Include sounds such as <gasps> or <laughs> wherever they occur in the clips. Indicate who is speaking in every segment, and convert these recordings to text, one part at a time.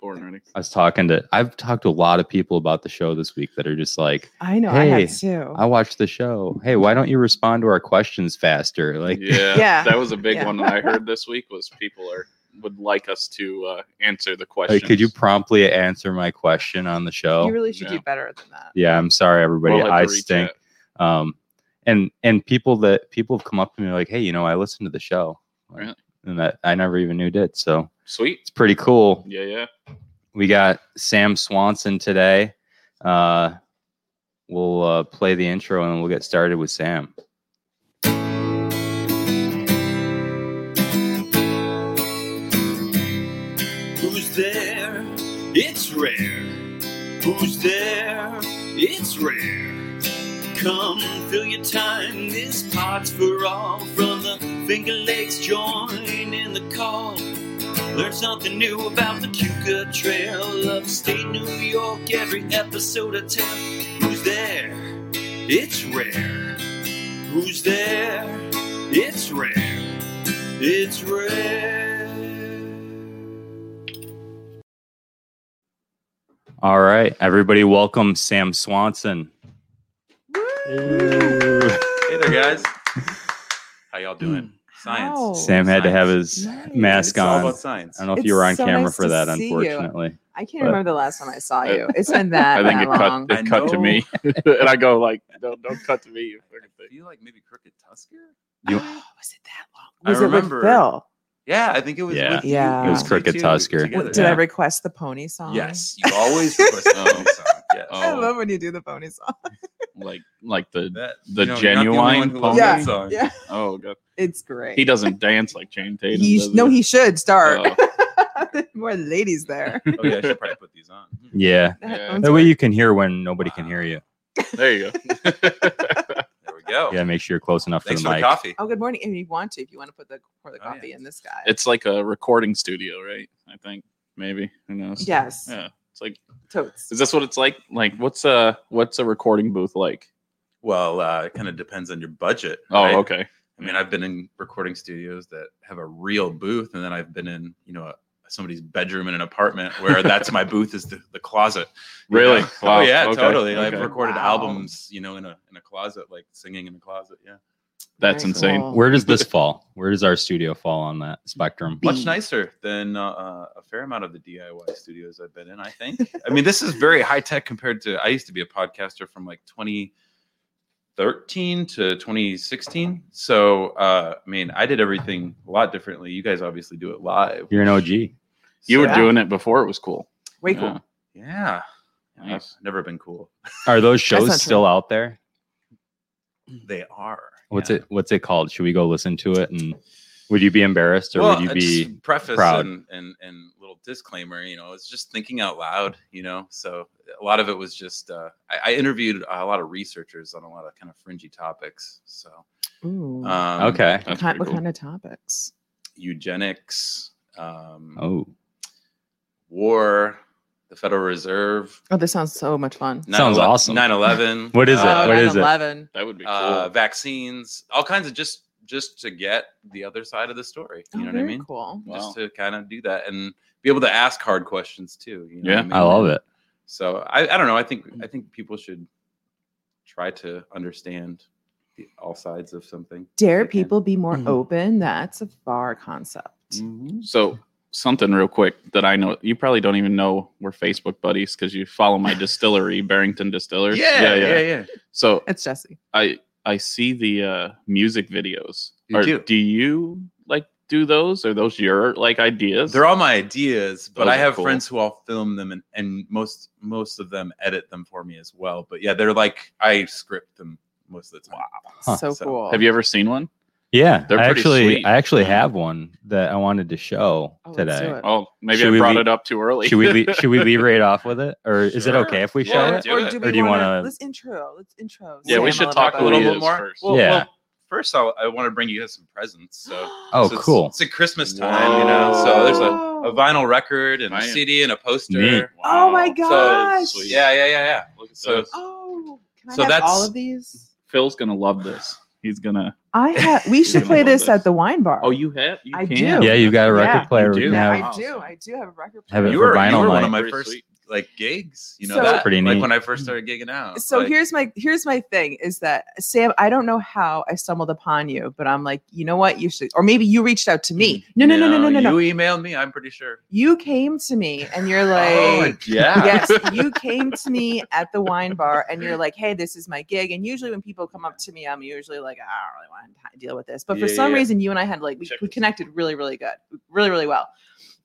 Speaker 1: born ready.
Speaker 2: I was talking to I've talked to a lot of people about the show this week that are just like,
Speaker 3: I know. I
Speaker 2: Hey,
Speaker 3: have too.
Speaker 2: I watched the show. Hey, why don't you respond to our questions faster? Like
Speaker 1: Yeah,
Speaker 3: Yeah.
Speaker 1: that was a big
Speaker 3: Yeah.
Speaker 1: one that I heard this week. Was people are would like us to uh, answer the question.
Speaker 2: like, could you promptly answer my question on the show?
Speaker 3: you really should
Speaker 1: yeah.
Speaker 3: do better than that.
Speaker 2: yeah, I'm sorry everybody. I stink. Um and and people that people have come up to me like, hey, you know, I listened to the show. Like,
Speaker 1: Really?
Speaker 2: And that I never even knew did. So
Speaker 1: Sweet.
Speaker 2: it's pretty cool.
Speaker 1: Yeah, yeah.
Speaker 2: we got Sam Swanson today. Uh, we'll uh, play the intro and we'll get started with Sam.
Speaker 4: Who's there? It's rare. Who's there? It's rare. Come fill your time. This pot's for all. From the Finger Lakes, join in the call. Learn something new about the Cuca Trail of state New York. Every episode I tell. Who's there? It's rare. Who's there? It's rare. It's rare.
Speaker 2: All right, everybody, welcome Sam Swanson.
Speaker 5: Hey
Speaker 3: <laughs>
Speaker 5: there,
Speaker 1: <laughs>
Speaker 5: guys. How y'all doing?
Speaker 1: Hmm.
Speaker 5: Science.
Speaker 3: How?
Speaker 2: Sam had to have his
Speaker 3: Oh, Nice.
Speaker 2: mask
Speaker 5: It's all
Speaker 2: on.
Speaker 5: about science.
Speaker 2: I don't know if
Speaker 3: It's
Speaker 2: you were on
Speaker 3: so
Speaker 2: camera
Speaker 3: nice
Speaker 2: for
Speaker 3: to
Speaker 2: that,
Speaker 3: see you.
Speaker 2: unfortunately.
Speaker 3: I can't
Speaker 2: But-
Speaker 3: remember the last time I saw
Speaker 1: I-
Speaker 3: you. It's been that,
Speaker 1: <laughs> I think
Speaker 3: that
Speaker 1: it
Speaker 3: long. <gasps>
Speaker 1: cut. It
Speaker 5: I
Speaker 1: cut to <laughs>
Speaker 5: know.
Speaker 1: me, and I go like, "Don't, <laughs> don't cut to me." You fucking
Speaker 5: I
Speaker 1: thing.
Speaker 5: feel like maybe Crooked Tusker?
Speaker 2: You-
Speaker 3: Oh, was it that
Speaker 5: I
Speaker 3: long? Was it with
Speaker 5: remember.
Speaker 3: Phil?
Speaker 5: Yeah, I think it was.
Speaker 2: Yeah.
Speaker 5: with you.
Speaker 3: Yeah. It was
Speaker 5: you
Speaker 2: Crooked
Speaker 5: two
Speaker 2: Tusker.
Speaker 5: together.
Speaker 3: Did I
Speaker 2: Yeah.
Speaker 3: request the pony song?
Speaker 5: Yes, you always
Speaker 1: <laughs>
Speaker 5: request the
Speaker 1: Oh.
Speaker 5: song. Yes.
Speaker 1: Oh.
Speaker 2: Um,
Speaker 3: I love when you do the pony song.
Speaker 1: Like, like the
Speaker 5: That-
Speaker 1: The
Speaker 5: you know, you're not only
Speaker 1: genuine
Speaker 5: one who loves
Speaker 3: pony?
Speaker 5: that song.
Speaker 3: Yeah,
Speaker 1: oh god,
Speaker 3: it's great.
Speaker 1: he doesn't dance like Jane Tatum.
Speaker 3: He sh-
Speaker 1: does
Speaker 3: no, he should start.
Speaker 1: Oh.
Speaker 3: <laughs> More ladies
Speaker 1: <laughs>
Speaker 3: there.
Speaker 5: Oh, yeah, I should probably put these on. Hmm.
Speaker 2: Yeah,
Speaker 3: The
Speaker 1: Yeah.
Speaker 3: headphones
Speaker 2: that way
Speaker 3: work.
Speaker 2: you can hear when nobody can hear you.
Speaker 1: There you go. <laughs>
Speaker 5: There we go.
Speaker 2: Yeah, make sure you're close enough
Speaker 5: Thanks
Speaker 2: to
Speaker 5: for
Speaker 2: the
Speaker 5: the
Speaker 2: mic.
Speaker 5: coffee.
Speaker 3: Oh, good morning. If you want to, if you want to put the pour the
Speaker 5: Oh, yeah.
Speaker 3: coffee in this guy.
Speaker 1: it's like a recording studio, right? I think maybe. Who knows?
Speaker 3: yes.
Speaker 1: Yeah. It's like,
Speaker 3: Totes.
Speaker 1: is this what it's like? Like, what's a what's a recording booth like?
Speaker 5: Well, uh, it kind of depends on your budget.
Speaker 1: Oh,
Speaker 5: right?
Speaker 1: okay.
Speaker 5: I mean, I've been in recording studios that have a real booth, and then I've been in, you know, a, somebody's bedroom in an apartment where that's my booth is the, the closet. you
Speaker 1: Really?
Speaker 5: know?
Speaker 1: Wow,
Speaker 5: <laughs> Oh yeah,
Speaker 1: okay,
Speaker 5: totally.
Speaker 1: okay.
Speaker 5: I've recorded
Speaker 3: Wow.
Speaker 5: albums, you know, in a in a closet, like singing in a closet. Yeah,
Speaker 1: That's
Speaker 3: Very
Speaker 1: insane.
Speaker 3: cool.
Speaker 2: Where does this fall? Where does our studio fall on that spectrum?
Speaker 5: much nicer than uh, uh, a fair amount of the DIY studios I've been in. I think. I mean, this is very high tech compared to. I used to be a podcaster from like 2013 to 2016. So, uh, I mean, I did everything a lot differently. You guys obviously do it live.
Speaker 2: You're an OG.
Speaker 1: You were
Speaker 3: Yeah.
Speaker 1: doing it before it was cool.
Speaker 3: Way cool.
Speaker 1: Yeah.
Speaker 5: Yeah. Yeah,
Speaker 1: Nice.
Speaker 5: I've never been cool.
Speaker 2: Are those
Speaker 3: not
Speaker 2: shows
Speaker 3: true.
Speaker 2: still out there?
Speaker 5: They are.
Speaker 2: What's
Speaker 5: yeah.
Speaker 2: it What's it called? Should we go listen to it? And would you be embarrassed or
Speaker 5: well, um,
Speaker 2: would you
Speaker 5: I
Speaker 2: be?
Speaker 5: just preface
Speaker 2: proud?
Speaker 5: And, and and little disclaimer? You know, it's just thinking out loud. You know, so a lot of it was just uh, I, I interviewed a lot of researchers on a lot of kind of fringy topics. So
Speaker 3: Ooh.
Speaker 1: Uh,
Speaker 5: um,
Speaker 2: Okay.
Speaker 3: what
Speaker 1: That's
Speaker 3: kind,
Speaker 1: pretty
Speaker 3: what
Speaker 1: cool.
Speaker 3: kind of topics?
Speaker 5: eugenics, um,
Speaker 2: Oh,
Speaker 5: war, the Federal Reserve,
Speaker 3: Oh, this sounds so much fun.
Speaker 2: Sounds awesome.
Speaker 5: Nine eleven.
Speaker 2: <laughs> What is it?
Speaker 3: Oh,
Speaker 2: What is it?
Speaker 3: 9/11.
Speaker 1: That would be cool.
Speaker 5: Uh, vaccines, all kinds of just just to get the other side of the story. You
Speaker 3: Oh,
Speaker 5: know what I
Speaker 3: very
Speaker 5: mean?
Speaker 3: Cool.
Speaker 1: Wow.
Speaker 5: just to kind of do that and be able to ask hard questions too. You know
Speaker 1: Yeah.
Speaker 5: what
Speaker 2: I love it.
Speaker 5: So I, I don't know. I think I think people should try to understand the, all sides of something.
Speaker 3: Dare
Speaker 5: They can.
Speaker 3: people be more
Speaker 2: Mhm.
Speaker 3: open? That's a far concept.
Speaker 5: Mm.
Speaker 1: so something real quick that I know you probably don't even know we're Facebook buddies because you follow my distillery, Barrington Distillers. So
Speaker 3: It's Jesse.
Speaker 1: I I see the uh music videos.
Speaker 5: You
Speaker 1: Are-
Speaker 5: do.
Speaker 1: you like do those? Are those your like ideas?
Speaker 5: They're all my ideas, but
Speaker 1: Those
Speaker 5: I
Speaker 1: are
Speaker 5: have
Speaker 1: cool.
Speaker 5: friends who all film them and, and most most of them edit them for me as well. But yeah, they're like I script them most of the time.
Speaker 2: Huh.
Speaker 3: so,
Speaker 5: So,
Speaker 3: cool.
Speaker 1: Have you ever seen one?
Speaker 2: Yeah,
Speaker 1: They're
Speaker 2: I
Speaker 1: pretty
Speaker 2: actually,
Speaker 1: sweet.
Speaker 2: I actually have one that I wanted to show
Speaker 3: Oh, let's do
Speaker 2: today.
Speaker 3: it.
Speaker 1: Oh, maybe
Speaker 2: Should
Speaker 1: I
Speaker 2: we
Speaker 1: brought
Speaker 2: lea-
Speaker 1: it up too early.
Speaker 2: Should we le- should we
Speaker 5: <laughs>
Speaker 2: leave right off with it, or is it
Speaker 5: Sure.
Speaker 2: okay if we show
Speaker 1: Yeah,
Speaker 2: it?
Speaker 1: do it.
Speaker 3: do
Speaker 2: Or do you
Speaker 3: wanna-
Speaker 2: wanna-
Speaker 3: Let's intro. Let's intro.
Speaker 1: <laughs> Yeah, we
Speaker 3: Sam
Speaker 1: should
Speaker 3: a
Speaker 1: talk
Speaker 3: bit
Speaker 1: a little
Speaker 3: about-
Speaker 1: bit more. First.
Speaker 5: Well,
Speaker 2: Yeah.
Speaker 5: well, first I'll, I want to bring you guys some presents. So
Speaker 2: Oh,
Speaker 5: So it's-
Speaker 2: cool.
Speaker 5: It's, at Christmas time, you know. So there's a a vinyl record and a
Speaker 1: Nice.
Speaker 5: CD and a poster.
Speaker 2: Neat.
Speaker 3: Oh my gosh.
Speaker 5: So yeah, yeah, yeah, yeah.
Speaker 1: Look at
Speaker 5: So-
Speaker 1: this.
Speaker 3: Oh, can I
Speaker 5: So
Speaker 3: have all
Speaker 5: that's-
Speaker 3: of these?
Speaker 1: Phil's gonna love this. he's gonna.
Speaker 3: I have. We should
Speaker 1: I
Speaker 3: play
Speaker 1: love
Speaker 3: this,
Speaker 1: this.
Speaker 3: at the wine bar.
Speaker 1: Oh, you have. You
Speaker 3: I
Speaker 1: can.
Speaker 3: do.
Speaker 2: Yeah, you got a record
Speaker 3: Yeah,
Speaker 2: player
Speaker 1: you do.
Speaker 2: now.
Speaker 3: I
Speaker 1: Wow.
Speaker 3: do. I do have a record.
Speaker 2: Have
Speaker 3: player.
Speaker 2: it
Speaker 5: you
Speaker 2: for
Speaker 5: were, you
Speaker 2: vinyl
Speaker 5: were one
Speaker 2: night.
Speaker 5: of my
Speaker 1: Pretty
Speaker 5: first
Speaker 1: sweet.
Speaker 5: like gigs. You know
Speaker 3: So-
Speaker 5: that?
Speaker 2: Pretty
Speaker 5: like
Speaker 2: neat.
Speaker 5: when I first started gigging out.
Speaker 3: So
Speaker 5: like,
Speaker 3: here's my here's my thing is that Sam, I don't know how I stumbled upon you, but I'm like, you know what, you should, or maybe you reached out to me. No, no, no, no, no, no, no.
Speaker 5: Mm, You emailed me. I'm pretty sure.
Speaker 3: You came to me and you're like,
Speaker 5: Oh,
Speaker 2: Oh,
Speaker 5: <laughs> yeah.
Speaker 3: yes, you came to me at the wine bar and you're like, hey, this is my gig. And usually when people come up to me, I'm usually like, I don't really want to deal with this. But for
Speaker 5: Yeah,
Speaker 3: some
Speaker 5: yeah.
Speaker 3: reason, you and I had like, we,
Speaker 1: Check
Speaker 3: we
Speaker 1: this.
Speaker 3: connected really, really good, really, really well.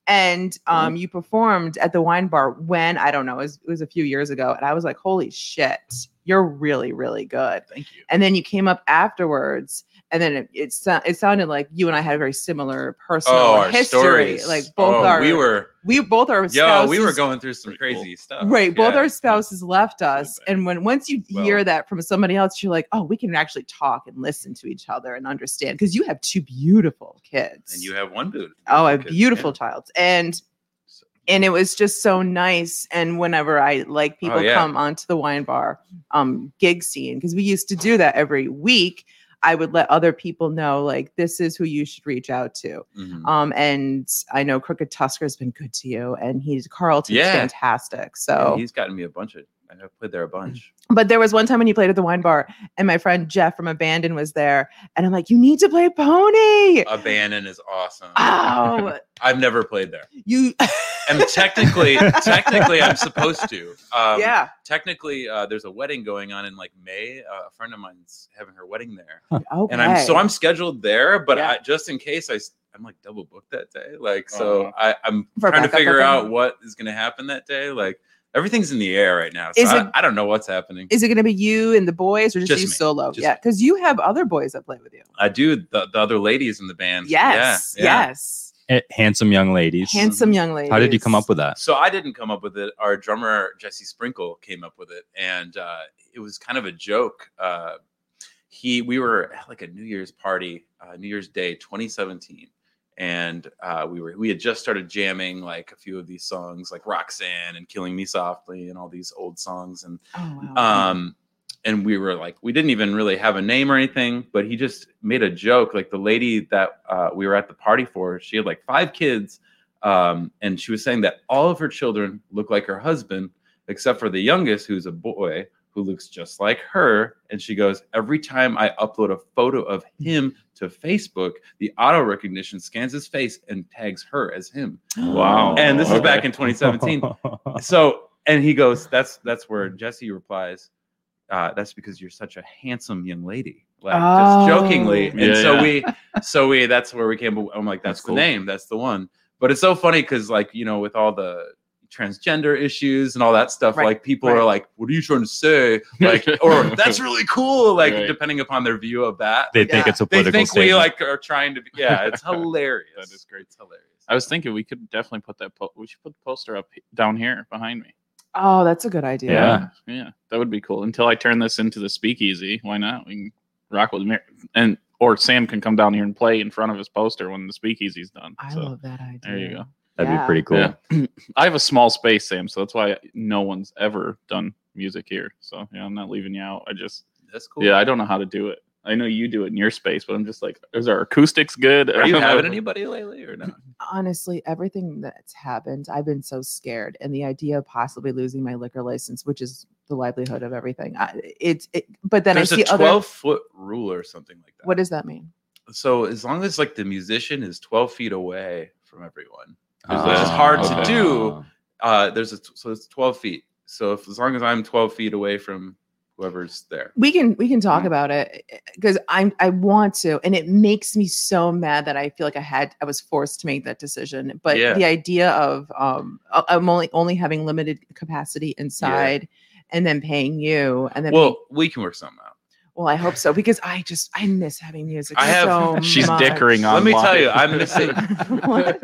Speaker 3: And um,
Speaker 5: Mm-hmm.
Speaker 3: you performed at the wine bar when I don't know, it was, it was a few years ago. And I was like, holy shit, you're really, really good.
Speaker 5: Thank you.
Speaker 3: And then you came up afterwards. And then it, it, so- it sounded like you and I had a very similar personal
Speaker 5: Oh, our
Speaker 3: history.
Speaker 5: stories.
Speaker 3: Like both
Speaker 5: oh,
Speaker 3: our,
Speaker 5: we were.
Speaker 3: we both are.
Speaker 5: Yo, we were
Speaker 3: spouses.
Speaker 5: going through some
Speaker 1: Pretty cool.
Speaker 5: crazy stuff.
Speaker 3: Right. Both
Speaker 5: Yeah.
Speaker 3: our spouses left us.
Speaker 5: bad.
Speaker 3: And when once you
Speaker 5: Well-
Speaker 3: hear that from somebody else, you're like, oh, we can actually talk and listen to each other and understand. Because you have two beautiful kids.
Speaker 5: And you have one boot.
Speaker 3: oh, a beautiful child. And
Speaker 5: So-
Speaker 3: and it was just so nice. And whenever I like people
Speaker 5: Oh, yeah.
Speaker 3: come onto the wine bar um gig scene, because we used to do that every week. I would let other people know, like, this is who you should reach out to.
Speaker 5: Mhm.
Speaker 3: Um, and I know Crooked Tusker's been good to you, and he's Carlton's
Speaker 5: Yeah.
Speaker 3: fantastic.
Speaker 5: Yeah,
Speaker 3: So
Speaker 5: he's gotten me a bunch of. I have played there a bunch.
Speaker 3: but there was one time when you played at the wine bar, and my friend Jeff from Abandon was there, and I'm like, you need to play Pony.
Speaker 5: <laughs> Abandon is awesome.
Speaker 3: Oh,
Speaker 5: I've never played there.
Speaker 3: you, <laughs>
Speaker 5: And technically, technically, I'm supposed to. Um,
Speaker 3: yeah.
Speaker 5: Technically, uh, there's a wedding going on in like May. Uh, a friend of mine's having her wedding there,
Speaker 3: Okay.
Speaker 5: and I'm so I'm scheduled there. But
Speaker 3: Yeah.
Speaker 5: I, just in case, I s- I'm like double booked that day. Like so,
Speaker 1: Uh-huh.
Speaker 5: I, I'm
Speaker 3: For
Speaker 5: trying to
Speaker 3: backup,
Speaker 5: figure
Speaker 3: okay.
Speaker 5: out what is going to happen that day. Like everything's in the air right now. So
Speaker 3: Is
Speaker 5: I,
Speaker 3: it-
Speaker 5: I don't know what's happening.
Speaker 3: Is it going to be you and the boys, or just,
Speaker 5: Just
Speaker 3: you
Speaker 5: me.
Speaker 3: solo?
Speaker 5: Just
Speaker 3: yeah,
Speaker 5: me.
Speaker 3: because you have other boys that play with you.
Speaker 5: I do the, the other ladies in the band.
Speaker 3: Yes,
Speaker 5: Yeah, Mm-hmm. yeah.
Speaker 3: yes.
Speaker 2: Eh, Handsome young ladies.
Speaker 3: Handsome young lady.
Speaker 2: How did you come up
Speaker 3: <laughs>
Speaker 2: with that?
Speaker 5: So I didn't come up with it. Our drummer Jesse Sprinkle came up with it, and uh, it was kind of a joke. Uh, he, we were at like a New Year's party, uh, New Year's Day, 2017, and uh, we were we had just started jamming like a few of these songs, like Roxanne and Killing Me Softly, and all these old songs, and
Speaker 3: Oh wow.
Speaker 5: um and we were like we didn't even really have a name or anything but he just made a joke like the lady that uh, we were at the party for she had like five kids um and she was saying that all of her children look like her husband except for the youngest who's a boy who looks just like her and she goes every time i upload a photo of him to facebook the auto recognition scans his face and tags her as him
Speaker 1: Wow.
Speaker 5: and this is
Speaker 1: Okay.
Speaker 5: back in 2017 so and he goes that's that's where jesse replies uh, that's because you're such a handsome young lady like
Speaker 3: Oh.
Speaker 5: just jokingly and
Speaker 1: Yeah,
Speaker 5: so
Speaker 1: yeah.
Speaker 5: we so we that's where we came up- i'm like that's,
Speaker 1: That's
Speaker 5: the
Speaker 1: cool.
Speaker 5: name that's the one but it's so funny because like you know with all the transgender issues and all that stuff
Speaker 3: Right,
Speaker 5: like people
Speaker 3: right.
Speaker 5: are like what are you trying to say
Speaker 1: <laughs>
Speaker 5: like or that's really cool like
Speaker 1: Right.
Speaker 5: depending upon their view of that
Speaker 2: They think
Speaker 3: Yeah.
Speaker 2: it's a
Speaker 5: they
Speaker 2: political
Speaker 5: think
Speaker 2: statement.
Speaker 5: we like are trying to be
Speaker 1: <laughs>
Speaker 5: yeah it's hilarious
Speaker 1: That is great.
Speaker 5: it's hilarious
Speaker 1: I was thinking we could definitely put that. Po- we should put the poster up he- down here behind me.
Speaker 3: oh, that's a good idea.
Speaker 2: Yeah.
Speaker 1: yeah, that would be cool. Until I turn this into the speakeasy, why not? We can rock with Mar- and or Sam can come down here and play in front of his poster when the speakeasy's done.
Speaker 3: I
Speaker 1: so
Speaker 3: love that idea.
Speaker 1: there you go.
Speaker 2: That'd
Speaker 3: Yeah.
Speaker 2: be pretty cool.
Speaker 1: Yeah. <clears throat> I have a small space, Sam, so that's why no one's ever done music here. So yeah, I'm not leaving you out. I just
Speaker 5: that's cool
Speaker 1: yeah, I don't know how to do it. I know you do it in your space, but I'm just like, is our acoustics good?
Speaker 5: are
Speaker 1: <laughs>
Speaker 5: you having anybody lately or not
Speaker 3: honestly, everything that's happened, I've been so scared, and the idea of possibly losing my liquor license, which is the livelihood of everything, I, it's. It, but then
Speaker 5: There's
Speaker 3: I see
Speaker 5: a 12
Speaker 3: other.
Speaker 5: foot rule or something like that.
Speaker 3: What does that mean?
Speaker 5: so as long as like the musician is 12 feet away from everyone,
Speaker 2: Ah,
Speaker 1: Which is hard to
Speaker 5: do. uh, there's a so it's 12 feet. So if as long as I'm 12 feet away from whoever's there,
Speaker 3: We can we can talk
Speaker 5: Mm-hmm.
Speaker 1: Mm.
Speaker 3: about it because I'm I want to, and it makes me so mad that I feel like I had I was forced to make that decision. But
Speaker 5: Yeah.
Speaker 3: the idea of um I- I'm only only having limited capacity inside. And then paying you, and then paying-
Speaker 5: well, we can work something out.
Speaker 3: well, I hope so because I just I miss having music.
Speaker 5: I have- <laughs>
Speaker 3: so
Speaker 1: She's
Speaker 3: much.
Speaker 1: dickering on.
Speaker 5: Let me tell you, I'm
Speaker 3: <laughs>
Speaker 5: missing. <laughs>
Speaker 3: What?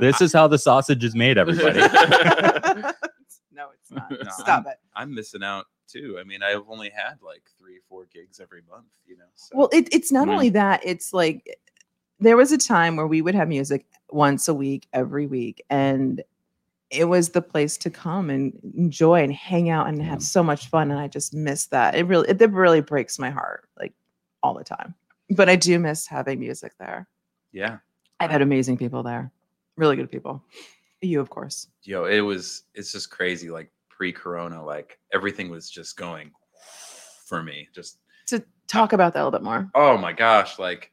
Speaker 2: This is how the sausage is
Speaker 3: <laughs>
Speaker 2: made,
Speaker 5: <laughs>
Speaker 2: everybody.
Speaker 3: no, it's not.
Speaker 5: No,
Speaker 3: Stop it.
Speaker 5: I'm missing out too. I mean, I've only had like three, four gigs every month. You know. So.
Speaker 3: Well, it, it's not
Speaker 5: Mm.
Speaker 1: Right.
Speaker 3: only that, it's like there was a time where we would have music once a week, every week, and it was the place to come and enjoy and hang out and have so much fun. And I just miss that. It really, it, that really breaks my heart. Like, all the time. But I do miss having music there.
Speaker 5: Yeah.
Speaker 3: I've had amazing people there, really good people. You, of course.
Speaker 5: Yo, it was it's just crazy. Like pre-corona, like everything was just going for me. Just
Speaker 3: To talk about that a little bit more.
Speaker 5: oh my gosh, like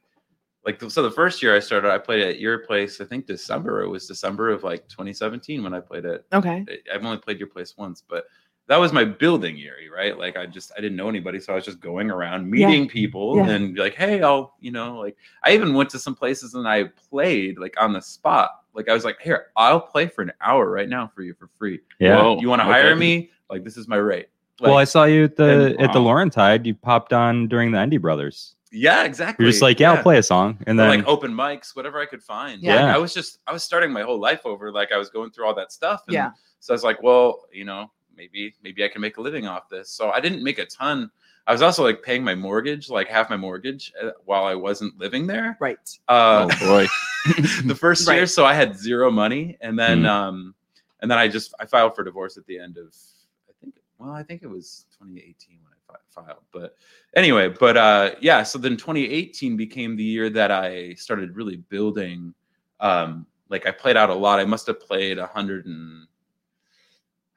Speaker 5: like so the first year I started, I played at your place, I think December. It was December of like 2017 when I played it.
Speaker 3: Okay.
Speaker 5: I- I've only played your place once, but that was my building year, right? Like I just I didn't know anybody, so I was just going around
Speaker 3: Yeah.
Speaker 5: meeting people
Speaker 3: Yeah.
Speaker 5: and be like, hey, I'll you know, like I even went to some places and I played like on the spot. Like I was like, here, I'll play for an hour right now for you for free.
Speaker 2: Yeah.
Speaker 1: Whoa,
Speaker 5: you want to
Speaker 1: okay.
Speaker 5: hire me? Like this is my rate. Like,
Speaker 2: well, I saw you at the
Speaker 1: and-
Speaker 2: at the
Speaker 1: wow.
Speaker 2: Laurentide. You popped on during the Indie Brothers.
Speaker 5: yeah, exactly.
Speaker 2: You're just like, yeah, I'll play a song, and
Speaker 5: Or,
Speaker 2: then
Speaker 5: like open mics, whatever I could find.
Speaker 3: Yeah.
Speaker 5: Like,
Speaker 2: Yeah.
Speaker 5: I was just I was starting my whole life over. Like I was going through all that stuff. And
Speaker 3: Yeah.
Speaker 5: So I was like, well, you know, maybe maybe I can make a living off this. So I didn't make a ton. I was also like paying my mortgage, like half my mortgage, uh, while I wasn't living there.
Speaker 3: Right.
Speaker 5: Uh,
Speaker 1: Oh boy.
Speaker 5: <laughs> the first
Speaker 3: Right.
Speaker 5: year, so I had zero money, and then
Speaker 2: Mm.
Speaker 5: um, and then I just I filed for divorce at the end of I think well I think it was 2018 when I fi- filed, but anyway, but uh, yeah, so then 2018 became the year that I started really building. Um, like I played out a lot. I must have played 100 and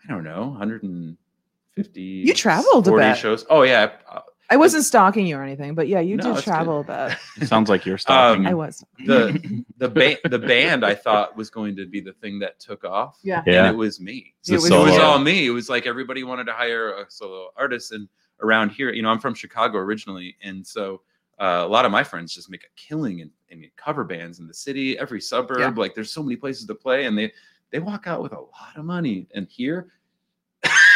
Speaker 5: I don't know 150.
Speaker 3: You traveled a
Speaker 5: 40
Speaker 3: bit.
Speaker 5: shows. Oh yeah. I-
Speaker 3: I wasn't stalking you or anything, but yeah, you
Speaker 5: No,
Speaker 3: do
Speaker 5: it's good.
Speaker 3: travel a
Speaker 5: <laughs>
Speaker 3: bit.
Speaker 1: It sounds like
Speaker 5: Um,
Speaker 1: you're stalking.
Speaker 3: I was.
Speaker 5: the the ba- the band I thought was going to be the thing that took off.
Speaker 3: Yeah.
Speaker 2: Yeah.
Speaker 5: And it was me.
Speaker 2: It's a
Speaker 3: it was
Speaker 5: It was
Speaker 2: solo.
Speaker 5: all me. It was like everybody wanted to hire a solo artist, and around here, you know, I'm from Chicago originally, and so uh, a lot of my friends just make a killing in, in cover bands in the city, every suburb.
Speaker 3: Yeah.
Speaker 5: Like, there's so many places to play, and they they walk out with a lot of money. And here,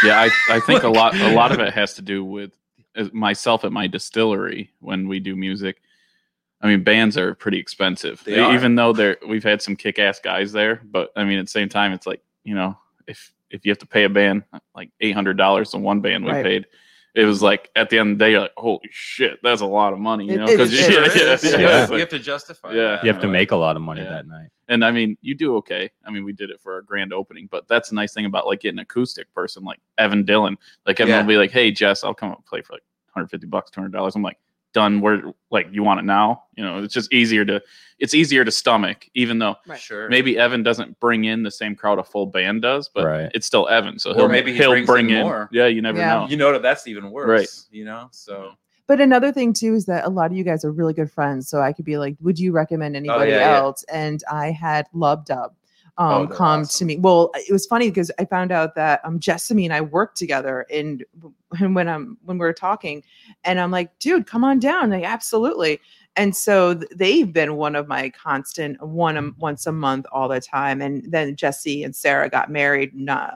Speaker 1: yeah, I, I think a lot a lot of
Speaker 5: Look.
Speaker 1: it has to do with uh, myself at my distillery when we do music. I mean, bands are pretty expensive. E,
Speaker 5: They are.
Speaker 1: Even though they're we've had some kick ass guys there, but I mean at the same time it's like, you know, if if you have to pay a band uh, like eight hundred dollars on one band we
Speaker 3: Right.
Speaker 1: paid, it was like at the end of the day you're like, Holy shit, that's a lot of money, you
Speaker 3: <laughs>
Speaker 1: <laughs>
Speaker 3: It
Speaker 1: know?
Speaker 3: is,
Speaker 1: 'cause
Speaker 3: it
Speaker 1: yeah,
Speaker 3: is.
Speaker 1: yeah,
Speaker 5: It's-
Speaker 1: yeah,
Speaker 2: Yeah.
Speaker 1: it's
Speaker 5: you
Speaker 1: like-
Speaker 5: have to justify.
Speaker 1: Yeah.
Speaker 5: that,
Speaker 2: you have to
Speaker 5: know?
Speaker 2: make a lot of money
Speaker 1: Yeah.
Speaker 2: that night.
Speaker 1: And I mean, you do okay. I mean, we did it for our grand opening, but that's the nice thing about like getting an acoustic person like Evan Dillon. Like Evan
Speaker 5: Yeah.
Speaker 1: will be like, "Hey Jess, I'll come up and play for like 150 bucks, 200 dollars." I'm like, "Done. We're like, you want it now? You know, it's just easier to it's easier to stomach, even though
Speaker 3: Right.
Speaker 5: sure.
Speaker 1: maybe Evan doesn't bring in the same crowd a full band does, but
Speaker 2: Right.
Speaker 1: it's still Evan. So
Speaker 5: Or
Speaker 1: he'll,
Speaker 5: maybe
Speaker 1: maybe
Speaker 5: he
Speaker 1: he'll
Speaker 5: brings
Speaker 1: bring
Speaker 5: in
Speaker 1: in.
Speaker 5: more.
Speaker 1: Yeah, you never
Speaker 3: Yeah.
Speaker 1: know. <laughs>
Speaker 5: you know that that's even worse.
Speaker 1: Right.
Speaker 5: You know, so
Speaker 3: But another thing too is that a lot of you guys are really good friends, so I could be like, "Would you recommend anybody
Speaker 5: Oh, yeah, yeah.
Speaker 3: else?" And I had Lub Dub
Speaker 5: Oh,
Speaker 3: um,
Speaker 5: they're
Speaker 3: come to
Speaker 5: awesome.
Speaker 3: me. Well, it was funny because I found out that um, Jessamy and I worked together, and, <laughs> and when I'm when we were talking, and I'm like, "Dude, come on down!" Like, absolutely. And so th- they've been one of my constant one a- once a month all the time. And then Jesse and Sarah got married. Not,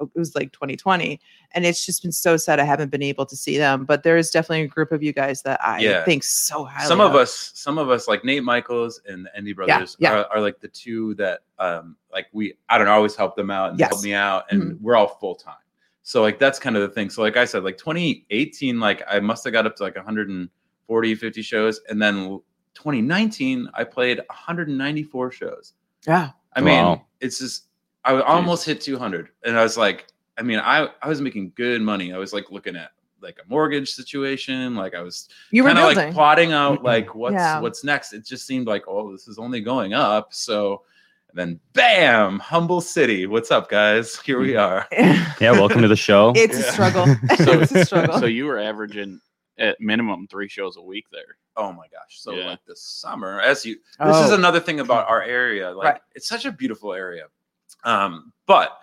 Speaker 3: oh, it was like 2020 and it's just been so sad I haven't been able to see them. But there is definitely a group of you guys that I
Speaker 5: Yeah.
Speaker 3: think so highly.
Speaker 5: some of us some of us like nate michaels and the endy brothers
Speaker 3: yeah.
Speaker 5: Are, are like the two that um like we i don't know always help them out and
Speaker 3: Yes. Mm-hmm.
Speaker 5: help me out and we're all full-time so like that's kind of the thing so like i said like 2018 like i must have got up to like 140 50 shows and then 2019 i played 194 shows
Speaker 3: Yeah,
Speaker 5: I mean,
Speaker 2: Wow.
Speaker 5: it's just I almost hit 200, and I was like, I mean, I I was making good money. I was like looking at like a mortgage situation, like I was
Speaker 3: you were
Speaker 5: kind of
Speaker 3: building.
Speaker 5: like plotting out like what's
Speaker 3: Yeah.
Speaker 5: what's next. It just seemed like oh, this is only going up. So and then bam, humble city. What's up, guys? <laughs> Here we are.
Speaker 2: Yeah, welcome to the
Speaker 3: <laughs>
Speaker 2: show.
Speaker 3: <laughs> it's a
Speaker 5: Yeah. <laughs>
Speaker 3: struggle.
Speaker 1: So-
Speaker 3: it's a struggle.
Speaker 1: so you were averaging at minimum three shows a week there.
Speaker 5: Oh my gosh! So
Speaker 1: Yeah.
Speaker 5: like this summer, as you this
Speaker 3: Oh,
Speaker 5: is another thing about our area like
Speaker 3: Right.
Speaker 5: it's such a beautiful area um but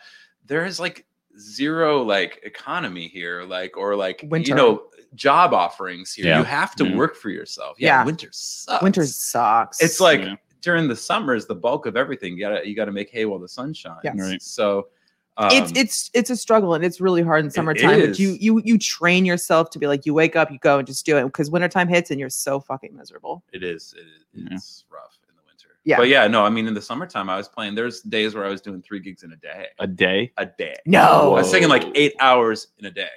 Speaker 5: there is like zero like economy here like or like
Speaker 3: Winter.
Speaker 5: you know job offerings here
Speaker 2: Yeah.
Speaker 5: you have to
Speaker 1: Yeah.
Speaker 5: work for yourself yeah,
Speaker 3: Yeah.
Speaker 5: winter sucks
Speaker 3: winter sucks.
Speaker 5: it's like
Speaker 1: Yeah.
Speaker 5: during the summers the bulk of everything you gotta you gotta make hay while the sun shines
Speaker 3: Yes.
Speaker 1: Right.
Speaker 5: so um,
Speaker 3: it's it's it's a struggle and it's really hard in summertime. But
Speaker 5: is.
Speaker 3: you you you train yourself to be like you wake up, you go and just do it because wintertime hits and you're so fucking miserable.
Speaker 5: It is. It is
Speaker 1: Yeah.
Speaker 5: it's rough in the winter.
Speaker 3: Yeah.
Speaker 5: But yeah, no, I mean, in the summertime, I was playing. There's days where I was doing three gigs in a day.
Speaker 1: A day.
Speaker 5: a day.
Speaker 3: No.
Speaker 5: I was singing like
Speaker 1: Whoa.
Speaker 5: eight hours in a day.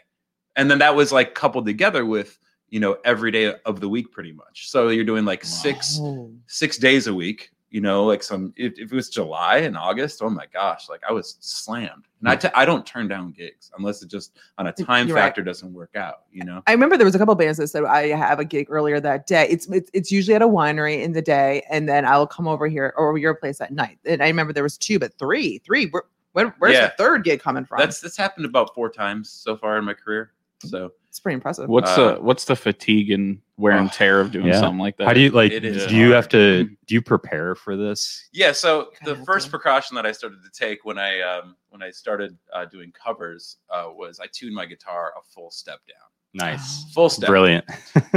Speaker 5: And then that was like coupled together with, you know, every day of the week pretty much. So you're doing like six
Speaker 3: Oh.
Speaker 5: six days a week, you know, like some if, if it was July and August, oh my gosh, like I was slammed. And I t- I don't turn down gigs unless it just on a time
Speaker 3: Hmm. You're right.
Speaker 5: factor doesn't work out, you know.
Speaker 3: I remember there was a couple bands that said I have a gig earlier that day. It's, it's it's usually at a winery in the day, and then I'll come over here or your place at night. And I remember there was two, but three, three. Where, where, where's
Speaker 5: Yeah.
Speaker 3: the third gig coming from?
Speaker 5: That's that's happened about four times so far in my career. So
Speaker 3: it's pretty impressive.
Speaker 1: What's
Speaker 5: Uh,
Speaker 1: the what's the fatigue and wear and
Speaker 5: Oh,
Speaker 1: tear of doing
Speaker 2: yeah.
Speaker 1: something like that?
Speaker 2: How do you like?
Speaker 5: It
Speaker 2: Do
Speaker 5: is
Speaker 2: you
Speaker 5: hard.
Speaker 3: <laughs>
Speaker 2: have to? Do you prepare for this?
Speaker 5: Yeah, so
Speaker 3: Kinda
Speaker 5: the
Speaker 3: have
Speaker 5: first
Speaker 3: to.
Speaker 5: precaution that I started to take when I um, when I started uh, doing covers uh, was I tuned my guitar a full step down,
Speaker 3: Oh.
Speaker 2: Nice,
Speaker 5: full step.
Speaker 2: brilliant.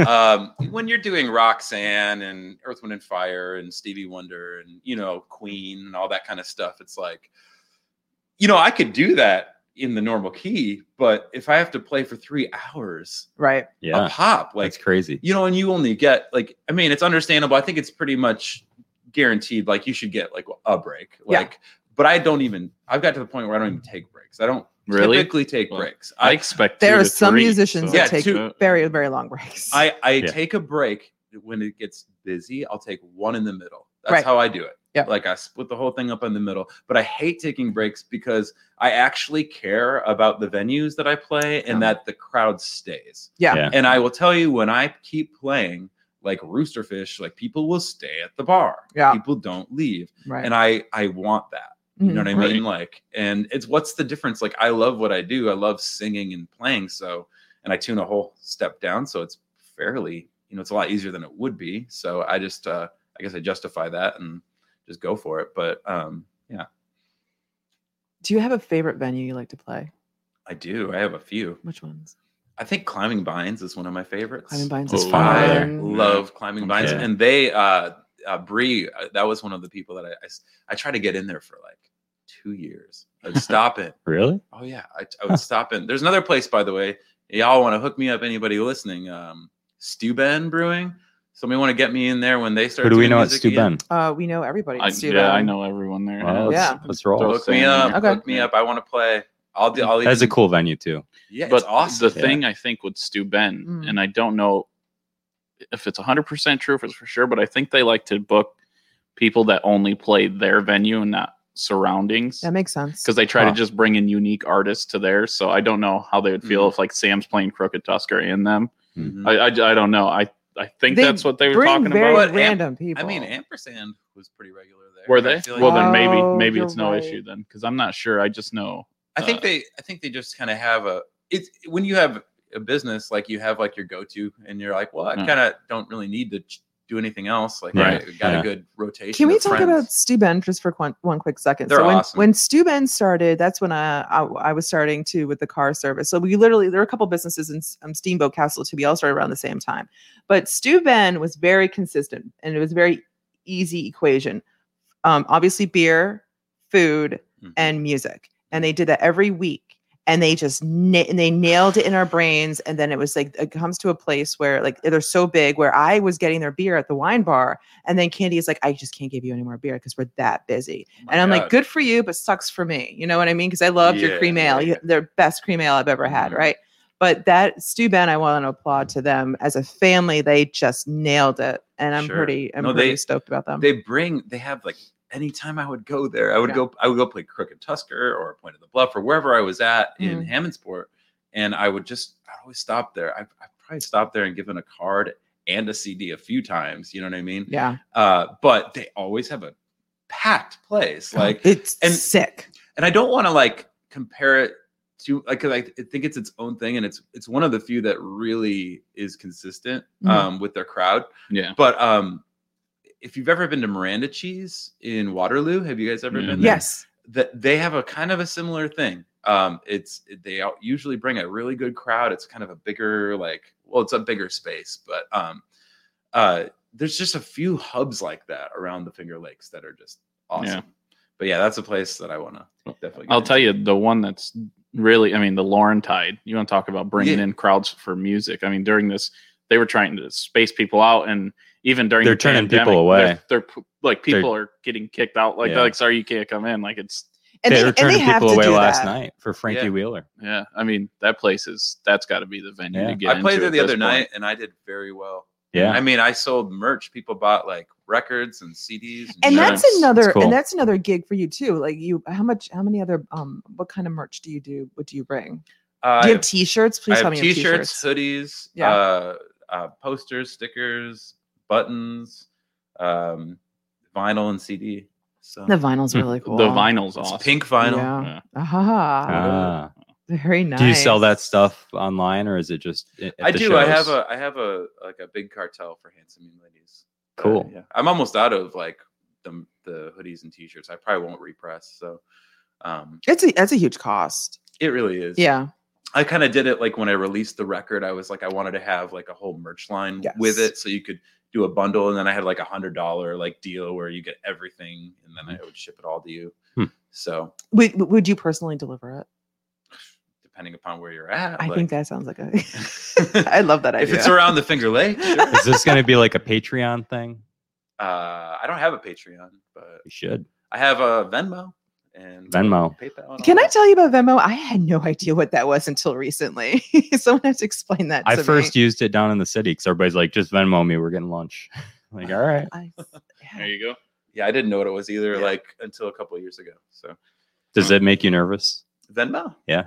Speaker 5: um, when you're doing Roxanne and Earth, Wind and Fire and Stevie Wonder and you know Queen and all that kind of stuff, it's like, you know, I could do that in the normal key, but if I have to play for three hours
Speaker 3: right?
Speaker 5: a
Speaker 2: Yeah,
Speaker 5: pop, like
Speaker 2: that's crazy.
Speaker 5: you know, and you only get like, I mean, it's understandable. I think it's pretty much guaranteed. Like you should get like a break.
Speaker 3: Yeah.
Speaker 5: Like, but I don't even. I've got to the point where I don't even take breaks. I don't
Speaker 1: Really?
Speaker 5: typically take
Speaker 1: Well,
Speaker 5: breaks.
Speaker 1: I
Speaker 5: I
Speaker 1: expect
Speaker 3: There
Speaker 1: two
Speaker 3: are
Speaker 1: to
Speaker 3: some
Speaker 1: three,
Speaker 3: musicians
Speaker 1: so-
Speaker 5: Yeah,
Speaker 3: that take
Speaker 5: two-
Speaker 3: very very long breaks.
Speaker 5: I, I
Speaker 2: Yeah.
Speaker 5: take a break when it gets busy. I'll take one in the middle. That's
Speaker 3: Right.
Speaker 5: how I do it.
Speaker 3: Yeah.
Speaker 5: Like I split the whole thing up in the middle. But I hate taking breaks because I actually care about the venues that I play and
Speaker 3: Yeah.
Speaker 5: that the crowd stays.
Speaker 3: yeah.
Speaker 2: Yeah.
Speaker 5: And I will tell you, when I keep playing, like Roosterfish, like people will stay at the bar.
Speaker 3: Yeah.
Speaker 5: People don't leave.
Speaker 3: right. Mm-hmm.
Speaker 5: And I I want that. You know what I
Speaker 1: Mhm.
Speaker 5: mean? Like, and it's what's the difference? Like, I love what I do. I love singing and playing. So, and I tune a whole step down. So it's fairly, you know, it's a lot easier than it would be. So I just, uh, I guess I justify that and just go for it. But um, yeah,
Speaker 3: Do you have a favorite venue you like to play?
Speaker 5: I do. I have a few.
Speaker 3: Which ones?
Speaker 5: I think Climbing Vines is one of my favorites.
Speaker 3: Climbing Vines
Speaker 5: Oh,
Speaker 1: It's
Speaker 3: is
Speaker 1: fun over there.
Speaker 3: fun.
Speaker 5: love climbing vines
Speaker 2: Okay.
Speaker 5: and they uh, uh brie uh, that was one of the people that I, I s- I tried to get in there for like two years
Speaker 3: <laughs>
Speaker 5: i'd stop in
Speaker 2: Really?
Speaker 5: oh yeah i, I would stop in there's another place by the way y'all want to hook me up anybody listening um steuben brewing somebody want to get me in there when they start
Speaker 2: Who do we
Speaker 5: doing
Speaker 2: know at
Speaker 5: music again?
Speaker 2: Stuben?
Speaker 3: Uh, we know everybody.
Speaker 1: I,
Speaker 3: It's Steve
Speaker 1: yeah, I
Speaker 3: Allen.
Speaker 1: know everyone there.
Speaker 2: Wow,
Speaker 3: Yeah.
Speaker 2: let's, let's roll.
Speaker 1: Throw
Speaker 5: hook me
Speaker 1: Sam
Speaker 5: up
Speaker 1: there.
Speaker 3: Okay.
Speaker 5: hook me up i want to play i'll do i'll
Speaker 2: That's a
Speaker 5: even-
Speaker 2: cool venue too.
Speaker 5: yeah
Speaker 1: But
Speaker 5: it's awesome
Speaker 1: the thing I think with Stu Ben,
Speaker 3: Mm.
Speaker 1: and I don't know if it's 100% true, if it's for sure, but I think they like to book people that only play their venue and not surroundings
Speaker 3: That makes sense.
Speaker 1: because they try
Speaker 2: Huh.
Speaker 1: to just bring in unique artists to theirs. So I don't know how they would feel if like Sam's playing Crooked Tusker in them.
Speaker 5: Mhm.
Speaker 1: I, I, I don't know. I, I think
Speaker 3: They
Speaker 1: that's what they were
Speaker 3: Bring
Speaker 1: talking
Speaker 3: very
Speaker 1: about.
Speaker 5: Am-
Speaker 3: random people.
Speaker 5: I mean ampersand was pretty regular there
Speaker 1: Were
Speaker 5: I
Speaker 1: they?
Speaker 5: feel like-
Speaker 1: Well, then maybe
Speaker 3: Oh,
Speaker 1: maybe
Speaker 3: you're
Speaker 1: it's no
Speaker 3: right.
Speaker 1: issue then because I'm not sure. I just know.
Speaker 5: I think
Speaker 1: Uh,
Speaker 5: they I think they just kind of have a it's when you have a business like you have like your go to and you're like, well, I
Speaker 1: Yeah.
Speaker 5: kind of don't really need to ch- do anything else. Like,
Speaker 2: Right.
Speaker 5: I got
Speaker 2: Yeah.
Speaker 5: a good rotation.
Speaker 3: Can we
Speaker 5: of
Speaker 3: talk
Speaker 5: friends.
Speaker 3: about Steuben just for one, one quick second?
Speaker 5: They're
Speaker 3: so when,
Speaker 5: awesome.
Speaker 3: when Steuben started, that's when I, I I was starting too with the car service. So we literally there were a couple businesses in um, Steamboat Castle too. We all started around the same time, but Steuben was very consistent and it was very easy equation. Um, obviously beer, food,
Speaker 5: Mhm.
Speaker 3: and music, and they did that every week. And they just na- and they nailed it in our brains, and then it was like it comes to a place where like they're so big. Where I was getting their beer at the wine bar, and then Candy is like, I just can't give you any more beer because we're that busy.
Speaker 5: Oh my
Speaker 3: and I'm like,
Speaker 5: God.
Speaker 3: good for you, but sucks for me. You know what I mean? Because I loved
Speaker 5: Yeah,
Speaker 3: your cream
Speaker 5: yeah,
Speaker 3: ale, You-
Speaker 5: yeah.
Speaker 3: the best cream ale I've ever had,
Speaker 5: Mhm.
Speaker 3: right? But that Stu Ben, I want to applaud to them as a family. They just nailed it, and I'm
Speaker 5: Sure.
Speaker 3: pretty, I'm
Speaker 5: No,
Speaker 3: pretty
Speaker 5: they-
Speaker 3: stoked about them.
Speaker 5: they bring they have like anytime I would go there, I
Speaker 3: Um,
Speaker 5: would
Speaker 3: Yeah.
Speaker 5: go I would go play Crooked Tusker or Point of the Bluff or wherever I was at in Hammondsport, and I would just I would always stop there. I I probably stopped there and given a card and a CD a few times. You know what I mean?
Speaker 3: yeah,
Speaker 5: Uh, but they always have a packed place. <laughs>
Speaker 3: Oh,
Speaker 5: Like
Speaker 3: it's
Speaker 5: and-
Speaker 3: sick.
Speaker 5: and I don't want to like compare it to like 'cause I think it's its own thing, and it's it's one of the few that really is consistent
Speaker 3: Mhm.
Speaker 5: um, with their crowd.
Speaker 1: yeah.
Speaker 5: But um, if you've ever been to Miranda Cheese in Waterloo, have you guys ever
Speaker 1: Yeah.
Speaker 5: been? There?
Speaker 3: Yes,
Speaker 5: That they have a kind of a similar thing. Um, it's they out- usually bring a really good crowd. It's kind of a bigger like well, it's a bigger space, but um, uh, there's just a few hubs like that around the Finger Lakes that are just awesome.
Speaker 1: Yeah.
Speaker 5: But yeah, that's a place that I want to definitely. get
Speaker 1: I'll
Speaker 5: into.
Speaker 1: tell you the one that's really, I mean, the Laurentide. You want to talk about bringing
Speaker 5: Yeah.
Speaker 1: in crowds for music? I mean, during this, they were trying to space people out, and even during
Speaker 2: They're
Speaker 1: the
Speaker 2: turning people
Speaker 1: pandemic,
Speaker 2: away.
Speaker 1: They're, they're p- like
Speaker 2: They're-
Speaker 1: people are getting kicked out. Like,
Speaker 2: Yeah.
Speaker 1: they're like sorry, you can't come in. Like, it's
Speaker 3: and they,
Speaker 2: were
Speaker 3: and they
Speaker 2: turning
Speaker 3: have
Speaker 2: people
Speaker 3: to
Speaker 2: away
Speaker 3: do
Speaker 2: last
Speaker 3: that.
Speaker 2: night for Frankie
Speaker 5: Yeah.
Speaker 2: Wheeler.
Speaker 1: yeah. I mean, that place is that's got to be the venue
Speaker 2: Yeah.
Speaker 1: to get.
Speaker 5: I played
Speaker 1: into
Speaker 5: there
Speaker 1: at
Speaker 5: the other
Speaker 1: this
Speaker 5: night
Speaker 1: point.
Speaker 5: and I did very well.
Speaker 2: Yeah.
Speaker 5: I mean, I sold merch. People bought like records and CDs.
Speaker 3: and
Speaker 5: shirts.
Speaker 3: that's another
Speaker 2: cool.
Speaker 3: and that's another gig for you too like you how much how many other um what kind of merch do you do what do you bring
Speaker 5: Uh,
Speaker 3: do you have t-shirts please
Speaker 5: I
Speaker 3: tell
Speaker 5: have
Speaker 3: me you have
Speaker 5: t-shirts, hoodies,
Speaker 3: Yeah.
Speaker 5: uh, uh, posters, stickers, buttons, um, vinyl, and CD. So
Speaker 3: the vinyl's really cool
Speaker 1: The vinyl's
Speaker 5: it's
Speaker 1: awesome.
Speaker 5: pink Hmm. vinyl.
Speaker 3: yeah
Speaker 1: Yeah.
Speaker 3: aha
Speaker 2: Ah.
Speaker 3: very nice
Speaker 2: Do you sell that stuff online or is it just i- at
Speaker 5: I
Speaker 2: the
Speaker 5: do. I have
Speaker 2: shows?
Speaker 5: a I have a like a big cartel for handsome young ladies. Uh,
Speaker 2: Cool.
Speaker 5: yeah, I'm almost out of like the the hoodies and t-shirts. I probably won't repress. So um,
Speaker 3: it's a that's a huge cost
Speaker 5: it really is.
Speaker 3: yeah
Speaker 5: I kind of did it like when I released the record. I was like, I wanted to have like a whole merch line
Speaker 3: Yes.
Speaker 5: with it, so you could do a bundle, and then I had like a hundred dollar like deal where you get everything, and then I would ship it all to you.
Speaker 2: Hmm.
Speaker 5: So
Speaker 3: would, would you personally deliver it
Speaker 5: depending upon where you're at,
Speaker 3: i
Speaker 5: like-
Speaker 3: think that sounds like a <laughs>
Speaker 5: <laughs>
Speaker 3: i love that idea
Speaker 5: if it's around the Finger Lake,
Speaker 3: <laughs>
Speaker 5: sure.
Speaker 2: is this going to be like a Patreon thing?
Speaker 5: uh, I don't have a Patreon, but
Speaker 2: You should.
Speaker 5: I have a Venmo and
Speaker 2: Venmo.
Speaker 5: PayPal. and
Speaker 3: Can
Speaker 5: all
Speaker 3: I
Speaker 5: that.
Speaker 3: tell you about Venmo? I had no idea what that was until recently. <laughs> Someone has to explain that.
Speaker 2: I
Speaker 3: to
Speaker 2: first
Speaker 3: me.
Speaker 2: used it down in the city because everybody's like, just Venmo me. We're getting lunch. <laughs> like, all right.
Speaker 3: I- yeah.
Speaker 1: There you go.
Speaker 5: Yeah, I didn't know what it was either,
Speaker 3: Yeah.
Speaker 5: like until a couple of years ago. So
Speaker 2: Does it make you nervous?
Speaker 5: Venmo.
Speaker 2: Yeah.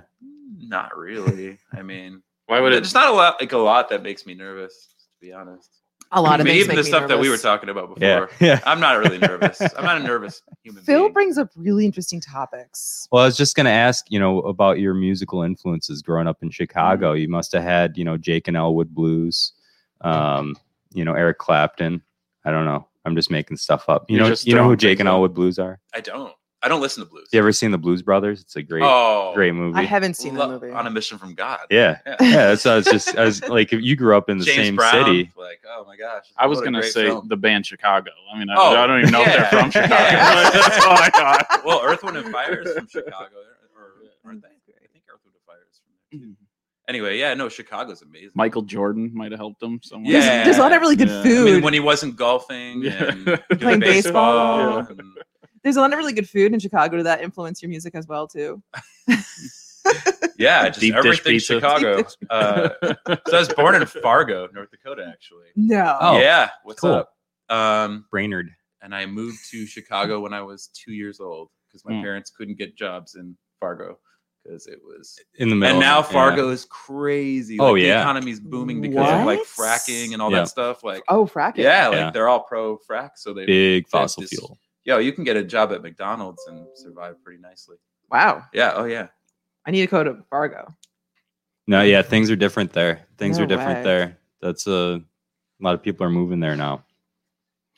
Speaker 5: Not really. I mean,
Speaker 1: Why would it?
Speaker 5: There's not a lot, like a lot that makes me nervous, to be honest.
Speaker 3: a lot of
Speaker 5: I mean,
Speaker 3: things
Speaker 5: even
Speaker 3: make
Speaker 5: the
Speaker 3: me
Speaker 5: stuff that we were
Speaker 3: nervous.
Speaker 5: talking about before.
Speaker 2: Yeah. Yeah.
Speaker 5: I'm not really
Speaker 3: <laughs>
Speaker 5: nervous. I'm not a nervous human
Speaker 3: Phil
Speaker 5: being.
Speaker 3: brings up really interesting topics.
Speaker 2: Well, I was just going to ask, you know, about your musical influences growing up in Chicago. You must have had, you know, Jake and Elwood Blues, um, you know, Eric Clapton. I don't know. I'm just making stuff up. You
Speaker 1: You're
Speaker 2: know,
Speaker 1: just
Speaker 2: you know who
Speaker 1: throwing
Speaker 2: Jake and
Speaker 1: things up.
Speaker 2: Elwood Blues are?
Speaker 5: I don't. I don't listen to blues.
Speaker 2: You ever seen the Blues Brothers? It's a great,
Speaker 5: oh,
Speaker 2: great movie.
Speaker 3: I haven't seen
Speaker 5: Lo-
Speaker 3: that movie.
Speaker 5: On a mission from God.
Speaker 2: yeah.
Speaker 5: Yeah.
Speaker 2: Yeah. That's I was just, I was like, if you grew up in the
Speaker 5: James
Speaker 2: same
Speaker 5: Brown.
Speaker 2: city.
Speaker 5: Like, oh my gosh.
Speaker 1: I was
Speaker 5: what a
Speaker 1: gonna
Speaker 5: great
Speaker 1: say
Speaker 5: film.
Speaker 1: the band Chicago. I mean, I,
Speaker 5: Oh,
Speaker 1: I don't even know if
Speaker 5: yeah.
Speaker 1: they're from
Speaker 5: <laughs>
Speaker 1: Chicago.
Speaker 5: Yeah.
Speaker 1: That's all I got.
Speaker 5: well, Earth, Wind, and Fire is
Speaker 3: <laughs>
Speaker 5: from Chicago, or, or aren't they? I think Earth, Wind, and Fire is from there.
Speaker 3: Mm-hmm.
Speaker 5: too. Anyway, yeah, no, Chicago's amazing.
Speaker 1: Michael Jordan might have helped them somewhere.
Speaker 3: there's, there's a lot of really good
Speaker 1: Yeah. I mean,
Speaker 5: I
Speaker 3: food.
Speaker 5: mean, when he wasn't golfing
Speaker 1: Yeah.
Speaker 5: and doing
Speaker 3: Playing
Speaker 5: baseball.
Speaker 1: baseball.
Speaker 5: and-
Speaker 3: there's a lot of really good food in Chicago. Did that influence your music as well too?
Speaker 5: Yeah, just
Speaker 1: Deep dish
Speaker 5: everything
Speaker 1: pizza.
Speaker 5: Chicago. Uh, so I was born in Fargo, North Dakota, actually.
Speaker 3: No.
Speaker 2: Oh.
Speaker 5: yeah, what's
Speaker 2: cool.
Speaker 5: up? Um,
Speaker 2: Brainerd.
Speaker 5: and I moved to Chicago when I was two years old because my
Speaker 1: Hmm.
Speaker 5: parents couldn't get jobs in Fargo because it was.
Speaker 2: in the middle.
Speaker 5: And
Speaker 2: of
Speaker 5: now
Speaker 2: it, yeah.
Speaker 5: Fargo is crazy.
Speaker 2: Oh,
Speaker 5: Like, the
Speaker 2: yeah.
Speaker 5: economy's booming because of like
Speaker 3: What?
Speaker 5: fracking and all
Speaker 2: Yeah.
Speaker 5: that stuff. Like,
Speaker 3: Oh, fracking.
Speaker 5: yeah, like
Speaker 2: Yeah.
Speaker 5: they're all pro frack, so they
Speaker 2: big
Speaker 5: They're
Speaker 2: fossil
Speaker 5: just-
Speaker 2: fuel.
Speaker 5: yo, you can get a job at McDonald's and survive pretty nicely.
Speaker 3: Wow.
Speaker 5: Yeah, oh yeah.
Speaker 3: I need to go to Fargo.
Speaker 2: No, yeah, things are different there. Things
Speaker 3: No
Speaker 2: are different
Speaker 3: way.
Speaker 2: there. That's a, a lot of people are moving there now.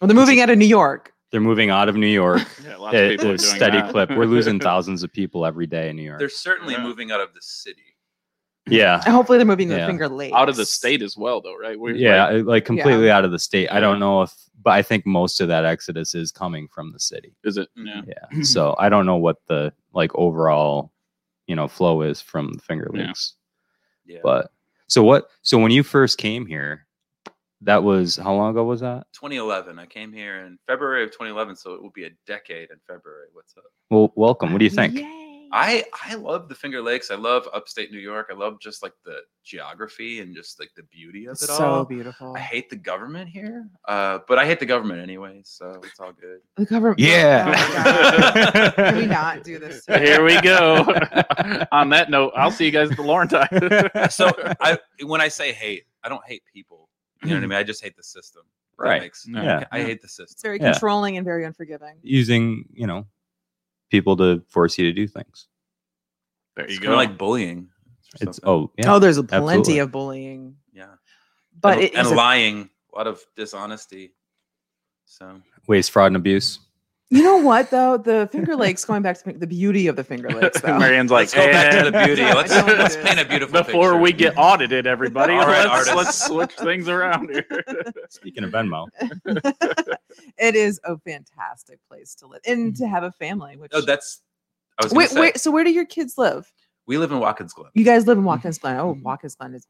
Speaker 3: Well, they're moving out of New York.
Speaker 2: They're moving out of New York.
Speaker 1: <laughs> yeah, lots of
Speaker 2: It-
Speaker 1: people are doing
Speaker 2: it's steady
Speaker 1: that.
Speaker 2: clip. We're
Speaker 1: <laughs>
Speaker 2: losing thousands of people every day in New York.
Speaker 5: They're certainly
Speaker 1: Yeah.
Speaker 5: moving out of the city.
Speaker 2: yeah.
Speaker 1: <laughs>
Speaker 3: And hopefully they're moving to the
Speaker 2: Yeah.
Speaker 3: Finger Lakes.
Speaker 1: out of the state as well, though, right? We're,
Speaker 2: Yeah,
Speaker 1: like,
Speaker 2: like, completely out of the state. I don't know if, but I think most of that exodus is coming from the city.
Speaker 1: is it?
Speaker 5: Mm-hmm.
Speaker 1: Yeah. <clears throat>
Speaker 2: Yeah. so I don't know what the like overall, you know, flow is from the Finger
Speaker 1: Yeah.
Speaker 2: Lakes.
Speaker 5: Yeah.
Speaker 2: But so what? So when you first came here, that was how long ago was that?
Speaker 5: 2011. I came here in February of 2011, so it will be a decade in February. What's up?
Speaker 2: Well, welcome. What do you think?
Speaker 3: Yay.
Speaker 5: I I love the Finger Lakes. I love upstate New York. I love just like the geography and just like the beauty of it all.
Speaker 3: so beautiful.
Speaker 5: I hate the government here, uh, but I hate the government anyway, so it's all good.
Speaker 3: The government.
Speaker 2: Yeah.
Speaker 3: Oh my
Speaker 2: <laughs>
Speaker 3: God. Can we not do this? to-
Speaker 1: Here we go. <laughs> On that note, I'll see you guys at the Laurentide.
Speaker 2: <laughs>
Speaker 5: So <laughs> I when I say hate, I don't hate people. You know what I mean? I just hate the system. That
Speaker 2: Right.
Speaker 5: makes-
Speaker 1: No.
Speaker 2: Yeah.
Speaker 5: I hate the system.
Speaker 3: It's very
Speaker 2: Yeah.
Speaker 3: controlling and very unforgiving.
Speaker 2: Using, you know, people to force you to do things.
Speaker 1: there you
Speaker 5: it's
Speaker 1: go.
Speaker 5: kind of like bullying. or
Speaker 2: It's
Speaker 5: something.
Speaker 2: oh yeah.
Speaker 3: oh, there's plenty
Speaker 2: absolutely.
Speaker 3: of bullying,
Speaker 5: yeah.
Speaker 3: but
Speaker 5: and,
Speaker 3: it
Speaker 5: and
Speaker 3: is a-
Speaker 5: lying, a lot of dishonesty. So
Speaker 2: waste, fraud, and abuse.
Speaker 3: you know what though? The Finger Lakes, going back to the beauty of the Finger Lakes,
Speaker 5: <laughs>
Speaker 3: though.
Speaker 1: Marianne's like,
Speaker 5: let's go back to the beauty.
Speaker 3: Yeah, <laughs>
Speaker 1: <laughs>
Speaker 5: Let's,
Speaker 3: I know what
Speaker 5: let's
Speaker 3: it is.
Speaker 5: paint a beautiful
Speaker 1: before
Speaker 5: picture.
Speaker 1: we get audited, everybody,
Speaker 5: <laughs> All right,
Speaker 1: let's,
Speaker 5: artists.
Speaker 1: let's switch things around here.
Speaker 2: Speaking of Venmo,
Speaker 3: <laughs> it is a fantastic place to live and to have a family. Which
Speaker 5: Oh, that's. I was gonna
Speaker 3: wait,
Speaker 5: say,
Speaker 3: wait. So where do your kids live?
Speaker 5: we live in Watkins Glen.
Speaker 3: You guys live in Watkins Glen. Oh, Watkins Glen is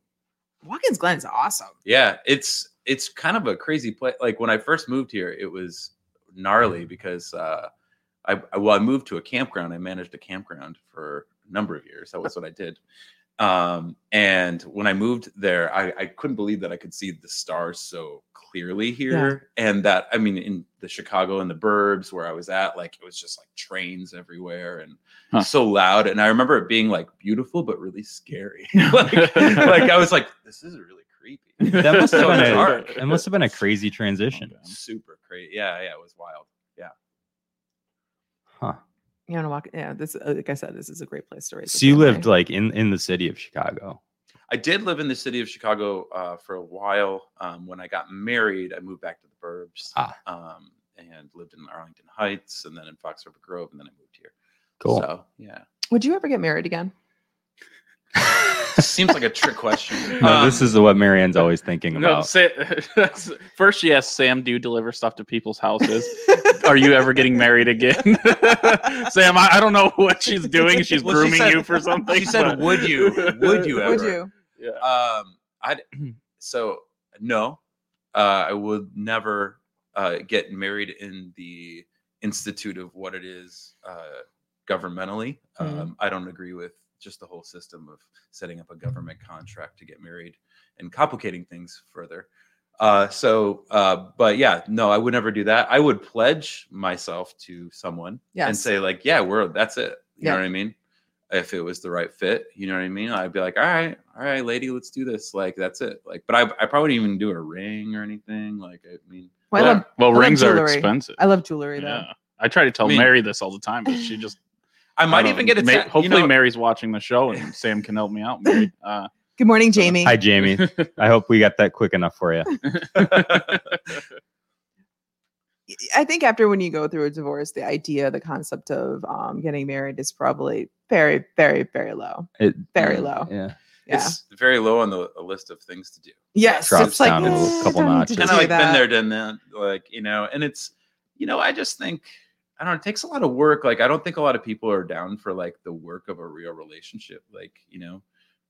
Speaker 3: Watkins Glen is awesome.
Speaker 5: Yeah, it's it's kind of a crazy place. Like when I first moved here, it was gnarly because uh, I I- well I moved to a campground. I managed a campground for a number of years. That was what I did, Um, and when I moved there, I, I couldn't believe that I could see the stars so clearly here. And that, I mean, in the Chicago and the burbs where I was at, like it was just like trains everywhere and
Speaker 1: Huh.
Speaker 5: so loud. And I remember it being like beautiful, but really scary. <laughs> like, like I was like, this is really creepy.
Speaker 2: <laughs> That must have
Speaker 5: So
Speaker 2: been a-
Speaker 5: dark.
Speaker 2: It must have been a crazy transition.
Speaker 5: Super crazy. Yeah. Yeah. It was wild.
Speaker 2: Huh.
Speaker 3: You want to walk? Yeah, this uh, like I said, this is a great place to raise. a
Speaker 2: So you
Speaker 3: family.
Speaker 2: lived like in in the city of Chicago.
Speaker 5: I did live in the city of Chicago uh, for a while. Um, when I got married, I moved back to the Burbs
Speaker 2: Ah.
Speaker 5: um, and lived in Arlington Heights and then in Fox River Grove. And then I moved here.
Speaker 2: Cool. <laughs>
Speaker 5: So, yeah.
Speaker 3: Would you ever get married again?
Speaker 5: Seems like a trick question.
Speaker 2: <laughs> No, this
Speaker 5: Um,
Speaker 2: is what Marianne's always thinking
Speaker 1: No,
Speaker 2: about.
Speaker 1: say, <laughs> first she asked Sam, "Do you deliver stuff to people's houses?
Speaker 3: <laughs>
Speaker 1: Are you ever getting married again?" <laughs> Sam, I, I don't know what she's doing. She's
Speaker 5: Well, she
Speaker 1: grooming
Speaker 5: said-
Speaker 1: you for something.
Speaker 5: she said,
Speaker 1: but-
Speaker 5: "Would you?
Speaker 1: <laughs>
Speaker 5: Would you
Speaker 3: Would
Speaker 5: ever?"
Speaker 3: you?
Speaker 1: Yeah.
Speaker 5: Um, I so no, uh, I would never uh, get married in the institute of what it is uh, governmentally. Um, I don't agree with just the whole system of setting up a government contract to get married and complicating things further. Uh, so, uh, but yeah, no, I would never do that. I would pledge myself to someone and
Speaker 3: Yes.
Speaker 5: say like, yeah, we're that's it. You know
Speaker 3: Yeah.
Speaker 5: what I mean? If it was the right fit, you know what I mean? I'd be like, all right, all right, lady, let's do this. Like that's it. Like, but I, I probably wouldn't even do a ring or anything. Like, I mean,
Speaker 3: Well, I
Speaker 1: Yeah.
Speaker 3: love,
Speaker 1: well,
Speaker 3: love
Speaker 1: rings are
Speaker 3: jewelry.
Speaker 1: expensive.
Speaker 3: I love jewelry though.
Speaker 1: Yeah. I try to tell
Speaker 5: I mean-
Speaker 1: Mary this all the time, but she just
Speaker 5: I might
Speaker 1: don't
Speaker 5: even
Speaker 1: know.
Speaker 5: get a
Speaker 1: Ma-
Speaker 5: ta- you
Speaker 1: hopefully,
Speaker 5: know-
Speaker 1: Mary's watching the show, and
Speaker 5: <laughs>
Speaker 1: Sam can help me out. Mary, uh,
Speaker 3: Good morning,
Speaker 1: So-
Speaker 3: Jamie.
Speaker 2: Hi, <laughs> Jamie. I hope we got that quick enough for you.
Speaker 5: <laughs>
Speaker 3: I think after when you go through a divorce, the idea, the concept of um, getting married is probably very, very, very low.
Speaker 2: Mm. It,
Speaker 3: Very low.
Speaker 2: Yeah.
Speaker 3: Yeah.
Speaker 5: It's very low on the a list of things to do.
Speaker 3: yes.
Speaker 2: drops
Speaker 3: it's like
Speaker 2: down
Speaker 5: a
Speaker 3: "Eh,
Speaker 2: little- couple
Speaker 3: don't need
Speaker 2: notches."
Speaker 3: to
Speaker 5: kind
Speaker 3: do
Speaker 5: of like
Speaker 3: that."
Speaker 5: been there, done that. Like you know, and it's you know, I just think I don't. know, It takes a lot of work. Like I don't think a lot of people are down for like the work of a real relationship. Like you know,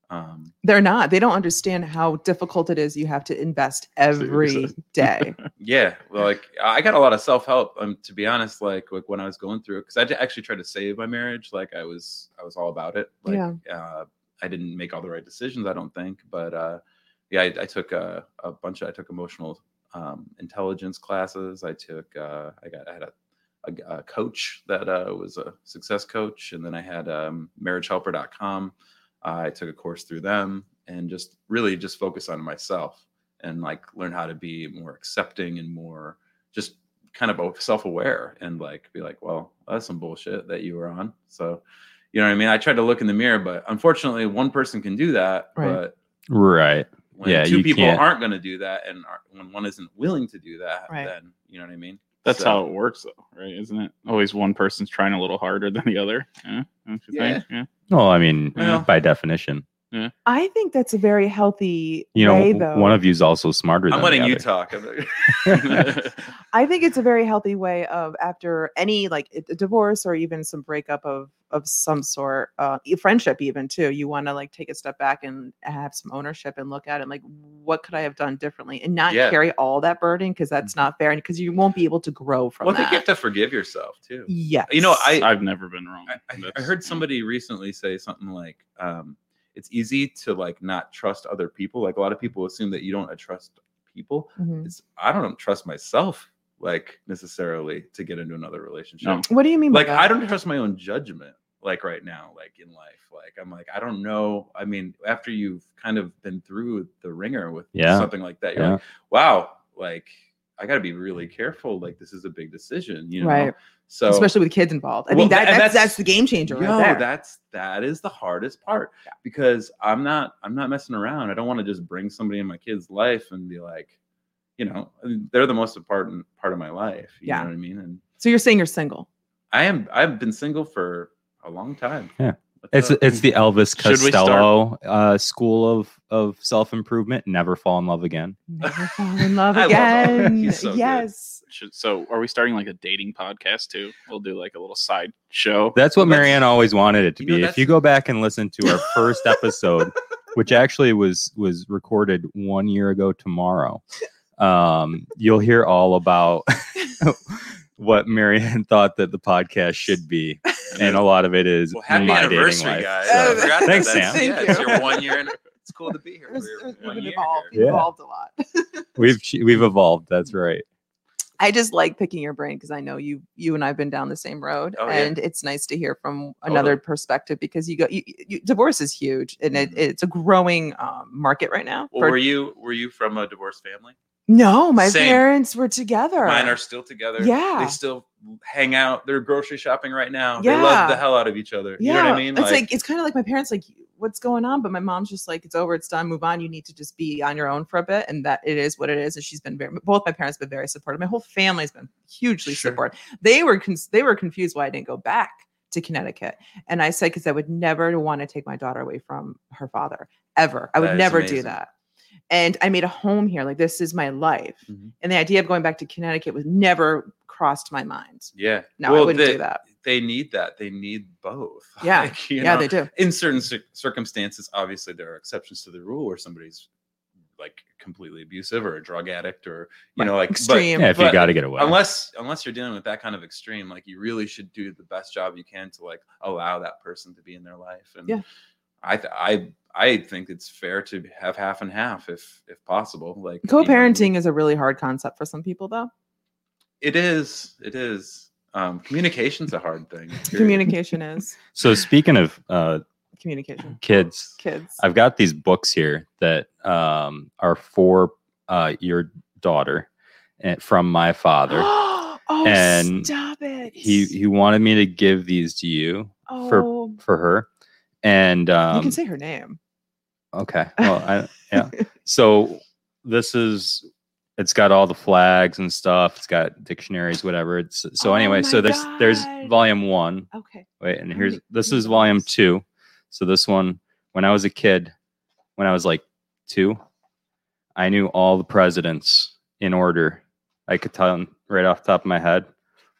Speaker 5: um,
Speaker 3: They're not. They don't understand how difficult it is. You have to invest every
Speaker 1: Seriously.
Speaker 5: <laughs>
Speaker 3: day.
Speaker 5: yeah. well, Like I got a lot of self help. Um, to be honest, like like when I was going through it, because I d- actually tried to save my marriage. Like I was I was all about it. Like
Speaker 3: Yeah.
Speaker 5: uh, I didn't make all the right decisions. I don't think, but uh, yeah, I, I took a, a bunch of I took emotional um, intelligence classes. I took uh, I got I had a, a, a coach that uh, was a success coach, and then I had um, marriagehelper.com. Uh, I took a course through them and just really just focus on myself and like learn how to be more accepting and more just kind of self-aware and like be like, well, that's some bullshit that you were on. So, you know what I mean? I tried to look in the mirror, but unfortunately, one person can do that,
Speaker 3: Right.
Speaker 5: but
Speaker 2: Right.
Speaker 5: when
Speaker 2: Yeah,
Speaker 5: two
Speaker 2: you
Speaker 5: people
Speaker 2: can't-
Speaker 5: aren't going to do that and are, when one isn't willing to do that
Speaker 3: Right.
Speaker 5: then you know what i mean
Speaker 1: that's
Speaker 5: So-
Speaker 1: how it works, though, right? Isn't it always one person's trying a little harder than the other? Yeah, don't you think? Yeah.
Speaker 2: Well, I mean,
Speaker 1: Well-
Speaker 2: by definition,
Speaker 3: I think that's a very healthy
Speaker 2: you know,
Speaker 3: way,
Speaker 2: w-
Speaker 3: though.
Speaker 2: one of you's also smarter than
Speaker 5: i'm letting
Speaker 2: the
Speaker 5: you
Speaker 2: other.
Speaker 5: talk I'm- <laughs>
Speaker 3: I think it's a very healthy way of after any like a a divorce or even some breakup of of some sort, uh, e- friendship even too. You want to like take a step back and have some ownership and look at it like what could I have done differently and not
Speaker 5: Yeah. Mm-hmm.
Speaker 3: carry all that burden because that's not fair and because you won't be able to grow from
Speaker 5: well i think you have
Speaker 3: that.
Speaker 5: to forgive yourself too
Speaker 3: Yes.
Speaker 5: You know, I-
Speaker 1: I've never been wrong.
Speaker 5: I, I, I
Speaker 1: That's-
Speaker 5: heard somebody recently say something like um, it's easy to like not trust other people like a lot of people assume that you don't uh, trust people
Speaker 3: Mhm.
Speaker 5: it's i don't trust myself like necessarily to get into another relationship
Speaker 1: No.
Speaker 3: What do you mean? by
Speaker 5: like
Speaker 3: that?
Speaker 5: I don't trust my own judgment like right now like in life like I'm like I don't know I mean after you've kind of been through the ringer with
Speaker 2: Yeah.
Speaker 5: something like that you're
Speaker 2: Yeah.
Speaker 5: like wow like I got to be really careful like this is a big decision you know
Speaker 3: Right.
Speaker 5: so
Speaker 3: especially with kids involved. I
Speaker 5: Well,
Speaker 3: think that,
Speaker 5: and
Speaker 3: that's, that's
Speaker 5: that's-
Speaker 3: the game changer
Speaker 5: Yo,
Speaker 3: right there.
Speaker 5: that's that is the hardest part because I'm not I'm not messing around. I don't want to just bring somebody in my kid's life and be like, you know, they're the most important part of my life. You
Speaker 3: Yeah.
Speaker 5: know what I mean? And
Speaker 3: so you're saying you're single?
Speaker 5: I am I've been single for a long time.
Speaker 2: Yeah. It's
Speaker 5: What's up?
Speaker 2: it's the Elvis
Speaker 1: Should we start-
Speaker 2: Costello uh, school of of self improvement. Never fall in love again.
Speaker 3: Never fall in love
Speaker 5: I love him.
Speaker 3: again.
Speaker 5: He's so good.
Speaker 3: yes.
Speaker 1: Should, so, are we starting like a dating podcast too? We'll do like a little side show.
Speaker 2: That's what
Speaker 5: Well, that's-
Speaker 2: Marianne always wanted it to
Speaker 5: You know,
Speaker 2: be.
Speaker 5: that's-
Speaker 2: If you go back and listen to our first episode, which actually was was recorded one year ago tomorrow, um, you'll <laughs> hear all about what Marianne thought that the podcast should be and a lot of it is
Speaker 4: Well, happy
Speaker 2: my dating
Speaker 4: anniversary,
Speaker 2: life.
Speaker 4: guys.
Speaker 2: So-
Speaker 5: <laughs>
Speaker 4: I forgot that
Speaker 2: Thanks,
Speaker 4: that's-
Speaker 2: Sam.
Speaker 4: Yeah,
Speaker 3: Thank
Speaker 4: it's
Speaker 3: you.
Speaker 4: your
Speaker 3: <laughs>
Speaker 4: one year. and It's cool to be here.
Speaker 3: It was-
Speaker 4: We're
Speaker 3: it
Speaker 4: one
Speaker 3: was
Speaker 4: year
Speaker 3: evolved,
Speaker 4: here.
Speaker 2: Yeah.
Speaker 3: evolved a lot. <laughs>
Speaker 2: We've we've evolved. That's right.
Speaker 3: I just like picking your brain because I know you you and I've been down the same road,
Speaker 4: Oh, yeah.
Speaker 3: and it's nice to hear from another perspective because you go you, you, divorce is huge and it,
Speaker 4: Mhm.
Speaker 3: it's a growing um, market right now.
Speaker 4: Well,
Speaker 3: for-
Speaker 4: were you were you from a divorced family?
Speaker 3: no, my
Speaker 4: Same.
Speaker 3: parents were together.
Speaker 4: Mine are still together.
Speaker 3: Yeah.
Speaker 4: They still hang out. They're grocery shopping right now. They
Speaker 3: Yeah.
Speaker 4: love the hell out of each other.
Speaker 3: yeah,
Speaker 4: You know what I mean?
Speaker 3: it's like, it's kind of like my parents like what's going on, but my mom's just like it's over, it's done, move on. You need to just be on your own for a bit, and that it is what it is. And she's been very both my parents have been very supportive. My whole family's been hugely
Speaker 4: Sure.
Speaker 3: supportive. They were con- they were confused why I didn't go back to Connecticut, and I said because I would never want to take my daughter away from her father ever. I would
Speaker 4: That is
Speaker 3: never do
Speaker 4: amazing.
Speaker 3: that. And I made a home here. Like this is my life,
Speaker 4: Mhm.
Speaker 3: and the idea of going back to Connecticut was never crossed my mind.
Speaker 4: yeah.
Speaker 3: No, I
Speaker 4: Well,
Speaker 3: wouldn't
Speaker 4: the-
Speaker 3: do that.
Speaker 4: They need that. They need both. <laughs>
Speaker 3: Yeah.
Speaker 4: Like, you
Speaker 3: Yeah,
Speaker 4: know,
Speaker 3: they do.
Speaker 4: in certain cir- circumstances, obviously there are exceptions to the rule where somebody's like completely abusive or a drug addict or you know like but-
Speaker 3: Extreme.
Speaker 2: Yeah, if you
Speaker 4: But
Speaker 2: got to get away.
Speaker 4: unless unless you're dealing with that kind of extreme like you really should do the best job you can to like allow that person to be in their life and
Speaker 3: Yeah.
Speaker 4: i th- i i think it's fair to have half and half if if possible like you know,
Speaker 3: Co-parenting is a really hard concept for some people, though.
Speaker 4: it is it is um communication's a hard
Speaker 3: <laughs>
Speaker 4: thing period.
Speaker 2: <laughs>
Speaker 3: Communication is
Speaker 2: So speaking of uh,
Speaker 3: communication.
Speaker 2: kids,
Speaker 3: Kids.
Speaker 2: I've got these books here that um, are for uh, your daughter and from my father.
Speaker 3: <gasps> oh,
Speaker 2: and
Speaker 3: stop it.
Speaker 2: he he wanted me to give these to you
Speaker 3: oh,
Speaker 2: for her, and um,
Speaker 3: you can say <laughs> her name.
Speaker 2: okay, well, I, yeah. So this is it's got all the flags and stuff. It's got dictionaries, whatever. It's, so
Speaker 3: Oh
Speaker 2: anyway, so
Speaker 3: my
Speaker 2: there's there's
Speaker 3: God.
Speaker 2: volume one.
Speaker 3: Okay.
Speaker 2: Wait, and
Speaker 3: How
Speaker 2: here's
Speaker 3: many
Speaker 2: this is volume
Speaker 3: volumes?
Speaker 2: two. So this one, when I was a kid, when I was like two, I knew all the presidents in order. I could tell 'em right off the top of my head,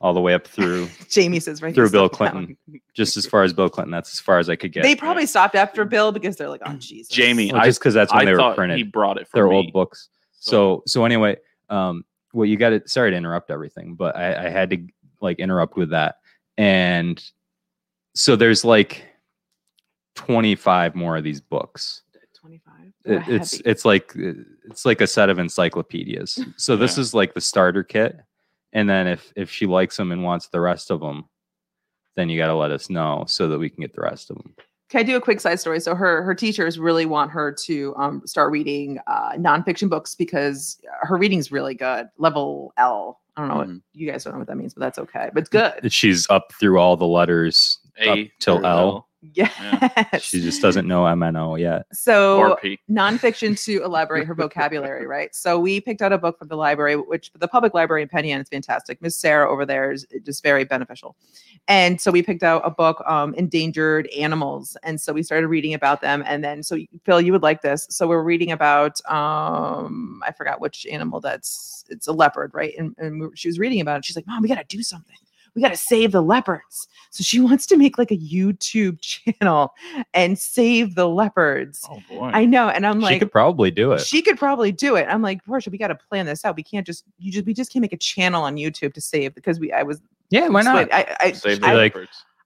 Speaker 2: all the way
Speaker 1: <laughs>
Speaker 2: up through,
Speaker 3: Jamie says right
Speaker 2: Through
Speaker 3: he's
Speaker 2: Bill
Speaker 3: not that
Speaker 2: Clinton.
Speaker 3: one.
Speaker 2: just as far as Bill Clinton. That's as far as I could get.
Speaker 3: they probably stopped after Bill because they're like,
Speaker 2: Mm.
Speaker 3: oh, Jesus.
Speaker 1: Jamie,
Speaker 2: Well, just because that's when
Speaker 1: I
Speaker 2: they were
Speaker 1: thought he
Speaker 2: printed.
Speaker 1: brought it for
Speaker 2: They're
Speaker 1: me.
Speaker 2: old books. So so anyway, um, well, you got to Sorry to interrupt everything, but I, I had to like interrupt with that. And so there's like 25 more of these books.
Speaker 3: 25.
Speaker 2: it,
Speaker 3: They're
Speaker 2: it's
Speaker 3: heavy.
Speaker 2: it's like uh, it's like a set of encyclopedias. So this
Speaker 1: Yeah.
Speaker 2: is like the starter kit, and then if if she likes them and wants the rest of them, then you got to let us know so that we can get the rest of them.
Speaker 3: Can I do a quick side story? So her her teachers really want her to um, start reading uh, nonfiction books because her reading's really good, level L. I don't know what
Speaker 2: Mm-hmm.
Speaker 4: Mhm.
Speaker 3: you guys don't know what that means, but that's okay. But it's good.
Speaker 2: She's up through all the letters up
Speaker 1: A
Speaker 2: till
Speaker 1: through
Speaker 2: L.
Speaker 3: <laughs> Yes.
Speaker 2: She just doesn't know MNO yet.
Speaker 3: So
Speaker 1: or P.
Speaker 3: nonfiction to elaborate her vocabulary, right? So we picked out a book from the library, which the public library in Penny, and it's fantastic. Miss Sarah over there is just very beneficial. And so we picked out a book, um, Endangered Animals. And so we started reading about them. And then, so Phil, you would like this. So we're reading about, um, I forgot which animal that's, it's a leopard, right? And, and we- she was reading about it. She's like, Mom, we got to do something. We got to save the leopards. So she wants to make like a YouTube <laughs> channel and save the leopards.
Speaker 1: Oh boy.
Speaker 3: I know. And I'm
Speaker 2: she
Speaker 3: like,
Speaker 2: could probably do it.
Speaker 3: she could probably do it. I'm like, Portia, we got to plan this out. We can't just, you just, we just can't make a channel on YouTube to save because we, I was,
Speaker 2: yeah, why not?
Speaker 3: explain- I, I,
Speaker 1: Save the
Speaker 2: I-
Speaker 1: like,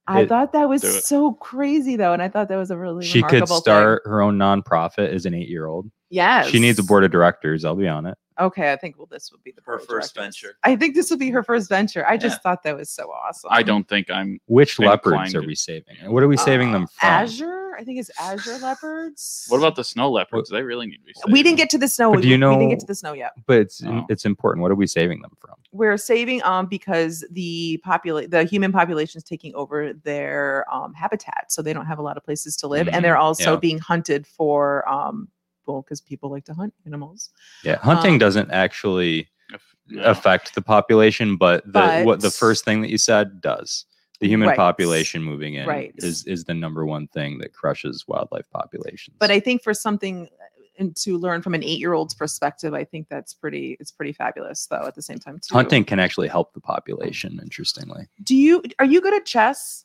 Speaker 3: I
Speaker 2: It-
Speaker 3: thought that was
Speaker 1: do it.
Speaker 3: so crazy though. And I thought that was a really,
Speaker 2: She could
Speaker 3: remarkable
Speaker 2: start her own nonprofit as an eight-year-old.
Speaker 3: Thing. Yes.
Speaker 2: She needs a board of directors. I'll be on it.
Speaker 3: Okay. I think, well, this would be the
Speaker 4: Her
Speaker 3: board of
Speaker 4: first
Speaker 3: directors.
Speaker 4: venture.
Speaker 3: I think this would be her first venture. I just
Speaker 4: Yeah.
Speaker 3: thought that was so awesome.
Speaker 1: I don't think I'm.
Speaker 2: Which
Speaker 1: I'm
Speaker 2: leopards
Speaker 1: inclined
Speaker 2: are
Speaker 1: to-
Speaker 2: we saving? And What are we saving
Speaker 3: Uh,
Speaker 2: them from?
Speaker 3: Azure. I think it's Azure leopards.
Speaker 1: What about the snow leopards? They really need to be. Saved.
Speaker 3: we didn't get to the snow.
Speaker 2: But
Speaker 3: We,
Speaker 2: do you
Speaker 3: we didn't get
Speaker 2: know-
Speaker 3: to the snow yet.
Speaker 2: But it's
Speaker 1: Oh.
Speaker 2: it's important. What are we saving them from?
Speaker 3: we're saving um because the popula- the human population is taking over their um, habitat so they don't have a lot of places to live
Speaker 2: Mhm,
Speaker 3: and they're also
Speaker 2: yeah.
Speaker 3: being hunted for um well because people like to hunt animals
Speaker 2: Yeah, hunting
Speaker 3: Um,
Speaker 2: doesn't actually
Speaker 1: If- no.
Speaker 2: affect the population, but the what the
Speaker 3: But-
Speaker 2: first thing that you said does. The human
Speaker 3: Right.
Speaker 2: population moving in
Speaker 3: Right.
Speaker 2: is is the number one thing that crushes wildlife populations.
Speaker 3: but i think for something uh, and to learn from an eight-year-old's perspective i think that's pretty it's pretty fabulous though at the same time too.
Speaker 2: hunting can actually help the population. Interestingly,
Speaker 3: do you are you good at chess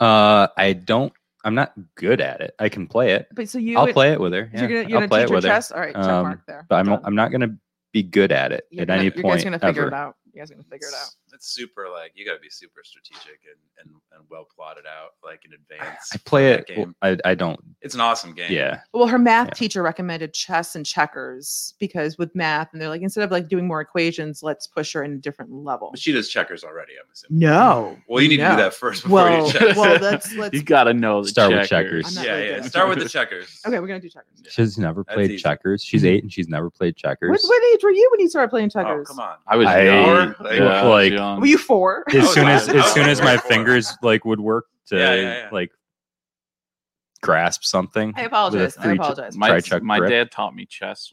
Speaker 2: uh, I don't. I'm not good at it. I can play it.
Speaker 3: but so you
Speaker 2: I'll
Speaker 3: would-
Speaker 2: play it with her. Yeah,
Speaker 3: you're gonna,
Speaker 2: I'll
Speaker 3: you're gonna
Speaker 2: play
Speaker 3: teach
Speaker 2: it
Speaker 3: her
Speaker 2: with her.
Speaker 3: chess all right check
Speaker 2: Um,
Speaker 3: mark there
Speaker 2: But I'm
Speaker 3: Done.
Speaker 2: I'm not gonna be good at it
Speaker 3: You're
Speaker 2: at
Speaker 3: gonna-
Speaker 2: any
Speaker 3: you
Speaker 2: point
Speaker 3: guys are gonna figure
Speaker 2: ever.
Speaker 3: it out you guys are gonna figure it out
Speaker 4: It's-
Speaker 5: it's super like you got to be super strategic and, and and well plotted out like in advance.
Speaker 2: I play
Speaker 5: for
Speaker 2: it.
Speaker 5: that Game.
Speaker 2: I, I don't.
Speaker 5: It's an awesome game.
Speaker 2: Yeah.
Speaker 3: Well, her math
Speaker 2: Yeah.
Speaker 3: teacher recommended chess and checkers because with math, and they're like, instead of like doing more equations, let's push her in a different level.
Speaker 5: But she does checkers already. I'm assuming.
Speaker 3: No.
Speaker 5: Well, you need to
Speaker 3: No.
Speaker 5: do that first before
Speaker 3: Well,
Speaker 5: you check.
Speaker 1: <laughs>
Speaker 3: well, that's let's.
Speaker 1: you gotta know the
Speaker 2: Start with
Speaker 1: checkers.
Speaker 2: checkers.
Speaker 3: I'm not
Speaker 5: yeah,
Speaker 3: really
Speaker 5: yeah.
Speaker 3: good.
Speaker 5: Start with the checkers.
Speaker 3: okay, we're gonna do checkers.
Speaker 5: Yeah.
Speaker 2: She's never
Speaker 5: That's
Speaker 2: played
Speaker 5: easy.
Speaker 2: checkers. She's eight and she's never played checkers.
Speaker 3: Mm-hmm. What, what age were you when you started playing
Speaker 5: Oh,
Speaker 3: checkers?
Speaker 5: come on.
Speaker 1: I was
Speaker 2: I-
Speaker 1: young.
Speaker 5: Like-
Speaker 1: Yeah, I was
Speaker 2: like-
Speaker 1: young.
Speaker 3: Were you
Speaker 5: <laughs>
Speaker 3: four?
Speaker 2: <laughs>
Speaker 5: I
Speaker 2: as
Speaker 1: Oh,
Speaker 5: was
Speaker 2: soon as
Speaker 5: laughing. I
Speaker 2: as
Speaker 5: was
Speaker 2: soon as my
Speaker 5: laughing.
Speaker 2: fingers like would work to
Speaker 5: Yeah, yeah, yeah.
Speaker 2: like grasp something.
Speaker 3: I apologize. I
Speaker 2: three ch-
Speaker 3: apologize.
Speaker 2: try
Speaker 1: my
Speaker 2: check
Speaker 1: my
Speaker 2: grip.
Speaker 1: dad taught me chess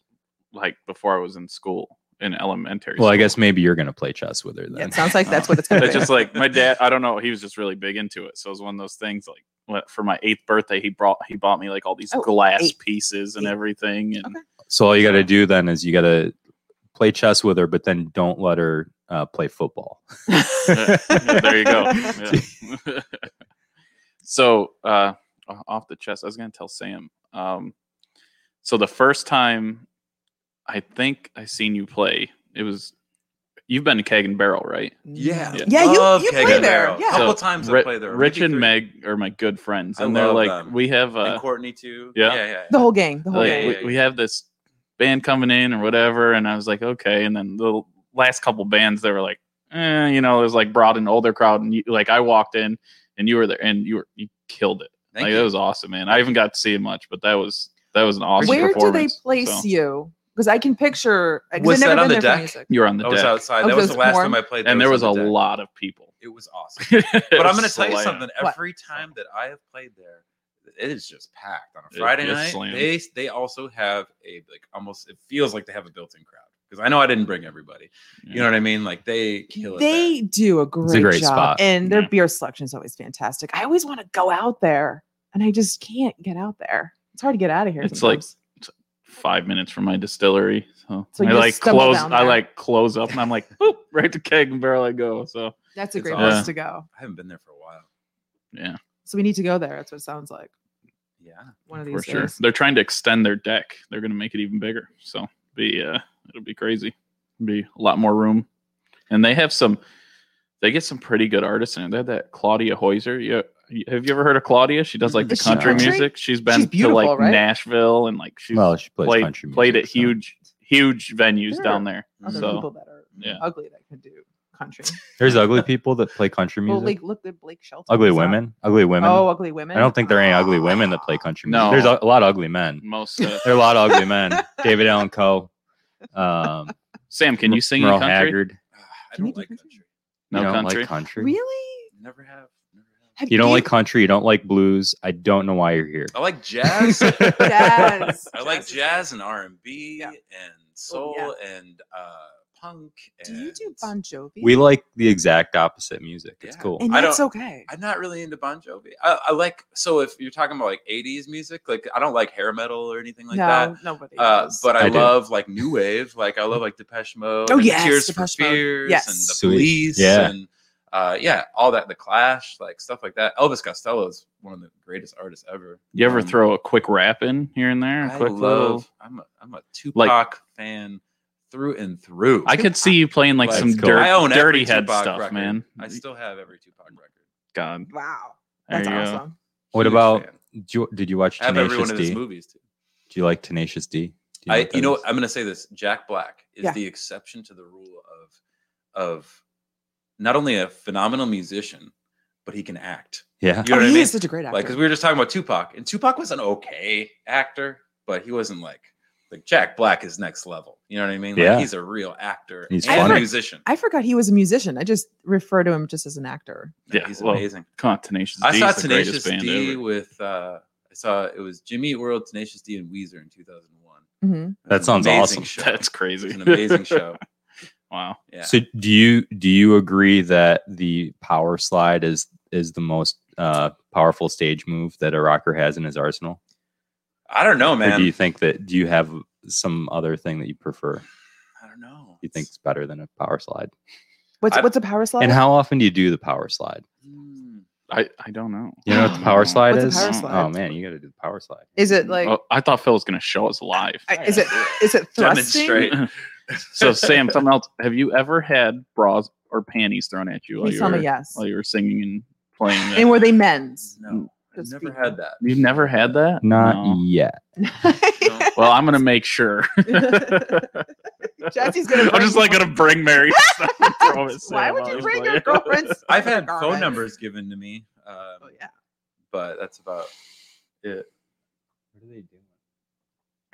Speaker 1: like before I was in school in elementary.
Speaker 2: Well, I
Speaker 1: school.
Speaker 2: guess maybe you're gonna play chess with her
Speaker 3: Yeah,
Speaker 2: then.
Speaker 3: it sounds like that's what it's gonna be.
Speaker 1: It's <laughs> just like my dad. I don't know. He was just really big into it, so it was one of those things. Like what- for my eighth birthday, he brought he bought me like all these
Speaker 3: Oh,
Speaker 1: glass
Speaker 3: eight.
Speaker 1: pieces and
Speaker 3: Eight.
Speaker 1: everything. And
Speaker 3: Okay.
Speaker 2: So all you got to do then is you got to play chess with her, but then don't let her uh, play football.
Speaker 1: <laughs> Yeah, yeah, there you
Speaker 3: <laughs>
Speaker 1: go. Yeah. so uh, o- off the chest, I was gonna tell Sam. Um, so the first time, I think I seen you play. It was you've been to Keg and Barrel, right?
Speaker 5: Yeah.
Speaker 1: Yeah.
Speaker 3: Mm. Yeah, you-
Speaker 5: Love
Speaker 3: you
Speaker 5: Keg
Speaker 3: play
Speaker 5: and
Speaker 3: there,
Speaker 5: Barrel.
Speaker 3: yeah.
Speaker 5: couple
Speaker 1: So,
Speaker 5: times I
Speaker 1: Ri-
Speaker 5: played there.
Speaker 1: Rich
Speaker 5: maybe
Speaker 1: and
Speaker 5: three.
Speaker 1: Meg are my good friends,
Speaker 5: I
Speaker 1: and they're
Speaker 5: love
Speaker 1: like,
Speaker 5: them.
Speaker 1: we have uh, a
Speaker 5: and Courtney too.
Speaker 1: Yeah.
Speaker 5: yeah, yeah.
Speaker 3: The whole gang. The whole
Speaker 1: like,
Speaker 5: Oh, yeah,
Speaker 3: gang.
Speaker 1: we,
Speaker 5: yeah,
Speaker 1: we have this band coming in or whatever and i was like okay and then the last couple bands they were like eh, you know it was like brought an older crowd and you, like i walked in and you were there and you were you killed it
Speaker 5: Thank
Speaker 1: like
Speaker 5: you.
Speaker 1: that was awesome man i haven't got to see it much but that was that was an awesome
Speaker 3: Where do they
Speaker 1: performance
Speaker 3: place
Speaker 1: so.
Speaker 3: you? Because I can picture. 'cause I've
Speaker 5: Was
Speaker 3: never
Speaker 5: that on
Speaker 3: been
Speaker 5: the
Speaker 3: there for
Speaker 5: deck?
Speaker 3: music.
Speaker 1: you were on the
Speaker 5: I was
Speaker 1: deck
Speaker 5: outside.
Speaker 3: Oh,
Speaker 5: That
Speaker 3: so
Speaker 5: was the
Speaker 3: it's
Speaker 5: last
Speaker 3: warm?
Speaker 5: time I played.
Speaker 1: and there was a
Speaker 5: on the deck.
Speaker 1: lot of
Speaker 5: <laughs>
Speaker 1: people
Speaker 5: It was
Speaker 1: <laughs>
Speaker 5: awesome.
Speaker 1: but
Speaker 5: but I'm going to tell you something.
Speaker 3: What?
Speaker 5: Every time that I have played there, it is just packed on a
Speaker 1: It
Speaker 5: Friday
Speaker 1: gets
Speaker 5: night.
Speaker 1: slammed.
Speaker 5: They they also have a like almost. It feels like they have a built-in crowd because I know I didn't bring everybody. You know what I mean? Like they kill it. there.
Speaker 3: They do a great,
Speaker 2: great
Speaker 3: job,
Speaker 2: spot.
Speaker 3: and their
Speaker 1: Yeah.
Speaker 3: beer selection is always fantastic. I always want to go out there, and I just can't get out there. It's hard to get out of here.
Speaker 1: It's like-
Speaker 3: sometimes.
Speaker 1: five minutes from my distillery so,
Speaker 3: So
Speaker 1: i
Speaker 3: you just
Speaker 1: like
Speaker 3: stumble
Speaker 1: close
Speaker 3: down
Speaker 1: i
Speaker 3: there.
Speaker 1: like close up and i'm like boop, <laughs> right to keg and barrel i go so
Speaker 3: that's a
Speaker 5: it's
Speaker 3: great
Speaker 5: awesome.
Speaker 3: place to go.
Speaker 5: I haven't been there for a while.
Speaker 1: yeah
Speaker 3: So we need to go there. That's what it sounds like.
Speaker 5: Yeah,
Speaker 3: One of
Speaker 1: for
Speaker 3: these
Speaker 1: sure.
Speaker 3: days.
Speaker 1: They're trying to extend their deck. They're going to make it even bigger. So be uh, it'll be crazy. Be a lot more room, and they have some. They get some pretty good artists in. it. They have that Claudia Heuser. You, you- have you ever heard of Claudia? She does like the
Speaker 3: Is she
Speaker 1: country,
Speaker 3: country?
Speaker 1: music. She's been
Speaker 3: She's
Speaker 1: to like
Speaker 3: beautiful, right?
Speaker 1: Nashville and like she's
Speaker 2: well, she plays
Speaker 1: played
Speaker 2: country music,
Speaker 1: played at
Speaker 2: so-
Speaker 1: huge huge venues
Speaker 3: There
Speaker 1: down there.
Speaker 3: Other
Speaker 1: So
Speaker 3: people that are
Speaker 1: yeah.
Speaker 3: ugly that can do
Speaker 5: <laughs>
Speaker 3: country.
Speaker 2: There's ugly people that play country music.
Speaker 3: Well, like look at Blake Shelton.
Speaker 2: ugly
Speaker 3: was on-
Speaker 2: women. Ugly women.
Speaker 3: Oh, ugly women. Oh,
Speaker 2: I don't think there are any ugly
Speaker 3: <laughs>
Speaker 2: women that play country music.
Speaker 1: No.
Speaker 2: There's a, a lot of ugly men.
Speaker 1: most
Speaker 2: <laughs>
Speaker 1: uh,
Speaker 2: There are a lot of
Speaker 3: <laughs>
Speaker 2: ugly men. David Allen Coe. Um,
Speaker 1: Sam, can you sing in
Speaker 2: Merle
Speaker 1: country?
Speaker 2: Haggard.
Speaker 5: Ah, I
Speaker 3: Can you
Speaker 5: don't
Speaker 3: do
Speaker 5: like
Speaker 3: country?
Speaker 5: country.
Speaker 1: No
Speaker 2: you don't
Speaker 1: country.
Speaker 2: like um, country.
Speaker 3: Really?
Speaker 5: Never have. Never have.
Speaker 3: Have
Speaker 2: You
Speaker 3: <laughs>
Speaker 2: don't like country. You don't like blues. I don't know why you're here.
Speaker 3: Oh,
Speaker 5: I like jazz.
Speaker 3: Jazz.
Speaker 5: I like
Speaker 3: is-
Speaker 5: jazz and R and B
Speaker 3: Yeah.
Speaker 5: and soul
Speaker 3: yeah.
Speaker 5: and uh, punk.
Speaker 3: Do you do
Speaker 5: and-
Speaker 3: Bon Jovi?
Speaker 2: We like the exact opposite music. It's
Speaker 5: Yeah.
Speaker 2: cool.
Speaker 3: and
Speaker 5: I
Speaker 3: that's
Speaker 5: don't-
Speaker 3: okay.
Speaker 5: I'm not really into Bon Jovi. I, I like so if you're talking about like 80s music, like I don't like hair metal or anything like
Speaker 3: no,
Speaker 5: that.
Speaker 3: nobody.
Speaker 5: Uh,
Speaker 3: does.
Speaker 5: but I,
Speaker 2: I do.
Speaker 5: love like new wave. Like I love like Depeche Mode.
Speaker 3: Oh,
Speaker 5: and
Speaker 3: yes,
Speaker 5: Tears
Speaker 3: Depeche
Speaker 5: for
Speaker 3: Mode.
Speaker 5: Fears
Speaker 3: Yes.
Speaker 5: and the
Speaker 2: Sweet.
Speaker 5: Police
Speaker 2: Yeah.
Speaker 5: and uh, yeah, all that. The Clash, like stuff like that. Elvis Costello is one of the greatest artists ever.
Speaker 1: You ever
Speaker 5: Um,
Speaker 1: throw a quick rap in here and there? A
Speaker 5: I
Speaker 1: quick little-
Speaker 5: love. I'm a, I'm a Tupac fan through and through.
Speaker 1: I could see you playing like
Speaker 5: That's
Speaker 1: some
Speaker 2: cool.
Speaker 1: dirt,
Speaker 5: I own every
Speaker 1: dirty head
Speaker 5: Tupac
Speaker 1: stuff,
Speaker 5: record.
Speaker 1: man.
Speaker 5: I still have every Tupac record.
Speaker 1: God,
Speaker 3: wow,
Speaker 1: there
Speaker 3: that's
Speaker 1: you go.
Speaker 3: awesome.
Speaker 2: What
Speaker 5: Huge
Speaker 2: about
Speaker 5: fan.
Speaker 2: did you, did you watch
Speaker 5: I have every
Speaker 2: Tenacious
Speaker 5: one of his
Speaker 2: D? Do
Speaker 5: movies too.
Speaker 2: you like Tenacious D? Do
Speaker 5: I,
Speaker 2: what
Speaker 5: you
Speaker 2: that
Speaker 5: know,
Speaker 2: is?
Speaker 5: what? I'm going to say this: Jack Black is
Speaker 3: Yeah.
Speaker 5: the exception to the rule of, of, not only a phenomenal musician, but he can act.
Speaker 2: yeah.
Speaker 5: You know
Speaker 3: oh,
Speaker 5: what I
Speaker 3: he
Speaker 5: mean?
Speaker 3: is such a great actor.
Speaker 5: Like, because we were just talking about Tupac, and Tupac was an okay actor, but he wasn't like like Jack Black is next level. You know what I mean? Like,
Speaker 2: Yeah.
Speaker 5: he's a real actor.
Speaker 2: He's
Speaker 5: and
Speaker 3: funny.
Speaker 5: a musician.
Speaker 3: I forgot he was a musician. I just refer to him just as an actor.
Speaker 1: Yeah,
Speaker 5: he's
Speaker 1: well,
Speaker 5: amazing.
Speaker 1: Come on, Tenacious D.
Speaker 5: I saw
Speaker 1: is the
Speaker 5: Tenacious
Speaker 1: greatest band <laughs>
Speaker 5: D
Speaker 1: ever.
Speaker 5: with uh, I saw it was Jimmy Eat World, Tenacious D, and Weezer in 2001.
Speaker 3: Mhm.
Speaker 5: It was
Speaker 2: That
Speaker 5: an
Speaker 2: sounds
Speaker 5: amazing
Speaker 2: awesome.
Speaker 5: Show.
Speaker 1: That's
Speaker 5: It
Speaker 1: crazy.
Speaker 5: was an amazing show.
Speaker 1: <laughs> wow.
Speaker 5: Yeah.
Speaker 2: So do you do you agree that the power slide is is the most uh, powerful stage move that a rocker has in his arsenal?
Speaker 5: I
Speaker 1: <laughs>
Speaker 5: don't know,
Speaker 2: Or
Speaker 5: man.
Speaker 2: do you think that do you have some other thing that you prefer?
Speaker 5: I don't know.
Speaker 2: You think is better than a power slide?
Speaker 3: What's
Speaker 5: I-
Speaker 3: what's a power slide?
Speaker 2: And how often do you do the power slide?
Speaker 5: Mm.
Speaker 1: I, I don't know.
Speaker 2: You know what the power
Speaker 1: Mm.
Speaker 2: slide
Speaker 3: What's a
Speaker 2: is?
Speaker 3: power slide?
Speaker 2: Oh man, you got to do the power slide.
Speaker 3: is it like?
Speaker 1: Oh, I thought Phil was going to show us live.
Speaker 3: I- is it is it thrusting?
Speaker 5: Demonstrate.
Speaker 3: <laughs>
Speaker 1: so, Sam, something else. Have you ever had bras or panties thrown at you while
Speaker 3: Please
Speaker 1: you
Speaker 3: tell me
Speaker 1: were
Speaker 3: yes.
Speaker 1: while you were singing and playing. that.
Speaker 3: and were they men's?
Speaker 5: No, I've
Speaker 3: Just
Speaker 5: never
Speaker 3: be-
Speaker 5: had that.
Speaker 1: You've never had that?
Speaker 2: Not
Speaker 1: No.
Speaker 2: yet.
Speaker 3: <laughs>
Speaker 1: Well, I'm gonna make sure.
Speaker 3: Jesse's
Speaker 5: <laughs>
Speaker 3: gonna
Speaker 1: I'm just like
Speaker 3: bring-
Speaker 1: gonna bring Mary. stuff and throw it
Speaker 3: <laughs> Why would
Speaker 1: Sam
Speaker 3: you
Speaker 1: out.
Speaker 3: bring
Speaker 1: Like-
Speaker 3: your girlfriend's?
Speaker 5: <laughs> I've had phone
Speaker 3: garments?
Speaker 5: numbers given to me, um,
Speaker 3: Oh, yeah.
Speaker 5: but that's about.
Speaker 2: What are they doing?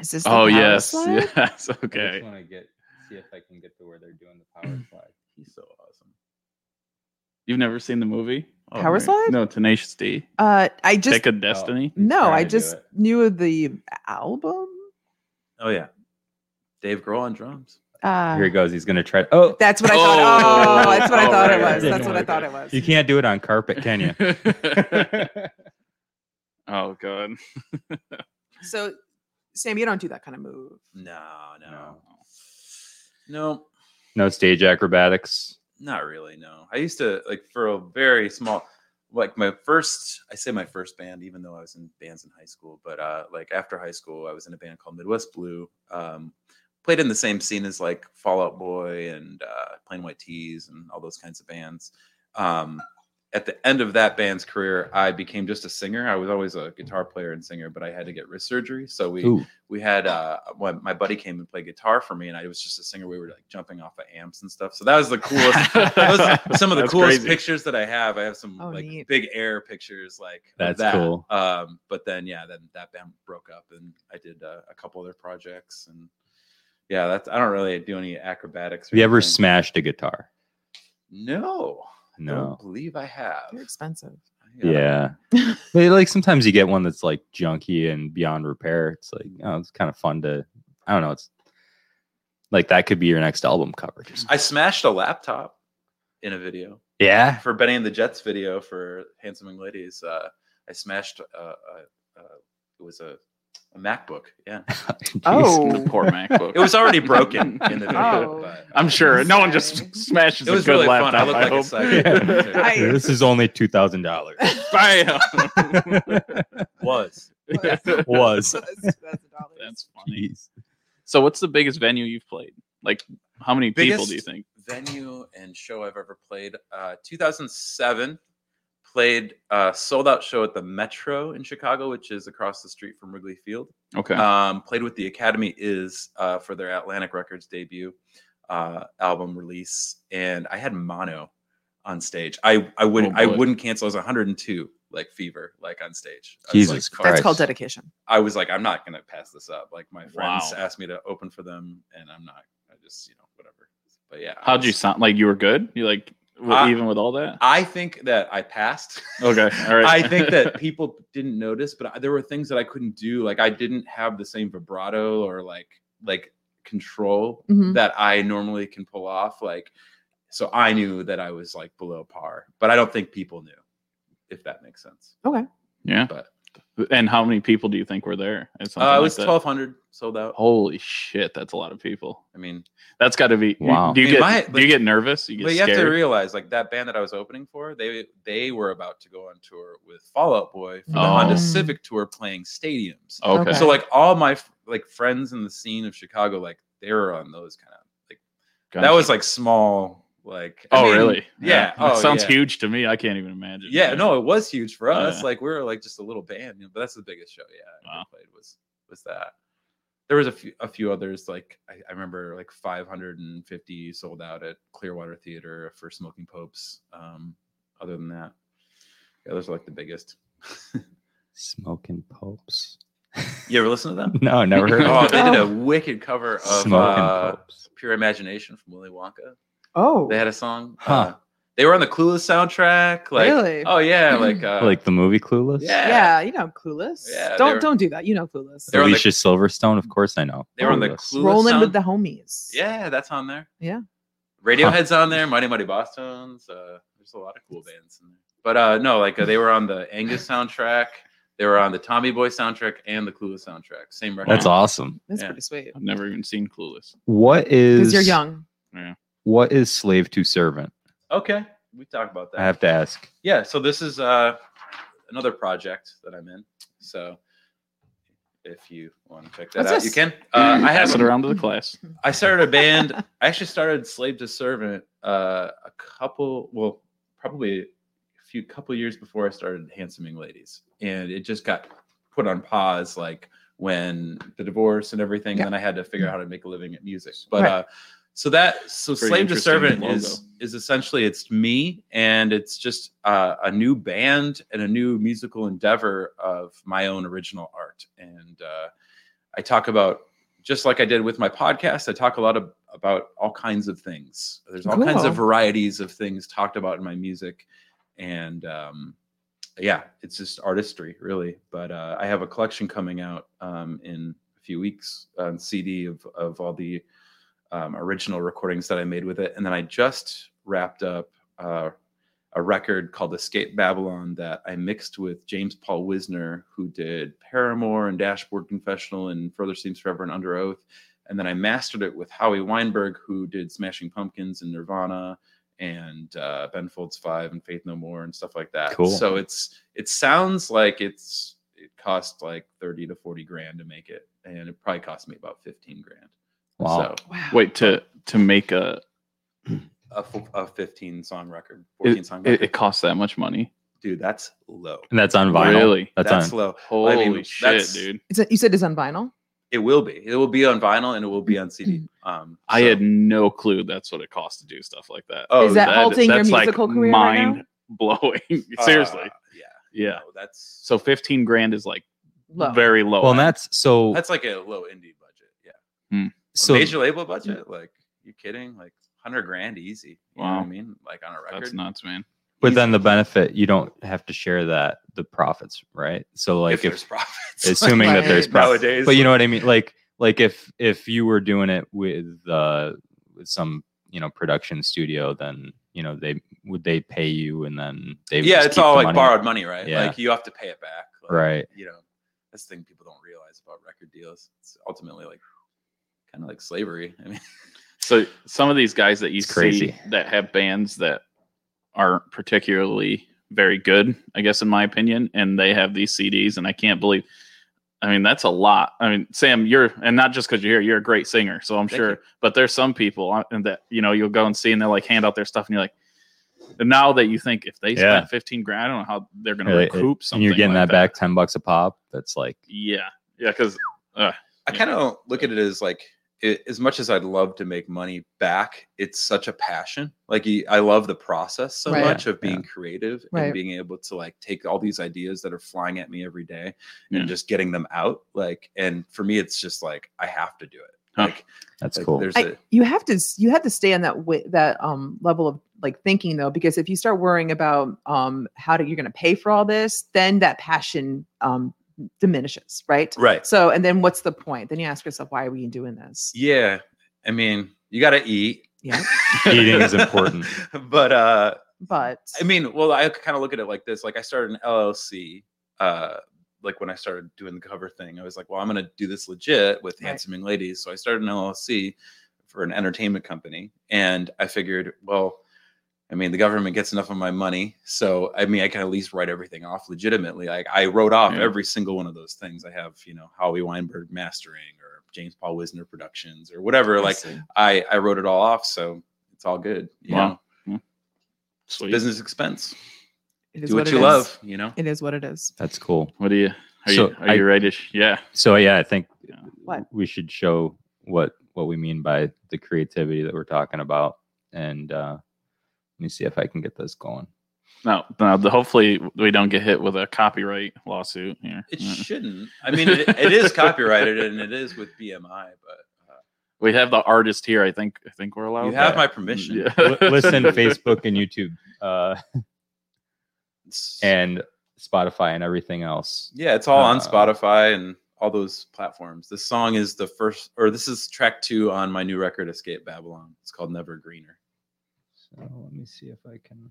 Speaker 3: Is this the
Speaker 1: Oh
Speaker 3: power
Speaker 1: yes,
Speaker 3: slide? <laughs>
Speaker 1: yes. Okay.
Speaker 2: want to get see if I can get to where they're doing the <clears throat> power slide.
Speaker 5: He's so awesome.
Speaker 1: You've never seen the movie?
Speaker 5: Oh,
Speaker 3: Power
Speaker 5: man.
Speaker 3: slide?
Speaker 1: No, Tenacious D.
Speaker 3: Uh, I just
Speaker 1: Pick a Destiny.
Speaker 3: no,
Speaker 2: trying
Speaker 3: I
Speaker 2: to do
Speaker 3: just
Speaker 2: it.
Speaker 3: knew of the album.
Speaker 5: Oh yeah, Dave Grohl on drums.
Speaker 3: Uh,
Speaker 2: Here he goes. He's gonna try. Oh,
Speaker 3: That's what I thought.
Speaker 1: Oh.
Speaker 3: Oh, that's what I
Speaker 1: Oh,
Speaker 3: thought
Speaker 1: right,
Speaker 3: it
Speaker 1: right,
Speaker 3: was.
Speaker 2: right.
Speaker 3: That's what I
Speaker 2: Okay.
Speaker 3: thought it was.
Speaker 2: you can't do it on carpet,
Speaker 3: <laughs>
Speaker 2: can you?
Speaker 1: <laughs> oh god.
Speaker 3: So, Sam, you don't do that kind of move.
Speaker 5: No, no,
Speaker 2: No.
Speaker 5: no,
Speaker 2: no stage acrobatics.
Speaker 5: not really. No, I used to like for a very small, like my first. I say my first band, even though I was in bands in high school. But uh, like after high school, I was in a band called Midwest Blue. Um, played in the same scene as like Fallout Boy and uh, Plain White Tees and all those kinds of bands. Um, at the end of that band's career, I became just a singer. I was always a guitar player and singer, but I had to get wrist surgery. So we
Speaker 2: Ooh,
Speaker 5: we had uh when my buddy came and played guitar for me and i was just a singer we were like jumping off of amps and stuff so that was
Speaker 2: <laughs>
Speaker 5: the coolest that was some of the
Speaker 1: That's
Speaker 5: coolest
Speaker 1: crazy.
Speaker 5: pictures that i have i have some
Speaker 3: Oh,
Speaker 5: like
Speaker 3: neat.
Speaker 5: big air pictures like of
Speaker 2: That's
Speaker 5: that.
Speaker 2: cool.
Speaker 5: um but then yeah then that band broke up and i did uh, a couple other projects and yeah that's i don't really do any acrobatics or
Speaker 2: have you ever
Speaker 5: anything.
Speaker 2: smashed a guitar?
Speaker 5: no I
Speaker 2: No.
Speaker 5: don't believe i have uh,
Speaker 3: You're expensive.
Speaker 2: Yeah. <laughs> but like sometimes you get one that's like junky and beyond repair. It's like, oh, it's kind of fun to, I don't know. It's like that could be your next album cover. Just,
Speaker 5: i smashed a laptop in a video
Speaker 2: yeah.
Speaker 5: for Benny and the Jets video for Handsome Young Ladies, uh, I smashed. Uh, uh, uh, it was a, a MacBook. Yeah,
Speaker 2: <laughs> Jeez.
Speaker 3: Oh.
Speaker 1: The poor <laughs> MacBook.
Speaker 5: it was already broken in the video.
Speaker 3: Oh.
Speaker 5: But
Speaker 1: I'm sure no one
Speaker 3: Sorry.
Speaker 1: just smashes
Speaker 5: It was
Speaker 1: a good
Speaker 5: really fun.
Speaker 1: laptop.
Speaker 5: I look
Speaker 1: I,
Speaker 5: like a
Speaker 1: hope.
Speaker 5: psycho.
Speaker 3: I-
Speaker 2: <laughs> this is only $2,000.
Speaker 1: <laughs>
Speaker 5: <laughs>
Speaker 1: Bam.
Speaker 5: was
Speaker 2: Was.
Speaker 5: <laughs>
Speaker 3: <laughs> That's- that's a dollar.
Speaker 1: That's funny.
Speaker 2: Jeez.
Speaker 1: So, what's the biggest venue you've played? Like, how many people
Speaker 5: Biggest-
Speaker 1: do you think?
Speaker 5: venue and show I've ever played. Uh, 2007 played a sold out show at the Metro in Chicago, which is across the street from Wrigley Field.
Speaker 1: Okay.
Speaker 5: um, played with the Academy is uh, for their Atlantic Records debut uh, album release, and I had mono on stage. I I wouldn't
Speaker 1: Oh,
Speaker 5: I
Speaker 1: boy.
Speaker 5: wouldn't cancel. I was 102 like fever like on stage. I was
Speaker 2: Jesus
Speaker 5: like,
Speaker 2: Christ.
Speaker 3: That's called dedication.
Speaker 5: I was like, I'm not gonna pass this up. Like my friends
Speaker 1: Wow.
Speaker 5: asked me to open for them, and I'm not. I just you know whatever. But yeah, I
Speaker 1: How'd you
Speaker 5: was-
Speaker 1: sound? Like you were good? You like w-
Speaker 5: I-
Speaker 1: even with all that?
Speaker 5: I think that I passed. <laughs>
Speaker 1: Okay, all right.
Speaker 5: I
Speaker 1: <laughs>
Speaker 5: think that people didn't notice, but I- there were things that I couldn't do. Like I didn't have the same vibrato or like like control
Speaker 3: Mhm.
Speaker 5: that I normally can pull off. Like so I knew that I was like below par, but I don't think people knew, if that makes sense.
Speaker 1: yeah.
Speaker 5: But
Speaker 1: And how many people do you think were there? It's
Speaker 5: uh,
Speaker 1: something
Speaker 5: it
Speaker 1: like
Speaker 5: was
Speaker 1: that.
Speaker 5: twelve hundred sold out.
Speaker 1: Holy shit, that's a lot of people.
Speaker 5: I mean,
Speaker 1: That's got to be
Speaker 2: Wow.
Speaker 1: wow. Do you
Speaker 5: I mean,
Speaker 1: get
Speaker 5: my-
Speaker 1: do you get nervous? You get
Speaker 5: but you have to
Speaker 1: scared.
Speaker 5: realize like that band that I was opening for, they they were about to go on tour with Fallout Boy for the
Speaker 1: Oh.
Speaker 5: Honda Civic tour playing stadiums.
Speaker 1: okay.
Speaker 3: Okay.
Speaker 5: So like all my f- like friends in the scene of Chicago, like they were on those kind of like that was like small like. I
Speaker 1: Oh
Speaker 5: mean,
Speaker 1: really? That
Speaker 5: Yeah. Oh,
Speaker 1: sounds
Speaker 5: yeah.
Speaker 1: huge to me. I can't even imagine.
Speaker 5: Yeah, no, it was huge for
Speaker 1: Oh,
Speaker 5: us.
Speaker 1: yeah.
Speaker 5: Like we were like just a little band, you know, but that's the biggest show. Yeah, I
Speaker 1: Wow.
Speaker 5: ever played was was that. There was a few a few others like I, I remember like 550 sold out at Clearwater Theater for Smoking Popes. Um, other than that, yeah, those are like the biggest. <laughs>
Speaker 2: Smoking popes.
Speaker 5: You ever listen to them?
Speaker 2: No, never heard
Speaker 5: <laughs> oh,
Speaker 2: of
Speaker 5: they did a wicked cover of
Speaker 2: Smoking
Speaker 5: uh,
Speaker 2: popes.
Speaker 5: Pure Imagination from Willy Wonka.
Speaker 3: Oh,
Speaker 5: They had a song.
Speaker 2: Huh.
Speaker 5: Uh, they were on the Clueless soundtrack. Like,
Speaker 3: Really? Hmm.
Speaker 5: oh yeah, like, uh,
Speaker 2: Like the movie Clueless?
Speaker 5: yeah,
Speaker 3: yeah. You know, clueless.
Speaker 5: Yeah, they
Speaker 3: don't
Speaker 5: were-
Speaker 3: don't do that. You know, clueless.
Speaker 5: They were on the-
Speaker 2: Alicia Silverstone, of course I know.
Speaker 5: They were on the
Speaker 2: Clueless.
Speaker 5: Clueless
Speaker 3: Rolling
Speaker 5: sound-
Speaker 3: with the homies.
Speaker 5: Yeah, that's on there.
Speaker 3: Yeah.
Speaker 5: Radiohead's on there. Mighty Mighty Boston's. Uh, there's a lot of cool bands in there. But uh, no, like uh, they were on the Angus soundtrack. They were on the Tommy Boy soundtrack and the Clueless soundtrack. Same record.
Speaker 2: That's awesome.
Speaker 3: that's
Speaker 5: Yeah.
Speaker 3: pretty sweet.
Speaker 1: I've never even seen Clueless.
Speaker 2: What is
Speaker 3: Because you're young.
Speaker 2: What is slave to servant?
Speaker 5: Okay, we talked about that.
Speaker 2: I have to ask.
Speaker 5: yeah so this is uh another project that i'm in so if you want to check that
Speaker 3: What's
Speaker 5: out,
Speaker 3: this?
Speaker 5: you can. Uh, I
Speaker 1: Pass
Speaker 5: have
Speaker 1: it around to the class.
Speaker 5: I started a band. I actually started Slave to Servant uh, a couple, well, probably a few couple years before I started Handsoming Ladies, and it just got put on pause, like when the divorce and everything.
Speaker 3: Yeah.
Speaker 5: And then I had to figure out how to make a living at music. But
Speaker 3: Right.
Speaker 5: uh, so that so
Speaker 1: Pretty
Speaker 5: Slave to
Speaker 1: interesting
Speaker 5: Servant
Speaker 1: logo.
Speaker 5: is is essentially it's me, and it's just uh, a new band and a new musical endeavor of my own original art, and uh, I talk about just like I did with my podcast, I talk a lot of, about all kinds of things. There's all kinds
Speaker 3: Cool.
Speaker 5: of varieties of things talked about in my music, and um, yeah, it's just artistry, really. But uh, I have a collection coming out um, in a few weeks on CD of of all the um, original recordings that I made with it, and then I just wrapped up uh, a record called Escape Babylon that I mixed with James Paul Wisner, who did Paramore and Dashboard Confessional and Further Seems Forever and Under Oath. And then I mastered it with Howie Weinberg, who did Smashing Pumpkins and Nirvana and uh, Ben Folds Five and Faith No More and stuff like that.
Speaker 2: Cool.
Speaker 5: So it's it sounds like it's it cost like thirty to forty grand to make it, and it probably cost me about fifteen grand.
Speaker 2: Wow.
Speaker 5: So
Speaker 3: Wow.
Speaker 1: Wait to to make a
Speaker 5: a, f- a fifteen song record, fourteen
Speaker 1: it,
Speaker 5: song
Speaker 1: it,
Speaker 5: record.
Speaker 1: it costs that much money.
Speaker 5: Dude, that's low.
Speaker 2: And that's on vinyl.
Speaker 1: Really?
Speaker 2: That's,
Speaker 5: that's
Speaker 2: on.
Speaker 5: low.
Speaker 1: Holy
Speaker 5: mean,
Speaker 1: shit,
Speaker 5: that's-
Speaker 1: dude!
Speaker 3: It's a- you said it's on vinyl.
Speaker 5: It will be. It will be on vinyl and it will be on CD. Um,
Speaker 1: I
Speaker 5: so-
Speaker 1: had no clue that's what it costs to do stuff like that.
Speaker 5: Oh,
Speaker 3: Is that halting your
Speaker 1: that's
Speaker 3: musical
Speaker 1: like
Speaker 3: career right now?
Speaker 1: Mind blowing.
Speaker 5: uh,
Speaker 1: <laughs> Seriously.
Speaker 5: yeah.
Speaker 1: yeah.
Speaker 5: no, that's
Speaker 1: So fifteen grand is like
Speaker 3: Low.
Speaker 1: very low.
Speaker 2: Well, and
Speaker 1: end.
Speaker 2: that's so.
Speaker 5: that's like a low indie budget. Yeah.
Speaker 2: so
Speaker 5: a major label budget. Like, you kidding? Like hundred grand easy. You know
Speaker 1: Wow.
Speaker 5: what I mean? Like on a record.
Speaker 1: that's nuts, man.
Speaker 2: but then the benefit you don't have to share that the profits right so like
Speaker 5: if,
Speaker 2: if,
Speaker 5: there's <laughs>
Speaker 2: <laughs>
Speaker 5: profits.
Speaker 2: assuming that there's
Speaker 3: Right.
Speaker 2: profits
Speaker 5: nowadays.
Speaker 2: but you know what i mean like like if if you were doing it with uh with some you know production studio then you know they would they pay you and then they would
Speaker 5: yeah,
Speaker 2: just
Speaker 5: it's
Speaker 2: keep
Speaker 5: all
Speaker 2: the
Speaker 5: like
Speaker 2: money?
Speaker 5: borrowed money, right?
Speaker 2: Yeah.
Speaker 5: Like you have to pay it back. Like,
Speaker 2: Right.
Speaker 5: You know, that's the thing people don't realize about record deals. It's ultimately like kind of like slavery. I mean,
Speaker 1: So some of these guys that you
Speaker 2: It's crazy.
Speaker 1: see that have bands that aren't particularly very good, I guess in my opinion, and they have these CDs, and I can't believe. I mean, that's a lot. I mean, Sam, you're, and not just because you're here, you're a great singer, so I'm
Speaker 5: Thank
Speaker 1: sure.
Speaker 5: you.
Speaker 1: But there's some people uh, and that you know you'll go and see, and they'll like hand out their stuff, and you're like, and now that you think if they
Speaker 2: Yeah.
Speaker 1: spent 15 grand, I don't know how they're going to
Speaker 2: Right, it-
Speaker 1: recoup something.
Speaker 2: and you're getting
Speaker 1: like
Speaker 2: that back 10 bucks a pop that's like
Speaker 1: Yeah, yeah, because
Speaker 5: I
Speaker 1: Yeah.
Speaker 5: kind of look at it as like, it, as much as I'd love to make money back, it's such a passion. Like you- I love the process so
Speaker 3: Right.
Speaker 5: much of being creative
Speaker 3: Right.
Speaker 5: and being able to like take all these ideas that are flying at me every day
Speaker 1: Yeah.
Speaker 5: and just getting them out. Like, and for me, it's just like I have to do it.
Speaker 1: Huh.
Speaker 5: Like,
Speaker 2: that's
Speaker 5: like,
Speaker 2: cool
Speaker 5: There's a
Speaker 3: I, you have to s- you have to stay on that wi- that um level of like thinking though because if you start worrying about um how to, you're going to pay for all this then that passion um diminishes right
Speaker 5: right.
Speaker 3: so and then what's the point then you ask yourself why are we doing this
Speaker 5: Yeah, I mean, you got to eat.
Speaker 3: yeah
Speaker 2: <laughs> Eating
Speaker 5: <laughs>
Speaker 2: is important.
Speaker 5: but uh,
Speaker 3: but
Speaker 5: I mean, well, I kind of look at it like this: like I started an LLC. Uh, like when I started doing the cover thing, I was like, well, I'm gonna do this legit with
Speaker 3: Right.
Speaker 5: Handsome Young Ladies. So I started an LLC for an entertainment company, and I figured, well, I mean, the government gets enough of my money, so I mean, I can at least write everything off legitimately. Like I wrote off
Speaker 1: Yeah.
Speaker 5: every single one of those things. I have, you know, Howie Weinberg mastering or James Paul Wisner productions or whatever. Like I, I wrote it all off, so it's all good. You
Speaker 1: Wow.
Speaker 5: know,
Speaker 1: sweet.
Speaker 5: business expense
Speaker 3: it is
Speaker 5: do what,
Speaker 3: it
Speaker 5: you
Speaker 3: is.
Speaker 5: love, you know.
Speaker 3: it is what it is
Speaker 2: that's cool
Speaker 1: What do you? Are
Speaker 2: So
Speaker 1: you are
Speaker 2: I-
Speaker 1: you ready? to sh- Yeah.
Speaker 2: so yeah i think
Speaker 3: What?
Speaker 2: we should show what what we mean by the creativity that we're talking about and uh let me see if i can get this going
Speaker 1: No, no. The, hopefully, we don't get hit with a copyright lawsuit here.
Speaker 5: It
Speaker 1: Mm.
Speaker 5: shouldn't. I mean, it, it is copyrighted and it is with BMI, but uh,
Speaker 1: we have the artist here. I think. I think we're allowed.
Speaker 5: you have
Speaker 1: that.
Speaker 5: my permission.
Speaker 1: Yeah.
Speaker 2: L-
Speaker 5: <laughs>
Speaker 2: listen facebook and youtube uh
Speaker 5: It's-
Speaker 2: <laughs> and spotify and everything else
Speaker 5: yeah, it's all on
Speaker 2: Uh,
Speaker 5: Spotify and all those platforms. This song is the first, or this is track two on my new record, Escape Babylon. It's called Never Greener.
Speaker 2: so let me see if i can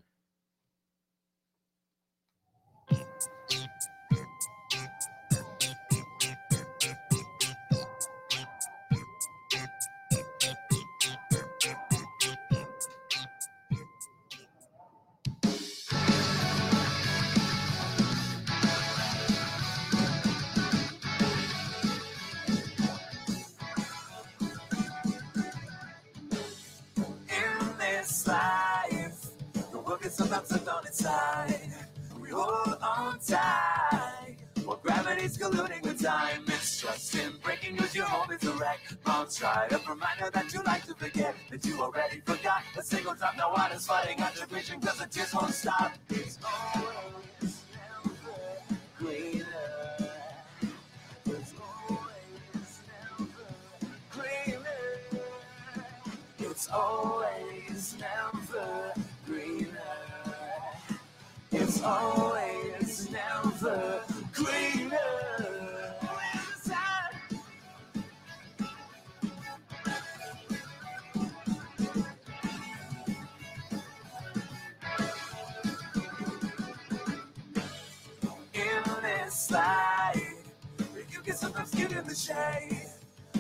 Speaker 6: Police colluding with time. Mistrust him. Breaking news, your home is a wreck. Bounce right up. Reminder that you like to forget. That you already forgot. A single drop. Now water's fighting attribution. Cause the tears won't stop. It's always never cleaner. It's always never cleaner. It's always never greener. It's always never greener. In this light, you can sometimes get in the shade.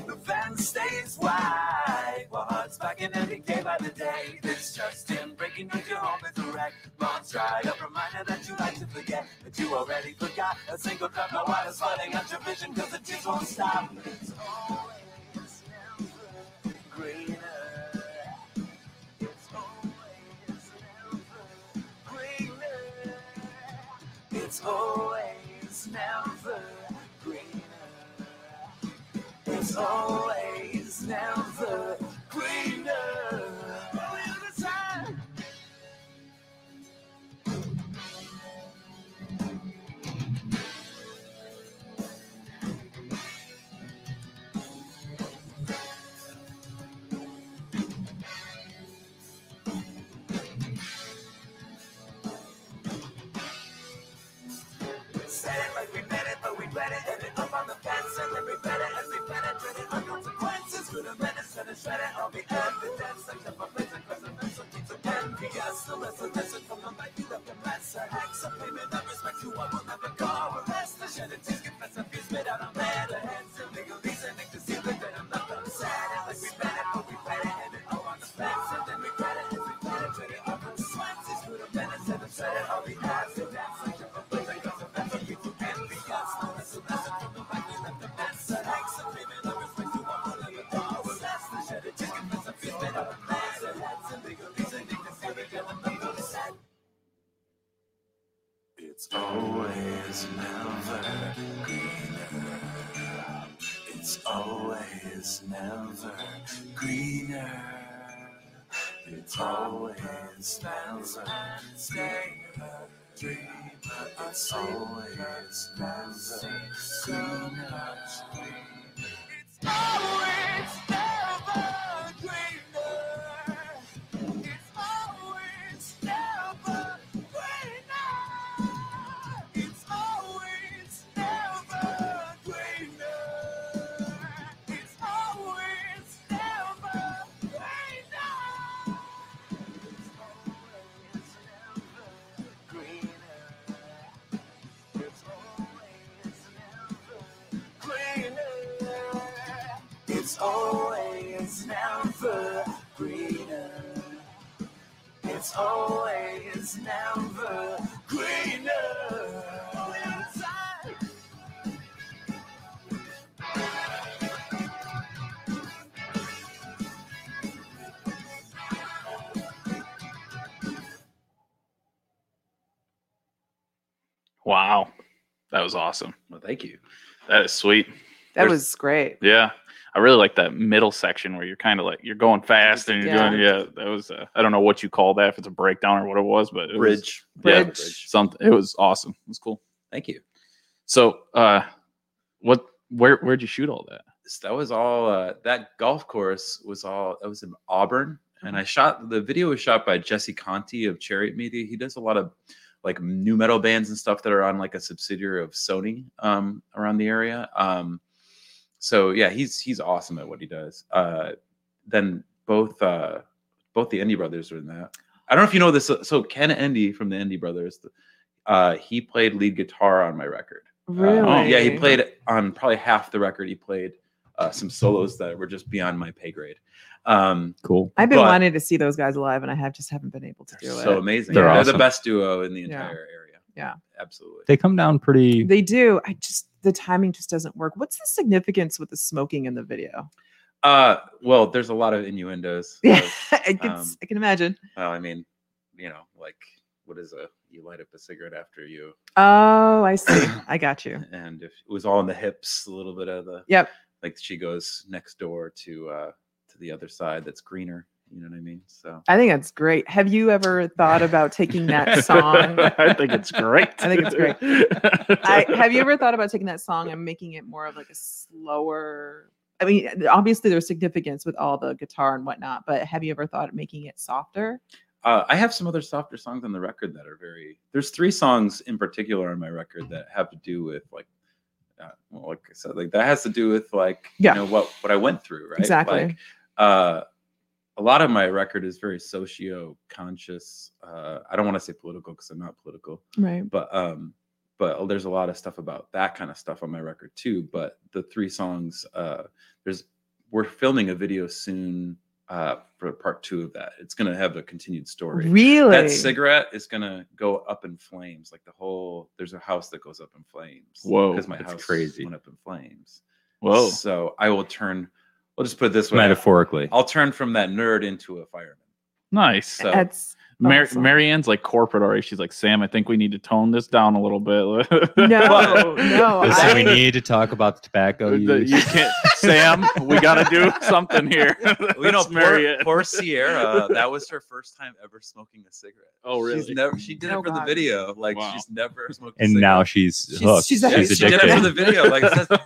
Speaker 6: The van stays wide. While hearts back in every day by the day. This just in breaking news, your home is a wreck. Mom's dried up reminder that you like to forget. That you already forgot. A single drop of water's flooding out your vision because the tears won't stop. It's always never greener. It's always never greener. It's always never greener. It's always never greener. All the time. Said it like we meant it, but we read it. Ended up on the fence, and then we read it as we penetrated our consequences. With a menace and a shred it, all the evidence. Except for prison, cause the missile keeps a pen. P.S. The lesson, listen from the night you left the mess. An ex, a payment that respects you, I will never go. Arrest the shed, it is confess, and fees made out of man. The hands illegal, these and concealment, and I'm not upset. Like we meant it, but we read it. Ended up on the fence, and then we read it as we penetrated our consequences. With a menace and a shred it, all the evidence. Except for prison, cause the message it's always never greener. It's always never greener. It's always never greener. It's always never greener. It's always never greener. It's always never greener. It's always never greener. It's always never greener. It's always never greener. It's always never greener. It's always never greener. It's always never greener. All the time.
Speaker 1: Wow, that was awesome.
Speaker 5: Well, thank you.
Speaker 1: That is sweet.
Speaker 3: That
Speaker 1: There's-
Speaker 3: was great.
Speaker 1: Yeah, I really like that middle section where you're kind of like you're going fast and you're
Speaker 3: Yeah.
Speaker 1: doing. Yeah, that was. Uh, I don't know what you call that if it's a breakdown or what it was, but it was
Speaker 5: Bridge.
Speaker 1: Yeah.
Speaker 5: Bridge.
Speaker 1: something. It was awesome. It was cool.
Speaker 5: Thank you.
Speaker 1: So, uh, what? Where? Where'd you shoot all that?
Speaker 5: So that was all. Uh, that golf course was all. That was in Auburn, and I shot the video was shot by Jesse Conti of Chariot Media. He does a lot of like new metal bands and stuff that are on like a subsidiary of Sony um, around the area. Um, so yeah, he's he's awesome at what he does. Uh, then both uh, both the Endy brothers are in that. I don't know if you know this. So Ken Endy from the Endy Brothers, uh, he played lead guitar on my record.
Speaker 3: Really?
Speaker 5: Uh, yeah, he played on probably half the record. He played uh, some solos that were just beyond my pay grade. Um,
Speaker 2: Cool.
Speaker 3: I've been
Speaker 5: but-
Speaker 3: wanting to see those guys live, and I have just haven't been able to
Speaker 5: they're
Speaker 3: do it.
Speaker 5: so amazing.
Speaker 2: They're
Speaker 5: They're,
Speaker 2: awesome.
Speaker 5: the best duo in the
Speaker 3: Yeah.
Speaker 5: entire area.
Speaker 3: Yeah.
Speaker 5: absolutely.
Speaker 2: They come down pretty.
Speaker 3: They do. I just the timing just doesn't work. What's the significance with the smoking in the video? <laughs>
Speaker 5: Uh, well, there's a lot of innuendos.
Speaker 3: Yeah,
Speaker 5: of-
Speaker 3: I can,
Speaker 5: um,
Speaker 3: I can imagine.
Speaker 5: well, I mean, you know, like what is a you light up a cigarette after you,
Speaker 3: Oh, I see. I got you.
Speaker 5: and if it was all in the hips, a little bit of the
Speaker 3: Yep.
Speaker 5: like she goes next door to uh to the other side that's greener. You know what I mean? So
Speaker 3: I think that's great. Have you ever thought about taking that song?
Speaker 1: <laughs> I think it's
Speaker 2: <laughs>
Speaker 1: great.
Speaker 3: I think it's
Speaker 1: <laughs>
Speaker 3: great.
Speaker 1: great.
Speaker 3: I, have you ever thought about taking that song and making it more of like a slower? I mean, eh, obviously there's significance with all the guitar and whatnot, but have you ever thought of making it softer?
Speaker 5: uh, I have some other softer songs on the record that are very. There's three songs in particular on my record that have to do with like, uh, well, like I said, like that has to do with like
Speaker 3: Yeah.
Speaker 5: you know what what I went through, right?
Speaker 3: Exactly.
Speaker 5: Like, uh, a lot of my record is very socio conscious. Uh, I don't want to say political because I'm not political,
Speaker 3: Right.
Speaker 5: but um, but there's a lot of stuff about that kind of stuff on my record too. But the three songs, uh, there's we're filming a video soon uh for part two of that. It's gonna have a continued story
Speaker 3: Really?
Speaker 5: that cigarette is gonna go up in flames. Like the whole there's a house that goes up in flames.
Speaker 1: Whoa,
Speaker 5: because my
Speaker 2: that's
Speaker 5: house
Speaker 2: crazy.
Speaker 5: went up in flames. <laughs>
Speaker 1: Whoa.
Speaker 5: So I will turn. We'll just put it this way.
Speaker 2: metaphorically.
Speaker 5: I'll turn from that nerd into a fireman.
Speaker 1: Nice.
Speaker 5: So
Speaker 3: That's
Speaker 1: Mar-
Speaker 3: awesome.
Speaker 1: Marianne's like corporate already. She's like, Sam, I think we need to tone this down a little bit. <laughs>
Speaker 3: no,
Speaker 1: Oh,
Speaker 3: no.
Speaker 2: Listen, we
Speaker 3: I-
Speaker 2: need to talk about the tobacco
Speaker 1: The-
Speaker 2: use.
Speaker 1: you can't, Sam. We got to
Speaker 5: <laughs>
Speaker 1: do something here. <laughs>
Speaker 5: you know,
Speaker 1: Let's marry
Speaker 5: poor,
Speaker 1: it.
Speaker 5: poor Sierra. That was her first time ever smoking a cigarette.
Speaker 1: Oh,
Speaker 5: She's
Speaker 1: really?
Speaker 5: never. She did
Speaker 3: Oh,
Speaker 5: it for
Speaker 3: God.
Speaker 5: the video. Like
Speaker 1: Wow. <laughs>
Speaker 5: she's never smoked.
Speaker 2: <laughs>
Speaker 5: a
Speaker 2: and now
Speaker 5: cigarette.
Speaker 2: she's
Speaker 3: She's-
Speaker 2: hooked.
Speaker 3: she's
Speaker 2: She's,
Speaker 3: actually-
Speaker 5: she did
Speaker 2: addicted.
Speaker 5: it for the video. Like, it says-
Speaker 1: <laughs>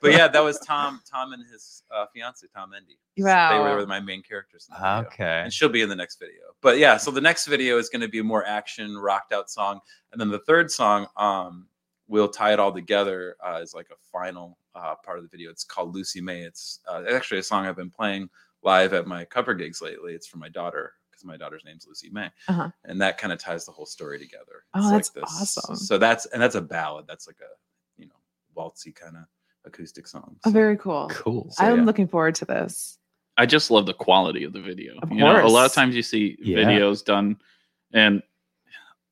Speaker 5: but yeah, that was Tom. Tom and his uh, fiance, Tom Endy. They
Speaker 3: Wow.
Speaker 5: were my main characters. In the
Speaker 1: Ah,
Speaker 5: video.
Speaker 2: Ah, okay.
Speaker 5: and she'll be in the next video. But yeah, so the next video is going to be a more action, rocked out song, and then the third song, um, we'll tie it all together uh, is like a final uh, part of the video. It's called Lucy May. It's uh, actually a song I've been playing live at my cover gigs lately. It's for my daughter because my daughter's name's Lucy May,
Speaker 3: Uh-huh.
Speaker 5: and that kind of ties the whole story together.
Speaker 3: Oh, that's awesome.
Speaker 5: So that's and that's a ballad. That's like a you know waltzy kind of acoustic song.
Speaker 3: Oh,
Speaker 5: So-
Speaker 3: very cool.
Speaker 2: Cool.
Speaker 5: So,
Speaker 3: I'm
Speaker 5: yeah.
Speaker 3: looking forward to this.
Speaker 1: I just love the quality of the video.
Speaker 3: Of
Speaker 1: you know, a lot
Speaker 3: course.
Speaker 1: of times you see
Speaker 2: Yeah.
Speaker 1: videos done, and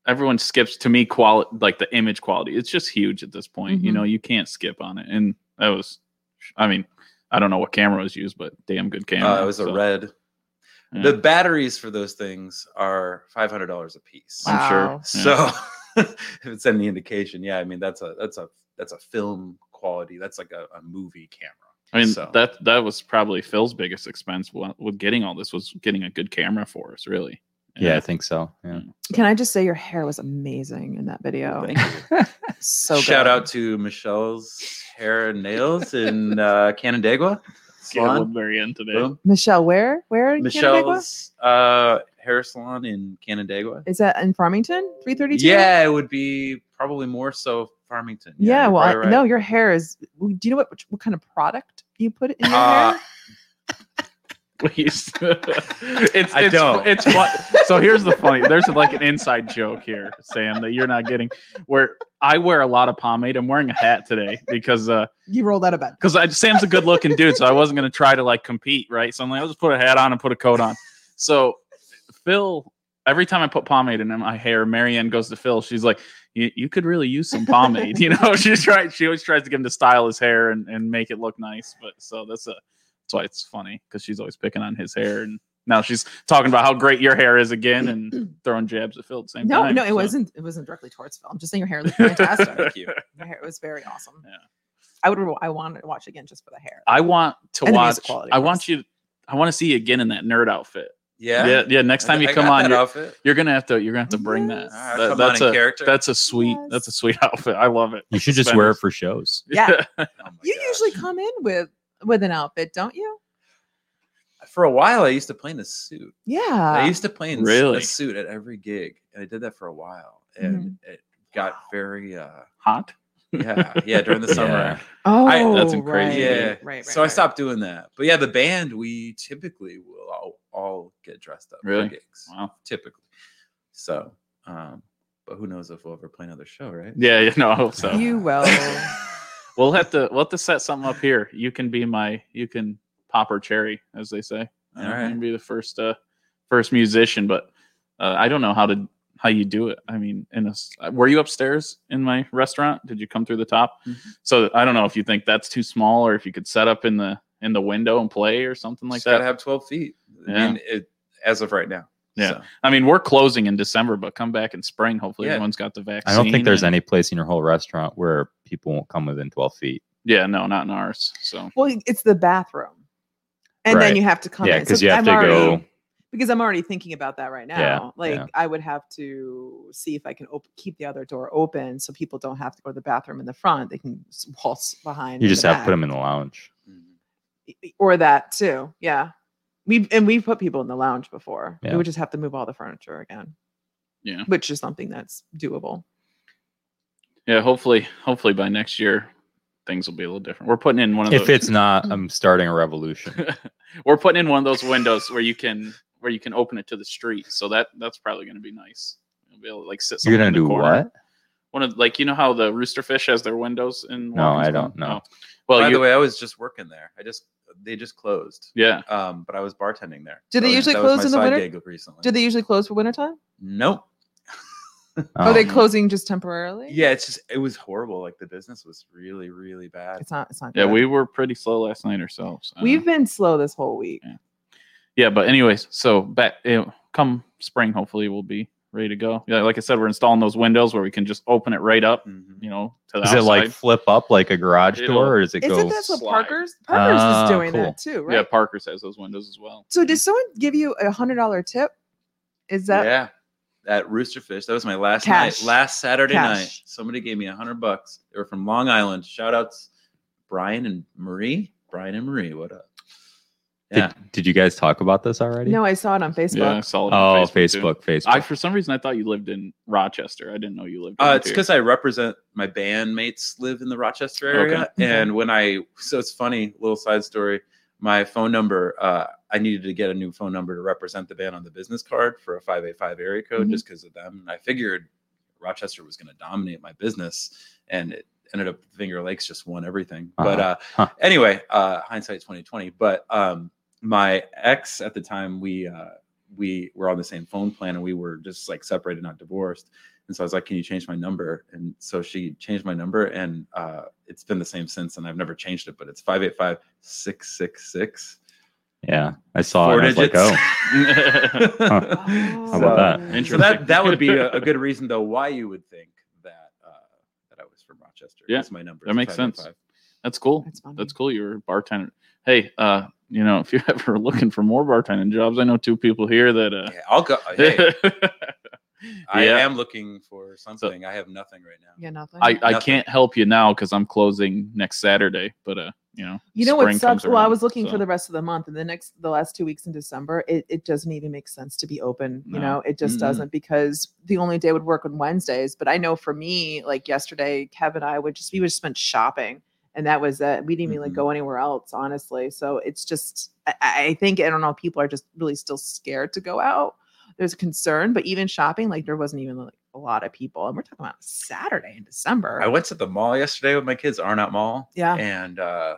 Speaker 1: everyone skips to me quality, like the image quality. It's just huge at this point. You
Speaker 3: Mhm.
Speaker 5: Mm-hmm.
Speaker 1: know, you can't skip on it. And that was, I mean, I don't know what camera was used, but damn good camera.
Speaker 5: Uh, it was a
Speaker 1: so,
Speaker 5: red.
Speaker 1: yeah.
Speaker 5: The batteries for those things are five hundred dollars a piece.
Speaker 1: I'm sure.
Speaker 3: Wow.
Speaker 1: Yeah.
Speaker 5: So <laughs> if it's any indication, yeah, I mean that's a that's a that's a film quality. That's like a, a movie camera.
Speaker 1: I mean,
Speaker 5: So-
Speaker 1: that that was probably Phil's biggest expense wa- with getting all this was getting a good camera for us, really.
Speaker 2: Yeah, I think so. Yeah.
Speaker 3: Can I just say your hair was amazing in that video?
Speaker 5: Thank you.
Speaker 3: <laughs> So
Speaker 5: Shout
Speaker 3: good.
Speaker 5: out to Michelle's hair and nails in uh, Canandaigua.
Speaker 1: Yeah,
Speaker 5: Salon.
Speaker 1: Woodbury in today.
Speaker 5: Boom.
Speaker 3: Michelle. Where? Where? in Canandaigua?
Speaker 5: Michelle's uh, hair salon in Canandaigua.
Speaker 3: Is that in Farmington? 332?
Speaker 5: Yeah, it would be probably more so Farmington.
Speaker 3: Yeah,
Speaker 5: you're
Speaker 3: well, I-
Speaker 5: probably right.
Speaker 3: no, your hair is. Do you know what what kind of product you put in your
Speaker 5: Uh,
Speaker 3: hair?
Speaker 1: <laughs> Please. it's,
Speaker 5: I
Speaker 1: it's,
Speaker 5: don't.
Speaker 1: It's fun. So here's the funny. There's like an inside joke here, Sam, that you're not getting. Where I wear a lot of pomade. I'm wearing a hat today because uh
Speaker 3: You rolled out of bed.
Speaker 1: because I Sam's a good looking dude, so I wasn't gonna try to like compete, right? So I'm like, I'll just put a hat on and put a coat on. So Phil, every time I put pomade in my hair, Marianne goes to Phil. She's like, "You- you could really use some pomade, <laughs> you know. She's trying. She always tries to get him to style his hair and, and make it look nice. But so that's a that's why it's funny because she's always picking on his hair, and now she's talking about how great your hair is
Speaker 3: <clears throat>
Speaker 1: again and throwing jabs at Phil at the same
Speaker 3: No,
Speaker 1: time.
Speaker 3: no, it
Speaker 1: so.
Speaker 3: wasn't. It wasn't directly towards Phil. I'm just saying your hair looked
Speaker 5: <laughs>
Speaker 3: fantastic.
Speaker 1: <laughs>
Speaker 5: Thank you.
Speaker 3: your hair was very awesome.
Speaker 1: Yeah. Oh
Speaker 3: I would. re- I want to watch again just for the hair.
Speaker 1: I want to
Speaker 3: And the
Speaker 1: watch.
Speaker 3: music quality,
Speaker 1: I
Speaker 3: of
Speaker 1: want
Speaker 3: course.
Speaker 1: you. I want to see you again in that nerd outfit.
Speaker 5: Yeah.
Speaker 1: yeah, yeah. Next time
Speaker 5: I-
Speaker 1: you
Speaker 5: I
Speaker 1: come
Speaker 5: got
Speaker 1: on,
Speaker 5: that
Speaker 1: you're,
Speaker 5: outfit.
Speaker 1: you're gonna have to you're gonna have to bring that.
Speaker 3: Yes.
Speaker 5: All right,
Speaker 1: That-
Speaker 5: come
Speaker 1: that's
Speaker 5: on in
Speaker 1: a
Speaker 5: character.
Speaker 1: that's a sweet
Speaker 3: Yes.
Speaker 1: that's a sweet <laughs> outfit. I love it.
Speaker 2: You should just wear it
Speaker 1: Suspenders.
Speaker 2: for shows.
Speaker 3: Yeah.
Speaker 5: Oh my
Speaker 3: you
Speaker 5: gosh.
Speaker 3: usually come in with with an outfit, don't you?
Speaker 5: for a while I used to play in a suit. I
Speaker 3: Yeah.
Speaker 5: used to play in s-
Speaker 1: Really?
Speaker 5: a suit at every gig, and I did that for a while, and
Speaker 3: Mm-hmm.
Speaker 5: it got very
Speaker 1: <laughs>
Speaker 5: uh
Speaker 1: <laughs> hot.
Speaker 5: yeah yeah during the summer.
Speaker 2: Yeah.
Speaker 3: oh,
Speaker 5: I-
Speaker 1: that's crazy.
Speaker 3: Right,
Speaker 5: Yeah.
Speaker 3: Right. right
Speaker 5: so I
Speaker 3: right.
Speaker 5: stopped doing that. But yeah, the band we typically will all, all get dressed up
Speaker 1: Really?
Speaker 5: for gigs.
Speaker 1: Wow.
Speaker 5: Typically. So um but who knows if we'll ever play another show, right?
Speaker 1: Yeah, yeah, no, I
Speaker 3: <laughs>
Speaker 1: hope so.
Speaker 5: <laughs>
Speaker 3: You will.
Speaker 1: we'll have to we'll have to set something up here. You can be my you can popper cherry, as they say. Uh,
Speaker 5: All right.
Speaker 1: you can be the first uh first musician, but uh, I don't know how to how you do it. I mean, in a s were you upstairs in my restaurant? Did you come through the top?
Speaker 5: Mhm.
Speaker 1: So I don't know if you think that's too small or if you could set up in the in the window and play or something like
Speaker 5: Just gotta
Speaker 1: that.
Speaker 5: have 12 feet.
Speaker 1: Yeah.
Speaker 5: I mean it as of right now.
Speaker 1: Yeah.
Speaker 5: So,
Speaker 1: I mean, we're closing in December, but come back in spring. Hopefully,
Speaker 5: Yeah.
Speaker 1: everyone's got the vaccine.
Speaker 2: I don't think there's
Speaker 1: and-
Speaker 2: any place in your whole restaurant where people won't come within 12 feet.
Speaker 1: Yeah, no, not in ours. So
Speaker 3: Well, it's the bathroom, and
Speaker 2: Right.
Speaker 3: then you have to come.
Speaker 2: yeah,
Speaker 3: in.
Speaker 2: because
Speaker 3: So
Speaker 2: you have
Speaker 3: I'm
Speaker 2: to
Speaker 3: already-
Speaker 2: go.
Speaker 3: Because I'm already thinking about that right now.
Speaker 2: Yeah,
Speaker 3: like
Speaker 2: yeah.
Speaker 3: I would have to see if I can op- keep the other door open so people don't have to go to the bathroom in the front. They can s- waltz behind.
Speaker 2: You
Speaker 3: in
Speaker 2: just
Speaker 3: the
Speaker 2: have to put
Speaker 3: back.
Speaker 2: them in the lounge.
Speaker 5: Mm-hmm.
Speaker 3: or that too. Yeah. We and we've put people in the lounge before.
Speaker 2: Yeah.
Speaker 3: We would just have to move all the furniture again.
Speaker 1: Yeah.
Speaker 3: Which is something that's doable.
Speaker 1: yeah, hopefully, hopefully by next year things will be a little different. We're putting in one of
Speaker 2: If
Speaker 1: those.
Speaker 2: it's
Speaker 3: Mm.
Speaker 2: not, I'm starting a revolution.
Speaker 1: <laughs> we're putting in one of those windows where you can where you can open it to the street. So that that's probably going to be nice. You'll be able to like sit.
Speaker 2: You're
Speaker 1: somewhere
Speaker 2: gonna
Speaker 1: in the
Speaker 2: do
Speaker 1: corner.
Speaker 2: what?
Speaker 1: One of like you know how the roosterfish has their windows in.
Speaker 2: No,
Speaker 1: Watkins
Speaker 2: I don't
Speaker 1: Glen?
Speaker 2: know.
Speaker 1: Oh. Well,
Speaker 5: by
Speaker 1: you,
Speaker 5: the way, I was just working there. I just they just closed.
Speaker 1: yeah,
Speaker 5: Um, but I was bartending there.
Speaker 3: Do they
Speaker 5: So
Speaker 3: usually
Speaker 5: that
Speaker 3: close
Speaker 5: was my
Speaker 3: in the
Speaker 5: side
Speaker 3: winter?
Speaker 5: gig Recently.
Speaker 3: Do they usually close for wintertime?
Speaker 5: Nope.
Speaker 3: Are they
Speaker 2: Oh.
Speaker 3: closing just temporarily?
Speaker 5: Yeah, it's just it was horrible. Like the business was really, really bad.
Speaker 3: It's not it's not
Speaker 1: yeah,
Speaker 3: good.
Speaker 1: we were pretty slow last night ourselves. I
Speaker 3: We've
Speaker 1: know.
Speaker 3: been slow this whole week.
Speaker 1: yeah, but anyways, so back you know, come spring, hopefully we'll be ready to go. Yeah, like I said, we're installing those windows where we can just open it right up,
Speaker 5: Mhm.
Speaker 1: you know, to the
Speaker 2: Does it like
Speaker 1: outside.
Speaker 2: flip up like a garage
Speaker 1: It'll-
Speaker 2: door, or does it
Speaker 3: Isn't
Speaker 2: go?
Speaker 3: that what
Speaker 1: slide.
Speaker 3: Parker's Parker's
Speaker 2: Ah,
Speaker 3: is doing
Speaker 2: cool.
Speaker 3: that too, right?
Speaker 1: Yeah, Parker's has those windows as well.
Speaker 3: So did someone give you a hundred dollar tip? Is that
Speaker 5: yeah. At Roosterfish, that was my last
Speaker 3: Cash.
Speaker 5: night. Last Saturday night,
Speaker 3: Cash.
Speaker 5: somebody gave me a hundred bucks. They were from Long Island. Shout outs, Brian and Marie. Brian and Marie, what up? Yeah,
Speaker 2: Did, did you guys talk about this already?
Speaker 3: no, I saw it on Facebook.
Speaker 1: Yeah, I saw it on
Speaker 2: Oh,
Speaker 1: too.
Speaker 2: Facebook, Facebook.
Speaker 1: I for some reason I thought you lived in Rochester. I didn't know you lived.
Speaker 5: Uh,
Speaker 1: in
Speaker 5: it's
Speaker 1: here.
Speaker 5: because I represent my bandmates live in the Rochester area,
Speaker 1: Okay.
Speaker 5: and when I so it's funny little side story. My phone number, uh, I needed to get a new phone number to represent the band on the business card for a five eight five area code,
Speaker 3: Mhm.
Speaker 5: just because of them. And I figured Rochester was going to dominate my business, and it ended up Finger Lakes just won everything. But
Speaker 2: Uh-huh.
Speaker 5: uh,
Speaker 2: Huh.
Speaker 5: anyway, uh, hindsight twenty twenty. But um, my ex at the time, we uh, we were on the same phone plan, and we were just like separated, not divorced. And so I was like, "Can you change my number?" And so she changed my number, and uh, it's been the same since. And I've never changed it, but it's five eight five six six six.
Speaker 2: yeah, I saw it. and I was like, oh,
Speaker 5: How <laughs>
Speaker 3: Oh.
Speaker 2: How about that?
Speaker 5: So
Speaker 1: Interesting.
Speaker 5: that that would be a,
Speaker 1: <laughs>
Speaker 5: a good reason though why you would think that uh, that I was from Rochester.
Speaker 1: Yeah,
Speaker 5: That's my number.
Speaker 1: that
Speaker 5: is
Speaker 1: makes sense.
Speaker 5: 585.
Speaker 1: That's cool.
Speaker 3: That's funny.
Speaker 1: That's cool. You're a bartender. Hey, uh, you know, <laughs> if you're ever looking for more bartending jobs, I know two people here that. Uh,
Speaker 5: oh Yeah,
Speaker 1: <laughs>
Speaker 5: I'll go. Hey, I
Speaker 1: Yeah.
Speaker 5: am looking for something. I have nothing right now.
Speaker 3: Yeah, nothing.
Speaker 1: I, I
Speaker 5: Nothing.
Speaker 1: can't help you now because I'm closing next Saturday. But uh, you know,
Speaker 3: You know what
Speaker 1: spring comes
Speaker 3: sucks? Well, I
Speaker 1: around,
Speaker 3: was looking
Speaker 1: so-
Speaker 3: for the rest of the month and the next, the last two weeks in December, it, it doesn't even make sense to be open. You
Speaker 1: No.
Speaker 3: know, it just
Speaker 5: Mm-mm.
Speaker 3: doesn't because the only day would work on Wednesdays. But I know for me, like yesterday, Kev and I would just, we would just spent shopping and that was it. We didn't even like
Speaker 5: Mhm.
Speaker 3: go anywhere else, honestly. So it's just, I, I think, I don't know, people are just really still scared to go out. There's concern, but even shopping, like there wasn't even like a lot of people. And we're talking about Saturday in December.
Speaker 5: I went to the mall yesterday with my kids, Arnott Mall.
Speaker 3: Yeah.
Speaker 5: And uh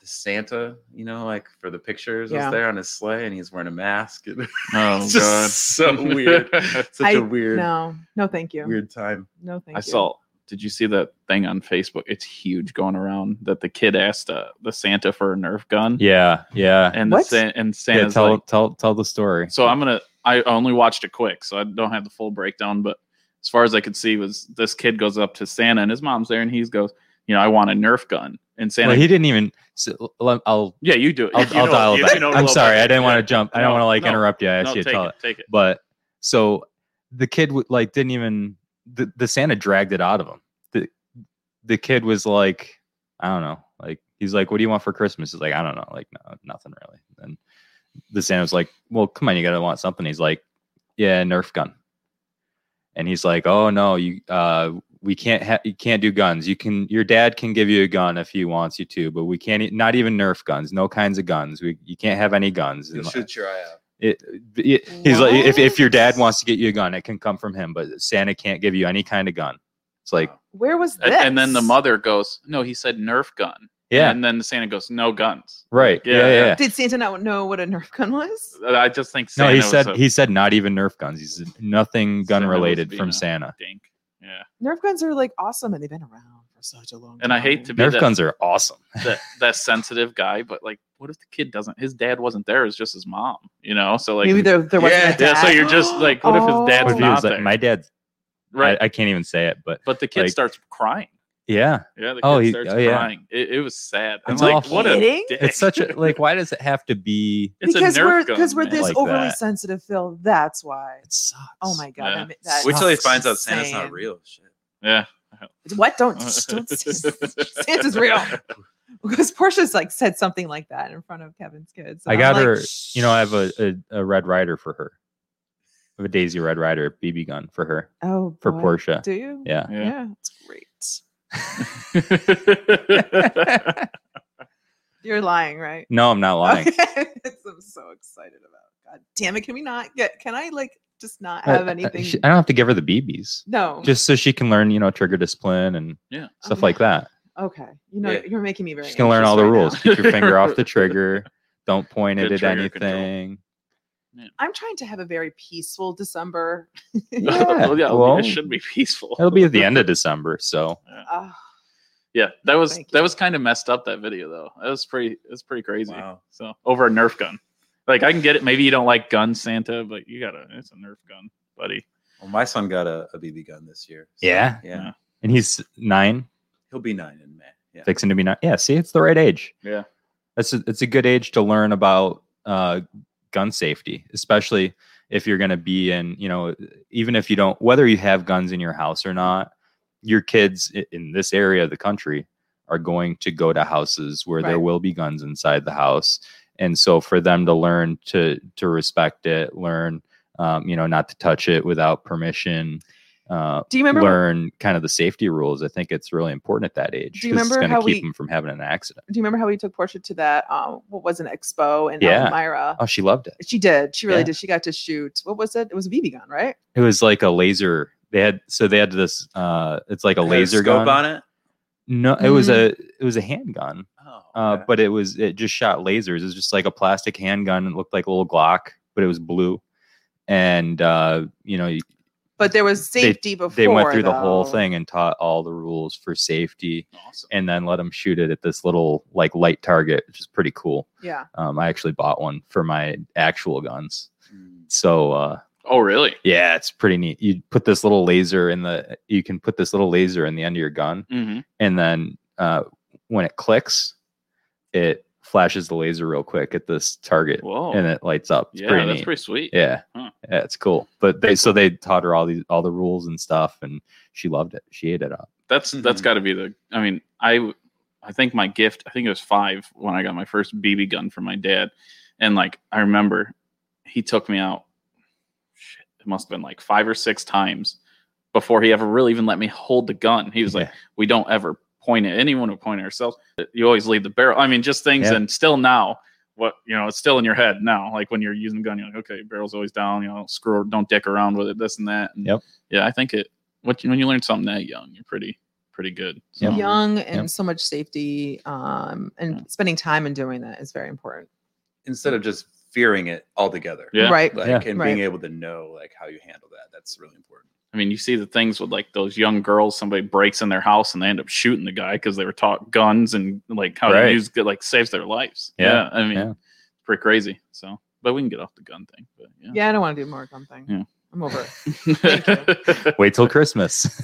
Speaker 5: the Santa, you know, like for the pictures
Speaker 3: Yeah.
Speaker 5: was there on his sleigh and he's wearing a mask. <laughs> It's
Speaker 1: Oh
Speaker 5: just
Speaker 1: god, <laughs>
Speaker 5: so weird. Such
Speaker 3: I-
Speaker 5: a weird
Speaker 3: no, no, thank you.
Speaker 5: weird time.
Speaker 3: No, thank
Speaker 1: I
Speaker 3: you.
Speaker 1: saw. Did you see that thing on Facebook? It's huge going around that the kid asked uh, the Santa for a Nerf gun.
Speaker 2: oh. yeah, yeah.
Speaker 1: and the
Speaker 3: What?
Speaker 1: San- and
Speaker 2: yeah
Speaker 1: Santa's
Speaker 2: tell
Speaker 1: like,
Speaker 2: tell tell the story.
Speaker 1: So I'm gonna. I only watched it quick, so I don't have the full breakdown. But as far as I could see, was this kid goes up to Santa and his mom's there, and he goes, "You know, I want a Nerf gun." And Santa,
Speaker 2: well, he didn't even. So, let- I'll
Speaker 1: yeah, you do it.
Speaker 2: I'll,
Speaker 1: You
Speaker 2: I'll
Speaker 1: know-
Speaker 2: dial it
Speaker 1: you-
Speaker 2: back.
Speaker 1: you know a
Speaker 2: I'm
Speaker 1: little
Speaker 2: sorry,
Speaker 1: bit.
Speaker 2: I didn't
Speaker 1: Yeah.
Speaker 2: want to jump. I don't
Speaker 1: No,
Speaker 2: want to like
Speaker 1: no,
Speaker 2: interrupt you. I
Speaker 1: No,
Speaker 2: asked you
Speaker 1: take
Speaker 2: to tell it.
Speaker 1: it, take it.
Speaker 2: But so the kid w- like didn't even the, the Santa dragged it out of him. The the kid was like, I don't know, like he's like, what do you want for Christmas? He's like, I don't know, like no, nothing really. And the Santa was like, well, come on, you gotta want something. He's like, yeah, Nerf gun. And he's like, oh no, you uh we can't ha- you can't do guns. You can your dad can give you a gun if he wants you to, but we can't e- not even Nerf guns, no kinds of guns. We you can't have any guns.
Speaker 5: He'll
Speaker 2: And,
Speaker 5: shoot your eye out.
Speaker 2: it, it- he's like if, if your dad
Speaker 3: What?
Speaker 2: wants to get you a gun it can come from him but santa can't give you any kind of gun it's like
Speaker 3: Where was
Speaker 1: And,
Speaker 3: this?
Speaker 1: and then the mother goes, "No, he said Nerf gun."
Speaker 2: yeah
Speaker 1: And then Santa goes, "No guns."
Speaker 2: right yeah
Speaker 1: Yeah,
Speaker 2: yeah,
Speaker 1: yeah.
Speaker 3: Did Santa not know what a Nerf gun was?
Speaker 1: I just think
Speaker 2: no
Speaker 1: Santa
Speaker 2: he
Speaker 1: was
Speaker 2: said
Speaker 1: a
Speaker 2: he said not even nerf guns he said nothing gun
Speaker 1: Santa was
Speaker 2: related
Speaker 1: being
Speaker 2: from
Speaker 1: a
Speaker 2: santa
Speaker 1: dink. Yeah.
Speaker 3: Nerf guns are like awesome and they've been around. for such a long
Speaker 1: And I hate to
Speaker 3: time.
Speaker 1: be
Speaker 2: Nerf
Speaker 1: that,
Speaker 2: guns are awesome.
Speaker 1: that that sensitive guy, but like, what if the kid doesn't? His dad wasn't there. It's just his mom, you know. So like,
Speaker 3: maybe there, there wasn't
Speaker 5: Yeah,
Speaker 3: a
Speaker 1: yeah.
Speaker 3: dad.
Speaker 1: So you're just like, what if his
Speaker 2: What
Speaker 1: dad's
Speaker 2: if
Speaker 3: Oh.
Speaker 2: he was
Speaker 1: not
Speaker 2: like,
Speaker 1: there?
Speaker 2: my dad's
Speaker 1: right.
Speaker 2: I, I can't even say it, but
Speaker 1: but the kid
Speaker 2: like-
Speaker 1: starts crying.
Speaker 2: yeah,
Speaker 1: Yeah, the kid
Speaker 2: Oh, he-
Speaker 1: starts
Speaker 2: oh, yeah.
Speaker 1: crying. It, it was sad. I'm
Speaker 2: It's
Speaker 1: like,
Speaker 2: awful.
Speaker 1: what a
Speaker 3: Kidding?
Speaker 1: dick.
Speaker 2: it's such a like. Why does it have to be?
Speaker 1: <laughs> It's a
Speaker 3: because
Speaker 1: Nerf
Speaker 3: we're
Speaker 1: gun,
Speaker 3: because we're
Speaker 1: man.
Speaker 3: this
Speaker 2: Like
Speaker 3: overly
Speaker 2: that.
Speaker 3: sensitive, Phil. That's why.
Speaker 2: It sucks.
Speaker 3: Oh my god!
Speaker 1: Yeah.
Speaker 3: I mean, that
Speaker 5: Wait till he
Speaker 3: sucks.
Speaker 5: finds out Santa's
Speaker 3: Insane.
Speaker 5: not real. Shit.
Speaker 3: <laughs>
Speaker 1: yeah.
Speaker 3: What?
Speaker 1: <laughs>
Speaker 3: Don't, don't Santa's real. Because Portia's like said something like that in front of Kevin's kids.
Speaker 2: I
Speaker 3: and
Speaker 2: got
Speaker 3: I'm
Speaker 2: her.
Speaker 3: like,
Speaker 2: You know, I have a, a, a red rider for her. I have a Daisy Red Rider BB gun for her
Speaker 3: oh
Speaker 2: for
Speaker 3: boy.
Speaker 2: Portia.
Speaker 3: Do you?
Speaker 2: Yeah.
Speaker 3: Yeah,
Speaker 1: Yeah.
Speaker 3: it's great.
Speaker 1: yeah.
Speaker 3: You're lying, right?
Speaker 2: No, I'm not lying.
Speaker 3: <laughs> Okay. I'm so excited about. God damn it! Can we not get? Can I like just not
Speaker 2: I-
Speaker 3: have
Speaker 2: I-
Speaker 3: anything?
Speaker 2: Uh, she- I don't have to give her the BBs,
Speaker 3: no.
Speaker 2: just so she can learn, you know, trigger discipline and
Speaker 1: <laughs> Yeah.
Speaker 2: stuff
Speaker 3: Oh,
Speaker 2: like that.
Speaker 3: okay. You know,
Speaker 5: Yeah.
Speaker 3: you're making me very.
Speaker 2: She's gonna learn
Speaker 3: anxious
Speaker 2: all the
Speaker 3: right now.
Speaker 2: rules. Keep your
Speaker 3: <laughs>
Speaker 2: finger off the trigger. Don't point it
Speaker 1: Good
Speaker 2: at
Speaker 1: trigger control.
Speaker 2: anything.
Speaker 3: I'm trying to have a very peaceful December.
Speaker 1: well, yeah
Speaker 2: well,
Speaker 1: it should be peaceful.
Speaker 2: It'll be at the end of December, so
Speaker 3: Oh,
Speaker 1: Yeah, that was
Speaker 3: Thank
Speaker 1: that
Speaker 3: you.
Speaker 1: was kind of messed up. That video though, that was pretty. It's pretty crazy.
Speaker 5: Wow.
Speaker 1: So over a Nerf gun, like I can get it. Maybe you don't like guns, Santa, but you gotta. It's a Nerf gun, buddy.
Speaker 5: Well, my son got a, a BB gun this year.
Speaker 2: Yeah?
Speaker 5: Yeah.
Speaker 2: and he's nine,
Speaker 5: He'll be nine in May. Yeah.
Speaker 2: fixing to be nine. Yeah, see, it's the right age.
Speaker 1: Yeah.
Speaker 2: that's a, it's a good age to learn about uh, gun safety, especially if you're going to be in, you know, even if you don't, whether you have guns in your house or not, your kids i- in this area of the country are going to go to houses where there
Speaker 3: Right.
Speaker 2: will be guns inside the house, and so for them to learn to to respect it, learn, um, you know, not to touch it without permission. Uh,
Speaker 3: do you remember?
Speaker 2: learn kind of the safety rules. I think it's really important at that age
Speaker 3: Do you
Speaker 2: 'cause it's
Speaker 3: remember
Speaker 2: going to
Speaker 3: how
Speaker 2: keep
Speaker 3: we-
Speaker 2: them from having an accident.
Speaker 3: do you remember how we took Portia to that? Um, what was an expo in
Speaker 2: Yeah.
Speaker 3: Elmira?
Speaker 2: Oh, she loved it.
Speaker 3: She did. She really
Speaker 2: Yeah.
Speaker 3: did. She got to shoot. What was it? It was a BB gun, right?
Speaker 2: It was like a laser. They had so they had this. uh It's like a
Speaker 5: Had
Speaker 2: laser
Speaker 5: scope
Speaker 2: gun.
Speaker 5: on it.
Speaker 2: No, it was a
Speaker 3: Mm-hmm.
Speaker 2: it was a handgun,
Speaker 5: Oh.
Speaker 2: uh,
Speaker 5: okay.
Speaker 2: but it was it just shot lasers. It was just like a plastic handgun. It looked like a little Glock, but it was blue. And uh, you know, you-
Speaker 3: But there was
Speaker 2: They-
Speaker 3: safety before.
Speaker 2: they went through the whole
Speaker 3: though.
Speaker 2: thing and taught all the rules for safety,
Speaker 1: Awesome.
Speaker 2: and then let them shoot it at this little like light target, which is pretty cool.
Speaker 3: Yeah.
Speaker 2: Um, I actually bought one for my actual guns.
Speaker 5: Mm.
Speaker 2: So uh,
Speaker 1: Oh really?
Speaker 2: yeah, it's pretty neat. You put this little laser in the you can put this little laser in the end of your gun,
Speaker 1: Mm-hmm.
Speaker 2: and then uh, when it clicks, it flashes the laser real quick at this target,
Speaker 1: Whoa.
Speaker 2: and it lights up. It's
Speaker 1: yeah,
Speaker 2: pretty
Speaker 1: that's
Speaker 2: neat.
Speaker 1: pretty sweet.
Speaker 2: yeah,
Speaker 1: Huh.
Speaker 2: yeah, it's cool. But they so they taught her all these all the rules and stuff, and she loved it. She ate it up.
Speaker 1: That's that's
Speaker 2: Mm-hmm.
Speaker 5: Mhm.
Speaker 1: got to be the. I mean, I w- I think my gift. I think it was five when I got my first BB gun from my dad, and like I remember, he took me out. Shit, it must have been like five or six times before he ever really even let me hold the gun. He was like,
Speaker 2: Yeah.
Speaker 1: "We don't ever point at anyone. We point at ourselves. You always leave the barrel." I mean, just things.
Speaker 2: Yeah.
Speaker 1: And still now, what you know, it's still in your head now. Like when you're using a gun, you're like, "Okay, barrel's always down. You know, screw, don't dick around with it. This and that." And
Speaker 2: Yep.
Speaker 1: Yeah, I think it. What when you learn something that young, you're pretty pretty good. So,
Speaker 2: Yep.
Speaker 3: Young and
Speaker 2: Yep.
Speaker 3: so much safety. Um, and
Speaker 1: Yeah.
Speaker 3: spending time in doing that is very important.
Speaker 5: Instead of just fearing it altogether.
Speaker 1: Yeah.
Speaker 3: Right.
Speaker 5: Like,
Speaker 2: Yeah.
Speaker 5: And
Speaker 3: Right.
Speaker 5: being able to know like how you handle that. That's really important.
Speaker 1: I mean, you see the things with like those young girls. Somebody breaks in their house and they end up shooting the guy because they were taught guns and like how to
Speaker 2: Right.
Speaker 1: use good like saves their lives.
Speaker 2: Yeah,
Speaker 1: I mean,
Speaker 2: yeah.
Speaker 1: it's pretty crazy. So, but we can get off the gun thing. But
Speaker 3: Yeah.
Speaker 1: yeah,
Speaker 3: I don't want to do more gun thing.
Speaker 1: Yeah.
Speaker 3: I'm over
Speaker 5: <laughs>
Speaker 3: it.
Speaker 1: <laughs>
Speaker 2: Wait till Christmas.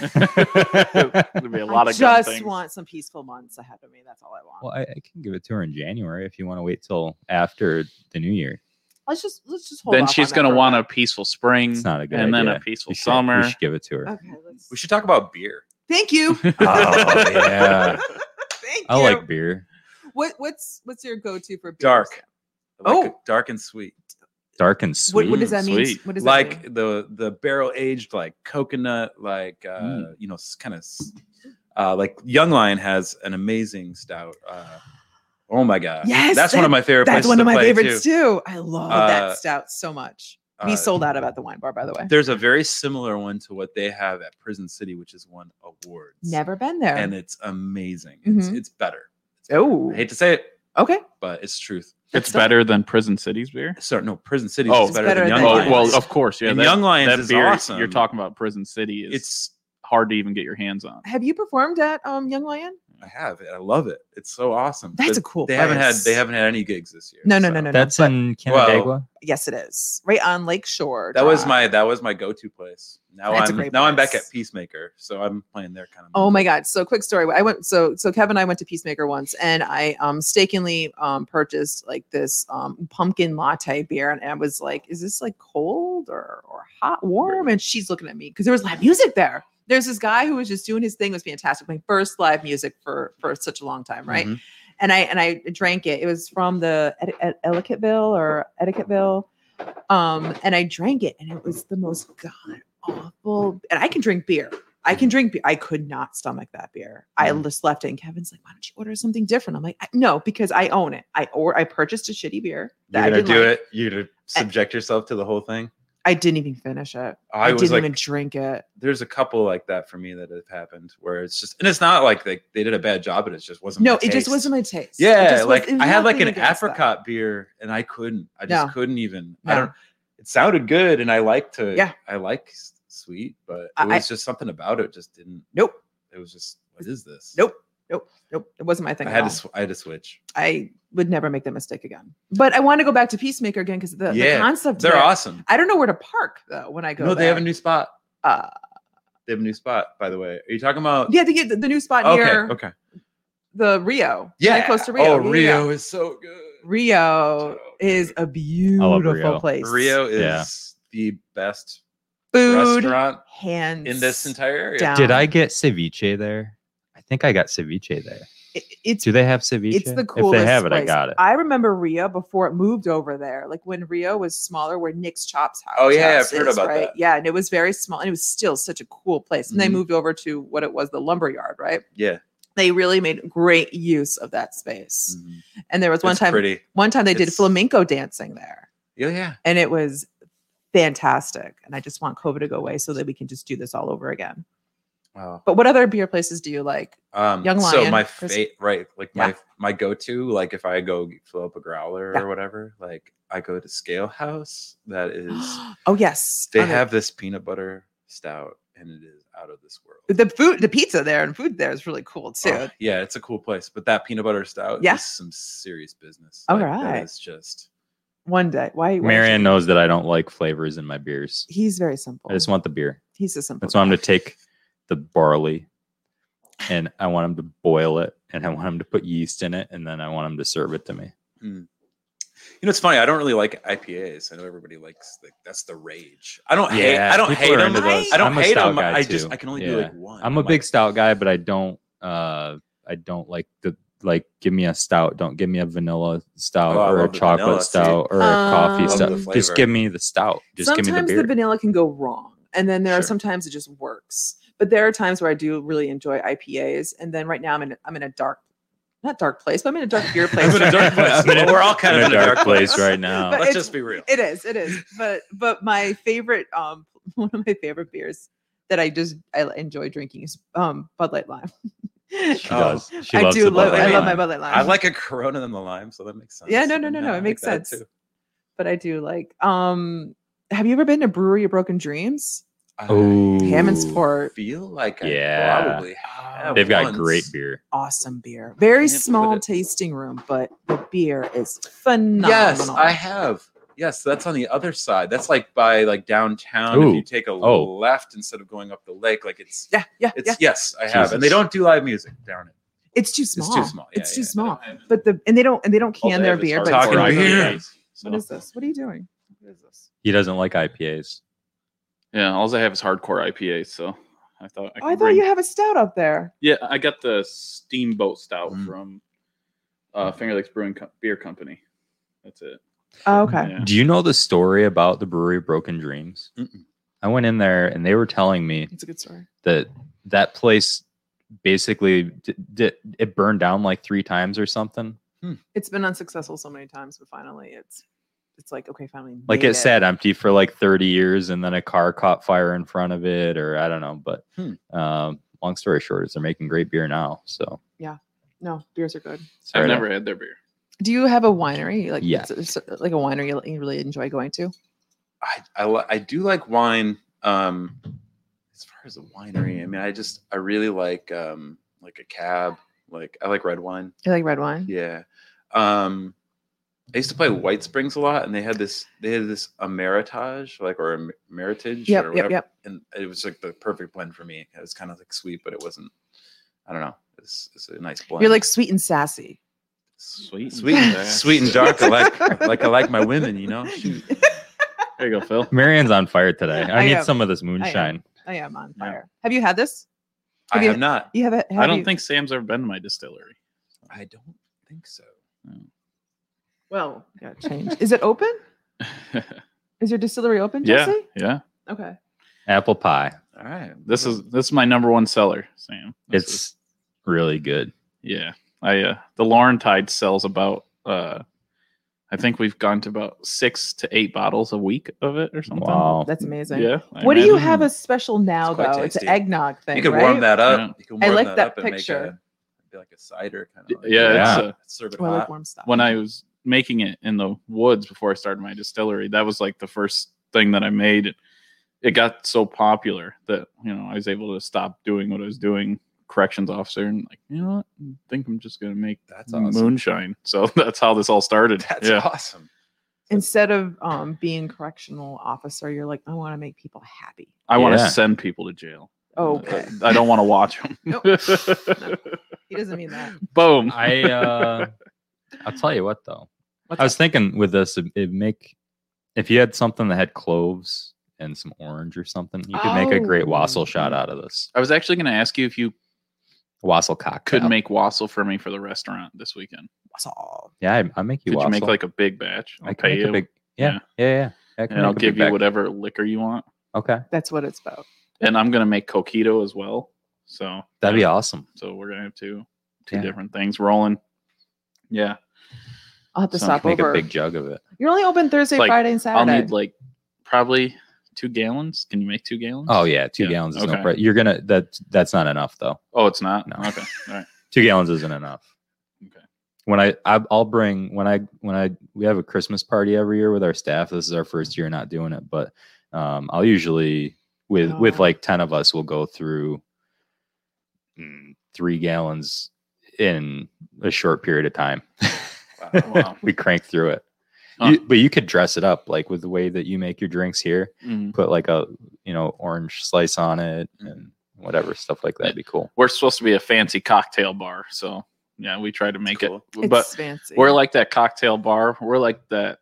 Speaker 1: There'll be a lot
Speaker 3: I
Speaker 1: of gun
Speaker 3: just
Speaker 1: things.
Speaker 3: want some peaceful months ahead of me. That's all I want.
Speaker 2: <laughs> Well, I, I can give it to her in January if you want to wait till after the new year.
Speaker 3: let's just let's just hold.
Speaker 1: then
Speaker 3: off
Speaker 1: she's
Speaker 3: on that
Speaker 1: gonna
Speaker 3: for a
Speaker 1: want a
Speaker 3: bit.
Speaker 1: peaceful spring
Speaker 2: It's not a good
Speaker 1: and then a
Speaker 2: idea.
Speaker 1: peaceful
Speaker 2: We should-
Speaker 1: summer.
Speaker 2: we should give it to
Speaker 5: <laughs>
Speaker 2: her.
Speaker 3: Okay. Let's,
Speaker 5: We should talk about beer.
Speaker 3: thank
Speaker 5: <laughs>
Speaker 3: you.
Speaker 2: Oh, yeah.
Speaker 3: <laughs> Thank you.
Speaker 2: I like beer.
Speaker 3: What what's what's your go to for beers?
Speaker 5: Dark. I Like
Speaker 3: Oh.
Speaker 5: a dark and sweet.
Speaker 2: Dark and
Speaker 3: What,
Speaker 2: sweet.
Speaker 3: what does that mean?
Speaker 1: Sweet.
Speaker 3: What does that
Speaker 5: Mm, like
Speaker 3: mean?
Speaker 5: the the barrel aged like coconut like uh
Speaker 1: Mm.
Speaker 5: you know kind of uh like young lion has an amazing stout uh oh my god
Speaker 3: Yes,
Speaker 5: that's one
Speaker 3: that-
Speaker 5: of my favorite
Speaker 3: That's
Speaker 5: places
Speaker 3: one
Speaker 5: to
Speaker 3: of my
Speaker 5: play,
Speaker 3: favorites
Speaker 5: too.
Speaker 3: too. I love
Speaker 5: Uh,
Speaker 3: that stout so much. we
Speaker 5: Uh,
Speaker 3: sold out about the wine bar, by the way.
Speaker 5: there's a very similar one to what they have at prison city which has won awards
Speaker 3: Never been there.
Speaker 5: and it's amazing it's,
Speaker 3: Mhm.
Speaker 5: it's better It's better.
Speaker 3: oh,
Speaker 5: i hate to say it
Speaker 3: okay.
Speaker 5: but it's truth
Speaker 1: <laughs> It's better than Prison Cities beer.
Speaker 5: so no prison city
Speaker 1: Oh.
Speaker 5: is
Speaker 1: It's
Speaker 5: better,
Speaker 3: better
Speaker 5: than young
Speaker 3: than
Speaker 1: Oh
Speaker 5: lion
Speaker 3: Lions.
Speaker 1: well, of course, yeah.
Speaker 5: and
Speaker 1: that-
Speaker 5: young lions
Speaker 1: that
Speaker 5: is
Speaker 1: beer
Speaker 5: awesome
Speaker 1: you're talking about Prison City is
Speaker 5: it's
Speaker 1: hard to even get your hands on.
Speaker 3: Have you performed at um, Young Lion?
Speaker 5: I have. it. I love it. It's so awesome.
Speaker 3: That's
Speaker 5: But
Speaker 3: a cool.
Speaker 5: They haven't had
Speaker 3: place.
Speaker 5: they haven't had any gigs this year.
Speaker 3: No, no,
Speaker 5: so.
Speaker 3: no, no, no.
Speaker 2: That's
Speaker 3: but-
Speaker 2: in Canandaigua.
Speaker 3: yes, it is right on Lakeshore.
Speaker 5: That was
Speaker 3: Drive.
Speaker 5: my that was my go to place. Now
Speaker 3: That's a
Speaker 5: I'm now
Speaker 3: great
Speaker 5: I'm back at
Speaker 3: place.
Speaker 5: Peacemaker, so I'm playing their kind of.
Speaker 3: Oh
Speaker 5: music.
Speaker 3: my God. So quick story. I went, so, so Kevin and I went to Peacemaker once and I um, mistakenly um, purchased like this um, pumpkin latte beer. And I was like, is this like cold or, or hot, warm? And she's looking at me because there was live music there. There's this guy who was just doing his thing. It was fantastic. My first live music for, for such a long time. Right.
Speaker 5: Mhm.
Speaker 3: And I, and I drank it. It was from the Eti- Et- Ellicottville or Etiquetteville. Um, and I drank it and it was the most God awful. And I can drink beer. I can drink beer. I could not stomach that beer. I
Speaker 5: Mm.
Speaker 3: just left it, and Kevin's like, "Why don't you order something different?" I'm like, I, "No, because I own it. I or I purchased a shitty beer that
Speaker 5: You're
Speaker 3: I
Speaker 5: gonna
Speaker 3: didn't
Speaker 5: do
Speaker 3: like.
Speaker 5: it. You're gonna subject yourself to the whole thing.
Speaker 3: I didn't even finish it. I,
Speaker 5: I, was
Speaker 3: didn't
Speaker 5: like, "Oh,
Speaker 3: even drink it.
Speaker 5: there's a couple like that for me that have happened where it's just, and it's not like they, they did a bad job, it just wasn't.
Speaker 3: No,
Speaker 5: my
Speaker 3: it just
Speaker 5: taste.
Speaker 3: wasn't my taste. It
Speaker 5: Yeah,
Speaker 3: just was-
Speaker 5: like
Speaker 3: it was
Speaker 5: I had like
Speaker 3: nothing
Speaker 5: an
Speaker 3: against that.
Speaker 5: apricot beer, and I couldn't. I just
Speaker 3: No.
Speaker 5: couldn't even. I
Speaker 3: No.
Speaker 5: don't. It sounded good, and I like to.
Speaker 3: Yeah.
Speaker 5: I like s- sweet, but it
Speaker 3: I-
Speaker 5: was just something about it just didn't.
Speaker 3: Nope,
Speaker 5: It was just what is this?
Speaker 3: Nope. nope. It wasn't my thing.
Speaker 5: I
Speaker 3: at
Speaker 5: had to.
Speaker 3: all.
Speaker 5: sw- I had to switch.
Speaker 3: I would never make that mistake again. But I want to go back to Peacemaker again because the,
Speaker 5: Yeah,
Speaker 3: the concept.
Speaker 5: They're
Speaker 3: there-
Speaker 5: awesome.
Speaker 3: I don't know where to park though when I go.
Speaker 5: No, they have a
Speaker 3: there.
Speaker 5: new spot.
Speaker 3: Uh,
Speaker 5: They have a new spot, by the way. Are you talking about?
Speaker 3: yeah, the, the, the new spot
Speaker 5: Okay.
Speaker 3: near
Speaker 5: Okay.
Speaker 3: the Rio.
Speaker 5: Yeah.
Speaker 3: Kinda close to Rio.
Speaker 5: Oh,
Speaker 3: Yeah, yeah, yeah.
Speaker 5: Rio is so good.
Speaker 3: Rio is a beautiful
Speaker 2: Rio.
Speaker 3: place.
Speaker 5: Rio is
Speaker 2: Yeah.
Speaker 5: the best
Speaker 3: food
Speaker 5: restaurant
Speaker 3: hands
Speaker 5: in this entire area.
Speaker 3: down.
Speaker 2: Did I get ceviche there? I think I got ceviche there.
Speaker 3: It- it's
Speaker 2: Do they have ceviche?
Speaker 3: it's the coolest.
Speaker 2: If they have it,
Speaker 3: place.
Speaker 2: I got it.
Speaker 3: I remember Rio before it moved over there, like when Rio was smaller, where Nick's Chops House.
Speaker 5: Oh, yeah, I've
Speaker 3: Chops
Speaker 5: heard
Speaker 3: is,
Speaker 5: about
Speaker 3: right?
Speaker 5: that.
Speaker 3: Yeah, and it was very small, and it was still such a cool place. And
Speaker 5: Mhm.
Speaker 3: they moved over to what it was, the lumber yard, right?
Speaker 5: Yeah.
Speaker 3: They really made great use of that space.
Speaker 5: Mhm.
Speaker 3: And there was one
Speaker 5: It's
Speaker 3: time,
Speaker 5: pretty.
Speaker 3: one time they did
Speaker 5: It's-
Speaker 3: flamenco dancing there.
Speaker 5: Yeah, yeah.
Speaker 3: and it was fantastic. And I just want COVID to go away so that we can just do this all over again.
Speaker 5: Wow.
Speaker 3: But what other beer places do you like?
Speaker 5: Um,
Speaker 3: Young
Speaker 5: so
Speaker 3: Lion,
Speaker 5: my
Speaker 3: Chris-
Speaker 5: fate, right? Like
Speaker 3: Yeah.
Speaker 5: my my go to, like if I go fill up a growler
Speaker 3: Yeah.
Speaker 5: or whatever, like I go to Scale House. That is,
Speaker 3: <gasps> oh yes,
Speaker 5: they
Speaker 3: I'm a-
Speaker 5: have this peanut butter stout, and it is out of this world.
Speaker 3: the food, the pizza there, and food there is really cool too.
Speaker 5: Oh, yeah, it's a cool place, but that peanut butter stout
Speaker 3: Yeah.
Speaker 5: is some serious business.
Speaker 3: All
Speaker 5: that
Speaker 3: right.
Speaker 5: is just
Speaker 3: One day, why? why
Speaker 2: Marianne knows that I don't like flavors in my beers.
Speaker 3: he's very simple.
Speaker 2: I just want the beer.
Speaker 3: he's a simple.
Speaker 2: That's why I'm
Speaker 3: guy.
Speaker 2: going to take the barley and I want him to boil it and I want him to put yeast in it and then I want him to serve it to me.
Speaker 5: you know, it's funny. I don't really like IPAs. I know everybody likes like that's the rage. I don't hate. I don't
Speaker 2: people
Speaker 5: hate
Speaker 2: are
Speaker 5: them.
Speaker 2: into those.
Speaker 5: I don't
Speaker 2: I'm a
Speaker 5: hate
Speaker 2: stout
Speaker 5: them.
Speaker 2: guy,
Speaker 5: I just
Speaker 2: too.
Speaker 5: I can only do
Speaker 2: Yeah.
Speaker 5: like one.
Speaker 2: I'm a
Speaker 5: like,
Speaker 2: big stout guy, but I don't uh I don't like the like give me a stout, don't give me a vanilla stout
Speaker 5: Oh, I
Speaker 2: or a
Speaker 5: love the
Speaker 2: chocolate
Speaker 5: vanilla, see?
Speaker 2: stout or a
Speaker 3: Um,
Speaker 2: coffee
Speaker 3: Love
Speaker 5: the
Speaker 2: stout. Just
Speaker 5: flavor.
Speaker 2: give me the stout. Just
Speaker 3: Sometimes
Speaker 2: give me the
Speaker 3: the
Speaker 2: <laughs> beer.
Speaker 3: vanilla can go wrong, and then there are
Speaker 5: Sure.
Speaker 3: sometimes it just works. But there are times where I do really enjoy IPAs, and then right now I'm in I'm in a dark, not dark place, but I'm in a dark beer place.
Speaker 5: in a dark place.
Speaker 2: <laughs> I'm in a-
Speaker 5: Well, we're all kind
Speaker 2: I'm
Speaker 5: of in a dark
Speaker 2: place
Speaker 5: place.
Speaker 2: right now.
Speaker 3: But
Speaker 5: Let's
Speaker 3: it's-
Speaker 5: just be real.
Speaker 3: <laughs> It is. It is. But but my favorite um <laughs> one of my favorite beers that I just I enjoy drinking is um Bud Light Lime. <laughs>
Speaker 2: She
Speaker 5: Oh,
Speaker 2: does. She
Speaker 3: I
Speaker 2: loves
Speaker 3: do
Speaker 2: the
Speaker 3: love
Speaker 2: Bud
Speaker 3: I
Speaker 2: Light
Speaker 3: love my
Speaker 2: Lime.
Speaker 3: Bud Light Lime.
Speaker 5: I like a Corona than the lime, so that makes sense.
Speaker 3: Yeah, no, no, no, no,
Speaker 5: I
Speaker 3: it
Speaker 5: like
Speaker 3: makes
Speaker 5: that,
Speaker 3: sense. but I do like um have you ever been to Brewery of Broken Dreams?
Speaker 5: I
Speaker 3: Hammondsport.
Speaker 5: feel like
Speaker 2: Oh. Yeah.
Speaker 5: I probably have
Speaker 2: They've got
Speaker 5: once.
Speaker 2: great beer.
Speaker 3: Awesome beer.
Speaker 5: I
Speaker 3: Very
Speaker 5: can't believe
Speaker 3: small
Speaker 5: it.
Speaker 3: tasting room, but the beer is phenomenal.
Speaker 5: Yes, I have. Yes, that's on the other side. That's like by like downtown. If
Speaker 2: Ooh.
Speaker 5: you take a
Speaker 2: Oh.
Speaker 5: left instead of going up the lake, like it's
Speaker 3: yeah, yeah,
Speaker 5: it's
Speaker 3: yeah.
Speaker 5: yes, I have. And they
Speaker 2: Jesus.
Speaker 5: don't do live music. Darn it.
Speaker 3: It's too
Speaker 5: too
Speaker 3: small.
Speaker 5: small. Yeah,
Speaker 3: It's too
Speaker 5: yeah, they
Speaker 3: small. But the and they don't and they don't can their beer. But it's
Speaker 5: Talking
Speaker 3: really
Speaker 5: beer.
Speaker 3: good.
Speaker 1: So,
Speaker 3: What is this? What are you doing? What is this?
Speaker 2: He doesn't like IPAs.
Speaker 1: yeah, all I have is hardcore IPA. So I thought I,
Speaker 3: Oh, I thought
Speaker 1: could bring-
Speaker 3: you have a stout up there.
Speaker 1: Yeah, I got the Steamboat Stout
Speaker 5: Mm.
Speaker 1: from uh, Finger Lakes Brewing Co- Beer Company. That's it.
Speaker 3: Oh, okay.
Speaker 1: Yeah.
Speaker 2: Do you know the story about the brewery Broken Dreams?
Speaker 5: Mm-mm.
Speaker 2: I went in there and they were telling me
Speaker 3: It's a good story.
Speaker 2: that that place basically d- d- it burned down like three times or something.
Speaker 3: It's been unsuccessful so many times, but finally it's it's like okay, finally. we
Speaker 2: Like
Speaker 3: made
Speaker 2: it sat empty for like 30 years and then a car caught fire in front of it, or I don't know. But
Speaker 5: Hmm.
Speaker 2: um, long story short, is they're making great beer now. So
Speaker 3: No, beers are good.
Speaker 2: sorry
Speaker 1: I've
Speaker 2: to-
Speaker 1: never had their beer.
Speaker 3: Do you have a winery? Like
Speaker 2: Yeah.
Speaker 3: it's- it's like a winery you- you really enjoy going to?
Speaker 5: I I, li- I do like wine. Um, as far as a winery, I mean, I just I really like um like a cab. Like I like red wine.
Speaker 3: You like red wine?
Speaker 5: Yeah. Um I used to play White Springs a lot and they had this they had this Ameritage, like or Am- Meritage
Speaker 3: Yep,
Speaker 5: or
Speaker 3: yep,
Speaker 5: whatever.
Speaker 3: yep.
Speaker 5: And it was like the perfect blend for me. It was kind of like sweet, but it wasn't I don't know. It's it's a nice blend.
Speaker 3: You're like sweet and sassy.
Speaker 1: Sweet,
Speaker 5: sweet and, sweet and dark. I like like I like my women,
Speaker 3: <laughs>
Speaker 5: you know?
Speaker 1: There you go, Phil.
Speaker 2: Marion's on fire today. I,
Speaker 3: I
Speaker 2: need
Speaker 3: am.
Speaker 2: some of this moonshine.
Speaker 3: I am on
Speaker 1: Yeah.
Speaker 3: fire. Have you had this?
Speaker 5: I
Speaker 3: Have you-
Speaker 5: have not.
Speaker 3: You have it.
Speaker 1: I don't think Sam's ever been to my distillery. <laughs>
Speaker 5: I don't think so.
Speaker 3: Well, <laughs> got change. Is it open? Is your distillery open,
Speaker 1: yeah,
Speaker 3: Jesse?
Speaker 1: yeah.
Speaker 3: Okay.
Speaker 2: Apple pie.
Speaker 5: All right.
Speaker 1: This is this is my number one seller, Sam. This
Speaker 2: It's
Speaker 1: is-
Speaker 2: really good.
Speaker 1: Yeah, I uh, the Laurentide sells about. Uh, I think we've gone to about six to eight bottles a week of it or something.
Speaker 2: Wow.
Speaker 3: That's amazing.
Speaker 1: Yeah. I
Speaker 3: What do you
Speaker 1: imagine.
Speaker 3: have as special now,
Speaker 5: quite
Speaker 3: though? It's an
Speaker 5: tasty.
Speaker 3: eggnog thing.
Speaker 5: You could
Speaker 3: right?
Speaker 5: warm that up.
Speaker 1: Yeah.
Speaker 5: You can
Speaker 3: I
Speaker 5: warm
Speaker 3: like
Speaker 5: that,
Speaker 3: that
Speaker 5: up and make
Speaker 3: picture.
Speaker 5: a be like a cider kind
Speaker 1: Y-
Speaker 5: of.
Speaker 1: Yeah, It's,
Speaker 2: Yeah.
Speaker 1: uh,
Speaker 5: serve it
Speaker 3: Oh, I like
Speaker 5: hot.
Speaker 3: warm stuff.
Speaker 1: when I was making it in the woods before I started my distillery, that was like the first thing that I made. It got so popular that you know I was able to stop doing what I was doing, corrections officer, and like you know what, I think I'm just gonna make
Speaker 5: That's awesome. <laughs>
Speaker 1: moonshine. So <laughs> that's how this all started.
Speaker 5: That's
Speaker 1: yeah.
Speaker 5: awesome.
Speaker 3: instead of um, being correctional officer, you're like, I want to make people happy.
Speaker 1: I want to
Speaker 2: Yeah.
Speaker 1: send people to jail. Uh,
Speaker 3: Okay.
Speaker 1: I don't want to watch
Speaker 5: <laughs>
Speaker 1: them.
Speaker 3: Nope. He doesn't mean that.
Speaker 1: <laughs> Boom.
Speaker 2: I uh I'll tell you what though. I was thinking with this it it'd make if you had something that had cloves and some orange or something, you could make a great
Speaker 3: Oh.
Speaker 2: wassail shot out of this.
Speaker 1: I was actually going to ask you if you
Speaker 2: Wassail cocktail.
Speaker 1: could make wassail for me for the restaurant this weekend.
Speaker 3: That's all.
Speaker 2: Yeah, I, I make you
Speaker 1: Could you
Speaker 2: wassail.
Speaker 1: make like a big batch? I'll
Speaker 2: I can
Speaker 1: pay
Speaker 2: make
Speaker 1: you,
Speaker 2: a big yeah, yeah, yeah. yeah. I can
Speaker 1: and I'll
Speaker 2: make a big
Speaker 1: give you
Speaker 2: bag.
Speaker 1: whatever liquor you want.
Speaker 2: Okay,
Speaker 3: That's what it's about.
Speaker 1: And I'm going to make coquito as well. So
Speaker 2: that'd be
Speaker 1: yeah.
Speaker 2: awesome.
Speaker 1: So we're going to have two two
Speaker 2: Yeah.
Speaker 1: different things rolling. Yeah,
Speaker 3: I'll have to
Speaker 1: Sounds
Speaker 3: stop
Speaker 2: Make
Speaker 3: over.
Speaker 2: a big jug of it.
Speaker 3: You're only open Thursday,
Speaker 1: Like,
Speaker 3: Friday, and Saturday.
Speaker 1: I'll need like probably two gallons. Can you make two gallons?
Speaker 2: Oh yeah, two
Speaker 1: Yeah,
Speaker 2: gallons is
Speaker 1: okay.
Speaker 2: no problem. You're gonna that that's not enough though.
Speaker 1: Oh, it's not.
Speaker 2: No. <laughs>
Speaker 1: Okay. All right.
Speaker 2: Two gallons isn't enough.
Speaker 1: Okay.
Speaker 2: When I, I I'll bring when I when I we have a Christmas party every year with our staff. This is our first year not doing it, but um, I'll usually with with
Speaker 3: Oh.
Speaker 2: like ten of us, we'll go through mm, three gallons in a short period of time. <laughs>
Speaker 5: Wow.
Speaker 1: Wow.
Speaker 2: we crank through it.
Speaker 1: Huh.
Speaker 2: You, but you could dress it up like with the way that you make your drinks here.
Speaker 1: Mhm.
Speaker 2: Put like a you know orange slice on it
Speaker 1: Mm.
Speaker 2: and whatever stuff like that'd be cool.
Speaker 1: We're supposed to be a fancy cocktail bar, so yeah, we try to make
Speaker 5: cool.
Speaker 1: it.
Speaker 3: it's
Speaker 1: But
Speaker 3: fancy.
Speaker 1: We're like that cocktail bar. We're like that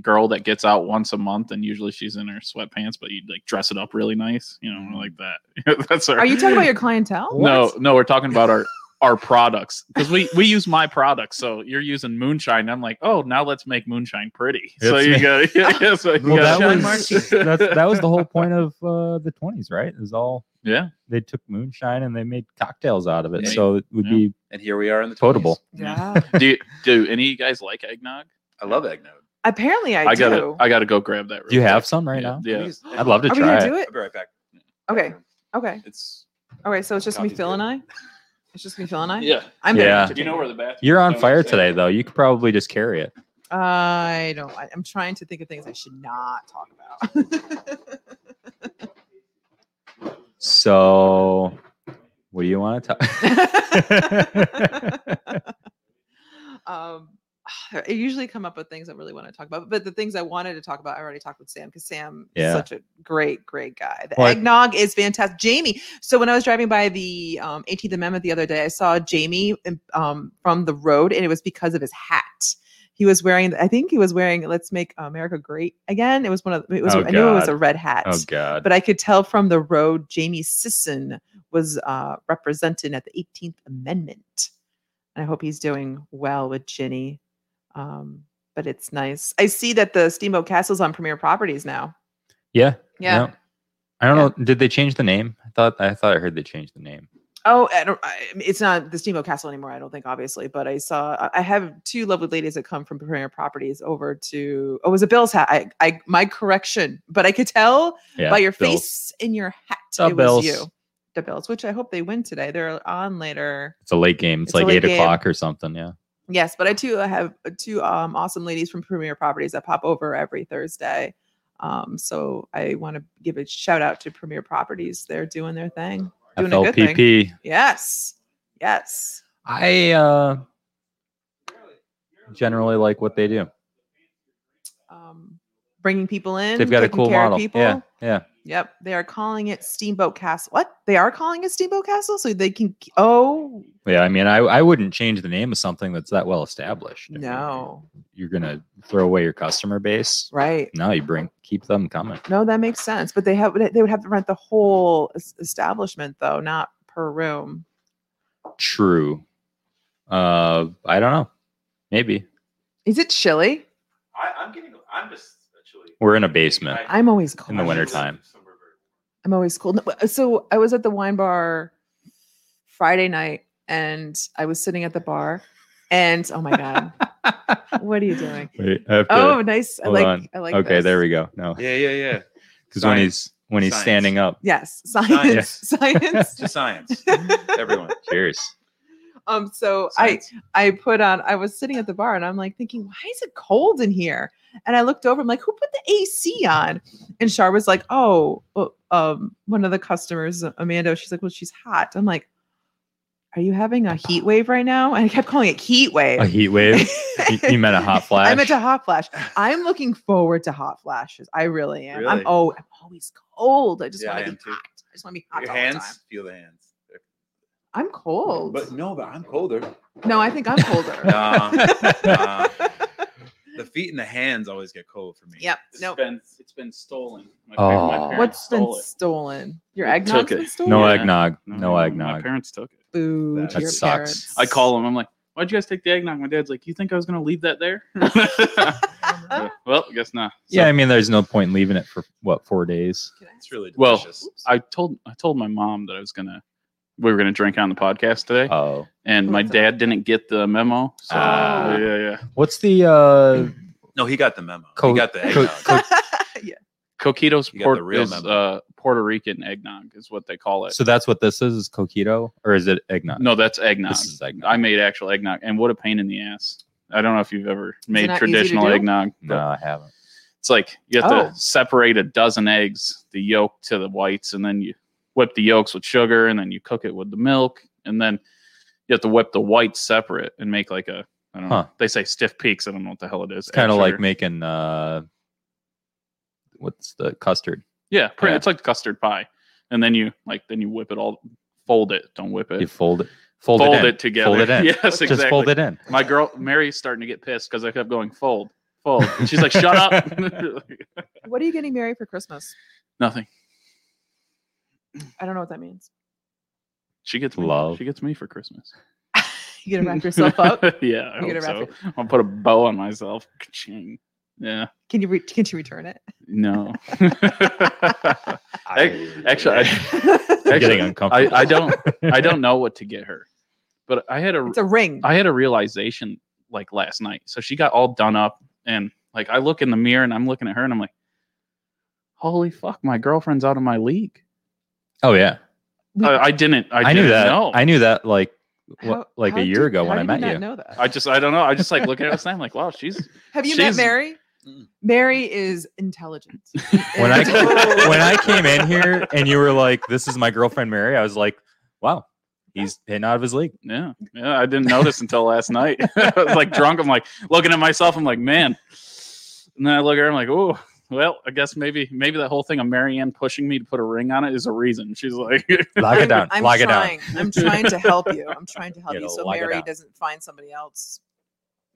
Speaker 1: girl that gets out once a month and usually she's in her sweatpants, but you like dress it up really nice. You know, we're
Speaker 2: Mm.
Speaker 1: like that. <laughs> That's our
Speaker 3: Are you talking about your clientele?
Speaker 1: <laughs> No, no, we're talking about our our products. Because we we use my products. So you're using moonshine. I'm like, oh now let's make moonshine pretty. so
Speaker 2: It's
Speaker 1: you
Speaker 2: me.
Speaker 1: gotta <laughs> yeah, yeah, so you
Speaker 2: Well,
Speaker 1: gotta-
Speaker 2: that
Speaker 5: Moonshine
Speaker 2: was <laughs> that's, that was the whole point of uh, the twenties, right? It was all
Speaker 1: <laughs> Yeah.
Speaker 2: they took moonshine and they made cocktails out of it,
Speaker 5: Yeah.
Speaker 2: so it would
Speaker 1: Yeah.
Speaker 2: be
Speaker 5: And here we are in the 20s.
Speaker 2: potable.
Speaker 3: Yeah.
Speaker 1: Do you, do any of you guys like eggnog?
Speaker 5: I love eggnog.
Speaker 3: Apparently, I,
Speaker 1: I,
Speaker 3: do.
Speaker 1: gotta I gotta go grab that
Speaker 2: Do you
Speaker 1: real
Speaker 2: have
Speaker 1: quick.
Speaker 2: some right
Speaker 1: yeah,
Speaker 2: now?
Speaker 1: Yeah.
Speaker 5: Please.
Speaker 2: I'd love to
Speaker 3: Are we
Speaker 2: try
Speaker 3: gonna
Speaker 2: it.
Speaker 3: do it?
Speaker 5: I'll be right back. Um,
Speaker 3: Okay. Okay.
Speaker 5: It's
Speaker 3: All right. So it's just me,
Speaker 5: Coffee's
Speaker 3: Phil,
Speaker 5: good.
Speaker 3: and I. It's just me, Phil, and I.
Speaker 1: Yeah.
Speaker 3: I'm
Speaker 2: Yeah.
Speaker 1: Do you know where the bathroom
Speaker 2: You're on
Speaker 1: is?
Speaker 2: fire today, though. You could probably just carry it.
Speaker 3: I don't. I, I'm trying to think of things I should not talk about. <laughs>
Speaker 2: So, what do you want to <laughs> talk?
Speaker 3: <laughs> um, <sighs> I usually come up with things I really want to talk about, but the things I wanted to talk about, I already talked with Sam because Sam
Speaker 2: Yeah.
Speaker 3: is such a great, great guy. The
Speaker 2: Well, I-
Speaker 3: eggnog is fantastic. Jamie. So when I was driving by the um, 18th Amendment the other day, I saw Jamie um, from the road, and it was because of his hat. He was wearing, I think he was wearing "Let's Make America Great Again." It was one of it was.
Speaker 2: Oh,
Speaker 3: I knew it was
Speaker 2: God.
Speaker 3: a red hat
Speaker 2: oh God,
Speaker 3: but I could tell from the road Jamie Sisson was uh, represented at the 18th Amendment. And I hope he's doing well with Ginny. Um, but it's nice. I see that the Steamboat Castle's on Premier Properties now.
Speaker 2: yeah,
Speaker 3: Yeah.
Speaker 2: Yep. I don't know. Did they change the name? I thought I thought I heard they changed the name.
Speaker 3: Oh, I don't, I, it's not the Steamboat Castle anymore. I don't think, obviously. But I saw I- I have two lovely ladies that come from Premier Properties over to. Oh, it was a Bill's hat. I, I my correction, but I could tell
Speaker 2: Yeah,
Speaker 3: by your
Speaker 2: Bill's.
Speaker 3: face in your hat
Speaker 2: The
Speaker 3: it
Speaker 2: Bills.
Speaker 3: was you. The Bills, which I hope they win today. They're on later.
Speaker 2: It's a late game. It's,
Speaker 3: It's a
Speaker 2: like
Speaker 3: late
Speaker 2: eight
Speaker 3: game.
Speaker 2: o'clock or something. Yeah.
Speaker 3: Yes, but I too have two um, awesome ladies from Premier Properties that pop over every Thursday. Um, so I want to give a shout out to Premier Properties. They're doing their thing, doing a good thing.
Speaker 2: FLPP.
Speaker 3: Yes, yes.
Speaker 2: I uh, generally like what they do.
Speaker 3: Um, bringing people in.
Speaker 2: They've got a
Speaker 3: taking
Speaker 2: cool
Speaker 3: care of
Speaker 2: model.
Speaker 3: People.
Speaker 2: Yeah, yeah.
Speaker 3: Yep. They are calling it Steamboat Castle. What? They are calling it Steamboat Castle, so they can. Oh
Speaker 2: Yeah, I mean, I, I wouldn't change the name of something that's that well established. If
Speaker 3: no!
Speaker 2: You're gonna throw away your customer base.
Speaker 3: Right.
Speaker 2: No, you bring keep them coming.
Speaker 3: No, that makes sense. But they have they would have to rent the whole es- establishment though, not per room.
Speaker 2: True. Uh, I don't know. Maybe
Speaker 3: Is it chilly?
Speaker 5: I, I'm getting. I'm just actually.
Speaker 2: we're in a basement.
Speaker 3: I'm always cold.
Speaker 2: In the wintertime.
Speaker 3: I'm always cold. No, but- So I was at the wine bar Friday night, and I was sitting at the bar, and oh my
Speaker 2: <laughs>
Speaker 3: god, what are you doing?
Speaker 2: Wait, I have to-
Speaker 3: Oh, nice. I
Speaker 2: hold
Speaker 3: like.
Speaker 2: on.
Speaker 3: I like.
Speaker 2: okay,
Speaker 3: this.
Speaker 2: there we go. No,
Speaker 5: Yeah, yeah, yeah.
Speaker 2: because when
Speaker 5: Science.
Speaker 2: he's when he's
Speaker 5: Science.
Speaker 2: standing up.
Speaker 3: Yes, <laughs> science. Science.
Speaker 2: <laughs>
Speaker 5: To science,
Speaker 3: <laughs>
Speaker 5: everyone.
Speaker 2: Cheers.
Speaker 3: Um, so
Speaker 5: Science.
Speaker 3: I I put on. I was sitting at the bar and I'm like thinking, why is it cold in here? And I looked over. I'm like, who put the AC on? And Shar was like, oh, well, um, one of the customers, Amanda. She's like, well, she's hot. I'm like, are you having a heat wave right now? And I kept calling it heat wave.
Speaker 2: A heat wave. you, you meant
Speaker 3: <laughs>
Speaker 2: a hot flash.
Speaker 3: I meant a hot flash. I'm looking forward to hot flashes. I really am. I'm
Speaker 5: Really?
Speaker 3: oh, I'm always cold. I just
Speaker 5: Yeah, I
Speaker 3: want to
Speaker 5: am
Speaker 3: be
Speaker 5: too.
Speaker 3: hot. I just want to be hot
Speaker 5: Your
Speaker 3: all the time.
Speaker 5: hands feel the hands.
Speaker 3: I'm cold.
Speaker 5: But no, but I'm colder.
Speaker 3: no, I think I'm colder.
Speaker 5: <laughs> Nah,
Speaker 3: <laughs>
Speaker 5: nah. The feet and the hands always get cold for me.
Speaker 3: yep.
Speaker 1: It's
Speaker 3: No.
Speaker 1: been it's been stolen. My,
Speaker 2: Oh.
Speaker 1: parents
Speaker 3: What's been
Speaker 1: stole it.
Speaker 3: stolen? Your
Speaker 1: They
Speaker 3: eggnog's
Speaker 1: took
Speaker 3: been
Speaker 1: it.
Speaker 3: stolen.
Speaker 2: no
Speaker 1: Yeah.
Speaker 2: eggnog.
Speaker 1: No,
Speaker 2: No,
Speaker 1: My
Speaker 2: eggnog.
Speaker 1: parents took it.
Speaker 3: Boo
Speaker 5: That
Speaker 3: to your
Speaker 2: sucks.
Speaker 3: parents.
Speaker 1: I call them. I'm like, why'd you guys take the eggnog? My dad's like, you think I was gonna leave that
Speaker 2: <laughs>
Speaker 1: there? <laughs> Yeah, well, guess not. So,
Speaker 2: Yeah, I mean, there's no point in leaving it for what four days.
Speaker 5: It's really
Speaker 1: Well,
Speaker 5: delicious.
Speaker 1: I told I told my mom that I was gonna we were gonna drink on the podcast today,
Speaker 2: Oh,
Speaker 1: and my
Speaker 3: Okay.
Speaker 1: dad didn't get the memo. So
Speaker 2: Ah.
Speaker 1: yeah, yeah.
Speaker 2: what's the uh,
Speaker 5: no, he got the memo.
Speaker 2: Co-
Speaker 5: he got the
Speaker 2: co-
Speaker 5: eggnog.
Speaker 2: co-
Speaker 3: <laughs>
Speaker 1: Coquito's
Speaker 5: You got
Speaker 1: port
Speaker 5: the real
Speaker 1: is
Speaker 5: memo.
Speaker 1: uh, Puerto Rican eggnog is what they call it.
Speaker 2: So that's what this is, is coquito, or is it eggnog?
Speaker 1: no, that's eggnog.
Speaker 2: this is eggnog.
Speaker 1: I made actual eggnog, and what a pain in the ass. I don't know if you've ever made
Speaker 3: not easy to
Speaker 1: traditional
Speaker 3: do?
Speaker 1: eggnog.
Speaker 2: no, I haven't.
Speaker 1: It's like you have
Speaker 3: Oh.
Speaker 1: to separate a dozen eggs, the yolk to the whites, and then you whip the yolks with sugar, and then you cook it with the milk, and then you have to whip the whites separate and make like a I don't know.
Speaker 2: Huh.
Speaker 1: They say stiff peaks. I don't know what the hell it is.
Speaker 2: It's kind of
Speaker 1: Add
Speaker 2: like
Speaker 1: sugar.
Speaker 2: making uh, what's the custard?
Speaker 1: yeah, pretty,
Speaker 2: yeah.
Speaker 1: it's like the custard pie, and then you like then you whip it all, fold it. Don't whip it.
Speaker 2: You fold it, fold,
Speaker 1: fold
Speaker 2: it, in.
Speaker 1: together.
Speaker 2: fold it
Speaker 1: <laughs>
Speaker 2: in.
Speaker 1: Yes,
Speaker 2: Just
Speaker 1: exactly.
Speaker 2: fold it in.
Speaker 1: My girl Mary's starting to get pissed because I kept going fold, fold, and she's like, "Shut up." <laughs>
Speaker 3: What are you getting married for Christmas?
Speaker 1: Nothing.
Speaker 3: I don't know what that means.
Speaker 1: She gets me.
Speaker 2: Love.
Speaker 1: She gets me for Christmas. <laughs>
Speaker 3: You gonna
Speaker 2: <laughs>
Speaker 3: wrap yourself up?
Speaker 1: yeah, I
Speaker 3: You gonna
Speaker 1: hope so.
Speaker 3: wrap it-
Speaker 1: I'll put a bow on myself. Ka-ching. Yeah,
Speaker 3: Can you re- can you return it? <laughs>
Speaker 1: no. Ac- actually, I,
Speaker 2: I'm
Speaker 1: actually,
Speaker 2: getting
Speaker 1: I,
Speaker 2: uncomfortable.
Speaker 1: I don't I don't know what to get her, but I had a
Speaker 3: it's a ring.
Speaker 1: I had a realization like last night. So she got all done up, and like I look in the mirror and I'm looking at her and I'm like, holy fuck, my girlfriend's out of my league.
Speaker 2: oh yeah,
Speaker 3: We- <laughs>
Speaker 1: Uh, I, I didn't. I,
Speaker 2: I, knew
Speaker 1: didn't
Speaker 2: that.
Speaker 1: Know.
Speaker 2: I knew that like what,
Speaker 3: How-
Speaker 2: like
Speaker 3: how
Speaker 2: a year
Speaker 3: did-
Speaker 2: ago
Speaker 3: how
Speaker 2: when I
Speaker 3: did
Speaker 2: met
Speaker 3: not
Speaker 2: you.
Speaker 3: know that?
Speaker 1: I just I don't know. I just like looking at us and I'm like, wow, she's
Speaker 3: Have you met
Speaker 1: she's-
Speaker 3: Mary?
Speaker 5: Mm.
Speaker 3: Mary is intelligent.
Speaker 2: <laughs>
Speaker 3: <laughs>
Speaker 2: When I
Speaker 3: And-
Speaker 2: when I came in here and you were like, "This is my girlfriend Mary," I was like, "Wow, he's hitting out of his league."
Speaker 1: Yeah, yeah, I didn't notice until last night. <laughs> I was like drunk. I'm like looking at myself. I'm like, man. And then I look at her. I'm like, oh, well, I guess maybe maybe that whole thing of Marianne pushing me to put a ring on it is a reason. She's like, <laughs>
Speaker 2: Lock it
Speaker 3: I'm-
Speaker 2: down.
Speaker 3: I'm
Speaker 2: Lock it down.
Speaker 3: trying. I'm trying to help you. I'm trying to help
Speaker 2: You
Speaker 3: you
Speaker 2: know,
Speaker 3: so
Speaker 2: lock it
Speaker 3: Mary
Speaker 2: down.
Speaker 3: doesn't find somebody else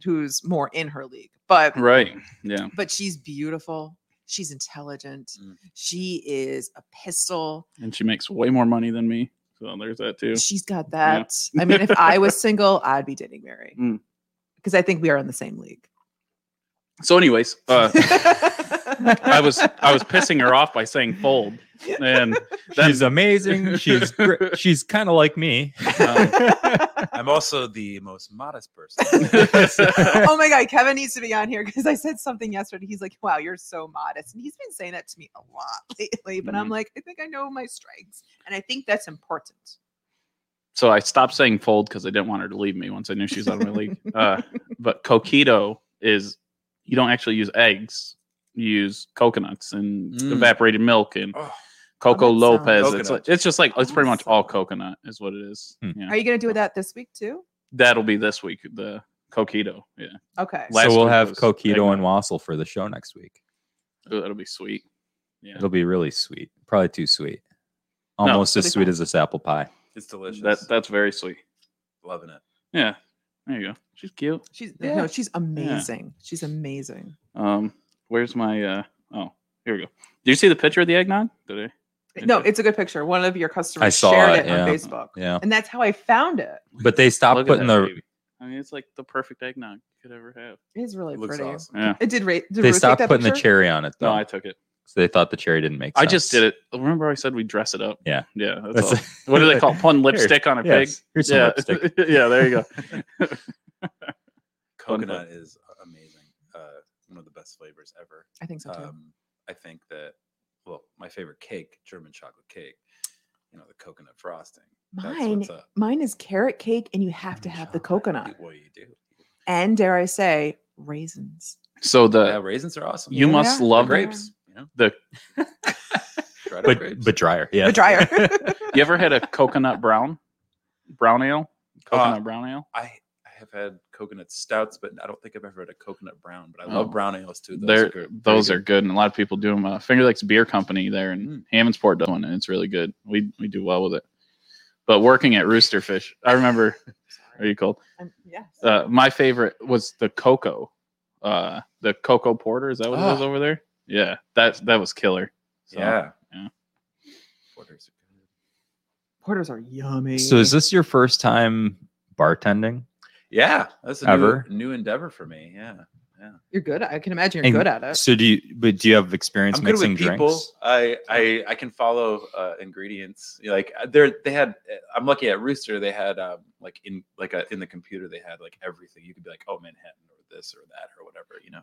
Speaker 3: who's more in her league. But
Speaker 1: right, yeah,
Speaker 3: but she's beautiful. She's intelligent.
Speaker 5: Mm.
Speaker 3: She is a pistol.
Speaker 1: and she makes way more money than me. So there's that too.
Speaker 3: She's got
Speaker 1: Yeah.
Speaker 3: that. I mean, if I
Speaker 1: <laughs>
Speaker 3: was single, I'd be dating Mary
Speaker 1: Mm.
Speaker 3: because I think we are in the same league.
Speaker 1: So, anyways, uh, I was I was pissing her off by saying fold, and then
Speaker 2: She's amazing. She's gr- she's kind of like me.
Speaker 5: <laughs> I'm also the most modest person.
Speaker 3: <laughs>
Speaker 1: <laughs>
Speaker 3: oh my god, Kevin needs to be on here because I said something yesterday. He's like, "Wow, you're so modest," and he's been saying that to me a lot lately. But I'm
Speaker 1: Mhm.
Speaker 3: like, I think I know my strengths, and I think that's important.
Speaker 1: so I stopped saying fold because I didn't want her to leave me once I knew
Speaker 5: <laughs>
Speaker 1: she was out of my league. Uh, but coquito is you don't actually use eggs. you use coconuts and
Speaker 5: Mm.
Speaker 1: evaporated milk and
Speaker 5: Oh.
Speaker 1: Coco
Speaker 3: Oh, that sounds-
Speaker 1: Lopez. It's,
Speaker 5: Coconut.
Speaker 1: like, it's just like it's pretty much
Speaker 3: Awesome.
Speaker 1: all coconut is what it is.
Speaker 2: Hmm.
Speaker 1: Yeah.
Speaker 3: Are you going to do that this week too?
Speaker 1: That'll be this week. The coquito. Yeah,
Speaker 3: Okay.
Speaker 1: Last
Speaker 2: so we'll
Speaker 1: week
Speaker 2: have
Speaker 1: was
Speaker 2: Coquito
Speaker 1: eggnog.
Speaker 2: and Wassel for the show next week.
Speaker 1: Ooh, that'll be sweet. Yeah,
Speaker 2: It'll be really sweet. Probably too sweet.
Speaker 1: No,
Speaker 2: Almost
Speaker 3: it'll be
Speaker 2: as sweet
Speaker 3: fine.
Speaker 2: as this apple pie.
Speaker 5: It's delicious.
Speaker 1: that that's very sweet.
Speaker 5: Loving it.
Speaker 1: Yeah, there you go. She's cute.
Speaker 3: She's
Speaker 1: Yeah.
Speaker 3: no, she's amazing. She's amazing.
Speaker 1: Um, where's my uh? Oh, here we go. Do you see the picture of the eggnog? Did I?
Speaker 3: No, it's a good picture. One of your customers
Speaker 2: I saw
Speaker 3: shared
Speaker 2: it,
Speaker 3: it, on
Speaker 2: yeah.
Speaker 3: Facebook.
Speaker 2: Yeah.
Speaker 3: And that's how I found it.
Speaker 2: But they
Speaker 1: Look
Speaker 2: stopped
Speaker 1: at
Speaker 2: putting
Speaker 1: that
Speaker 2: the
Speaker 1: baby. I mean, it's like the perfect eggnog you could ever have.
Speaker 3: It is really
Speaker 5: It looks
Speaker 3: pretty.
Speaker 5: awesome.
Speaker 1: Yeah.
Speaker 3: It did rate. Did
Speaker 2: they
Speaker 3: Ruth take
Speaker 2: stopped
Speaker 3: that
Speaker 2: putting the
Speaker 3: picture?
Speaker 2: cherry on it though.
Speaker 1: No, I took it.
Speaker 2: so they thought the cherry didn't make sense.
Speaker 1: I just did it. Remember, I said we dress it up.
Speaker 2: Yeah.
Speaker 1: yeah. That's
Speaker 2: That's
Speaker 1: all.
Speaker 2: <laughs>
Speaker 1: What do they call it? putting lipstick on a pig?
Speaker 2: Yes. Here's some
Speaker 1: yeah, <laughs>
Speaker 2: lipstick.
Speaker 1: yeah. There you go. Fun
Speaker 5: Coconut is amazing. Uh, one of the best flavors ever.
Speaker 3: I think so too.
Speaker 5: Um, I think that well, my favorite cake, German chocolate cake, you know, the coconut frosting.
Speaker 3: Mine-
Speaker 5: That's what's up.
Speaker 3: Mine is carrot cake, and you have to
Speaker 2: Mmm,
Speaker 5: German
Speaker 3: have the
Speaker 5: chocolate.
Speaker 3: coconut.
Speaker 5: What do you do?
Speaker 3: And dare I say, raisins.
Speaker 1: So the
Speaker 5: yeah, raisins are awesome.
Speaker 1: you
Speaker 3: Yeah,
Speaker 1: must
Speaker 3: they are.
Speaker 5: Or
Speaker 1: love
Speaker 3: They're
Speaker 5: grapes. You know,
Speaker 1: the-
Speaker 5: <laughs> dried up
Speaker 2: But
Speaker 5: grapes.
Speaker 2: but drier. Yeah.
Speaker 3: The
Speaker 2: <laughs>
Speaker 3: dryer.
Speaker 1: <laughs> You ever had a coconut brown, brown ale? Coconut
Speaker 5: Uh,
Speaker 1: brown ale.
Speaker 5: I I have had coconut stouts, but I don't think I've ever had a coconut brown. But I
Speaker 1: Oh.
Speaker 5: love brown ales too.
Speaker 1: Those They're,
Speaker 5: good.
Speaker 1: those
Speaker 5: Very
Speaker 1: are good, and a lot of people do them. Uh, Finger Lakes Beer Company there in Hammondsport does one, and it's really good. We we do well with it. But working at Roosterfish, I remember.
Speaker 3: <laughs>
Speaker 1: Are you cold?
Speaker 3: Um, yes.
Speaker 1: Uh, my favorite was the cocoa, uh, the cocoa porter. Is that what it was
Speaker 5: Ah.
Speaker 1: over there? Yeah, that that was killer. So,
Speaker 5: yeah.
Speaker 1: yeah.
Speaker 5: Porters are good.
Speaker 3: Porters are yummy.
Speaker 2: So is this your first time bartending?
Speaker 5: Yeah, that's a
Speaker 2: Ever?
Speaker 5: new, new endeavor for me. Yeah,
Speaker 3: you're good. I can imagine
Speaker 2: And
Speaker 3: you're good at it.
Speaker 2: So do you but do you have experience
Speaker 5: I'm good
Speaker 2: mixing
Speaker 5: with
Speaker 2: drinks?
Speaker 5: people. I, I I can follow uh, ingredients. Like uh, they're they had. I'm lucky at Rooster. They had um, like in like a, in the computer. They had like everything. You could be like, oh Manhattan or this or that or whatever, you know.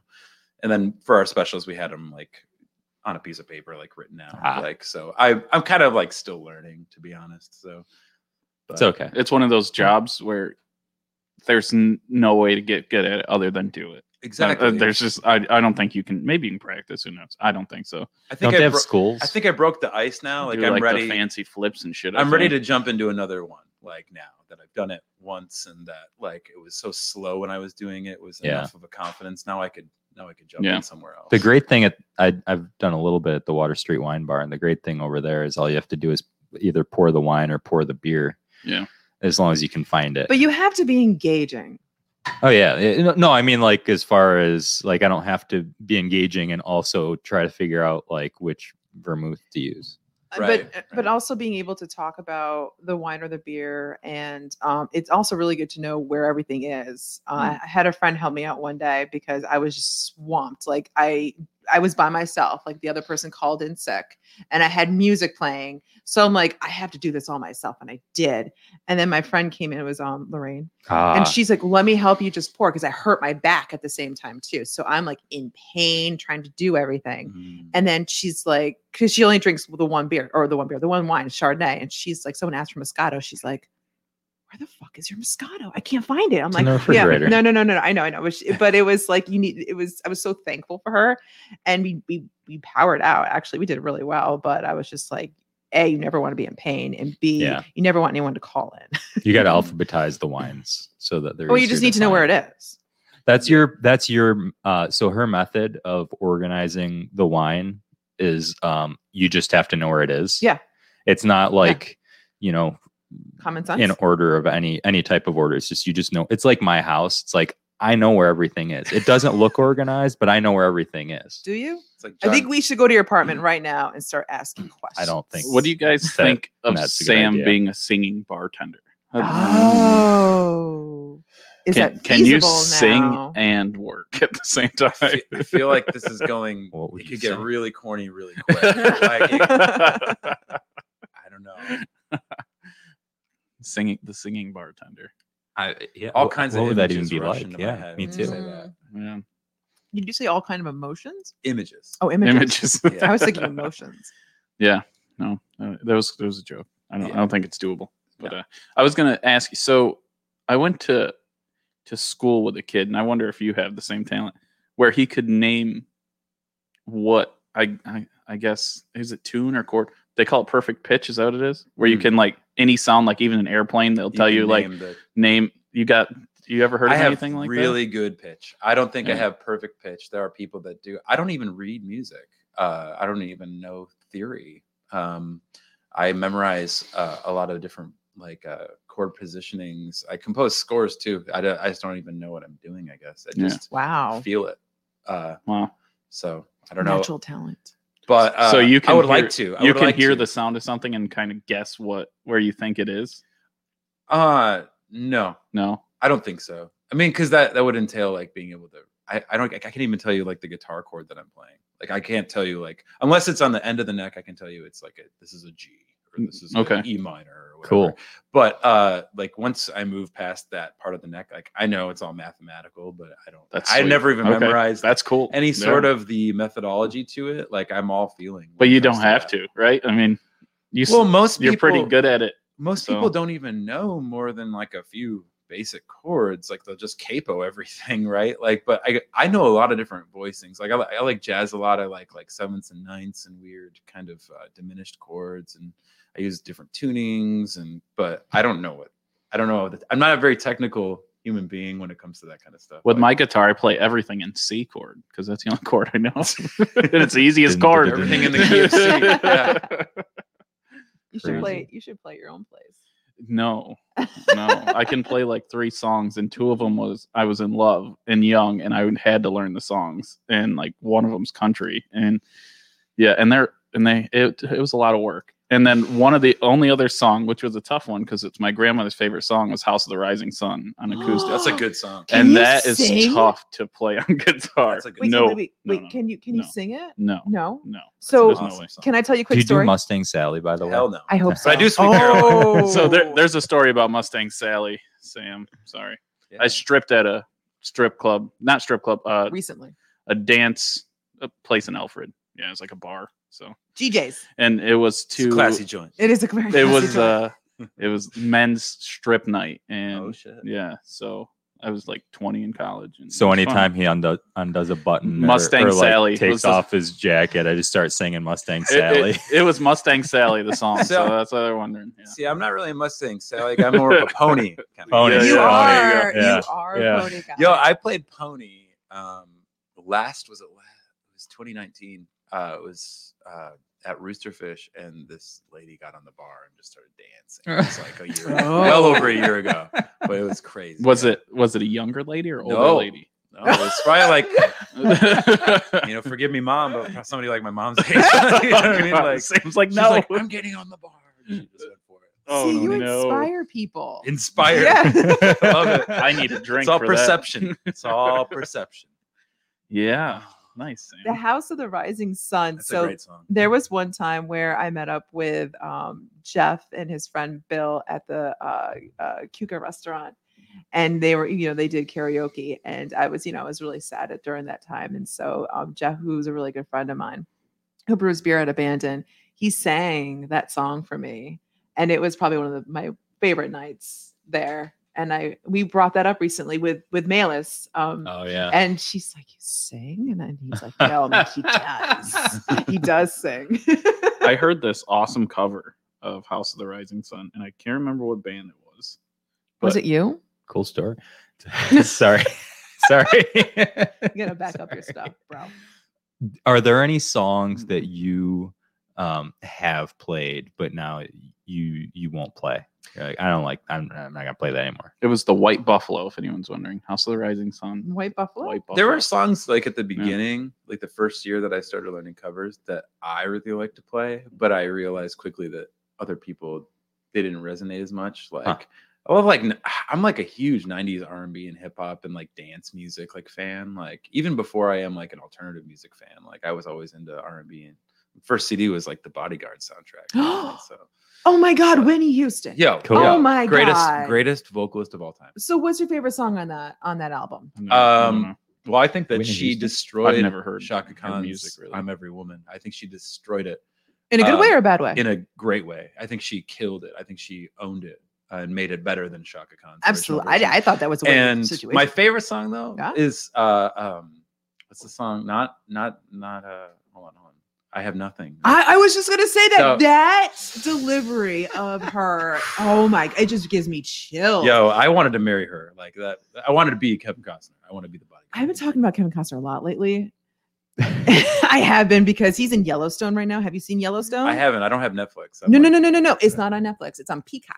Speaker 5: And then for our specials, we had them like on a piece of paper, like written out.
Speaker 2: Ah.
Speaker 5: Like so, I I'm kind of like still learning to be honest. So
Speaker 2: It's okay.
Speaker 1: It's one of those jobs where there's n- no way to get good at it other than do it. Uh, uh,
Speaker 5: exactly.
Speaker 1: there's just I, I don't think you can. Maybe you can practice. Who knows? I don't think so.
Speaker 5: I think
Speaker 2: Don't
Speaker 5: I,
Speaker 2: they have
Speaker 5: bro-
Speaker 2: schools?
Speaker 5: I think I broke the ice now. Like
Speaker 1: Do,
Speaker 5: I'm
Speaker 1: the
Speaker 5: ready.
Speaker 1: fancy flips and shit. I
Speaker 5: I'm ready to
Speaker 1: think.
Speaker 5: jump into another one like now that I've done it once and that like it was so slow when I was doing it, it was
Speaker 2: Yeah.
Speaker 5: enough of a confidence. Now I could now I could jump
Speaker 1: Yeah.
Speaker 5: in somewhere else.
Speaker 2: the great thing at I, I've done a little bit at the Water Street Wine Bar, and the great thing over there is all you have to do is either pour the wine or pour the beer.
Speaker 1: Yeah.
Speaker 2: as long as you can find it.
Speaker 3: But you have to be engaging.
Speaker 2: oh yeah, Eh, no- no, I mean like as far as like I don't have to be engaging and also try to figure out like which vermouth to use.
Speaker 3: Uh,
Speaker 5: Right,
Speaker 3: but
Speaker 5: right.
Speaker 3: but also being able to talk about the wine or the beer and um, it's also really good to know where everything is
Speaker 5: Hmm.
Speaker 3: uh, i had a friend help me out one day because i was just swamped like i i was by myself like the other person called in sick and i had music playing so i'm like i have to do this all myself and i did and then my friend came in it was um, lorraine
Speaker 2: Ah,
Speaker 3: and she's like, let me help you just pour because I hurt my back at the same time, too. So I'm like in pain trying to do everything.
Speaker 5: Mm.
Speaker 3: Mm-hmm. And then she's like, because she only drinks the one beer or the one beer, the one wine, Chardonnay. And she's like, someone asked for Moscato. She's like, where the fuck is your Moscato? I can't find it. I'm
Speaker 2: It's
Speaker 3: like,
Speaker 2: in the
Speaker 3: yeah,
Speaker 2: refrigerator."
Speaker 3: no, no, no, no, no. I know, I know. But, she, but it was like, you need, it was, I was so thankful for her. And we, we, we powered out. Actually, we did really well. But I was just like, A, you never want to be in pain. And B,
Speaker 2: Yeah.
Speaker 3: you never want anyone to call in.
Speaker 2: you got to alphabetize the wines so that they're.
Speaker 3: Or you just need to know where it is.
Speaker 2: That's your. That's your. Uh, so her method of organizing the wine is um, you just have to know where it is.
Speaker 3: Yeah.
Speaker 2: It's not like you know
Speaker 3: Common sense.
Speaker 2: in order of any any type of order. It's just you just know. It's like my house. It's like I know where everything is. It doesn't look organized, but I know where everything is.
Speaker 3: Do you?
Speaker 5: It's like
Speaker 3: I think
Speaker 5: John-
Speaker 3: we should go to your apartment right now and start asking questions.
Speaker 2: Mm. I don't think.
Speaker 1: What do you guys
Speaker 2: That-
Speaker 1: think of
Speaker 2: that's a good
Speaker 1: Sam
Speaker 2: idea.
Speaker 1: being a singing bartender?
Speaker 3: Oh, is
Speaker 1: can,
Speaker 3: that
Speaker 1: can you
Speaker 3: feasible
Speaker 1: sing
Speaker 3: now?
Speaker 1: and work at the same
Speaker 5: I
Speaker 1: time?
Speaker 5: fe- I feel like this is going.
Speaker 2: <laughs> What would
Speaker 5: it
Speaker 2: you
Speaker 5: could get
Speaker 2: say?
Speaker 5: really corny really quick.
Speaker 3: <laughs>
Speaker 5: like, it- I don't know. <laughs>
Speaker 1: <laughs> singing the singing bartender.
Speaker 2: I, yeah,
Speaker 5: All
Speaker 2: wh-
Speaker 5: kinds
Speaker 2: what
Speaker 5: of
Speaker 2: would that even
Speaker 5: images
Speaker 2: be
Speaker 5: rush
Speaker 2: like?
Speaker 5: into my
Speaker 2: Yeah,
Speaker 5: head
Speaker 2: me
Speaker 5: when you
Speaker 3: Mm-hmm.
Speaker 2: too.
Speaker 5: say that.
Speaker 1: Yeah.
Speaker 3: Did you say all kind of emotions?
Speaker 5: Images.
Speaker 3: Oh, images. <laughs>
Speaker 1: Images.
Speaker 5: Yeah.
Speaker 3: I was thinking emotions.
Speaker 1: Yeah. <laughs> No, uh, that was that was a joke. I don't I
Speaker 5: Yeah.
Speaker 1: don't think it's doable. But uh, I was gonna ask you. So I went to to school with a kid, and I wonder if you have the same talent, where he could name what I, I I guess is it tune or chord? They call it perfect pitch. Is that what it is? Where you
Speaker 5: Hmm.
Speaker 1: can like any sound, like even an airplane, they'll tell
Speaker 5: can
Speaker 1: you like
Speaker 5: name the-
Speaker 1: name. You got? You ever heard
Speaker 5: I
Speaker 1: of
Speaker 5: have
Speaker 1: anything like that? Mm.
Speaker 5: really good pitch. I don't think I
Speaker 1: Yeah.
Speaker 5: have perfect pitch. There are people that do. I don't even read music. Uh, I don't even know theory. Um, I memorize uh, a lot of different like uh, chord positionings. I compose scores too. I, don't- I just don't even know what I'm doing. I guess I
Speaker 1: Yeah.
Speaker 5: just
Speaker 3: Wow.
Speaker 5: feel it. Uh,
Speaker 1: Wow.
Speaker 5: so I don't know.
Speaker 3: Natural talent.
Speaker 5: But uh,
Speaker 1: So you
Speaker 5: I
Speaker 1: can
Speaker 5: would
Speaker 1: hear-
Speaker 5: like to. I
Speaker 1: you
Speaker 5: would
Speaker 1: can
Speaker 5: like
Speaker 1: hear
Speaker 5: to.
Speaker 1: the sound of something and kind of guess what where you think it is.
Speaker 5: Uh, no,
Speaker 1: No.
Speaker 5: I don't think so. I mean, because that that would entail like being able to. I, I don't. I can't even tell you like the guitar chord that I'm playing. Like I can't tell you like unless it's on the end of the neck. I can tell you it's like a this is a G or this is
Speaker 1: Mm, Okay.
Speaker 5: an E minor or whatever.
Speaker 2: Cool.
Speaker 5: But uh, like once I move past that part of the neck, like I know it's all mathematical, but I don't.
Speaker 1: That's
Speaker 5: I
Speaker 1: sweet.
Speaker 5: never even
Speaker 1: Okay.
Speaker 5: memorized
Speaker 1: That's cool.
Speaker 5: any
Speaker 1: Yeah.
Speaker 5: sort of the methodology to it. Like I'm all feeling.
Speaker 1: But
Speaker 5: when it
Speaker 1: you
Speaker 5: comes
Speaker 1: don't have
Speaker 5: that.
Speaker 1: to, right? I mean, you s-
Speaker 5: Well, most
Speaker 1: you're pretty
Speaker 5: people-
Speaker 1: good at it.
Speaker 5: most
Speaker 1: So-
Speaker 5: people don't even know more than like a few basic chords like they'll just capo everything <laughs> right like but i i know a lot of different voicings like i, li- I like jazz a lot i like like sevenths and ninths and weird kind of uh, diminished chords and i use different tunings and but i don't know what i don't know i'm not a very technical human being when it comes to that kind of stuff
Speaker 1: With
Speaker 5: Like,
Speaker 1: my guitar, I play everything in C chord because that's the only <laughs> chord I know.
Speaker 5: <laughs>
Speaker 1: and it's the easiest
Speaker 2: Didn't-
Speaker 1: chord.
Speaker 2: didn't-
Speaker 5: everything in the key of c yeah.
Speaker 3: You
Speaker 2: Crazy.
Speaker 3: should play. You should play your own plays.
Speaker 1: No, no. I can play like three songs, and two of them was I was in love and young, and I had to learn the songs, and like one of them's country, and yeah, and they're and they it it was a lot of work. And then one of the only other song, which was a tough one because it's my grandmother's favorite song, was "House of the Rising Sun" on acoustic,
Speaker 5: <laughs> that's a good song
Speaker 3: <gasps> Can
Speaker 1: and
Speaker 3: you
Speaker 1: that is
Speaker 3: sing?
Speaker 1: tough to play on <laughs> guitar.
Speaker 5: That's a good-
Speaker 3: Wait,
Speaker 1: no,
Speaker 3: wait, wait,
Speaker 1: no,
Speaker 3: wait.
Speaker 1: no,
Speaker 3: can you can you
Speaker 1: no.
Speaker 3: sing it?
Speaker 1: no,
Speaker 3: No.
Speaker 1: no.
Speaker 3: So-
Speaker 1: there's no
Speaker 5: Awesome
Speaker 1: way.
Speaker 5: song.
Speaker 3: Can I tell you a
Speaker 2: Do
Speaker 3: quick
Speaker 2: you
Speaker 3: story?
Speaker 2: do Mustang Sally, by the way?
Speaker 5: hell no
Speaker 3: I hope so.
Speaker 5: But I do speak
Speaker 3: oh.
Speaker 1: <laughs> So there, there's a story about Mustang Sally. Sam, sorry, I stripped at a strip club, not strip club, uh,
Speaker 3: Oh. recently.
Speaker 1: a dance a place in Alfred. Yeah, it was like a bar. So
Speaker 3: GJ's.
Speaker 1: and it was
Speaker 5: It's a
Speaker 1: to
Speaker 5: classy joint
Speaker 3: It is a very.
Speaker 1: <laughs> it
Speaker 3: classy
Speaker 1: was
Speaker 5: <laughs>
Speaker 3: job.
Speaker 1: uh it was men's strip night and
Speaker 5: oh shit
Speaker 1: yeah, so I was like 20 in college and it
Speaker 2: So
Speaker 1: was fun.
Speaker 2: anytime he undo- undoes a button, or-
Speaker 1: Mustang
Speaker 2: or, like,
Speaker 1: Sally was
Speaker 2: takes
Speaker 1: the-
Speaker 2: off his jacket, I just start singing Mustang
Speaker 1: <laughs> It- it,
Speaker 2: Sally.
Speaker 1: <laughs> it was Mustang Sally
Speaker 2: <laughs>
Speaker 1: the song, so
Speaker 5: So-
Speaker 1: that's what they're wondering. Yeah.
Speaker 5: See, I'm not really a Mustang, Sally.
Speaker 1: <laughs>
Speaker 5: I'm more of a pony. Kind
Speaker 2: Pony,
Speaker 1: uh, Yeah,
Speaker 3: you,
Speaker 1: yeah.
Speaker 3: are,
Speaker 2: There you go.
Speaker 3: you are.
Speaker 2: Yeah.
Speaker 3: a pony guy.
Speaker 5: Yo, I played pony. Um, last was it? Last, it was 2019. Uh, it was uh, at Roosterfish, and this lady got on the bar and just started dancing. It was like a
Speaker 1: <laughs>
Speaker 5: year,
Speaker 3: Oh.
Speaker 5: well over a year ago, but it was crazy.
Speaker 1: Was
Speaker 5: Yeah.
Speaker 1: it was it a younger lady or older
Speaker 5: No. <laughs>
Speaker 1: lady? <laughs>
Speaker 5: No, it was probably like
Speaker 1: no,
Speaker 5: you know, forgive me, mom, but somebody like my mom's <laughs> age. you know
Speaker 1: <laughs>
Speaker 5: what I mean? Like, she's
Speaker 1: Sam's like no.
Speaker 5: like, I'm getting on the bar. and She just went for it.
Speaker 1: oh,
Speaker 3: See, you
Speaker 1: no.
Speaker 3: inspire people.
Speaker 1: <laughs>
Speaker 5: Inspired.
Speaker 3: Yeah.
Speaker 5: Love <laughs> it.
Speaker 1: I need a drink.
Speaker 5: It's all
Speaker 1: for that.
Speaker 5: perception.
Speaker 1: <laughs>
Speaker 5: It's all perception.
Speaker 1: Yeah, nice. Sam.
Speaker 3: the House of the Rising Sun.
Speaker 5: That's a
Speaker 3: so
Speaker 5: great song.
Speaker 3: there was one time where I met up with um, Jeff and his friend Bill at the uh, uh, Kuka restaurant, and they were, you know, they did karaoke, and I was, you know, I was really sad at during that time, and so um, Jeff, who's a really good friend of mine, who brews beer at Abandon, he sang that song for me, and it was probably one of the, my favorite nights there. And I we brought that up recently with with Malus. Um,
Speaker 2: oh yeah.
Speaker 3: and she's like, You sing? And then he's like, No, I'm like, he
Speaker 5: <laughs>
Speaker 3: does. he does sing. <laughs>
Speaker 1: I heard this awesome cover of House of the Rising Sun, and I can't remember what band it was.
Speaker 3: Was
Speaker 1: But-
Speaker 3: it you? <laughs>
Speaker 2: Cool story. <laughs> Sorry. Sorry.
Speaker 3: I'm
Speaker 2: <laughs>
Speaker 3: gonna back up your stuff, bro. Mm-hmm.
Speaker 2: Are there any songs that you um, have played, but now you you won't play? You're like, I don't like. I'm, I'm not gonna play that anymore.
Speaker 1: It was the White Buffalo, if anyone's wondering. House of the Rising Sun.
Speaker 3: White Buffalo.
Speaker 1: White Buffalo.
Speaker 5: there were songs like at the beginning, like the first year that I started learning covers that I really liked to play, but I realized quickly that other people they didn't resonate as much. Like I love like n- <sighs> I'm like a huge '90s R&B and hip hop and like dance music like fan. Like even before I am like an alternative music fan, like I was always into R&B and first CD was like the Bodyguard soundtrack. and so
Speaker 3: Oh my god, Winnie Houston.
Speaker 5: yo,
Speaker 2: Cool.
Speaker 5: yo,
Speaker 3: Oh my
Speaker 5: greatest
Speaker 3: God.
Speaker 5: greatest vocalist of all time.
Speaker 3: So what's your favorite song on that on that album?
Speaker 1: I don't know, I don't
Speaker 5: um,
Speaker 1: know.
Speaker 5: Well, I think that
Speaker 2: Whitney
Speaker 5: she
Speaker 2: Houston?
Speaker 5: destroyed.
Speaker 1: I've never heard
Speaker 5: Shaka
Speaker 1: her
Speaker 5: Khan's
Speaker 1: music, really.
Speaker 5: "I'm Every Woman." I think she destroyed it
Speaker 3: In a good
Speaker 5: Uh,
Speaker 3: way or a bad way?
Speaker 5: in a great way. I think she killed it. I think she owned it uh, and made it better than Shaka Khan's. original
Speaker 3: Absolutely. I,
Speaker 5: version.
Speaker 3: I thought that was a weird
Speaker 5: and
Speaker 3: situation.
Speaker 5: my favorite song though
Speaker 3: Yeah.
Speaker 5: is uh, um, What's the song? Not not not uh hold on, hold on. I have nothing.
Speaker 3: I, I was just gonna say that
Speaker 5: So-
Speaker 3: that delivery of her, oh my, it just gives me chills.
Speaker 5: Yo, I wanted to marry her. Like that I wanted to be Kevin Costner. I want to be the body.
Speaker 3: I've been talking about Kevin Costner a lot lately. <laughs> I have been because he's in Yellowstone right now. Have you seen Yellowstone?
Speaker 5: I haven't. I don't have Netflix. I'm
Speaker 3: No, no,
Speaker 5: like-
Speaker 3: no, no, no, no. It's not on Netflix. It's on Peacock.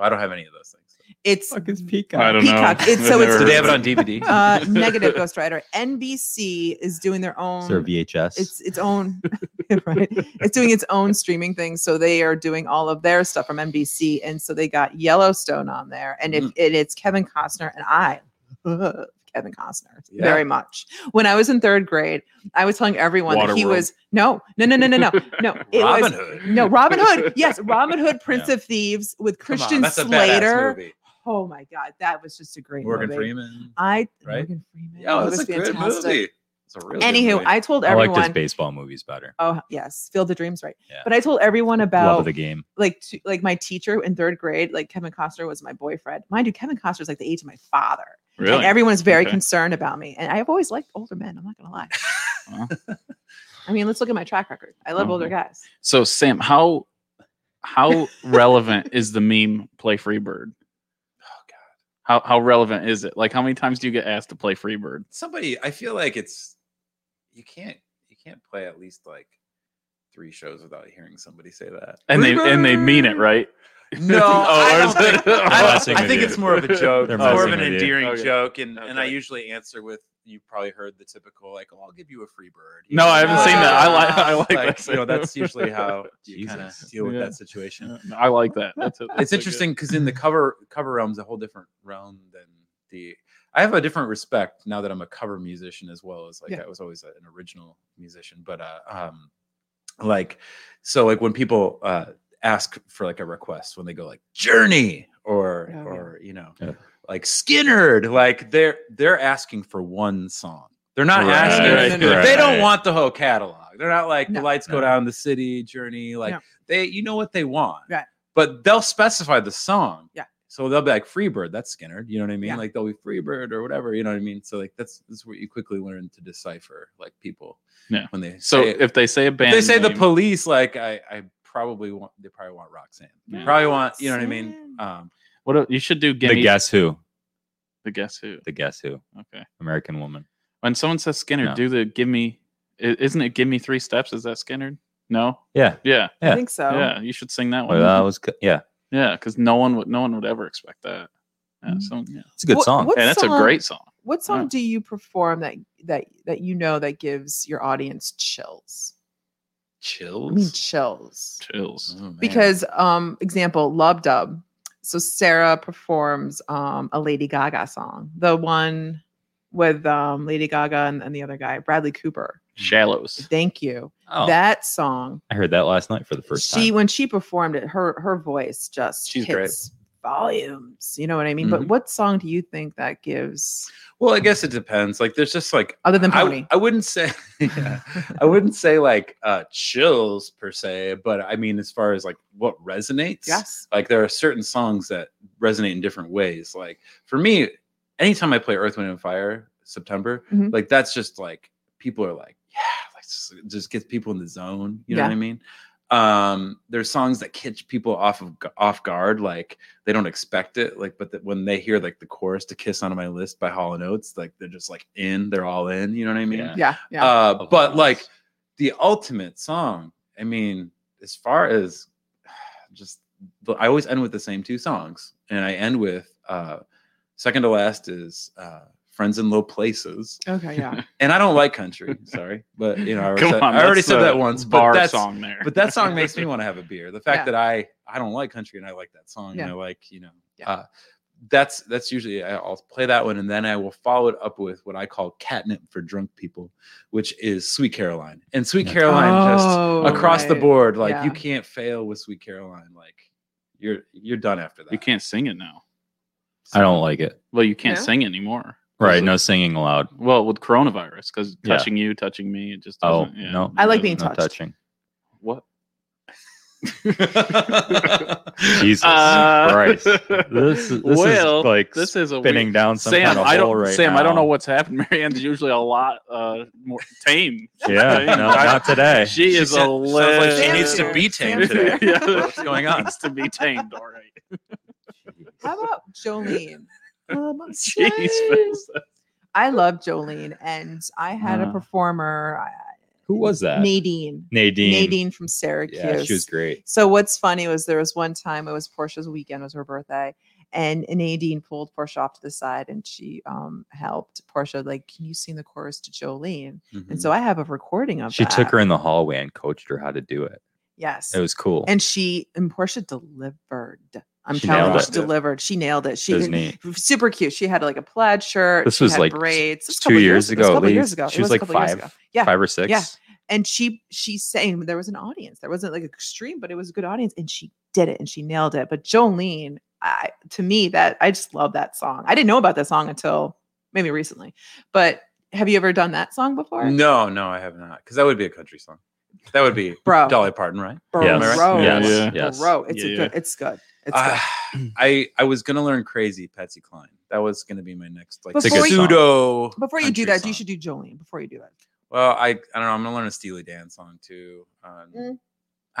Speaker 5: I don't have any of those things.
Speaker 3: It's
Speaker 2: Fuck is Peacock.
Speaker 5: um,
Speaker 1: I don't
Speaker 3: Peacock.
Speaker 1: know.
Speaker 3: It's- so
Speaker 1: I've
Speaker 3: it's-
Speaker 1: <laughs> never
Speaker 5: Do
Speaker 3: <laughs>
Speaker 1: heard
Speaker 5: they have it <laughs> on DVD?
Speaker 3: uh, negative ghostwriter. NBC is doing their own.
Speaker 2: Is there a VHS?
Speaker 3: It's its own, <laughs> right? It's doing its own streaming thing. So they are doing all of their stuff from NBC, and so they got Yellowstone on there, and if and it's Kevin Costner, and I love Kevin Costner
Speaker 5: Yeah.
Speaker 3: very much. When I was in third grade, I was telling everyone that he
Speaker 1: Waterworld.
Speaker 3: was no, no, no, no, no, no, no. It was
Speaker 5: Robin Hood.
Speaker 3: No, Robin
Speaker 5: <laughs>
Speaker 3: Hood. Yes, Robin Hood, Prince of Thieves with
Speaker 5: Come on,
Speaker 3: Christian
Speaker 5: that's a badass
Speaker 3: Slater.
Speaker 5: movie.
Speaker 3: Oh my God, that was just a great
Speaker 5: Morgan
Speaker 3: movie.
Speaker 5: Freeman.
Speaker 3: I
Speaker 5: right?
Speaker 3: Morgan Freeman.
Speaker 5: Yo,
Speaker 3: It
Speaker 5: that's a
Speaker 3: was
Speaker 5: good
Speaker 3: fantastic.
Speaker 5: movie. It's a really good
Speaker 3: Anywho,
Speaker 5: movie.
Speaker 3: I told
Speaker 2: I like
Speaker 3: everyone.
Speaker 2: his baseball movies better.
Speaker 3: oh yes, Field the Dreams, right?
Speaker 2: Yeah.
Speaker 3: But I told everyone
Speaker 2: Love
Speaker 3: about
Speaker 2: of the game.
Speaker 3: like t- like my teacher in third grade, like Kevin Costner was my boyfriend. Mind you, Kevin Costner is like the age of my father, and
Speaker 1: Really?
Speaker 3: everyone's very
Speaker 1: Okay.
Speaker 3: concerned about me. And I've always liked older men. I'm not gonna lie. <laughs> I mean, let's look at my track record. I
Speaker 2: Oh,
Speaker 3: love older
Speaker 1: Mhm.
Speaker 3: guys.
Speaker 1: So Sam, how <laughs> how relevant is the meme "Play Free Bird"?
Speaker 5: Oh, God.
Speaker 1: How how relevant is it? Like, how many times do you get asked to play Free Bird?
Speaker 5: somebody i feel like it's you can't you can't play at least like three shows without hearing somebody say that
Speaker 1: And they and they mean it, right?
Speaker 5: no
Speaker 1: <laughs> Oh,
Speaker 5: I,
Speaker 1: or
Speaker 5: don't
Speaker 1: is it-
Speaker 5: think, I, don't-
Speaker 2: messing
Speaker 5: I
Speaker 2: with
Speaker 5: think
Speaker 2: you.
Speaker 5: it's more of a joke
Speaker 2: They're
Speaker 5: it's more of
Speaker 2: messing
Speaker 5: an
Speaker 2: with you.
Speaker 5: endearing
Speaker 1: Okay.
Speaker 5: joke and, and i
Speaker 1: Okay.
Speaker 5: usually answer with you probably heard the typical like oh i'll give you a free bird you
Speaker 1: No,
Speaker 5: know,
Speaker 1: I haven't seen that. I like
Speaker 5: <laughs>
Speaker 1: I like,
Speaker 5: like,
Speaker 1: that.
Speaker 5: you know that's
Speaker 1: <laughs>
Speaker 5: usually how you kind of
Speaker 2: Jesus.
Speaker 5: deal with
Speaker 1: Yeah.
Speaker 5: that situation
Speaker 1: I like that. That's,
Speaker 5: <laughs> it's interesting because in the cover cover realm's a whole different realm than the i have a different respect now that i'm a cover musician as well as like
Speaker 3: Yeah.
Speaker 5: i was always a- an original musician but uh um like so like when people uh ask for like a request when they go like journey or
Speaker 3: Oh, yeah.
Speaker 5: or you know
Speaker 2: Yeah.
Speaker 5: like skinnerd like they're they're asking for one song they're not
Speaker 2: Right,
Speaker 5: asking
Speaker 2: right,
Speaker 5: they don't
Speaker 2: right.
Speaker 5: want the whole catalog they're not like
Speaker 3: No.
Speaker 5: the lights go
Speaker 2: No.
Speaker 5: down the city journey like
Speaker 3: No.
Speaker 5: they you know what they want
Speaker 3: Right.
Speaker 5: but they'll specify the song
Speaker 3: Yeah.
Speaker 5: so they'll be like freebird that's skinner you know what i mean
Speaker 3: Yeah.
Speaker 5: like they'll be freebird or whatever you know what i mean so like that's that's what you quickly learn to decipher like people
Speaker 1: Yeah.
Speaker 5: when they
Speaker 1: So
Speaker 5: say it.
Speaker 1: if they say a
Speaker 5: If
Speaker 1: band,
Speaker 5: they say the
Speaker 1: name-
Speaker 5: police like i i probably want they probably want roxanne
Speaker 1: Yeah.
Speaker 5: probably want you know what i mean
Speaker 3: Roxanne.
Speaker 5: um
Speaker 1: what a- you should do. Gimme,
Speaker 2: The Guess Who.
Speaker 1: The guess who?
Speaker 2: The Guess Who.
Speaker 1: Okay.
Speaker 2: American Woman.
Speaker 1: When someone says Skinner,
Speaker 2: No.
Speaker 1: do the give me. i- Isn't it give me three steps? Is that Skinner? No.
Speaker 2: Yeah.
Speaker 1: Yeah.
Speaker 3: I
Speaker 2: Yeah.
Speaker 3: think so.
Speaker 1: Yeah. You should sing that one.
Speaker 2: Well,
Speaker 3: Mm-hmm.
Speaker 2: that was good. Yeah,
Speaker 1: yeah, because no one would no one would ever expect that. Yeah. So yeah.
Speaker 2: it's a good
Speaker 3: What-
Speaker 2: song.
Speaker 3: Mm. what
Speaker 1: And that's a
Speaker 3: song-
Speaker 1: great song.
Speaker 3: What song
Speaker 1: Yeah.
Speaker 3: do you perform that that that you know that gives your audience chills? I
Speaker 5: chills
Speaker 3: mean chills.
Speaker 1: Chills.
Speaker 5: Oh, man.
Speaker 3: Because um example, Love Dub. So Sarah performs um a Lady Gaga song. The one with um Lady Gaga and, and the other guy, Bradley Cooper.
Speaker 1: Shallows.
Speaker 3: Thank you.
Speaker 2: oh,
Speaker 3: That song.
Speaker 2: I heard that last night for the first
Speaker 3: she
Speaker 2: time.
Speaker 3: when she performed it, her her voice just
Speaker 5: She's great.
Speaker 3: hits volumes. You know what I mean? But
Speaker 5: Mhm.
Speaker 3: what song do you think that gives
Speaker 5: well i guess it depends like there's just like
Speaker 3: other than
Speaker 5: I-
Speaker 3: Pony?
Speaker 5: I, wouldn't say <laughs> yeah, I wouldn't say like uh chills per se, but I mean as far as like what resonates.
Speaker 3: yes.
Speaker 5: Like there are certain songs that resonate in different ways. Like for me, anytime I play Earth, Wind and Fire, September,
Speaker 3: Mhm.
Speaker 5: like that's just like people are like, yeah, like just, just gets people in the zone. You know what I mean? Um, there's songs that catch people off of off guard, like they don't expect it. Like, but that when they hear like the chorus to "Kiss on My List" by Hall and Oates, like they're just like in, they're all in. You know what I mean?
Speaker 2: Yeah.
Speaker 3: Yeah. Yeah.
Speaker 5: Uh, but like the ultimate song, I mean, as far as <sighs> just, but I always end with the same two songs, and I end with uh, second to last is uh, "Friends in Low Places,"
Speaker 3: okay, yeah.
Speaker 5: and I don't like country,
Speaker 1: <laughs>
Speaker 5: sorry, but you know, I already,
Speaker 1: Come
Speaker 5: said,
Speaker 1: on.
Speaker 5: I already
Speaker 1: that's
Speaker 5: said
Speaker 1: the
Speaker 5: that once.
Speaker 1: Bar
Speaker 5: but that's,
Speaker 1: song there.
Speaker 5: but that song makes me want to have a beer. The fact
Speaker 3: Yeah.
Speaker 5: that I I don't like country and I like that song and
Speaker 3: Yeah.
Speaker 5: I like you know.
Speaker 3: Yeah.
Speaker 5: Uh, that's that's usually I- I'll play that one and then I will follow it up with what I call catnip for drunk people, which is Sweet Caroline. And Sweet
Speaker 2: Yeah.
Speaker 5: Caroline just across the
Speaker 3: Oh, right.
Speaker 5: board, like you
Speaker 3: Yeah.
Speaker 5: can't fail with Sweet Caroline. Like you're you're done after that.
Speaker 1: you can't sing it now.
Speaker 2: I don't like it.
Speaker 1: Well, you can't
Speaker 3: No?
Speaker 1: sing anymore.
Speaker 2: Right, no singing allowed.
Speaker 1: Well, with coronavirus, because
Speaker 2: Yeah.
Speaker 1: touching you, touching me, it just
Speaker 2: Oh,
Speaker 1: doesn't. yeah,
Speaker 2: no.
Speaker 1: it
Speaker 3: I like
Speaker 1: doesn't-
Speaker 3: being
Speaker 1: <laughs>
Speaker 2: No
Speaker 5: <laughs>
Speaker 3: touched.
Speaker 2: touching.
Speaker 1: What?
Speaker 2: Jesus Christ. This,
Speaker 1: Uh,
Speaker 2: is- this
Speaker 1: well,
Speaker 2: is like
Speaker 1: this is a
Speaker 2: spinning
Speaker 1: weird-
Speaker 2: down some
Speaker 1: Sam,
Speaker 2: kind of
Speaker 1: I don't.
Speaker 2: hole right
Speaker 1: Sam, I don't
Speaker 2: now.
Speaker 1: know what's happened. <laughs> Marianne's usually a lot uh, more tame.
Speaker 2: Yeah, no, not <laughs> today.
Speaker 1: She, is
Speaker 5: sa-
Speaker 1: a
Speaker 5: sounds
Speaker 1: little.
Speaker 5: like she needs to
Speaker 3: Sam-
Speaker 5: be
Speaker 1: <laughs>
Speaker 5: tamed today.
Speaker 1: yeah,
Speaker 5: What's
Speaker 1: she
Speaker 5: going on?
Speaker 1: Needs to be tamed. All right.
Speaker 3: How about
Speaker 2: <laughs>
Speaker 3: Jolene?
Speaker 2: Um,
Speaker 3: <laughs>
Speaker 1: Jeez, Fez.
Speaker 3: I love Jolene, and I had
Speaker 2: Uh,
Speaker 3: a performer, I-
Speaker 2: Who was that?
Speaker 3: Nadine.
Speaker 2: Nadine.
Speaker 3: Nadine from Syracuse.
Speaker 2: Yeah, she was great.
Speaker 3: So what's funny was there was one time it was Portia's weekend, it was her birthday, and Nadine pulled Portia off to the side and she um helped Portia like, can you sing the chorus to Jolene?
Speaker 5: Mm-hmm.
Speaker 3: And so I have a recording of
Speaker 2: Mm. She
Speaker 3: that.
Speaker 2: took her in the hallway and coached her how to do it.
Speaker 3: Yes.
Speaker 2: It was cool.
Speaker 3: and she and Portia delivered. I'm
Speaker 2: She
Speaker 3: telling you,
Speaker 2: nailed
Speaker 3: she
Speaker 1: it.
Speaker 3: delivered. She nailed it. She
Speaker 2: it was
Speaker 3: did-
Speaker 2: neat.
Speaker 3: super cute. She had like a plaid shirt.
Speaker 2: This
Speaker 3: she
Speaker 2: was
Speaker 3: had
Speaker 2: like
Speaker 3: braids. This was a
Speaker 2: two
Speaker 3: couple
Speaker 2: years
Speaker 3: This
Speaker 2: ago,
Speaker 3: was
Speaker 2: at
Speaker 3: a couple years
Speaker 2: least.
Speaker 3: ago.
Speaker 2: She
Speaker 3: It
Speaker 2: was
Speaker 3: a
Speaker 2: like
Speaker 3: couple years
Speaker 2: five,
Speaker 3: ago. Yeah.
Speaker 2: Five or six.
Speaker 3: Yeah. and she she sang there was an audience there wasn't like extreme but it was a good audience and she did it and she nailed it but jolene I, to me that i just love that song i didn't know about that song until maybe recently but have you ever done that song before
Speaker 5: No, no, I have not. Because that would be a country song. That would be
Speaker 3: bro
Speaker 5: Dolly Parton, right?
Speaker 3: bro
Speaker 2: Yes,
Speaker 1: yes, Yeah.
Speaker 2: yes.
Speaker 3: bro it's a
Speaker 1: Yeah,
Speaker 3: good it's good it's
Speaker 5: Ah, <sighs> I I was gonna learn crazy Patsy Cline. That was gonna be my next like
Speaker 3: It's a good song.
Speaker 5: pseudo.
Speaker 3: good before you do
Speaker 5: Ah,
Speaker 3: that
Speaker 5: country
Speaker 3: you
Speaker 5: song.
Speaker 3: should do jolene before you do that
Speaker 5: Well, I I don't know. I'm gonna learn a Steely Dan song too. Um,
Speaker 3: Mm.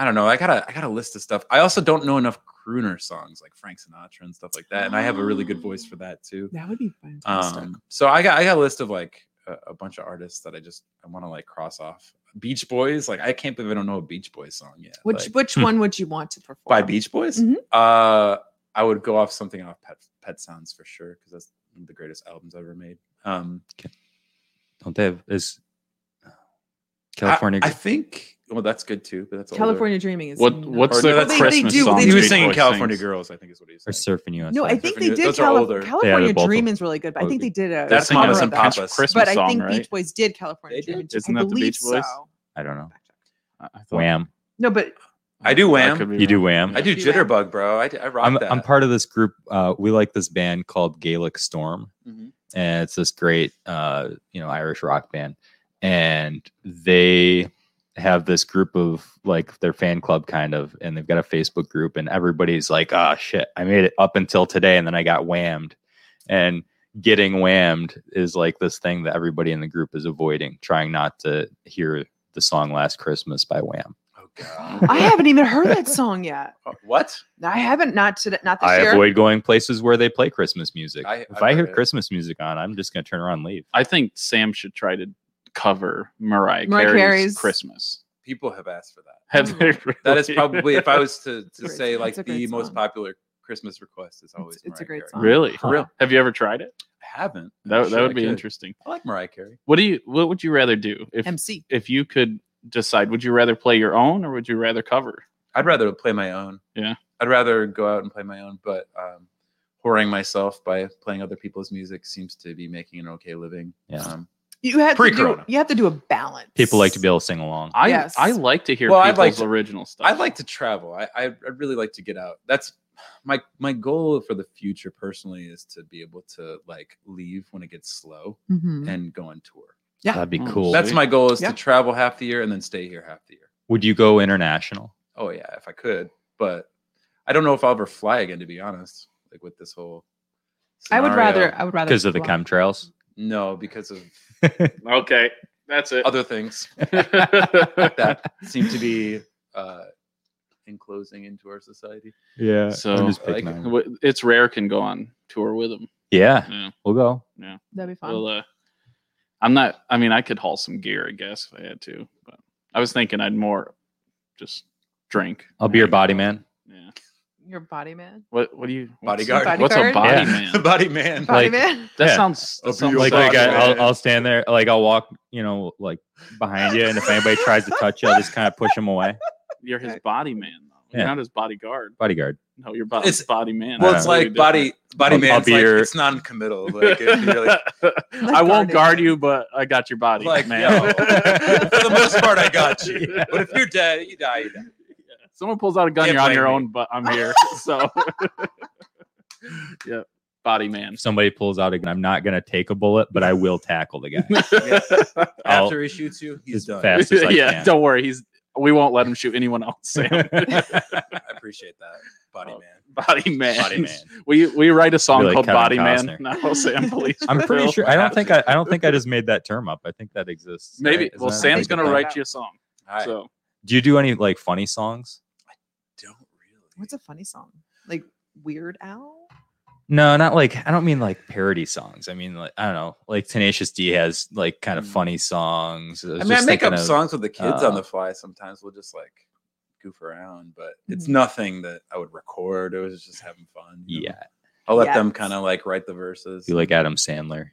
Speaker 5: I don't know. I got to I got to list of stuff. I also don't know enough crooner songs like Frank Sinatra and stuff like that. And I have a really good voice for that too.
Speaker 3: that would be fantastic
Speaker 5: Um, so I got I got a list of like a, a bunch of artists that I just I want to like cross off. Beach Boys, like I can't believe I don't know a Beach Boys song yet.
Speaker 3: which
Speaker 5: like,
Speaker 2: hmm.
Speaker 3: which one would you want to perform
Speaker 5: by Beach Boys?
Speaker 3: Mhm.
Speaker 5: Uh, I would go off something off Pet Pet Sounds for sure because that's one of the greatest albums ever made. Um,
Speaker 2: Don't they have is California?
Speaker 5: I, I think. Well, that's good too, but that's older.
Speaker 3: california dreaming is
Speaker 1: What
Speaker 3: no-
Speaker 1: What's
Speaker 5: Or no,
Speaker 1: the
Speaker 5: that's-
Speaker 1: Christmas
Speaker 3: they do,
Speaker 1: song?
Speaker 3: they
Speaker 5: He
Speaker 3: do.
Speaker 1: Beach
Speaker 5: was singing
Speaker 1: Boys
Speaker 5: California
Speaker 1: sings?
Speaker 5: Girls. I think is what he was
Speaker 2: or
Speaker 5: saying.
Speaker 2: surfing USA.
Speaker 3: no i think they
Speaker 5: California-
Speaker 3: did
Speaker 5: those are older.
Speaker 3: Cali-
Speaker 5: Yeah,
Speaker 3: california
Speaker 2: both of
Speaker 3: dreaming
Speaker 2: them.
Speaker 3: is really good but i
Speaker 2: Oh,
Speaker 3: think they did a
Speaker 5: That's
Speaker 1: They're
Speaker 3: cover
Speaker 1: singing
Speaker 5: Mamas
Speaker 3: of
Speaker 5: and
Speaker 3: that.
Speaker 1: Christ-
Speaker 5: Papas.
Speaker 1: Christmas
Speaker 3: but I
Speaker 1: song,
Speaker 3: think
Speaker 1: right?
Speaker 3: Beach Boys did California
Speaker 5: They did?
Speaker 3: Dreaming.
Speaker 1: Isn't
Speaker 3: I
Speaker 1: that the
Speaker 3: believe
Speaker 1: Beach Boys?
Speaker 3: so.
Speaker 2: I don't know.
Speaker 1: I I thought-
Speaker 2: Wham.
Speaker 3: No, but
Speaker 5: I do
Speaker 1: I
Speaker 5: Wham.
Speaker 1: could be
Speaker 2: You do
Speaker 1: wrong.
Speaker 2: Wham.
Speaker 5: I do
Speaker 3: Do you have-
Speaker 5: Jitterbug, bro. I, I rock
Speaker 2: I'm,
Speaker 5: that.
Speaker 2: I'm part of this group. Uh, we like this band called Gaelic Storm,
Speaker 5: Mhm.
Speaker 2: and it's this great, uh, you know, Irish rock band. And they have this group of like their fan club kind of, and they've got a Facebook group, and everybody's like, "Ah, shit, I made it up until today, and then I got whammed." And getting whammed is like this thing that everybody in the group is avoiding, trying not to hear the song "Last Christmas" by Wham.
Speaker 5: oh, God. <laughs>
Speaker 3: I <laughs> haven't even heard that song yet.
Speaker 5: Oh, what?
Speaker 3: I haven't not today, not this
Speaker 2: I
Speaker 3: year.
Speaker 2: avoid going places where they play Christmas music.
Speaker 5: I-
Speaker 2: if
Speaker 5: I've
Speaker 2: I hear
Speaker 5: heard it.
Speaker 2: Christmas music on, I'm just gonna turn around and leave.
Speaker 1: I think Sam should try to cover Mariah,
Speaker 3: Mariah
Speaker 1: Carey's,
Speaker 3: Carey's-
Speaker 1: Christmas. <laughs>
Speaker 5: People have asked for that.
Speaker 1: Have they
Speaker 5: Mm. That is
Speaker 1: really?
Speaker 5: probably if I was to, to
Speaker 3: great
Speaker 5: say
Speaker 3: song.
Speaker 5: like
Speaker 3: It's a
Speaker 5: the
Speaker 3: great
Speaker 5: most
Speaker 3: song.
Speaker 5: popular Christmas request is always
Speaker 3: It's, it's a
Speaker 5: Mariah
Speaker 3: great
Speaker 5: Carey.
Speaker 3: song.
Speaker 1: <laughs> really
Speaker 2: Huh.
Speaker 1: for real. Have you ever tried it?
Speaker 5: I haven't. I'm
Speaker 1: That,
Speaker 5: sure
Speaker 1: that
Speaker 5: I
Speaker 1: would be
Speaker 5: could.
Speaker 1: interesting.
Speaker 5: I like Mariah Carey.
Speaker 1: What do you What would you rather do if
Speaker 3: MC.
Speaker 1: if you could decide? Would you rather play your own or would you rather cover?
Speaker 5: I'd rather play my own.
Speaker 1: Yeah.
Speaker 5: I'd rather go out and play my own, but um, whoring myself by playing other people's music seems to be making an okay living.
Speaker 2: Yeah.
Speaker 5: Um,
Speaker 3: You have to do,
Speaker 5: Pre-corona.
Speaker 3: you have to do a balance.
Speaker 2: People like to be able to sing along.
Speaker 1: I
Speaker 3: Yes.
Speaker 1: I like to hear
Speaker 5: Well, I'd
Speaker 1: people's
Speaker 5: like to-
Speaker 1: original stuff.
Speaker 5: I'd like to travel. I, I I'd really like to get out. That's my my goal for the future personally is to be able to like leave when it gets slow
Speaker 3: Mhm.
Speaker 5: and go on tour.
Speaker 3: Yeah.
Speaker 2: That'd be
Speaker 1: Oh,
Speaker 2: cool.
Speaker 5: Mm. That's
Speaker 1: Sweet.
Speaker 5: my goal is
Speaker 3: Yeah.
Speaker 5: to travel half the year and then stay here half the year.
Speaker 2: Would you go international?
Speaker 5: Oh yeah, if I could, but I don't know if I'll ever fly again to be honest. Like with this whole
Speaker 3: I would
Speaker 5: scenario.
Speaker 3: rather uh I would rather
Speaker 2: Because of the
Speaker 3: fly.
Speaker 2: chemtrails?
Speaker 5: no because of
Speaker 1: Okay, that's it.
Speaker 5: <laughs> other things
Speaker 1: <laughs>
Speaker 5: that seem to be uh enclosing into our society.
Speaker 2: Yeah.
Speaker 1: So,
Speaker 2: I'm just
Speaker 5: like,
Speaker 2: picking on you.
Speaker 1: W- it's rare can go on tour with them.
Speaker 2: yeah,
Speaker 1: Yeah,
Speaker 2: we'll go.
Speaker 3: That'd be fun.
Speaker 1: well, uh, I'm not. I mean, I could haul some gear, I guess, if I had to. But I was thinking I'd more just drink.
Speaker 2: I'll be your body man.
Speaker 1: Yeah.
Speaker 3: Your body man.
Speaker 1: What What do you what's-
Speaker 5: Bodyguard.
Speaker 1: What's a
Speaker 3: Bodyguard?
Speaker 1: body
Speaker 2: Yeah. <laughs>
Speaker 1: man?
Speaker 5: <laughs> Body man.
Speaker 3: Body
Speaker 2: Like-
Speaker 3: man.
Speaker 1: That
Speaker 2: Yeah.
Speaker 1: sounds.
Speaker 5: I'll
Speaker 1: That
Speaker 5: be
Speaker 1: sounds
Speaker 5: your
Speaker 2: Like,
Speaker 5: body
Speaker 2: like
Speaker 5: man.
Speaker 2: I, I'll, I'll stand there, like I'll walk, you know, like behind you, and if anybody tries to touch you, I'll just kind of push them away.
Speaker 1: You're his body man, though. You're
Speaker 2: Yeah.
Speaker 1: not his bodyguard.
Speaker 2: Bodyguard.
Speaker 1: No, you're bo-
Speaker 5: It's-
Speaker 1: body man.
Speaker 5: Well,
Speaker 1: That's
Speaker 5: it's
Speaker 1: really
Speaker 5: like body
Speaker 2: I'll-
Speaker 5: body
Speaker 2: I'll
Speaker 5: man. It's,
Speaker 2: be
Speaker 5: like,
Speaker 2: your-
Speaker 5: it's non-committal. Like, if
Speaker 1: different. <laughs>
Speaker 5: you're <laughs> like,
Speaker 1: I won't
Speaker 3: Lifeguarding.
Speaker 1: guard you, but I got your body,
Speaker 5: Like,
Speaker 1: <laughs> man.
Speaker 5: yo, for the most part, I got you. <laughs> But if you're dead, you die. <laughs> You die.
Speaker 1: Someone pulls out a gun,
Speaker 5: Can't
Speaker 1: you're on
Speaker 5: blame
Speaker 1: your
Speaker 5: me.
Speaker 1: own, but I'm
Speaker 5: <laughs>
Speaker 1: here. So, <laughs> yeah, body man.
Speaker 2: If somebody pulls out a gun, I'm not gonna take a bullet, but I
Speaker 5: <laughs>
Speaker 2: will tackle the guy
Speaker 5: Yeah.
Speaker 2: I'll-
Speaker 5: After he shoots you, he's
Speaker 2: as
Speaker 5: done.
Speaker 2: fast as
Speaker 1: <laughs>
Speaker 2: I
Speaker 1: yeah,
Speaker 2: can.
Speaker 1: don't worry. He's we won't let him shoot anyone else. Sam,
Speaker 2: <laughs>
Speaker 4: I appreciate that, buddy
Speaker 1: Oh.
Speaker 4: man.
Speaker 1: Body man.
Speaker 4: Body man.
Speaker 1: We we write a song
Speaker 2: Really
Speaker 1: called
Speaker 2: Kevin
Speaker 1: Body
Speaker 2: Costner.
Speaker 1: Man. <laughs> No, Sam, please.
Speaker 2: I'm pretty
Speaker 1: Phil.
Speaker 2: sure. I don't think I, I don't think I just made that term up. I think that exists.
Speaker 1: Maybe.
Speaker 2: right? Isn't
Speaker 1: well,
Speaker 2: that a
Speaker 1: Sam's
Speaker 2: thing?
Speaker 1: gonna
Speaker 3: thing.
Speaker 1: write you a song.
Speaker 4: I
Speaker 1: So
Speaker 2: Do you do any like funny songs?
Speaker 4: don't really.
Speaker 3: What's a funny song? Like Weird Al?
Speaker 2: No, not like I don't mean like parody songs. I mean like I don't know, like Tenacious D has like kind of
Speaker 5: Mm.
Speaker 2: funny songs. was
Speaker 5: I mean, I
Speaker 2: just
Speaker 5: make up
Speaker 2: thinking of-
Speaker 5: songs with the kids on
Speaker 2: uh,
Speaker 5: the fly. Sometimes we'll just like goof around, but it's
Speaker 3: Mhm.
Speaker 5: nothing that I would record. It was just having fun. you know?
Speaker 2: Yeah,
Speaker 5: I'll let them
Speaker 3: Yes.
Speaker 5: kind of like write the verses.
Speaker 2: you like Adam Sandler.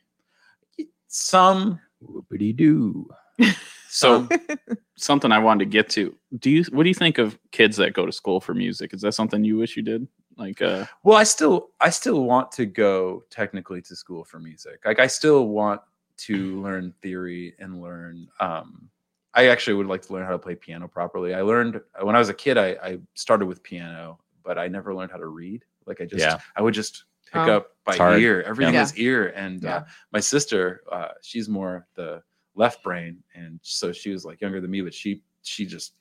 Speaker 5: some,
Speaker 2: Whoopity doo.
Speaker 1: so
Speaker 5: some
Speaker 3: Oh. <laughs>
Speaker 1: something I wanted to get to. Do you what do you think of kids that go to school for music? Is that something you wish you did? Like uh
Speaker 5: well, I still, I still want to go technically to school for music. Like, I still want to learn theory and learn. Um, I actually would like to learn how to play piano properly. I learned when I was a kid. I, I started with piano, but I never learned how to read. Like, I just,
Speaker 2: Yeah.
Speaker 5: I would just pick
Speaker 3: Oh.
Speaker 5: up by
Speaker 2: It's hard.
Speaker 5: ear. Everything
Speaker 3: Yeah.
Speaker 5: was ear. And
Speaker 2: Yeah.
Speaker 5: uh, my sister, uh, she's more the left brain, and so she was like younger than me, but she, she just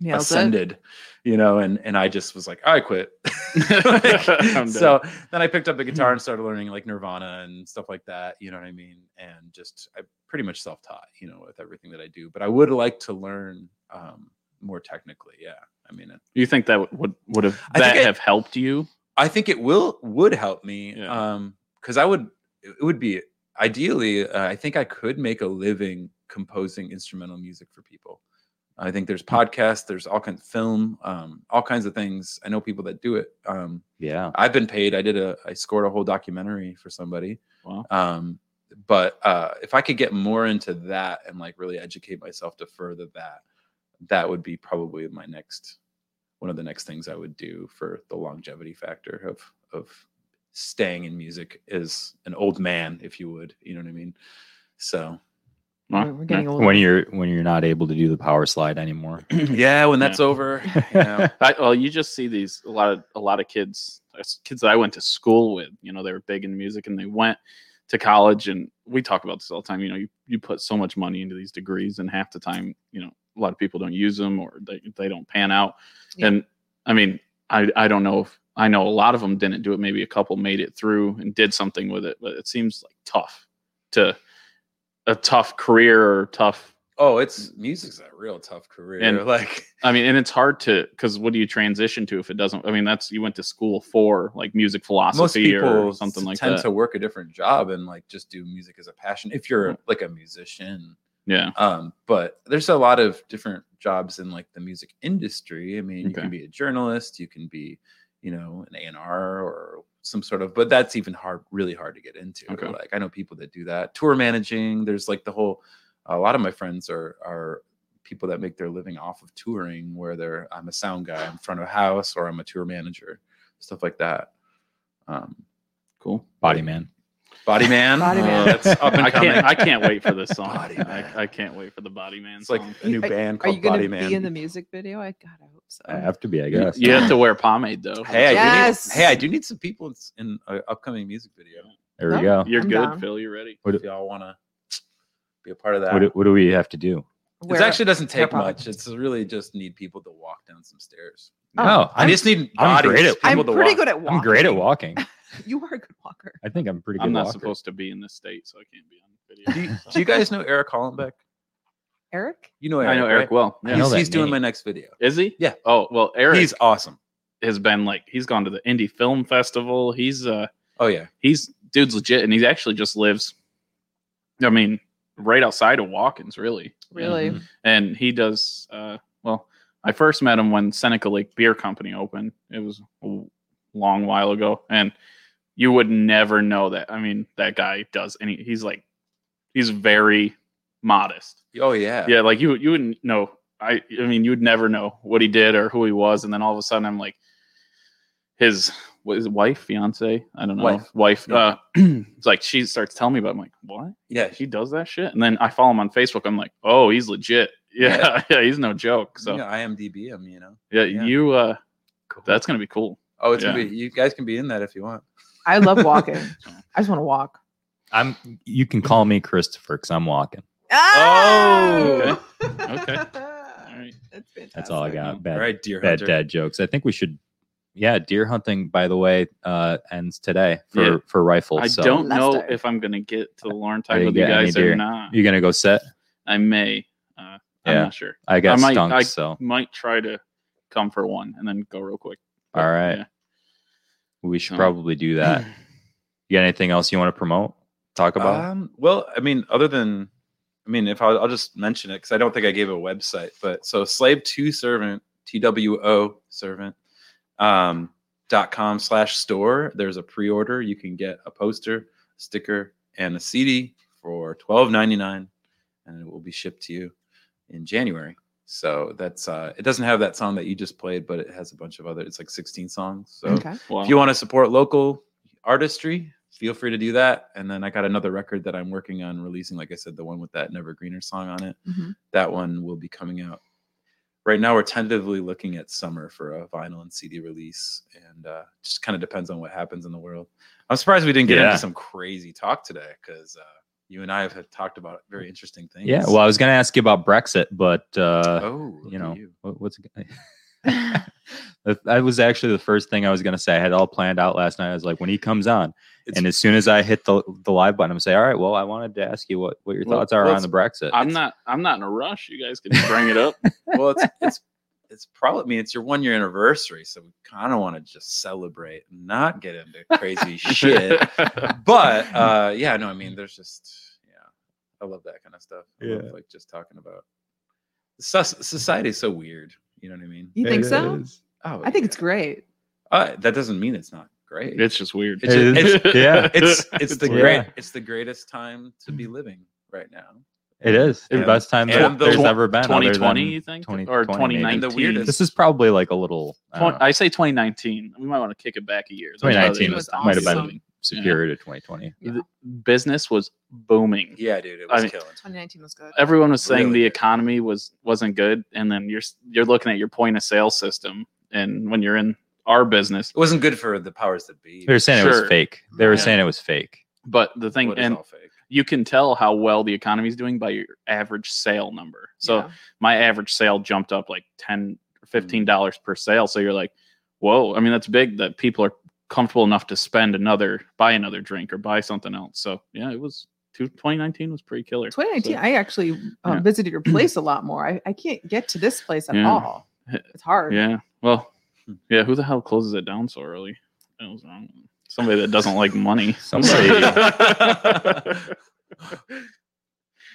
Speaker 3: Nailed it.
Speaker 5: ascended, you know, and and I just was like, I quit. <laughs>
Speaker 1: <laughs> I'm done. Hmm.
Speaker 5: so then I picked up the guitar and started learning like Nirvana and stuff like that. You know what I mean? And just I pretty much self taught, you know, with everything that I do. But I would like to learn um, more technically. Yeah, I mean,
Speaker 1: do you think that would- would would have
Speaker 5: I think
Speaker 1: that
Speaker 5: I-
Speaker 1: have helped you?
Speaker 5: I think it will would help me
Speaker 1: Yeah.
Speaker 5: um cuz I would it would be ideally uh, I think I could make a living composing instrumental music for people. I think there's podcasts, there's all kinds of film, um all kinds of things. I know people that do it. Um
Speaker 2: Yeah,
Speaker 5: I've been paid. I did a I scored a whole documentary for somebody.
Speaker 1: Wow.
Speaker 5: Um but uh if I could get more into that and like really educate myself to further that that would be probably my next one of the next things I would do for the longevity factor of of staying in music is an old man, if you would, you know what I mean? So
Speaker 1: Huh?
Speaker 3: We're, we're getting old.
Speaker 2: when you're when you're not able to do the power slide anymore.
Speaker 5: yeah, when that's over, you know,
Speaker 1: <laughs> I, well, you just see these a lot of a lot of kids, that's kids that I went to school with. You know, they were big in music, and they went to college. And we talk about this all the time. You know, you, you put so much money into these degrees, and half the time, you know, a lot of people don't use them or they, they don't pan out.
Speaker 3: Yeah.
Speaker 1: And I mean, I I don't know if I know a lot of them didn't do it. Maybe a couple made it through and did something with it, but it seems like tough to a tough career or tough
Speaker 5: <laughs> oh, it's music's a real tough career.
Speaker 1: And-
Speaker 5: like
Speaker 1: I mean, and it's hard to because what do you transition to if it doesn't? I mean, that's you went to school for like music philosophy or something
Speaker 5: s-
Speaker 1: like
Speaker 5: tend
Speaker 1: that.
Speaker 5: to work a different job and like just do music as a passion if you're
Speaker 1: Hmm.
Speaker 5: like a musician
Speaker 1: yeah,
Speaker 5: um but there's a lot of different jobs in like the music industry i mean you
Speaker 1: Okay.
Speaker 5: can be a journalist you can be you know an A&R or some sort of but that's even hard really hard to get into
Speaker 1: Okay.
Speaker 5: like i know people that do that tour managing there's like the whole a lot of my friends are are people that make their living off of touring where they're i'm a sound guy i'm front of house or i'm a tour manager stuff like that um
Speaker 1: cool.
Speaker 2: Body man.
Speaker 5: Body Man.
Speaker 3: Body Man.
Speaker 5: that's up and
Speaker 1: I
Speaker 5: coming.
Speaker 1: can't. I can't wait for
Speaker 5: <laughs>
Speaker 1: this song.
Speaker 5: Body Man.
Speaker 1: I, I can't wait for the Body Man.
Speaker 5: it's like
Speaker 1: song.
Speaker 5: a new
Speaker 3: Are-
Speaker 5: band
Speaker 3: Are
Speaker 5: called
Speaker 3: you going
Speaker 5: Body
Speaker 3: to
Speaker 5: Man.
Speaker 3: be in the music video? I God, I hope so.
Speaker 2: I have to be, I
Speaker 1: you,
Speaker 2: guess.
Speaker 1: you have to wear pomade though.
Speaker 5: hey, I
Speaker 3: Yes.
Speaker 5: do need, hey, I do need some people in s- in an upcoming music video.
Speaker 2: There we
Speaker 3: Oh.
Speaker 2: go.
Speaker 1: you're
Speaker 3: I'm
Speaker 1: good,
Speaker 3: down.
Speaker 1: Phil. You're ready.
Speaker 2: What-
Speaker 5: if y'all want to be a part of that,
Speaker 2: What, do- what do we have to do?
Speaker 5: it
Speaker 3: Where-
Speaker 5: actually doesn't
Speaker 3: wear
Speaker 5: take
Speaker 3: body.
Speaker 5: much. It's really just need people to walk down some stairs.
Speaker 3: Oh,
Speaker 2: Oh,
Speaker 5: I
Speaker 2: I'm,
Speaker 5: just need
Speaker 2: I'm
Speaker 5: bodies.
Speaker 2: great at-
Speaker 5: people
Speaker 3: I'm
Speaker 5: to
Speaker 3: pretty
Speaker 5: walk.
Speaker 3: good at walking.
Speaker 2: I'm great at walking.
Speaker 3: You are a good walker.
Speaker 2: I think I'm pretty good.
Speaker 1: I'm not
Speaker 2: walker.
Speaker 1: supposed to be in this state, so I can't be on
Speaker 5: <laughs> Do you,
Speaker 1: video. so.
Speaker 5: do you guys know Eric Hollenbeck?
Speaker 3: Eric?
Speaker 5: You know Eric.
Speaker 1: I know Eric
Speaker 5: right?
Speaker 1: well.
Speaker 2: I
Speaker 1: Yeah.
Speaker 2: know
Speaker 5: He's,
Speaker 2: that
Speaker 5: he's doing
Speaker 2: name.
Speaker 5: my next video.
Speaker 1: Is he?
Speaker 5: Yeah.
Speaker 1: Oh well, Eric
Speaker 5: He's awesome.
Speaker 1: has been like he's gone to the indie film festival. He's uh
Speaker 5: Oh yeah.
Speaker 1: he's dude's legit and he actually just lives i mean right outside of watkins really
Speaker 3: Really?
Speaker 5: Mhm.
Speaker 1: and he does uh well i first met him when seneca lake beer company opened it was a long while ago and you would never know that i mean that guy does any he's like he's very modest
Speaker 5: Oh yeah.
Speaker 1: yeah like you you wouldn't know i i mean you'd never know what he did or who he was and then all of a sudden i'm like his what is it, wife fiance i don't know
Speaker 5: Wife.
Speaker 1: uh <clears throat> it's like she starts telling me about it. i'm like what
Speaker 5: Yeah.
Speaker 1: he does that shit and then i follow him on facebook i'm like oh he's legit <laughs> yeah yeah, he's no joke so
Speaker 5: you know,
Speaker 1: yeah,
Speaker 5: IMDb him. You know. yeah.
Speaker 1: you uh
Speaker 5: Cool.
Speaker 1: that's gonna be cool
Speaker 5: Oh, it's
Speaker 1: Yeah.
Speaker 5: gonna be. You guys can be in that if you want.
Speaker 3: I love <laughs> walking. I just want to walk.
Speaker 2: I'm. You can call me Christopher because I'm walking.
Speaker 3: Oh.
Speaker 1: Okay. All right.
Speaker 3: <laughs> That's fantastic.
Speaker 2: That's all I got. Bad,
Speaker 5: All right, dear
Speaker 2: bad
Speaker 5: hunter.
Speaker 2: dad jokes. I think we should. Yeah, deer hunting. By the way, uh, ends today for
Speaker 1: Yeah.
Speaker 2: for rifles.
Speaker 1: I
Speaker 2: so
Speaker 1: don't know
Speaker 3: Lester.
Speaker 1: if I'm gonna get to the Lauren
Speaker 2: Are
Speaker 1: time
Speaker 2: you
Speaker 1: with you
Speaker 2: getting any
Speaker 1: guys or
Speaker 2: deer?
Speaker 1: not.
Speaker 2: You're gonna go set.
Speaker 1: I may. Uh, I'm
Speaker 2: Yeah.
Speaker 1: not sure.
Speaker 2: I got
Speaker 1: I might-
Speaker 2: stunk.
Speaker 1: I-
Speaker 2: so
Speaker 1: Might try to come for one and then go real quick.
Speaker 2: all right,
Speaker 1: yeah.
Speaker 2: we should
Speaker 1: So-
Speaker 2: probably
Speaker 1: <clears throat>
Speaker 2: do that. You got anything else you want to promote? Talk about?
Speaker 5: Um, well, I mean, other than, I mean, if I, I'll just mention it because I don't think I gave a website, but so slave two servant, T W O servant, um, dot com slash store. There's a pre order. You can get a poster, sticker, and a CD for twelve ninety nine, and it will be shipped to you in January. So that's uh, it doesn't have that song that you just played, but it has a bunch of other. It's like sixteen songs. So
Speaker 3: Okay.
Speaker 1: Well,
Speaker 5: if you want to support local artistry, feel free to do that. And then I got another record that I'm working on releasing. Like I said, the one with that Never Greener song on it.
Speaker 3: Mhm.
Speaker 5: That one will be coming out. Right now, we're tentatively looking at summer for a vinyl and CD release, and uh, just kind of depends on what happens in the world. I'm surprised we didn't get
Speaker 2: Yeah.
Speaker 5: into some crazy talk today because uh, you and I have, have talked about very interesting things.
Speaker 2: yeah. Well, I was gonna ask you about Brexit, but uh,
Speaker 5: oh,
Speaker 2: you
Speaker 5: you
Speaker 2: know
Speaker 5: know,
Speaker 2: what, what's <laughs> that was actually the first thing I was gonna say. I had it all planned out last night. I was like, when he comes on,
Speaker 5: It's-
Speaker 2: and as soon as I hit the the live button, I'm gonna say, all right, well, I wanted to ask you what what your
Speaker 1: Well,
Speaker 2: thoughts are
Speaker 1: well,
Speaker 2: on the Brexit.
Speaker 1: I'm not. I'm not in a rush. You guys can bring it <laughs> up.
Speaker 5: well, it's it's it's probably I mean it's your one year anniversary, so we kind of want to just celebrate, and not get into crazy shit. But uh, yeah, no, I mean there's just yeah, I love that kind of stuff. I love, like just talking about sus- society is so weird. You know what I mean?
Speaker 3: You think so?
Speaker 5: Oh,
Speaker 3: I think
Speaker 5: yeah.
Speaker 3: it's great.
Speaker 5: Uh, that doesn't mean it's not
Speaker 1: <laughs>
Speaker 5: great.
Speaker 1: it's <laughs> just weird.
Speaker 5: It's
Speaker 2: It
Speaker 1: <laughs>
Speaker 5: just-
Speaker 2: is. Yeah.
Speaker 5: it's it's the
Speaker 2: weird.
Speaker 5: great
Speaker 2: Yeah.
Speaker 5: it's the greatest time to be living right now.
Speaker 2: It is the
Speaker 5: And-
Speaker 2: best time
Speaker 5: and
Speaker 2: that
Speaker 5: the
Speaker 2: there's
Speaker 5: tw-
Speaker 2: ever been. other
Speaker 1: 2020,
Speaker 2: than
Speaker 1: you think,
Speaker 2: 2020,
Speaker 1: or
Speaker 2: maybe.
Speaker 1: 2019?
Speaker 5: The weirdest- uh,
Speaker 2: This is probably like a little. I don't
Speaker 1: Twen-
Speaker 2: know,
Speaker 1: I say 2019. We might want to kick it back a year. That's probably
Speaker 2: 2019
Speaker 1: the
Speaker 2: was,
Speaker 1: best
Speaker 2: might have
Speaker 1: time to
Speaker 2: been superior to 2020.
Speaker 1: be living. The business was booming.
Speaker 5: Yeah, dude, it
Speaker 1: I
Speaker 5: was
Speaker 1: mean-
Speaker 5: killing.
Speaker 3: 2019 was good.
Speaker 1: Everyone was saying
Speaker 5: Really
Speaker 1: the
Speaker 5: good.
Speaker 1: economy was wasn't good, and then you're s- you're looking at your point of sale system, and when you're in our business,
Speaker 5: It wasn't good for the powers that be.
Speaker 2: They were saying it
Speaker 1: Sure.
Speaker 2: was fake. They were
Speaker 1: Yeah.
Speaker 2: saying it was fake.
Speaker 1: but the thing
Speaker 5: What is
Speaker 1: and
Speaker 5: all fake. <laughs>
Speaker 1: you can tell how well the economy is doing by your average sale number. So my average sale jumped up like 10 or 15 dollars per sale so you're like whoa i mean that's big that people are comfortable enough to spend another buy another drink or buy something else so yeah it was two- 2019 was pretty killer
Speaker 3: 2019,
Speaker 1: So,
Speaker 3: I actually uh,
Speaker 1: Yeah.
Speaker 3: visited
Speaker 1: <clears throat>
Speaker 3: your place a lot more. I, I can't get to this place at
Speaker 1: Yeah.
Speaker 3: all. It's hard.
Speaker 1: yeah well yeah who the hell closes it down so early that was wrong somebody that doesn't like money <laughs>
Speaker 2: Somebody-
Speaker 5: <laughs>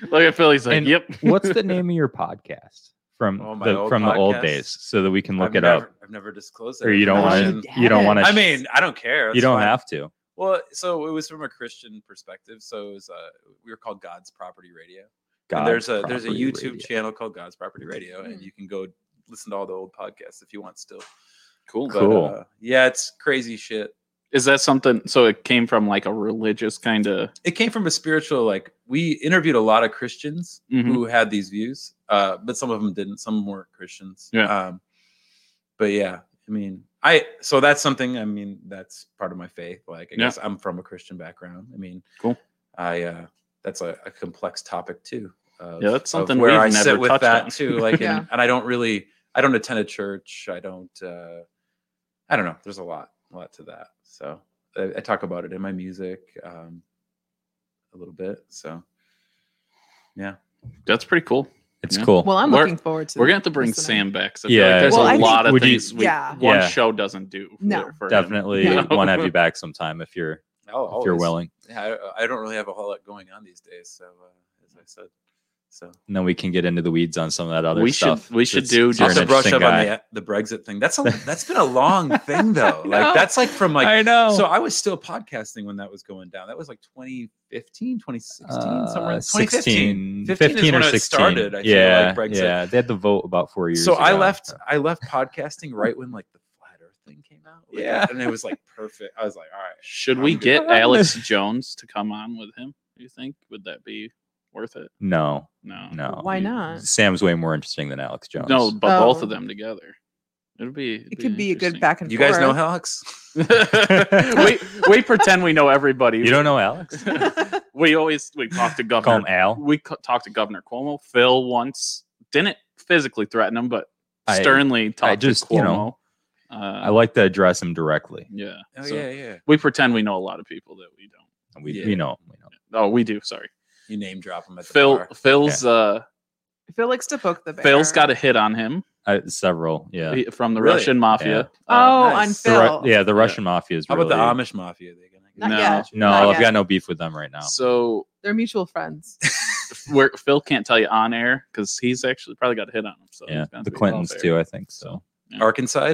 Speaker 1: look at philly's like
Speaker 2: And
Speaker 1: yep
Speaker 2: What's the name of your podcast from
Speaker 5: Oh, my
Speaker 2: the
Speaker 5: old
Speaker 2: from the old
Speaker 5: podcast?
Speaker 2: days so that we can look
Speaker 5: I've
Speaker 2: it
Speaker 5: never,
Speaker 2: up?
Speaker 5: I've never disclosed that.
Speaker 2: Or you don't
Speaker 3: Oh,
Speaker 5: information.
Speaker 2: want
Speaker 3: You
Speaker 2: to? You don't want to?
Speaker 5: I mean, I don't care.
Speaker 2: you
Speaker 5: it's
Speaker 2: don't
Speaker 5: fine.
Speaker 2: have to.
Speaker 5: Well, so it was from a Christian perspective. So it was, uh, we were called God's Property Radio. and there's a
Speaker 2: God,
Speaker 5: there's a
Speaker 2: property
Speaker 5: YouTube
Speaker 2: radio.
Speaker 5: channel called God's Property Radio, and
Speaker 3: Hmm.
Speaker 5: you can go listen to all the old podcasts if you want. Still,
Speaker 1: cool
Speaker 5: But,
Speaker 2: Cool.
Speaker 5: uh, yeah, it's crazy shit.
Speaker 1: is that something so it came from like a religious kind of
Speaker 5: It came from a spiritual like we interviewed a lot of Christians
Speaker 1: Mhm.
Speaker 5: who had these views, uh, but some of them didn't. Some weren't Christians.
Speaker 1: Yeah.
Speaker 5: Um, but yeah, I mean, I so that's something. I mean, that's part of my faith. Like, I
Speaker 1: Yeah.
Speaker 5: guess I'm from a Christian background. I mean,
Speaker 1: Cool.
Speaker 5: I uh, that's a, a complex topic too. Of,
Speaker 1: Yeah, that's
Speaker 5: of
Speaker 1: something
Speaker 5: where
Speaker 1: we've
Speaker 5: I
Speaker 1: never
Speaker 5: sit with
Speaker 1: touched
Speaker 5: that
Speaker 1: on. <laughs>
Speaker 5: too. Like,
Speaker 3: Yeah.
Speaker 5: and, and I don't really, I don't attend a church. I don't. uh I don't know. There's a lot, a lot to that. So I, I talk about it in my music um, a little bit. So
Speaker 1: that's pretty cool
Speaker 2: It's
Speaker 1: Yeah.
Speaker 2: cool.
Speaker 3: Well, I'm
Speaker 1: We're-
Speaker 3: looking forward to
Speaker 1: We're gonna have to bring
Speaker 3: listening.
Speaker 1: Sam back. So yeah,
Speaker 2: Yeah.
Speaker 1: there's
Speaker 3: Well,
Speaker 1: a
Speaker 3: I think-
Speaker 1: lot of
Speaker 2: Would you-
Speaker 1: things we,
Speaker 3: Yeah.
Speaker 1: one
Speaker 2: Yeah.
Speaker 1: show doesn't do. for-
Speaker 3: No.
Speaker 1: for him.
Speaker 2: Definitely <laughs>
Speaker 3: Yeah.
Speaker 2: want
Speaker 1: <laughs>
Speaker 2: to
Speaker 5: <laughs>
Speaker 2: have you back sometime if you're
Speaker 5: oh,
Speaker 2: if you're willing,
Speaker 5: Yeah, I, I don't really have a whole lot going on these days. So uh, as I said, so
Speaker 2: and then we can get into the weeds on some of that other
Speaker 1: We should-
Speaker 2: stuff.
Speaker 1: we should
Speaker 2: It's-
Speaker 1: do
Speaker 2: you're an
Speaker 1: just-
Speaker 5: just to brush
Speaker 2: interesting
Speaker 5: up
Speaker 2: guy.
Speaker 5: on the, the Brexit thing.
Speaker 2: <laughs>
Speaker 5: That's a, that's been a long thing though. Like that's like from like
Speaker 2: I know.
Speaker 5: so I was still podcasting when that was going down. That was like 2015, 2016, somewhere
Speaker 2: Uh,
Speaker 5: 2015.
Speaker 2: 16,
Speaker 5: 15 is
Speaker 2: 15
Speaker 5: when
Speaker 2: or
Speaker 5: it
Speaker 2: 16.
Speaker 5: started. I
Speaker 2: yeah,
Speaker 5: feel like Brexit.
Speaker 2: yeah. They had the vote about four years.
Speaker 5: So I
Speaker 2: ago.
Speaker 5: left. I left podcasting right when like the flat Earth thing came out. Like,
Speaker 2: Yeah.
Speaker 5: and it was like perfect. I was like, all right.
Speaker 2: <laughs>
Speaker 1: Should we
Speaker 5: I'm good.
Speaker 3: <laughs>
Speaker 1: get
Speaker 2: I'm
Speaker 1: Alex Jones to come on with him? Do you think would that be worth it?
Speaker 2: No,
Speaker 1: No,
Speaker 2: no.
Speaker 3: Why not?
Speaker 2: Sam's way more interesting than Alex Jones.
Speaker 1: no, but both
Speaker 3: Oh.
Speaker 1: of them together. It'd be. it'd
Speaker 3: It could be a good
Speaker 1: interesting.
Speaker 2: <laughs>
Speaker 3: back and
Speaker 5: You
Speaker 3: forth.
Speaker 5: guys know Alex?
Speaker 1: <laughs> we we pretend we know everybody.
Speaker 2: you don't know Alex.
Speaker 1: <laughs>
Speaker 3: <laughs>
Speaker 1: we always we talk to
Speaker 2: Call him
Speaker 1: governor.
Speaker 2: Al.
Speaker 1: We co- talked to Governor Cuomo. Phil once didn't physically threaten him, but
Speaker 2: I-
Speaker 1: sternly talk
Speaker 2: I just,
Speaker 1: to Cuomo.
Speaker 2: you know,
Speaker 1: uh,
Speaker 2: I like to address him directly.
Speaker 1: yeah.
Speaker 5: Oh
Speaker 1: so
Speaker 5: yeah, yeah.
Speaker 1: We pretend we know a lot of people that we don't.
Speaker 2: And We,
Speaker 5: Yeah.
Speaker 2: we know. We know.
Speaker 1: Oh, we do. Sorry,
Speaker 5: You name drop him at the
Speaker 1: Phil.
Speaker 5: bar.
Speaker 1: Phil's uh,
Speaker 3: Phil likes to poke the bear.
Speaker 1: Phil's got a hit on him
Speaker 2: I, Uh, several. Yeah.
Speaker 1: he- from the
Speaker 5: Really?
Speaker 1: Russian mafia. Uh,
Speaker 3: Oh,
Speaker 5: nice.
Speaker 3: on
Speaker 2: The
Speaker 3: Phil.
Speaker 2: Ru- yeah, the Russian mafia is
Speaker 5: How
Speaker 2: really,
Speaker 5: about the Amish mafia? Are they gonna
Speaker 3: Not
Speaker 1: No.
Speaker 3: yet.
Speaker 2: No,
Speaker 3: Not
Speaker 2: I've
Speaker 3: yet.
Speaker 2: got no beef with them right now.
Speaker 1: So
Speaker 3: They're mutual friends.
Speaker 1: where Phil can't tell you on air because he's actually probably got a hit on him. So
Speaker 2: yeah,
Speaker 1: he's gonna
Speaker 2: the
Speaker 1: be
Speaker 2: Clintons
Speaker 1: off air.
Speaker 2: too, I think. So
Speaker 5: Arkansas?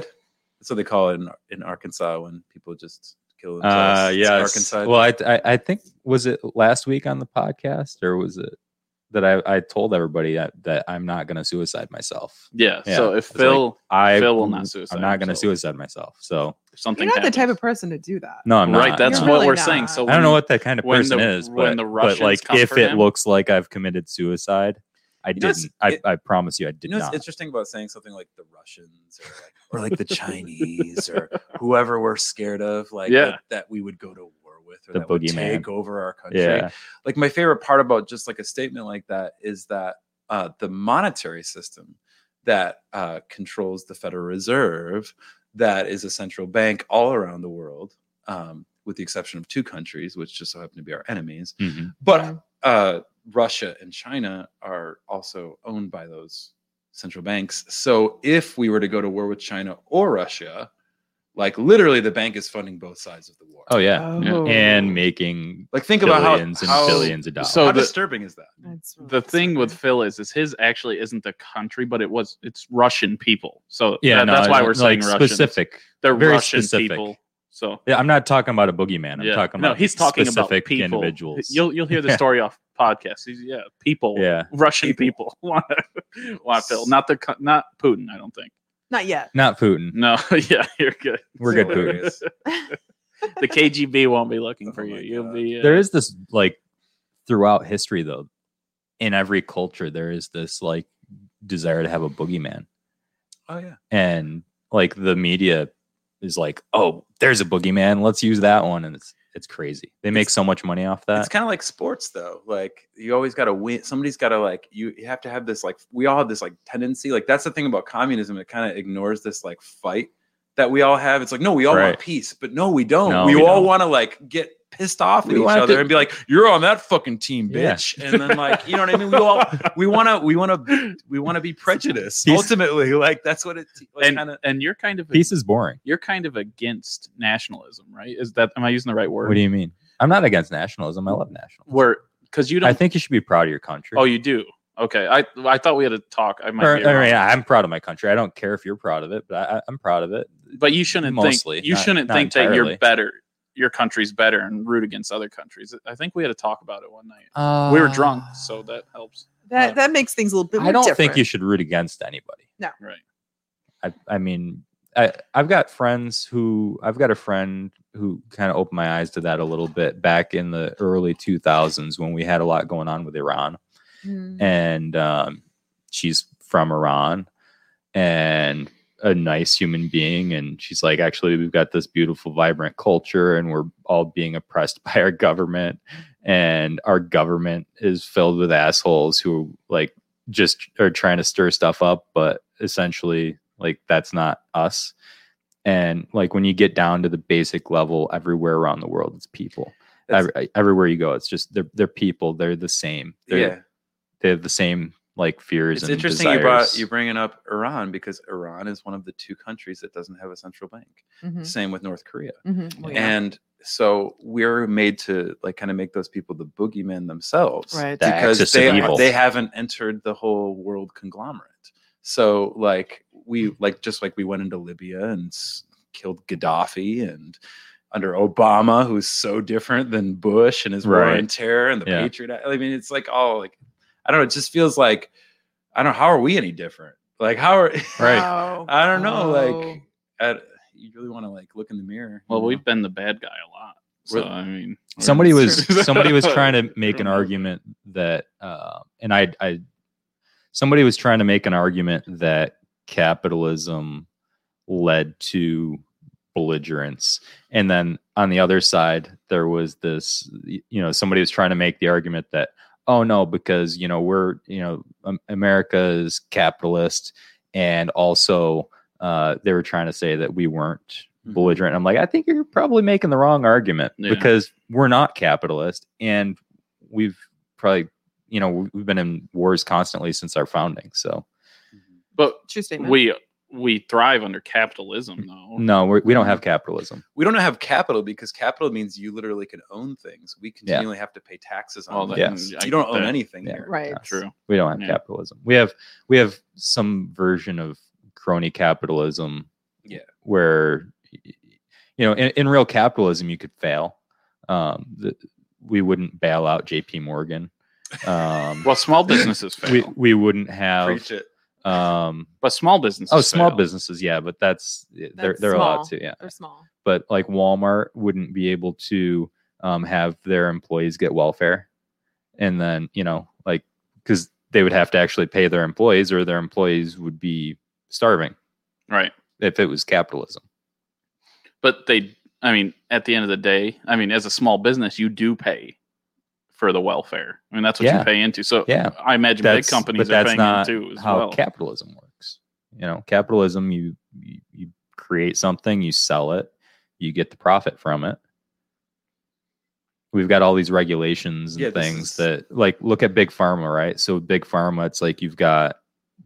Speaker 5: That's what they call it in, in Arkansas when people just kill themselves.
Speaker 2: Uh,
Speaker 5: It's
Speaker 2: yeah.
Speaker 5: Arkansas.
Speaker 2: Well, I, I I think was it last week on the podcast or was it that I, I told everybody that, that I'm not going to suicide myself.
Speaker 1: Yeah.
Speaker 2: Yeah,
Speaker 1: So if
Speaker 2: it's like-
Speaker 1: Phil
Speaker 2: I
Speaker 1: Phil will not suicide
Speaker 2: I'm not going to
Speaker 1: himself.
Speaker 2: suicide myself. So
Speaker 1: if something
Speaker 3: You're not
Speaker 1: happens,
Speaker 3: the type of person to do that.
Speaker 2: no, I'm not.
Speaker 1: right. That's
Speaker 2: no.
Speaker 3: You're
Speaker 1: what
Speaker 3: really
Speaker 1: we're saying.
Speaker 3: not.
Speaker 1: So
Speaker 2: I don't know
Speaker 1: when-
Speaker 2: what that kind of
Speaker 1: when the-
Speaker 2: person is, but,
Speaker 1: when the
Speaker 2: but
Speaker 1: Russians
Speaker 2: like
Speaker 1: come
Speaker 2: if
Speaker 1: for
Speaker 2: it
Speaker 1: him-
Speaker 2: looks like I've committed suicide, I
Speaker 5: know, it's-
Speaker 2: didn't. I,
Speaker 5: it-
Speaker 2: I promise you, I did
Speaker 5: you know, it's
Speaker 2: not.
Speaker 5: interesting about saying something like the Russians or like, or like the Chinese or whoever we're scared of, like
Speaker 1: Yeah.
Speaker 5: that, that we would go to war with or
Speaker 2: The
Speaker 5: that would
Speaker 2: boogeyman.
Speaker 5: take over our country.
Speaker 2: yeah,
Speaker 5: Like my favorite part about just like a statement like that is that uh, the monetary system that uh, controls the Federal Reserve, that is a central bank all around the world, um, with the exception of two countries, which just so happen to be our enemies.
Speaker 2: Mhm.
Speaker 5: But uh, Russia and China are also owned by those central banks. So if we were to go to war with China or Russia, like literally the bank is funding both sides of the war.
Speaker 2: oh yeah,
Speaker 1: Yeah.
Speaker 2: and making
Speaker 5: like think about how,
Speaker 2: billions
Speaker 5: how,
Speaker 2: and billions of dollars.
Speaker 1: So
Speaker 5: how
Speaker 1: the-
Speaker 5: disturbing is that?
Speaker 3: That's
Speaker 1: the thing with Phil is, is his actually isn't the country, but it was it's Russian people. So
Speaker 2: yeah,
Speaker 1: that-
Speaker 2: no,
Speaker 1: that's why
Speaker 2: it's
Speaker 1: we're
Speaker 2: like
Speaker 1: saying Russian.
Speaker 2: specific.
Speaker 1: They're
Speaker 2: very
Speaker 1: Russian
Speaker 2: specific.
Speaker 1: people. So
Speaker 2: Yeah, I'm not talking about a boogeyman. I'm
Speaker 1: yeah.
Speaker 2: talking
Speaker 1: no,
Speaker 2: about
Speaker 1: he's talking about
Speaker 2: specific
Speaker 1: people.
Speaker 2: individuals.
Speaker 1: You'll you'll hear the
Speaker 2: Yeah.
Speaker 1: story off podcast. He's, yeah, people.
Speaker 2: yeah,
Speaker 1: Russian people <laughs> want want Phil, not the co- not Putin. I don't think.
Speaker 3: Not
Speaker 1: <laughs>
Speaker 3: yet.
Speaker 2: not Putin.
Speaker 1: No, yeah, you're good.
Speaker 2: We're good, Putin.
Speaker 5: <laughs> Hilarious.
Speaker 1: <laughs> The KGB won't be looking
Speaker 5: Oh
Speaker 1: for you.
Speaker 5: my
Speaker 1: You'll
Speaker 5: God.
Speaker 1: be uh,
Speaker 2: There is this like throughout history though, in every culture there is this like desire to have a boogeyman,
Speaker 5: Oh yeah.
Speaker 2: and like the media is like, oh, there's a boogeyman. Let's use that one, and it's it's crazy. They make so much money off
Speaker 5: It's
Speaker 2: that.
Speaker 5: kind of like sports though. Like you always got to win. Somebody's got to like you, you have to have this like we all have this like tendency. Like that's the thing about communism. It kind of ignores this like fight that we all have. It's like no, we all
Speaker 2: Right.
Speaker 5: want peace, but no, we don't.
Speaker 2: No,
Speaker 5: we,
Speaker 2: we
Speaker 5: all
Speaker 2: don't.
Speaker 5: want to like get pissed off
Speaker 2: We
Speaker 5: at each
Speaker 2: want
Speaker 5: other
Speaker 2: to-
Speaker 5: and be like, "You're on that fucking team,
Speaker 2: Yeah.
Speaker 5: bitch." And then like you know what I mean? We
Speaker 2: <laughs>
Speaker 5: all we want to we want to we want to be prejudiced
Speaker 2: Peace-
Speaker 5: ultimately. Like that's what it like,
Speaker 1: and
Speaker 5: kind of.
Speaker 1: and you're kind of a-
Speaker 2: Peace is boring.
Speaker 1: you're kind of against nationalism, right? Is that am I using the right word?
Speaker 2: What do you mean? I'm not against nationalism. I love nationalism.
Speaker 1: Where because you don't.
Speaker 2: I think you should be proud of your country.
Speaker 1: oh, you do. Okay, I I thought we had a talk. I might.
Speaker 2: Or-
Speaker 1: be
Speaker 2: or,
Speaker 1: wrong.
Speaker 2: yeah, I'm proud of my country. I don't care if you're proud of it, but I, I- I'm proud of it.
Speaker 1: But you shouldn't
Speaker 2: Mostly,
Speaker 1: think you
Speaker 2: not-
Speaker 1: shouldn't
Speaker 2: not
Speaker 1: think that
Speaker 2: entirely.
Speaker 1: you're better. Your country's better and root against other countries. I think we had a talk about it one night.
Speaker 2: Uh,
Speaker 1: we were drunk, so that helps.
Speaker 3: <laughs> That that makes things a little bit.
Speaker 2: I don't
Speaker 3: different.
Speaker 2: think you should root against anybody.
Speaker 3: No.
Speaker 1: Right.
Speaker 2: I, I mean, I, I've got friends who I've got a friend who kind of opened my eyes to that a little bit back in the early 2000s when we had a lot going on with Iran,
Speaker 3: Mm.
Speaker 2: and um, she's from Iran and a nice human being, and she's like, actually, we've got this beautiful, vibrant culture, and we're all being oppressed <laughs> by our government, and our government is filled with assholes who like just are trying to stir stuff up, but essentially, like, that's not us. And like when you get down to the basic level, everywhere around the world, it's people.
Speaker 5: That's-
Speaker 2: Every- everywhere you go, it's just they're they're people. They're the same. They're,
Speaker 5: yeah.
Speaker 2: they have the same like fears.
Speaker 5: It's
Speaker 2: and
Speaker 5: interesting you
Speaker 2: desires.
Speaker 5: brought you bringing up Iran because Iran is one of the two countries that doesn't have a central bank.
Speaker 3: Mhm.
Speaker 5: Same with North Korea.
Speaker 3: Mhm. Well, yeah.
Speaker 5: And so we're made to like kind of make those people the boogeyman themselves.
Speaker 3: Right.
Speaker 2: The
Speaker 5: Because
Speaker 2: axis of
Speaker 5: they
Speaker 2: evil.
Speaker 5: they haven't entered the whole world conglomerate. So like we like just like we went into Libya and s- killed Gaddafi and under Obama, who's so different than Bush and his war
Speaker 2: Right.
Speaker 5: on terror and the
Speaker 2: Yeah.
Speaker 5: Patriot Act. I mean, it's like all like I don't know. It just feels like I don't know. How are we any different? Like how are
Speaker 2: right.
Speaker 3: Oh,
Speaker 1: Uh,
Speaker 5: <laughs> I don't know.
Speaker 3: oh.
Speaker 5: Like I, you really want to like look in the mirror.
Speaker 1: Well,
Speaker 5: you know?
Speaker 1: we've been the bad guy a lot. So
Speaker 5: Really?
Speaker 1: I mean, we're-
Speaker 2: Mm-hmm. Somebody
Speaker 3: That's
Speaker 1: <laughs>
Speaker 2: was
Speaker 1: true.
Speaker 2: somebody was trying
Speaker 5: <laughs>
Speaker 2: to make an
Speaker 1: True.
Speaker 2: argument that, uh, and I, I, somebody was trying to make an argument that capitalism led to belligerence, and then on the other side there was this, you know, somebody was trying to make the argument that oh no, because you know we're you know um, America is capitalist, and also uh, they were trying to say that we weren't
Speaker 5: Mhm.
Speaker 2: belligerent. I'm like, I think you're probably making the wrong argument
Speaker 1: Yeah.
Speaker 2: because we're not capitalist, and we've probably you know we've been in wars constantly since our founding. So
Speaker 5: Mm-hmm.
Speaker 1: But
Speaker 3: True statement.
Speaker 1: we we thrive under capitalism, though.
Speaker 2: no, we're, we don't have capitalism.
Speaker 5: we don't have capital because capital means you literally can own things. We continually have to pay taxes on
Speaker 1: Well,
Speaker 5: them.
Speaker 1: then,
Speaker 2: Yes.
Speaker 1: I
Speaker 5: You don't
Speaker 1: get
Speaker 5: own
Speaker 1: that.
Speaker 5: anything
Speaker 2: Yeah.
Speaker 5: here.
Speaker 3: right.
Speaker 1: True.
Speaker 2: We don't have
Speaker 1: Yeah.
Speaker 2: capitalism. We have we have some version of crony capitalism.
Speaker 5: Yeah.
Speaker 2: Where you know, in, in real capitalism you could fail. Um the, we wouldn't bail out JP Morgan.
Speaker 1: <laughs>
Speaker 2: Um
Speaker 1: Well, small businesses fail,
Speaker 2: we, we wouldn't have
Speaker 1: e-
Speaker 5: Preach it.
Speaker 2: um
Speaker 1: but small businesses.
Speaker 2: oh small
Speaker 1: fail.
Speaker 2: businesses, yeah, but that's, they're
Speaker 3: That's
Speaker 2: they're allowed
Speaker 3: small.
Speaker 2: to, yeah.
Speaker 3: They're small.
Speaker 2: But like Walmart wouldn't be able to um have their employees get welfare. And then, you know, like because they would have to actually pay their employees or their employees would be starving
Speaker 1: right?
Speaker 2: if it was capitalism.
Speaker 1: But they, I mean, at the end of the day, I mean, as a small business, you do pay for the welfare. I mean, that's what
Speaker 2: Yeah.
Speaker 1: you pay into. So
Speaker 2: Yeah.
Speaker 1: I imagine big
Speaker 2: That's-
Speaker 1: companies
Speaker 2: but
Speaker 1: are
Speaker 2: that's
Speaker 1: paying
Speaker 2: not
Speaker 1: into as
Speaker 2: How
Speaker 1: well.
Speaker 2: capitalism works. You know, capitalism you, you you create something, you sell it, you get the profit from it. We've got all these regulations and
Speaker 5: Yeah, this
Speaker 2: things
Speaker 5: is-
Speaker 2: that like look at big pharma, right? So big pharma, it's like you've got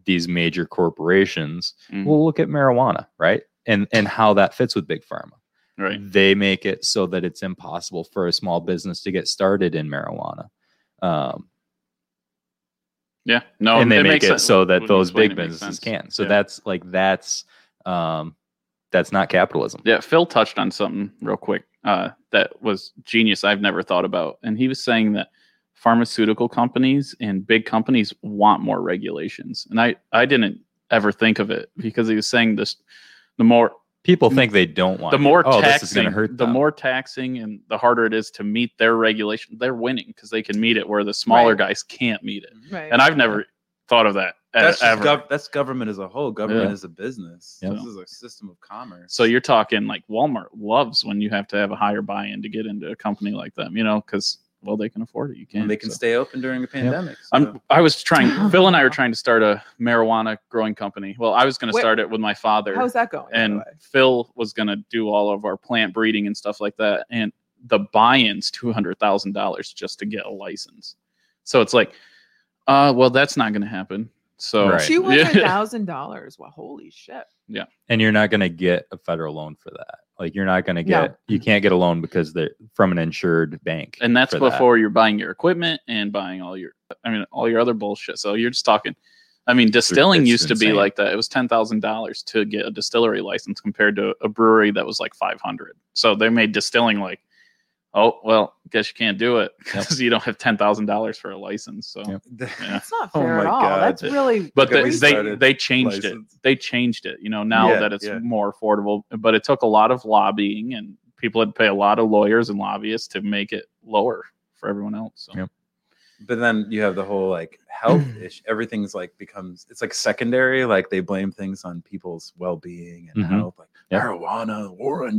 Speaker 2: these major corporations.
Speaker 1: Mhm.
Speaker 2: Well, look at marijuana, right? And and how that fits with big pharma.
Speaker 1: right.
Speaker 2: They make it so that it's impossible for a small business to get started in marijuana. Um,
Speaker 1: Yeah. No.
Speaker 2: and they make
Speaker 1: Oh, makes
Speaker 2: it
Speaker 1: sense.
Speaker 2: so that
Speaker 1: When you
Speaker 2: those
Speaker 1: explain
Speaker 2: big
Speaker 1: it, it makes
Speaker 2: businesses
Speaker 1: sense.
Speaker 2: can. So
Speaker 1: Yeah.
Speaker 2: that's like that's um that's not capitalism.
Speaker 1: Yeah, Phil touched on something real quick uh, that was genius. I've never thought about, and he was saying that pharmaceutical companies and big companies want more regulations, and I I didn't ever think of it because he was saying this: the more
Speaker 2: People think they don't want
Speaker 1: Mm. the
Speaker 2: to.
Speaker 1: more
Speaker 2: oh,
Speaker 1: taxing,
Speaker 2: this is going to hurt
Speaker 1: the
Speaker 2: them."
Speaker 1: more taxing, and the harder it is to meet their regulation. They're winning because they can meet it where the smaller
Speaker 3: Right.
Speaker 1: guys can't meet it.
Speaker 3: Right.
Speaker 1: And I've never thought of that e-
Speaker 5: That's, just
Speaker 1: ever.
Speaker 5: gov- that's government as a whole. Government
Speaker 1: Yeah.
Speaker 5: is a business.
Speaker 2: Yeah.
Speaker 5: This is a system of commerce.
Speaker 1: So you're talking like Walmart loves when you have to have a higher buy-in to get into a company like them, you know, because well, they can afford it. You
Speaker 5: and
Speaker 1: can.
Speaker 5: they can
Speaker 1: so.
Speaker 5: stay open during a pandemic. <laughs>
Speaker 1: I'm, I was trying. Phil and I were trying to start a marijuana growing company. Well, I was going to
Speaker 3: Wait.
Speaker 1: start it with my father,
Speaker 3: How's that going? by the
Speaker 1: and
Speaker 3: way?
Speaker 1: Phil was going to do all of our plant breeding and stuff like that. And the buy-in's two hundred thousand dollars just to get a license. So it's like, uh, well, that's not going to happen. So
Speaker 2: Right.
Speaker 3: two
Speaker 1: Yeah. <laughs>
Speaker 3: hundred thousand dollars. Well, holy shit.
Speaker 2: and you're not going to get a federal loan for that. Like you're not going to
Speaker 3: No.
Speaker 2: get you can't get a loan because they're from an insured bank.
Speaker 1: and that's
Speaker 2: for that.
Speaker 1: before you're buying your equipment and buying all your i mean all your other bullshit so you're just talking i mean distilling
Speaker 2: it's
Speaker 1: used to be
Speaker 2: insane.
Speaker 1: like that it was $10000 to get a distillery license compared to a brewery that was like 500 so they made distilling like oh well guess you can't do it because you don't have $10000 for a license so
Speaker 2: Yep.
Speaker 1: Yeah.
Speaker 3: That's not
Speaker 5: Oh
Speaker 3: fair at
Speaker 5: my
Speaker 3: all.
Speaker 5: God.
Speaker 3: That's really.
Speaker 1: but
Speaker 5: Got
Speaker 1: they,
Speaker 5: me
Speaker 1: they
Speaker 5: started.
Speaker 1: they changed
Speaker 5: License.
Speaker 1: it they changed it you know now
Speaker 5: Yeah,
Speaker 1: that it's
Speaker 5: yeah.
Speaker 1: more affordable but it took a lot of lobbying and people had to pay a lot of lawyers and lobbyists to make it lower for everyone else so.
Speaker 2: Yep.
Speaker 5: but then you have the whole like health <clears throat> ish everything's like becomes it's like secondary like they blame things on people's well-being and
Speaker 2: Mhm.
Speaker 1: Mm-hmm.
Speaker 5: health like
Speaker 2: Yeah.
Speaker 5: marijuana war
Speaker 1: <laughs>
Speaker 5: on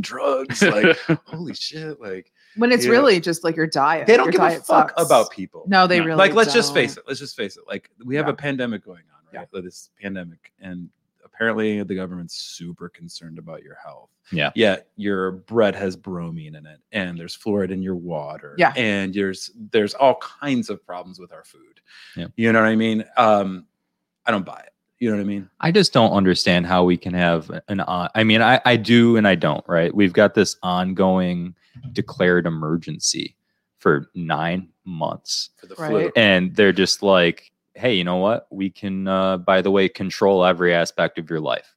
Speaker 2: <laughs>
Speaker 5: drugs like holy shit like
Speaker 3: when it's
Speaker 5: Yeah.
Speaker 3: really just like your diet.
Speaker 5: they don't
Speaker 3: Your
Speaker 5: give a
Speaker 3: diet
Speaker 5: fuck
Speaker 3: sucks.
Speaker 5: about people
Speaker 3: No, they
Speaker 1: No.
Speaker 3: really.
Speaker 5: like let's just face
Speaker 3: don't.
Speaker 5: it let's just face it like we have
Speaker 3: Yeah.
Speaker 5: a pandemic going on right Like, this pandemic and apparently the government's super concerned about your health
Speaker 2: Yeah.
Speaker 5: yeah your bread has bromine in it and there's fluoride in your water
Speaker 3: Yeah.
Speaker 5: and there's there's all kinds of problems with our food
Speaker 2: Yeah.
Speaker 5: you know what i mean um i don't buy it you know what i mean
Speaker 2: I just don't understand how we can have an on. I mean, I, I do and I don't, right? We've got this ongoing declared emergency for nine months.
Speaker 5: for the
Speaker 3: Right.
Speaker 2: And they're just like, hey, you know what? We can, uh, by the way, control every aspect of your life.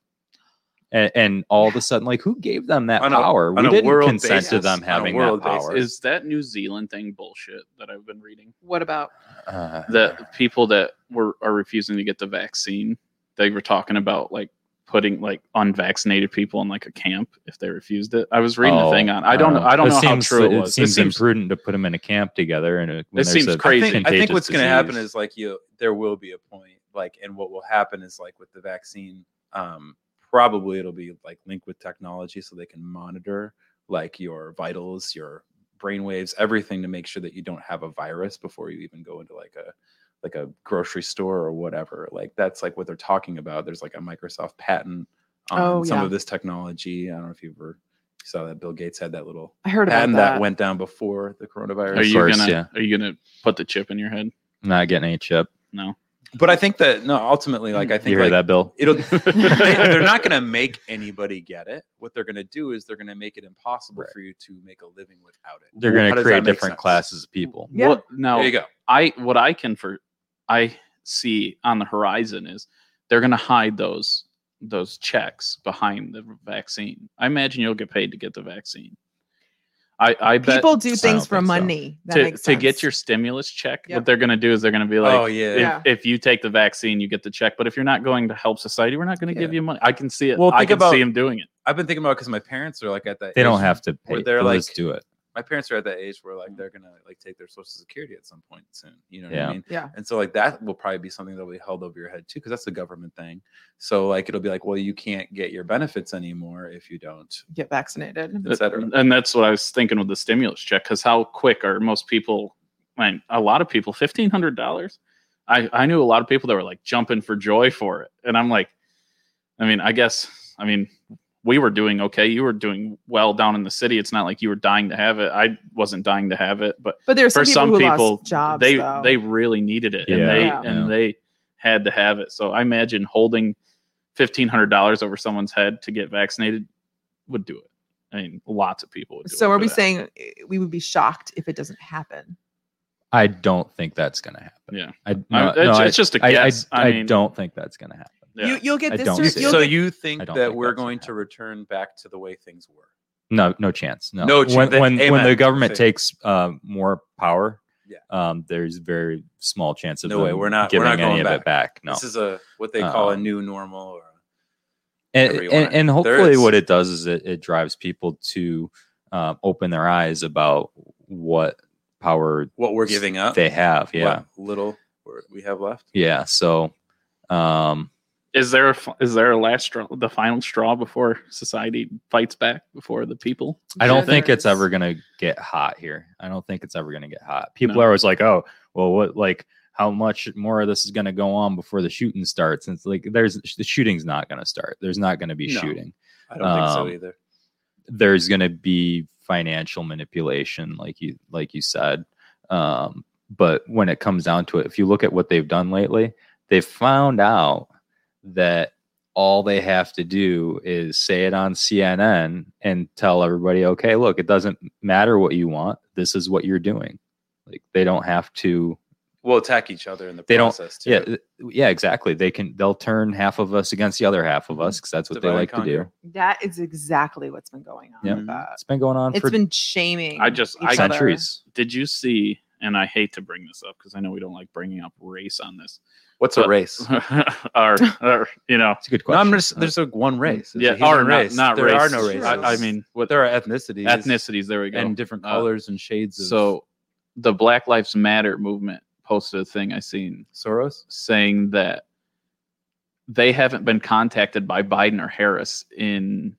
Speaker 2: And, and all of a sudden, like, who gave them that
Speaker 5: On a-
Speaker 2: power?
Speaker 5: on
Speaker 2: We
Speaker 5: a
Speaker 2: didn't
Speaker 5: world
Speaker 2: consent to
Speaker 5: basis.
Speaker 2: them
Speaker 5: On a
Speaker 2: having that
Speaker 5: world
Speaker 2: power.
Speaker 5: basis.
Speaker 1: Is that New Zealand thing bullshit that I've been reading?
Speaker 3: What about?
Speaker 2: <sighs> Uh,
Speaker 1: The people that were are refusing to get the vaccine, they were talking about like putting like unvaccinated people in like a camp if they refused it. I was reading the
Speaker 2: oh,
Speaker 1: thing on. I don't. I don't
Speaker 2: It
Speaker 1: know how
Speaker 2: seems-
Speaker 1: true it, was.
Speaker 2: It
Speaker 1: It
Speaker 2: seems,
Speaker 1: seems-
Speaker 2: imprudent to put them in a camp together. And a, when
Speaker 1: This
Speaker 2: there's
Speaker 1: seems
Speaker 2: a
Speaker 1: crazy.
Speaker 5: I think, I think
Speaker 2: contagious
Speaker 5: what's going to happen
Speaker 2: disease.
Speaker 5: is like you, there will be a point, like, and what will happen is like with the vaccine, um, probably it'll be like linked with technology so they can monitor like your vitals, your brainwaves, everything to make sure that you don't have a virus before you even go into like a like a grocery store or whatever. Like that's like what they're talking about. There's like a Microsoft patent on
Speaker 3: Oh,
Speaker 5: some
Speaker 3: yeah.
Speaker 5: of this technology. I don't know if you ever saw that Bill Gates had that little
Speaker 3: I heard about
Speaker 5: patent
Speaker 3: that.
Speaker 5: that. went down before the coronavirus.
Speaker 1: Are you
Speaker 2: course,
Speaker 1: gonna
Speaker 2: yeah.
Speaker 1: Are you gonna put the chip in your head?
Speaker 2: Not getting a chip.
Speaker 1: No.
Speaker 5: but I think that no, ultimately, like I think
Speaker 2: You hear
Speaker 5: like,
Speaker 2: that, Bill? <laughs>
Speaker 5: it'll they, they're not going to make anybody get it. What they're going to do is they're going to make it impossible
Speaker 2: Right.
Speaker 5: for you to make a living without it.
Speaker 2: They're going to
Speaker 5: How does that
Speaker 2: create
Speaker 5: make
Speaker 2: different
Speaker 5: sense?
Speaker 2: classes of people.
Speaker 3: Yeah.
Speaker 1: What, now
Speaker 5: There you go.
Speaker 1: I what I can for I see on the horizon is they're gonna hide those those checks behind the vaccine. I imagine you'll get paid to get the vaccine. I I bet
Speaker 3: People do
Speaker 2: don't
Speaker 3: things for
Speaker 2: think so.
Speaker 3: money. That
Speaker 1: to,
Speaker 3: makes
Speaker 1: to get
Speaker 3: sense.
Speaker 1: your stimulus check,
Speaker 3: Yep.
Speaker 1: what they're gonna do is they're gonna be like,
Speaker 5: oh yeah.
Speaker 1: if,
Speaker 3: Yeah.
Speaker 1: if you take the vaccine, you get the check. But if you're not going to help society, we're not going to give
Speaker 5: Yeah.
Speaker 1: you money. I can see it.
Speaker 5: Well,
Speaker 1: I
Speaker 5: think
Speaker 1: can
Speaker 5: about-
Speaker 1: see him doing it.
Speaker 5: I've been thinking about because my parents are like at that.
Speaker 2: They don't
Speaker 5: age-
Speaker 2: have to
Speaker 5: Where
Speaker 2: pay.
Speaker 5: they're
Speaker 2: They'll
Speaker 5: like-
Speaker 2: just do it.
Speaker 5: My parents are at that age where like they're gonna like take their social security at some point soon. You know what
Speaker 2: Yeah.
Speaker 5: I mean?
Speaker 3: Yeah.
Speaker 5: And so like that will probably be something that will be held over your head too because that's a government thing. So like it'll be like, well, you can't get your benefits anymore if you don't,
Speaker 3: get vaccinated.
Speaker 5: et cetera.
Speaker 1: And that's what I was thinking with the stimulus check, because how quick are most people? And a lot of people, fifteen hundred dollars. I I knew a lot of people that were like jumping for joy for it, and I'm like, I mean, I guess, I mean, we were doing okay. You were doing well down in the city. It's not like you were dying to have it. I wasn't dying to have it, but
Speaker 3: But there's
Speaker 1: for some
Speaker 3: who
Speaker 1: people,
Speaker 3: lost jobs.
Speaker 1: they
Speaker 3: though.
Speaker 1: they really needed it
Speaker 2: Yeah.
Speaker 1: and they
Speaker 3: Yeah.
Speaker 1: and
Speaker 2: Yeah.
Speaker 1: they had to have it so i imagine holding $1500 over someone's head to get vaccinated would do it i mean lots of people would do
Speaker 3: so
Speaker 1: it
Speaker 3: are
Speaker 1: for
Speaker 3: we
Speaker 1: that.
Speaker 3: saying eh, we would be shocked if it doesn't happen?
Speaker 2: I don't think that's going to happen.
Speaker 1: Yeah.
Speaker 2: I, no,
Speaker 1: I-
Speaker 2: no,
Speaker 1: it's,
Speaker 2: I-
Speaker 1: it's just a
Speaker 2: I- I-
Speaker 1: guess i,
Speaker 2: I
Speaker 1: mean
Speaker 2: don't think that's going to happen.
Speaker 1: yeah.
Speaker 3: You, you'll get
Speaker 2: I
Speaker 3: this.
Speaker 2: don't
Speaker 3: cer-
Speaker 2: see it.
Speaker 3: you'll
Speaker 5: so
Speaker 3: get-
Speaker 5: you think
Speaker 2: I
Speaker 5: that
Speaker 2: don't think
Speaker 5: we're
Speaker 2: that's gonna
Speaker 5: going to
Speaker 2: happen.
Speaker 5: return back to the way things were?
Speaker 2: No, no chance. No,
Speaker 5: No
Speaker 2: When
Speaker 5: chance.
Speaker 2: when, when
Speaker 5: Amen.
Speaker 2: the government
Speaker 5: Same.
Speaker 2: takes um, more power,
Speaker 5: Yeah.
Speaker 2: um, there's very small chance of
Speaker 5: No way.
Speaker 2: them
Speaker 5: We're not- we're
Speaker 2: giving
Speaker 5: not
Speaker 2: any
Speaker 5: going
Speaker 2: of it back. No,
Speaker 5: This is a what they call a
Speaker 2: Um,
Speaker 5: new normal or
Speaker 2: and,
Speaker 5: whatever you
Speaker 2: and,
Speaker 5: want.
Speaker 2: and
Speaker 5: There
Speaker 2: hopefully
Speaker 5: is-
Speaker 2: what it does is it, it drives people to um, open their eyes about what power
Speaker 5: what we're giving up.
Speaker 2: they have. Yeah,
Speaker 5: Uh, What little we're- we have left.
Speaker 2: yeah. So, um,
Speaker 1: is there a, fi- is there a last straw the final straw before society fights back before the people
Speaker 2: I
Speaker 3: Sure
Speaker 2: don't think
Speaker 3: there
Speaker 2: it's
Speaker 3: is.
Speaker 2: ever gonna get hot here. I don't think it's ever gonna get hot. People
Speaker 1: No.
Speaker 2: are always like, "Oh, well, what like." How much more of this is going to go on before the shooting starts? And it's like there's the shooting's not going to start. There's not going to be
Speaker 1: No.
Speaker 2: shooting.
Speaker 5: I don't think so
Speaker 2: Um,
Speaker 5: either.
Speaker 2: there's going to be financial manipulation like you like you said um, but when it comes down to it if you look at what they've done lately they've found out that all they have to do is say it on cnn and tell everybody okay look it doesn't matter what you want this is what you're doing like they don't have to
Speaker 5: We'll attack each other in the
Speaker 2: They don't-
Speaker 5: process too.
Speaker 2: yeah th- yeah exactly they can they'll turn half of us against the other half of us because that's what they
Speaker 5: Divide and
Speaker 2: like to do
Speaker 5: conquer.
Speaker 3: that is exactly what's been going on.
Speaker 2: Yeah.
Speaker 3: With that.
Speaker 2: it's been going on
Speaker 3: It's
Speaker 2: for
Speaker 3: been shaming.
Speaker 1: I just-
Speaker 3: each
Speaker 1: I-
Speaker 3: other.
Speaker 2: centuries
Speaker 1: did you see and i hate to bring this up because i know we don't like bringing up race
Speaker 3: <laughs>
Speaker 1: on this <laughs>
Speaker 5: What's
Speaker 1: But-
Speaker 5: a race?
Speaker 1: or, or you know
Speaker 2: it's a good
Speaker 5: Mhm. No,
Speaker 2: question
Speaker 5: I'm just there's a one race. It's a
Speaker 1: Hmm. yeah
Speaker 5: human
Speaker 1: or not,
Speaker 5: race.
Speaker 1: not
Speaker 5: there
Speaker 1: race.
Speaker 5: are no races.
Speaker 3: Sure.
Speaker 1: I, I mean
Speaker 5: what there are ethnicities,
Speaker 1: ethnicities there we go
Speaker 5: and different
Speaker 1: Uh,
Speaker 5: colors and shades. Of
Speaker 1: So the Black Lives Matter movement posted a thing I seen
Speaker 5: Soros.
Speaker 1: saying that they haven't been contacted by Biden or Harris in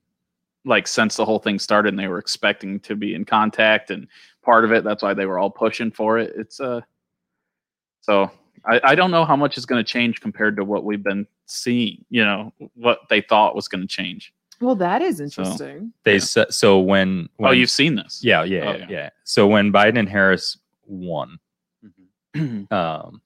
Speaker 1: like since the whole thing started and they were expecting to be in contact and part of it that's why they were all pushing for it it's uh so I, I don't know how much is going to change compared to what we've been seeing you know what they thought was going to change
Speaker 3: Well, that is interesting.
Speaker 2: they
Speaker 1: Yeah.
Speaker 2: said so when, when
Speaker 1: oh you've seen this
Speaker 2: yeah yeah,
Speaker 1: Oh,
Speaker 2: yeah
Speaker 1: yeah.
Speaker 2: yeah. so when biden and harris won
Speaker 5: Mm-hmm.
Speaker 1: yeah
Speaker 2: um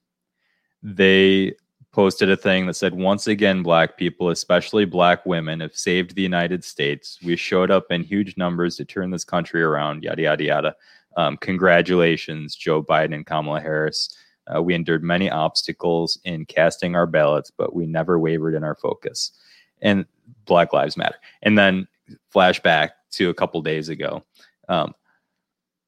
Speaker 2: they posted a thing that said once again black people especially black women have saved the united states we showed up in huge numbers to turn this country around yada yada yada um, congratulations joe biden and kamala harris uh, we endured many obstacles in casting our ballots but we never wavered in our focus and black lives matter and then flashback to a couple days ago um,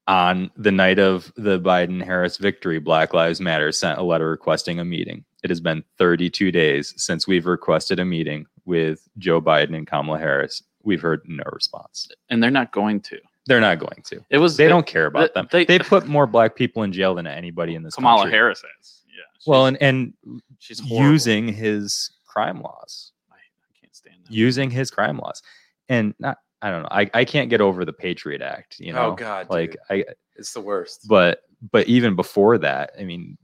Speaker 2: on the night of the Biden Harris victory, Black Lives Matter sent a letter requesting a meeting. It has been 32 days since we've requested a meeting with Joe Biden and Kamala Harris. We've heard no response.
Speaker 1: and they're not going to
Speaker 2: They're not going to.
Speaker 1: it was
Speaker 2: They
Speaker 1: it-
Speaker 2: don't care about them.
Speaker 1: they-
Speaker 2: They, put more black people in jail than anybody in this
Speaker 1: Kamala
Speaker 2: country.
Speaker 1: Harris has. Yeah. she's-
Speaker 2: Well, and, and
Speaker 1: she's horrible.
Speaker 2: using his crime laws.
Speaker 1: I can't stand that.
Speaker 2: using his crime laws and not I don't know. I, I can't get over the Patriot Act. You know,
Speaker 5: Oh, God,
Speaker 2: like
Speaker 5: dude.
Speaker 2: I.
Speaker 5: It's the worst.
Speaker 2: But but even before that, I mean,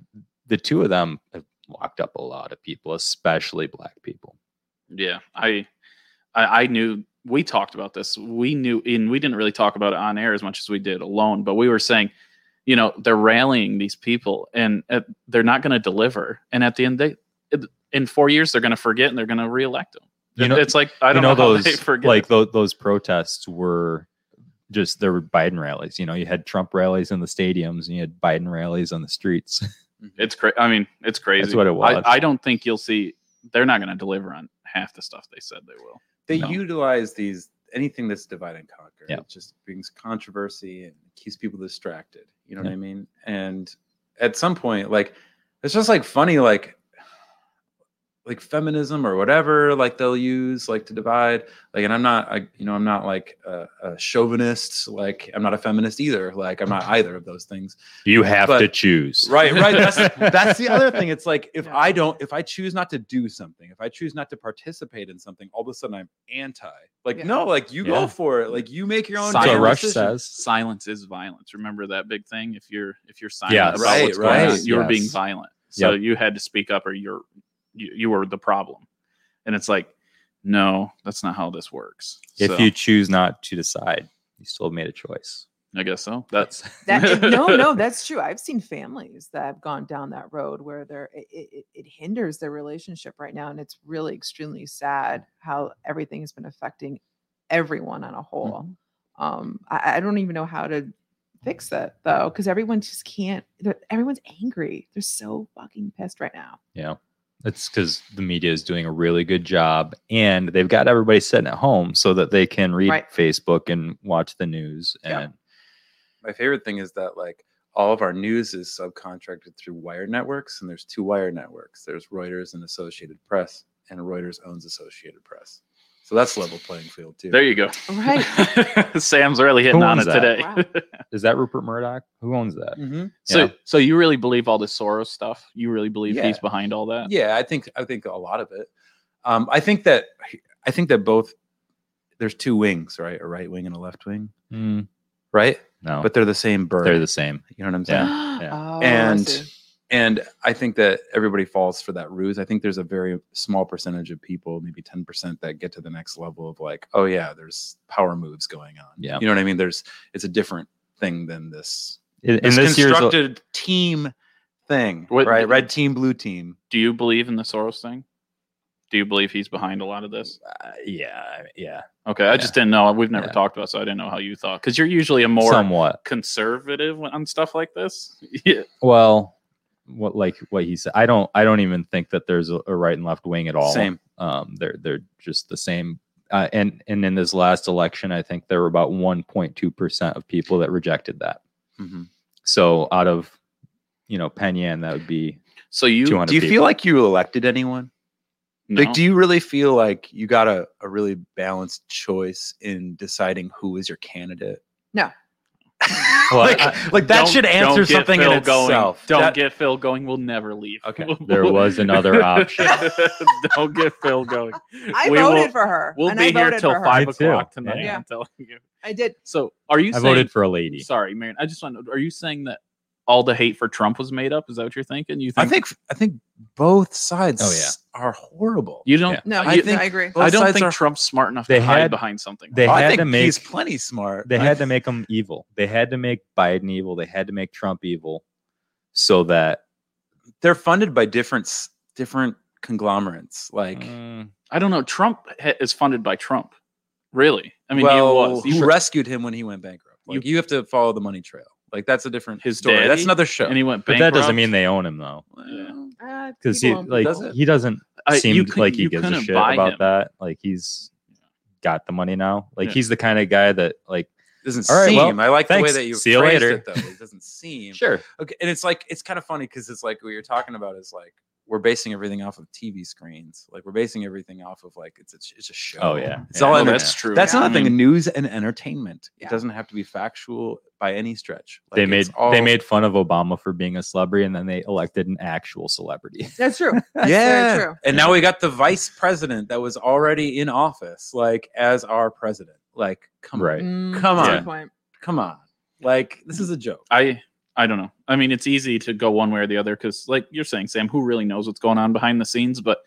Speaker 2: the two of them have locked up a lot of people, especially black people.
Speaker 1: Yeah, I, I, I knew we talked about this. We knew, and we didn't really talk about it on air as much as we did alone. But we were saying, you know, they're rallying these people, and uh, they're not going to deliver. And at the end, they in four years they're going to forget, and they're going to reelect them.
Speaker 2: You know,
Speaker 1: it's like I don't
Speaker 2: you know,
Speaker 1: know, how
Speaker 2: those
Speaker 1: they forget.
Speaker 2: like those, those protests were just there were Biden rallies. You know, you had Trump rallies in the stadiums, and you had Biden rallies on the streets. <laughs>
Speaker 5: Mm-hmm.
Speaker 1: it's crazy. I mean, it's crazy.
Speaker 2: what it was.
Speaker 1: I, I don't think you'll see. They're not going to deliver on half the stuff they said they will.
Speaker 5: They
Speaker 1: No.
Speaker 5: utilize these anything that's divide and conquer.
Speaker 2: Yeah.
Speaker 5: It just brings controversy and keeps people distracted. You know
Speaker 2: Yeah.
Speaker 5: what I mean? And at some point, like it's just like funny, like like feminism or whatever, like they'll use like to divide. Like, and I'm not, I, you know, I'm not like a, a chauvinist. Like, I'm not a feminist either. Like, I'm not either of those things.
Speaker 2: You have
Speaker 5: But-
Speaker 2: to
Speaker 5: <laughs>
Speaker 2: choose.
Speaker 5: Right, right. That's
Speaker 2: <laughs>
Speaker 5: that's the other thing. It's like if
Speaker 3: Yeah.
Speaker 5: I don't, if I choose not to do something, if I choose not to participate in something, all of a sudden I'm anti. Like
Speaker 3: Yeah.
Speaker 5: no, like you
Speaker 2: Yeah.
Speaker 5: go for it. Like you make your own.
Speaker 1: That's what
Speaker 5: damn
Speaker 2: Rush
Speaker 5: decision.
Speaker 2: says.
Speaker 1: Silence is violence. Remember that big thing? If you're if you're silent
Speaker 2: Yes.
Speaker 1: about
Speaker 5: Right,
Speaker 1: what's going
Speaker 5: right.
Speaker 1: on, you were being
Speaker 2: Yes.
Speaker 1: violent. So you had to speak up, or you're you, you were the problem. And it's like, no, that's not how this works.
Speaker 2: If
Speaker 1: So,
Speaker 2: you choose not to decide, you still made a choice.
Speaker 1: I guess so. That's
Speaker 3: <laughs> That,
Speaker 1: <laughs>
Speaker 3: no, no, that's true. I've seen families that have gone down that road where they're it, it, it- it hinders their relationship right now, and it's really extremely sad how everything has been affecting everyone
Speaker 1: Mm-hmm.
Speaker 3: on a whole. Um, I, I don't even know how to fix it though, because everyone just can't. they're- Everyone's angry. They're so fucking pissed right now.
Speaker 2: Yeah. It's because the media is doing a really good job and they've got everybody sitting at home so that they can read
Speaker 3: Right.
Speaker 2: Facebook and watch the news.
Speaker 5: Yeah.
Speaker 2: And
Speaker 5: My favorite thing is that like all of our news is subcontracted through wire networks, and there's two wire networks. There's Reuters and Associated Press, and Reuters owns Associated Press. So that's level playing field too.
Speaker 1: there you go.
Speaker 3: Right.
Speaker 1: <laughs> Sam's really hitting
Speaker 2: Who
Speaker 1: on it
Speaker 2: owns that?
Speaker 1: today.
Speaker 3: Wow.
Speaker 2: is that Rupert Murdoch? Who owns that?
Speaker 5: Mhm.
Speaker 1: <laughs> so
Speaker 2: Yeah.
Speaker 1: so you really believe all this Soros stuff? You really believe
Speaker 5: Yeah.
Speaker 1: he's behind all that?
Speaker 5: yeah i think i think a lot of it um i think that i think that both there's two wings right a right wing and a left wing
Speaker 2: Mm,
Speaker 5: right
Speaker 2: no,
Speaker 5: but they're the same bird
Speaker 2: Oh. they're the same.
Speaker 5: you know what i'm saying
Speaker 2: Yeah.
Speaker 3: <gasps> Oh, I
Speaker 5: And-
Speaker 3: see.
Speaker 5: and i think that everybody falls for that ruse i think there's a very small percentage of people maybe 10% that get to the next level of like oh yeah there's power moves going on
Speaker 2: Yeah.
Speaker 5: you know what i mean there's it's a different thing than this
Speaker 2: In, in
Speaker 5: this,
Speaker 2: this year's,
Speaker 5: constructed team thing
Speaker 1: What-
Speaker 5: right red team blue team
Speaker 1: Do you believe in the Soros thing? Do you believe he's behind a lot of this?
Speaker 2: uh, yeah, yeah,
Speaker 1: Okay, I just didn't know. We've never
Speaker 2: Yeah.
Speaker 1: talked about, it, so I didn't know how you thought. Because you're usually a more
Speaker 2: somewhat.
Speaker 1: conservative when- on stuff like this. <laughs> Yeah.
Speaker 2: Well, what like what he said, I don't, I don't even think that there's a, a right and left wing at all.
Speaker 5: same
Speaker 2: Um, they're they're just the same. Uh, and and in this last election, I think there were about 1.2 percent of people that rejected that.
Speaker 5: Mhm.
Speaker 2: Mm-hmm. So out of you know Penyan, that would be
Speaker 1: So you
Speaker 2: 200
Speaker 5: do you
Speaker 2: people.
Speaker 5: feel like you elected anyone
Speaker 1: no.
Speaker 5: Like, do you really feel like you got a, a really balanced choice in deciding who is your candidate?
Speaker 3: No.
Speaker 5: like,
Speaker 1: I-
Speaker 5: like that
Speaker 1: Don't-
Speaker 5: should
Speaker 1: don't
Speaker 5: answer
Speaker 1: get
Speaker 5: something
Speaker 1: Phil
Speaker 5: in itself.
Speaker 1: Going, don't
Speaker 5: That-
Speaker 1: get Phil going. We'll never leave. <laughs>
Speaker 5: Okay.
Speaker 2: There was another option.
Speaker 1: don't get Phil going.
Speaker 3: I
Speaker 1: We
Speaker 3: voted
Speaker 1: will-
Speaker 3: for her.
Speaker 1: We'll
Speaker 3: and
Speaker 1: be
Speaker 3: I
Speaker 1: here
Speaker 3: voted
Speaker 1: till
Speaker 3: for her.
Speaker 1: five
Speaker 2: Me too.
Speaker 1: o'clock tonight.
Speaker 3: Yeah.
Speaker 1: I'm telling you.
Speaker 3: I did.
Speaker 1: So, are you?
Speaker 2: I
Speaker 1: saying,
Speaker 2: voted for a lady.
Speaker 1: Sorry, Marion. I just want. to- Are you saying that all the hate for Trump was made up? Is that what you're thinking? You
Speaker 5: I
Speaker 1: think?
Speaker 5: think I think both sides
Speaker 2: Oh, yeah.
Speaker 5: are horrible.
Speaker 1: you don't.
Speaker 3: No,
Speaker 1: I
Speaker 3: I,
Speaker 5: think-
Speaker 3: I agree.
Speaker 5: both
Speaker 1: I don't
Speaker 5: sides
Speaker 1: think
Speaker 5: are-
Speaker 1: Trump's smart enough
Speaker 2: They
Speaker 1: to hide
Speaker 2: had-
Speaker 1: behind something.
Speaker 2: they
Speaker 5: Oh, I
Speaker 2: had
Speaker 5: think
Speaker 2: to make-
Speaker 5: he's plenty smart.
Speaker 2: They
Speaker 5: I-
Speaker 2: had to make them evil. They had to make Biden evil. They had to make Trump evil, so that
Speaker 5: they're funded by different s- different conglomerates. Like
Speaker 1: Mm, I don't know. Trump ha- is funded by Trump. Really? I mean,
Speaker 5: well,
Speaker 1: he was. He
Speaker 5: who
Speaker 1: was-
Speaker 5: rescued him when he went bankrupt? Like, you, have to follow the money trail. Like that's a different
Speaker 1: His
Speaker 5: story.
Speaker 1: daddy?
Speaker 5: That's another show.
Speaker 1: and he went.
Speaker 2: but that
Speaker 1: bankrupt.
Speaker 2: doesn't mean they own him though,
Speaker 1: Yeah.
Speaker 3: Uh,
Speaker 2: because he
Speaker 3: people own
Speaker 2: like
Speaker 3: people.
Speaker 5: Does it?
Speaker 2: he doesn't
Speaker 1: I- you
Speaker 2: seem
Speaker 1: couldn't-
Speaker 2: like he
Speaker 1: you
Speaker 2: gives a
Speaker 1: couldn't
Speaker 2: shit
Speaker 1: buy
Speaker 2: about
Speaker 1: him.
Speaker 2: that. Like he's got the money now. Like
Speaker 1: Yeah.
Speaker 2: he's the kind of guy that like
Speaker 5: doesn't
Speaker 2: All right,
Speaker 5: seem.
Speaker 2: well,
Speaker 5: I like
Speaker 2: thanks.
Speaker 5: the way that you
Speaker 2: See you
Speaker 5: phrased
Speaker 2: later.
Speaker 5: it though.
Speaker 2: <laughs>
Speaker 5: It doesn't seem.
Speaker 2: sure.
Speaker 5: Okay, and it's like it's kind of funny because it's like what you're talking about is like we're basing everything off of TV screens. Like we're basing everything off of like it's a, it's a show.
Speaker 2: Oh yeah,
Speaker 5: It's
Speaker 2: yeah.
Speaker 5: all
Speaker 1: Well,
Speaker 5: in there.
Speaker 1: that's true.
Speaker 5: That's
Speaker 3: Yeah.
Speaker 1: I
Speaker 5: another
Speaker 1: mean,
Speaker 5: thing. News and entertainment.
Speaker 3: Yeah.
Speaker 5: It doesn't have to be factual by any stretch. Like,
Speaker 2: they
Speaker 5: it's
Speaker 2: made they made fun of Obama for being a celebrity, and then they elected an actual celebrity. <laughs>
Speaker 3: That's true. <laughs> That's
Speaker 5: yeah.
Speaker 3: very true.
Speaker 5: And now we got the vice president that was already in office, like as our president. Like, come
Speaker 2: Right.
Speaker 3: Mm,
Speaker 5: Come
Speaker 3: that's a good
Speaker 5: on.
Speaker 3: point.
Speaker 5: come on. Like, this is a joke.
Speaker 1: I I don't know. I mean, it's easy to go one way or the other because, like you're saying, Sam, who really knows what's going on behind the scenes? But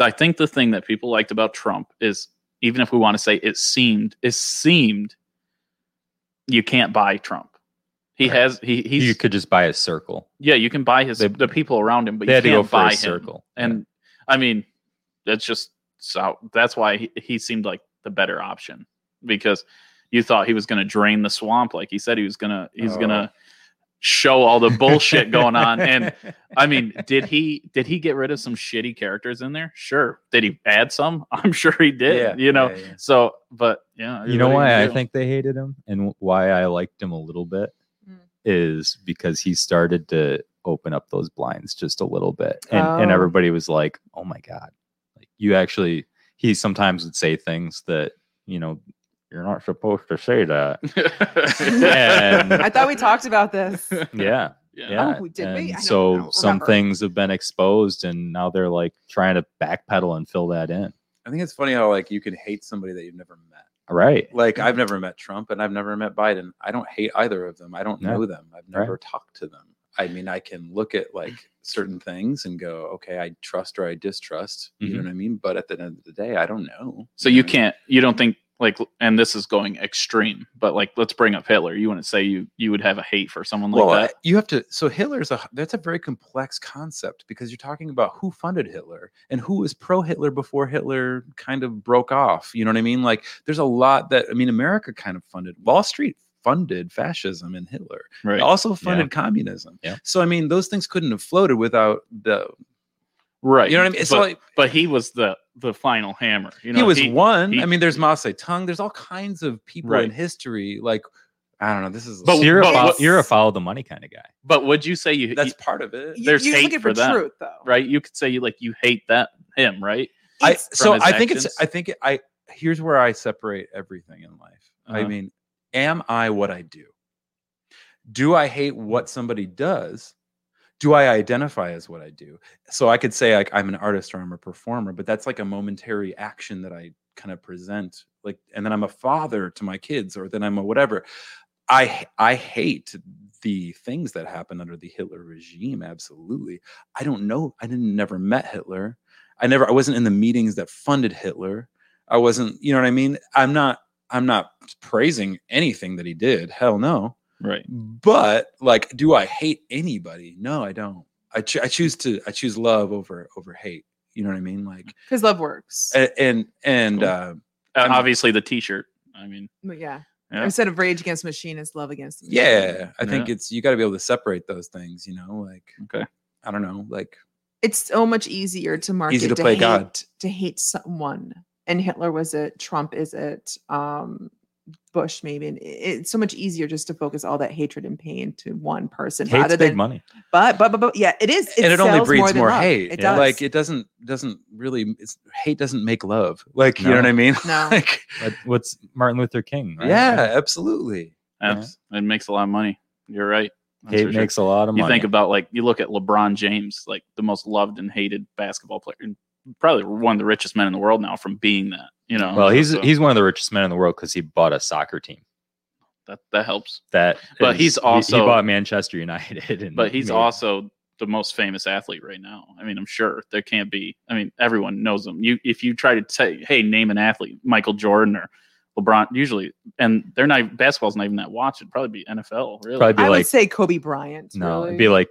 Speaker 1: I think the thing that people liked about Trump is, even if we want to say it seemed, it seemed you can't buy Trump. He
Speaker 2: Right.
Speaker 1: has he he's
Speaker 2: you could just buy a circle.
Speaker 1: yeah you can buy his
Speaker 2: They-
Speaker 1: the people around him, but
Speaker 2: they
Speaker 1: you
Speaker 2: had to go
Speaker 1: can't
Speaker 2: for
Speaker 1: buy
Speaker 2: a
Speaker 1: him.
Speaker 2: circle.
Speaker 1: And I mean, that's just so that's why he, he seemed like the better option because you thought he was going to drain the swamp like he said he was going to he's going
Speaker 2: Oh.
Speaker 1: to show all the bullshit
Speaker 2: <laughs>
Speaker 1: going on and I mean, did he did he get rid of some shitty characters in there? Sure. Did he add some? <laughs> I'm sure he did. you know.
Speaker 5: yeah, yeah.
Speaker 1: So, but yeah,
Speaker 2: you know
Speaker 1: what do
Speaker 2: why I
Speaker 1: do? <laughs>
Speaker 2: think they hated him and why I liked him a little bit
Speaker 3: Mm.
Speaker 2: is because he started to open up those blinds just a little bit. And and
Speaker 3: Oh.
Speaker 2: everybody was like, "Oh my god." Like you actually he sometimes would say things that, you know, you're not supposed to
Speaker 1: <laughs>
Speaker 2: say that. And-
Speaker 3: I thought we talked about
Speaker 5: <laughs>
Speaker 3: this.
Speaker 2: Yeah.
Speaker 1: yeah.
Speaker 2: Yeah.
Speaker 3: <laughs> Oh, did we?
Speaker 2: and
Speaker 3: I don't
Speaker 2: so
Speaker 3: know-
Speaker 2: some
Speaker 3: remember.
Speaker 2: things have been exposed and now they're like trying to backpedal and fill that in.
Speaker 5: I think it's funny how, like, you can hate somebody that you've never met.
Speaker 2: Right.
Speaker 5: Like, I've never met Trump and I've never met Biden. I don't hate either of them. I don't
Speaker 2: No.
Speaker 5: know them. I've never talked to them. I mean, I can look at like certain things and go, okay, I trust or I distrust. You know what I mean? But at the end of the day, I don't know.
Speaker 1: Mm-hmm. So you
Speaker 5: know?
Speaker 1: can't you don't think like and this is going extreme, but like let's bring up Hitler. You wouldn't say you you would have a hate for someone like
Speaker 5: well,
Speaker 1: that.
Speaker 5: uh, you have to. So Hitler's a that's a very complex concept because you're talking about who funded Hitler and who was pro Hitler before Hitler kind of broke off. You know what I mean? Like there's a lot that I mean, America kind of funded Wall Street funded fascism and Hitler
Speaker 1: right.
Speaker 5: also funded communism.
Speaker 2: Yeah.
Speaker 5: So I mean, those things couldn't have floated without the.
Speaker 1: right.
Speaker 5: You know what I mean? It's
Speaker 1: but,
Speaker 5: like
Speaker 1: but he was the the final hammer. You know
Speaker 5: he was one.
Speaker 1: he-
Speaker 5: I mean, there's Mao Zedong. There's all kinds of people in
Speaker 1: Right.
Speaker 5: history. Like I don't know. This is
Speaker 1: But-
Speaker 2: So you're, a
Speaker 1: but
Speaker 2: fo-
Speaker 1: what-
Speaker 2: you're a follow the money kind of guy.
Speaker 1: But would you say you
Speaker 5: that's part of it.
Speaker 3: You-
Speaker 1: there's
Speaker 3: you're
Speaker 1: hate
Speaker 3: looking
Speaker 1: for them.
Speaker 3: truth, though.
Speaker 1: right? You could say you like you hate that him, right?
Speaker 5: I,
Speaker 3: It's-
Speaker 5: so I
Speaker 1: his
Speaker 5: think it's
Speaker 1: actions?
Speaker 5: I think it- I here's where I separate everything in life. I
Speaker 1: Uh-huh.
Speaker 5: mean, am I what I do? Do I hate what somebody does? Do I identify as what I do? So I could say like I'm an artist or I'm a performer, but that's like a momentary action that I kind of present like and then I'm a father to my kids or then I'm a whatever. I h- I hate the things that happened under the Hitler regime absolutely. I don't know. I didn't never met Hitler. I never I wasn't in the meetings that funded Hitler. I wasn't, you know what I mean? I'm not I'm not praising anything that he did. Hell no.
Speaker 1: Right.
Speaker 5: But like do I hate anybody? No, I don't. I, cho- I choose to I choose love over over hate. You know what I mean? Like
Speaker 3: Because love works.
Speaker 5: a- and and
Speaker 1: Cool.
Speaker 5: uh
Speaker 1: Uh,
Speaker 5: I'm-
Speaker 1: obviously the t-shirt. I mean,
Speaker 3: But yeah.
Speaker 1: Yeah.
Speaker 3: Instead of rage against the machine, it's love against the machine.
Speaker 5: yeah, I think it's you got to be able to separate those things, you know, like
Speaker 1: Okay.
Speaker 5: I don't know, like
Speaker 3: It's so much easier to market
Speaker 5: to play
Speaker 3: hate,
Speaker 5: God.
Speaker 3: to hate someone. And Hitler was it, Trump is it, um, Bush maybe. And it- it's so much easier just to focus all that hatred and pain to one person
Speaker 2: Hates
Speaker 3: rather
Speaker 2: big
Speaker 3: than
Speaker 2: money.
Speaker 3: but, but but but yeah, it is
Speaker 5: and it only
Speaker 3: sells
Speaker 5: breeds more,
Speaker 3: than love.
Speaker 5: hate.
Speaker 3: It
Speaker 5: yeah.
Speaker 3: does
Speaker 5: Like it doesn't doesn't really it's, hate doesn't make love. Like you know what I mean?
Speaker 3: No.
Speaker 5: <laughs> like
Speaker 2: What- What's Martin Luther King? right?
Speaker 5: yeah, absolutely.
Speaker 1: that's, it makes a lot of money. You're right. That's
Speaker 2: Hate
Speaker 1: for sure.
Speaker 2: makes a lot of
Speaker 1: You
Speaker 2: money.
Speaker 1: think about like you look at LeBron James, like the most loved and hated basketball player, and probably one of the richest men in the world now from being that. You know.
Speaker 2: well, he's
Speaker 1: So
Speaker 2: he's one of the richest men in the world because he bought a soccer team.
Speaker 1: that that helps.
Speaker 2: That
Speaker 1: But
Speaker 2: is-
Speaker 1: he's
Speaker 2: he- he,
Speaker 1: also-
Speaker 2: bought Manchester United. <laughs> And
Speaker 1: But he's
Speaker 2: made-
Speaker 1: also the most famous athlete right now. I mean, I'm sure there can't be. I mean, everyone knows him. You if you try to say, hey, name an athlete, Michael Jordan or LeBron, usually, and they're not basketball's not even that watched. It'd probably be NFL, really.
Speaker 2: probably be
Speaker 3: I
Speaker 2: like
Speaker 3: would say Kobe Bryant.
Speaker 2: no,
Speaker 3: really.
Speaker 2: it'd be like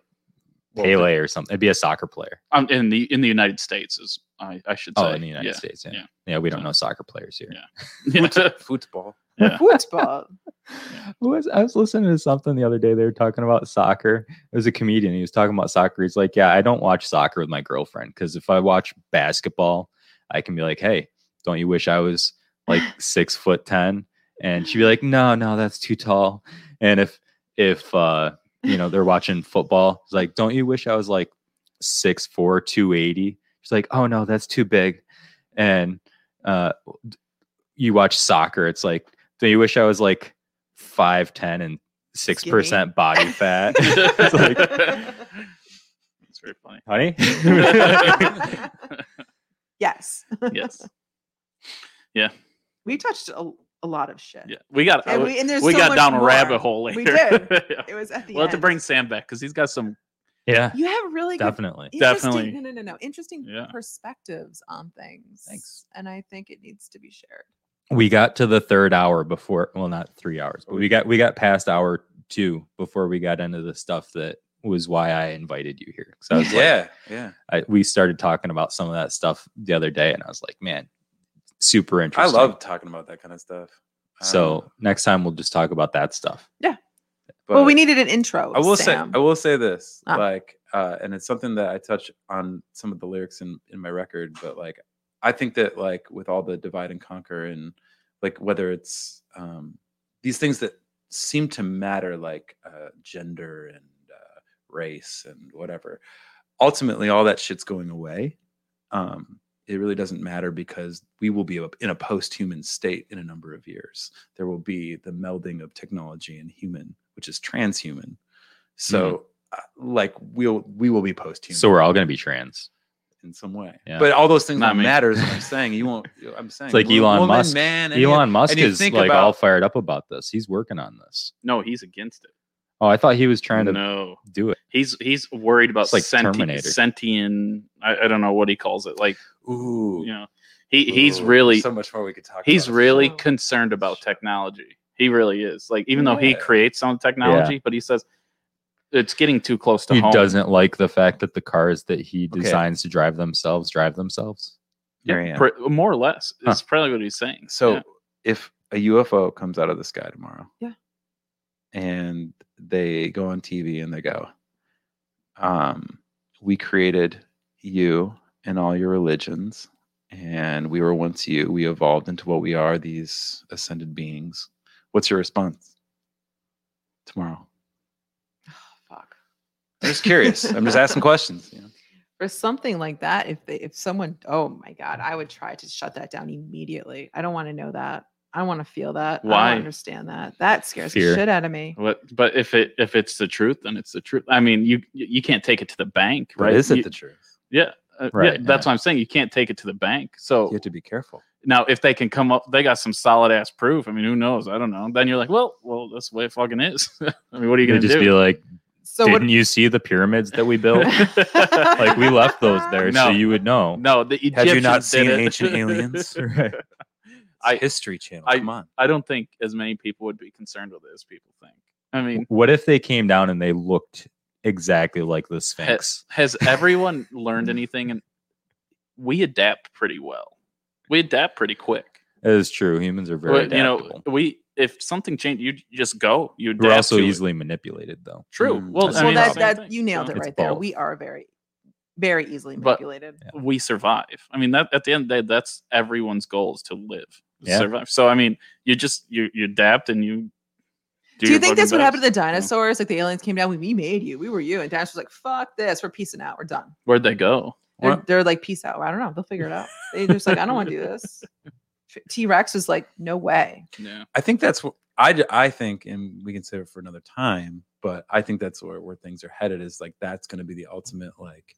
Speaker 5: Well,
Speaker 2: Pele or something. It'd be a soccer player.
Speaker 1: um, in the in the United States is I, I should say
Speaker 2: Oh, in the United
Speaker 1: yeah.
Speaker 2: States, yeah. yeah,
Speaker 1: yeah.
Speaker 2: we don't
Speaker 1: So-
Speaker 2: know soccer players here.
Speaker 1: Yeah. <laughs> Yeah.
Speaker 5: football.
Speaker 3: <laughs>
Speaker 1: Yeah.
Speaker 3: football.
Speaker 2: <laughs> Who was- I was listening to something the other day. They were talking about soccer. It was a comedian. He was talking about soccer. He's like, "Yeah, I don't watch soccer with my girlfriend because if I watch basketball, I can be like, hey, don't you wish I was like six foot ten? And she'd be like, no, no, that's too tall. And if if uh, you know they're watching football, it's like, don't you wish I was like six four, two eighty? She's like, oh no, that's too big. And uh, you watch soccer, it's like, don't you wish I was like five ten and six percent body fat?
Speaker 1: <laughs>
Speaker 2: It's like,
Speaker 1: It's very funny.
Speaker 2: <laughs> honey.
Speaker 3: yes,
Speaker 1: <laughs> Yes. Yeah.
Speaker 3: we touched a, a lot of shit.
Speaker 1: Yeah, we got uh,
Speaker 3: And we, and there's
Speaker 1: we
Speaker 3: so
Speaker 1: got
Speaker 3: much
Speaker 1: down a
Speaker 3: more.
Speaker 1: rabbit hole later.
Speaker 3: We did.
Speaker 1: <laughs> Yeah.
Speaker 3: It was at the
Speaker 1: We'll have
Speaker 3: end.
Speaker 1: to bring Sam back because he's got some.
Speaker 2: Yeah,
Speaker 3: You have really good
Speaker 2: definitely.
Speaker 3: interesting-
Speaker 1: Definitely.
Speaker 3: No, no, no, no. Interesting
Speaker 1: Yeah.
Speaker 3: perspectives on things.
Speaker 1: Thanks.
Speaker 3: And I think it needs to be shared.
Speaker 2: We got to the third hour before, well, not three hours, but we got we got past hour two before we got into the stuff that was why I invited you here. Because I was like,
Speaker 5: yeah, yeah.
Speaker 2: I, we started talking about some of that stuff the other day, and I was like, man, super
Speaker 5: I
Speaker 2: interesting.
Speaker 5: love talking about that kind of stuff. Um,
Speaker 2: So next time we'll just talk about that stuff.
Speaker 3: well, we
Speaker 5: but-
Speaker 3: needed an intro.
Speaker 5: I will
Speaker 3: Sam.
Speaker 5: say I will say this
Speaker 3: Ah.
Speaker 5: like uh and it's something that I touch on some of the lyrics in in my record but like I think that like with all the divide and conquer and like whether it's um these things that seem to matter like uh gender and uh race and whatever ultimately all that shit's going away um it really doesn't matter because we will be in a post-human state in a number of years there will be the melding of technology and human which is transhuman so uh, like we'll we will be post-human
Speaker 2: So we're all gonna be trans.
Speaker 5: in some way
Speaker 2: Yeah.
Speaker 5: but all those things
Speaker 1: Not
Speaker 5: don't
Speaker 1: me.
Speaker 5: matter is what i'm saying you won't i'm saying
Speaker 2: It's like
Speaker 5: wo-
Speaker 2: Elon
Speaker 5: woman,
Speaker 2: Musk.
Speaker 5: man any-
Speaker 2: Elon Musk
Speaker 5: and you
Speaker 2: is like
Speaker 5: think about-
Speaker 2: all fired up about this. He's working on this.
Speaker 1: No, he's against it.
Speaker 2: Oh, I thought he was trying to
Speaker 1: no,
Speaker 2: do it.
Speaker 1: he's he's worried about
Speaker 2: It's like
Speaker 1: senti-
Speaker 2: Terminator.
Speaker 1: sentient. I, I don't know what he calls it. Like
Speaker 5: ooh
Speaker 1: you know, he he's
Speaker 5: ooh, Oh,
Speaker 1: really
Speaker 5: so much more we could talk
Speaker 1: he's
Speaker 5: about.
Speaker 1: really
Speaker 3: Sure.
Speaker 1: concerned about technology. He really is. Like even though he
Speaker 5: Yeah.
Speaker 1: creates some technology, but he says it's getting too close to
Speaker 2: He
Speaker 1: home.
Speaker 2: doesn't like the fact that the cars that he
Speaker 5: Okay.
Speaker 2: designs to drive themselves drive themselves.
Speaker 1: Yeah,
Speaker 5: Marianne.
Speaker 1: pr- more or less.
Speaker 2: Huh.
Speaker 1: That's probably what he's saying.
Speaker 5: So
Speaker 1: Yeah.
Speaker 5: if a UFO comes out of the sky tomorrow,
Speaker 3: Yeah.
Speaker 5: and they go on TV and they go, um, "We created you and all your religions, and we were once you. We evolved into what we are, these ascended beings." What's your response tomorrow?
Speaker 3: <sighs> Fuck.
Speaker 5: I'm just curious. I'm just asking questions. You know?
Speaker 3: For something like that, if they if someone oh my god,
Speaker 2: Mm.
Speaker 3: I would try to shut that down immediately. I don't want to know that. I don't want to feel that. I
Speaker 1: Why?
Speaker 3: don't understand that. That scares
Speaker 2: Fear.
Speaker 3: the shit out of me.
Speaker 1: What, but if it if it's the truth, then it's the truth. I mean, you you can't take it to the bank, <laughs>
Speaker 5: But
Speaker 1: right?
Speaker 5: is it
Speaker 1: You-
Speaker 5: the truth?
Speaker 1: yeah, uh,
Speaker 2: Right,
Speaker 1: yeah, That's
Speaker 2: yeah.
Speaker 1: what I'm saying. You can't take it to the bank. So
Speaker 5: You have to be careful.
Speaker 1: now, if they can come up, they got some solid ass proof. I mean, who knows? I don't know. Then you're like, well, well, that's the way it fucking is. <laughs> I mean, what are you
Speaker 2: He'd
Speaker 1: gonna
Speaker 2: just be
Speaker 1: do?
Speaker 2: like,
Speaker 3: So <laughs>
Speaker 2: "Didn't you see the pyramids that we <laughs> built? like we left those
Speaker 3: <laughs>
Speaker 2: there, so
Speaker 1: No.
Speaker 2: you would know."
Speaker 1: no, the Egyptians
Speaker 5: Had you not
Speaker 1: did
Speaker 5: seen
Speaker 1: it. <laughs>
Speaker 5: Ancient Aliens?
Speaker 2: <laughs> Right.
Speaker 1: I-
Speaker 5: History Channel.
Speaker 1: I-
Speaker 5: come on.
Speaker 1: I don't think as many people would be concerned with it as people think. I mean,
Speaker 2: What if they came down and they looked exactly like the Sphinx?
Speaker 1: has everyone learned anything? And we adapt pretty well. We adapt pretty quick.
Speaker 2: It is true. Humans are very
Speaker 1: Well, you
Speaker 2: adaptable.
Speaker 1: know, we if something changed, you just go. You adapt
Speaker 2: We're also
Speaker 1: to it.
Speaker 2: easily manipulated, though.
Speaker 1: true.
Speaker 5: Mm,
Speaker 1: Well,
Speaker 2: that's
Speaker 1: I
Speaker 3: well,
Speaker 1: mean,
Speaker 2: the
Speaker 3: that,
Speaker 1: same
Speaker 3: that
Speaker 1: thing,
Speaker 3: you nailed
Speaker 1: so
Speaker 3: it
Speaker 2: It's
Speaker 3: right there.
Speaker 2: both.
Speaker 3: We are very, very easily
Speaker 1: But-
Speaker 3: manipulated.
Speaker 1: We survive. I mean, that at the end of the day, that's everyone's goal is to live,
Speaker 2: Yeah.
Speaker 1: survive. So I mean, you just you you adapt and you.
Speaker 3: Do you
Speaker 1: your
Speaker 3: think
Speaker 1: fucking
Speaker 3: that's what
Speaker 1: best.
Speaker 3: happened to the
Speaker 1: Yeah.
Speaker 3: dinosaurs? Like the aliens came down, we, we made you, we were you, and dinosaurs like, fuck this, we're peacing out, we're done.
Speaker 1: Where'd they go?
Speaker 3: They're, they're like, peace out. I don't know, they'll figure it out. They just like, I don't want to do
Speaker 2: <laughs>
Speaker 3: this. T Rex was like, no way.
Speaker 1: Yeah.
Speaker 5: I think that's what I, d- I think, and we can save it for another time, but I think that's where, where things are headed is like that's going to be the ultimate like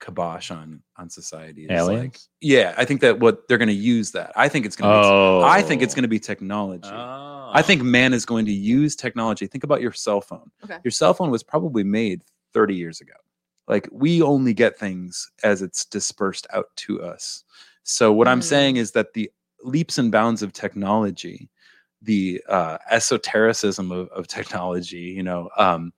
Speaker 5: kibosh on on society. is, like-
Speaker 2: Aliens?
Speaker 5: yeah, I think that what they're going to use that. I think it's going to.
Speaker 2: Oh,
Speaker 5: Be, I think it's going to be technology.
Speaker 2: Oh.
Speaker 5: I think man is going to use technology. Think about your cell phone.
Speaker 3: Okay.
Speaker 5: Your cell phone was probably made 30 years ago. Like we only get things as it's dispersed out to us. So what I'm
Speaker 3: Mm.
Speaker 5: saying is that the leaps and bounds of technology, the uh, esotericism of, of technology, you know, um,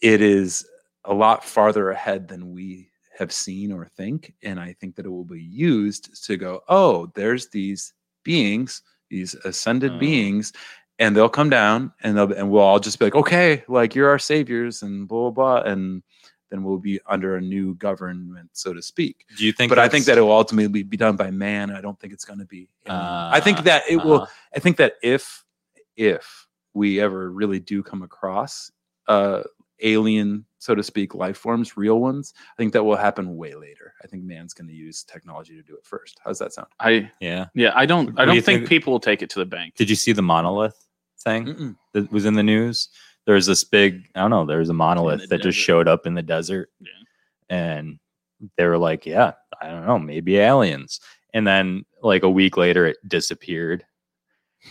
Speaker 5: it is a lot farther ahead than we have seen or think. And I think that it will be used to go, oh, there's these beings, these ascended
Speaker 2: Oh.
Speaker 5: beings, and they'll come down and they'll and we'll all just be like, okay, like you're our saviors and blah blah blah. And then we'll be under a new government, so to speak.
Speaker 2: Do you think?
Speaker 5: but I think that
Speaker 2: that's-
Speaker 5: it will ultimately be done by man. I don't think it's going to be. alien. I think that it will.
Speaker 2: Uh-huh.
Speaker 5: I think that if if we ever really do come across uh, alien, so to speak, life forms, real ones, I think that will happen way later. I think man's going to use technology to do it first. How's that sound?
Speaker 1: I
Speaker 2: Yeah.
Speaker 1: yeah. I don't.
Speaker 2: What
Speaker 1: I
Speaker 2: do
Speaker 1: don't
Speaker 2: you
Speaker 1: think,
Speaker 2: think-
Speaker 1: people will take it to the bank.
Speaker 2: Did you see the monolith thing that was in the news? There was this big. I don't know. There was a monolith that just
Speaker 1: desert.
Speaker 2: showed up in the desert,
Speaker 1: Yeah.
Speaker 2: and they were like, "Yeah, I don't know, maybe aliens." And then, like a week later, it disappeared.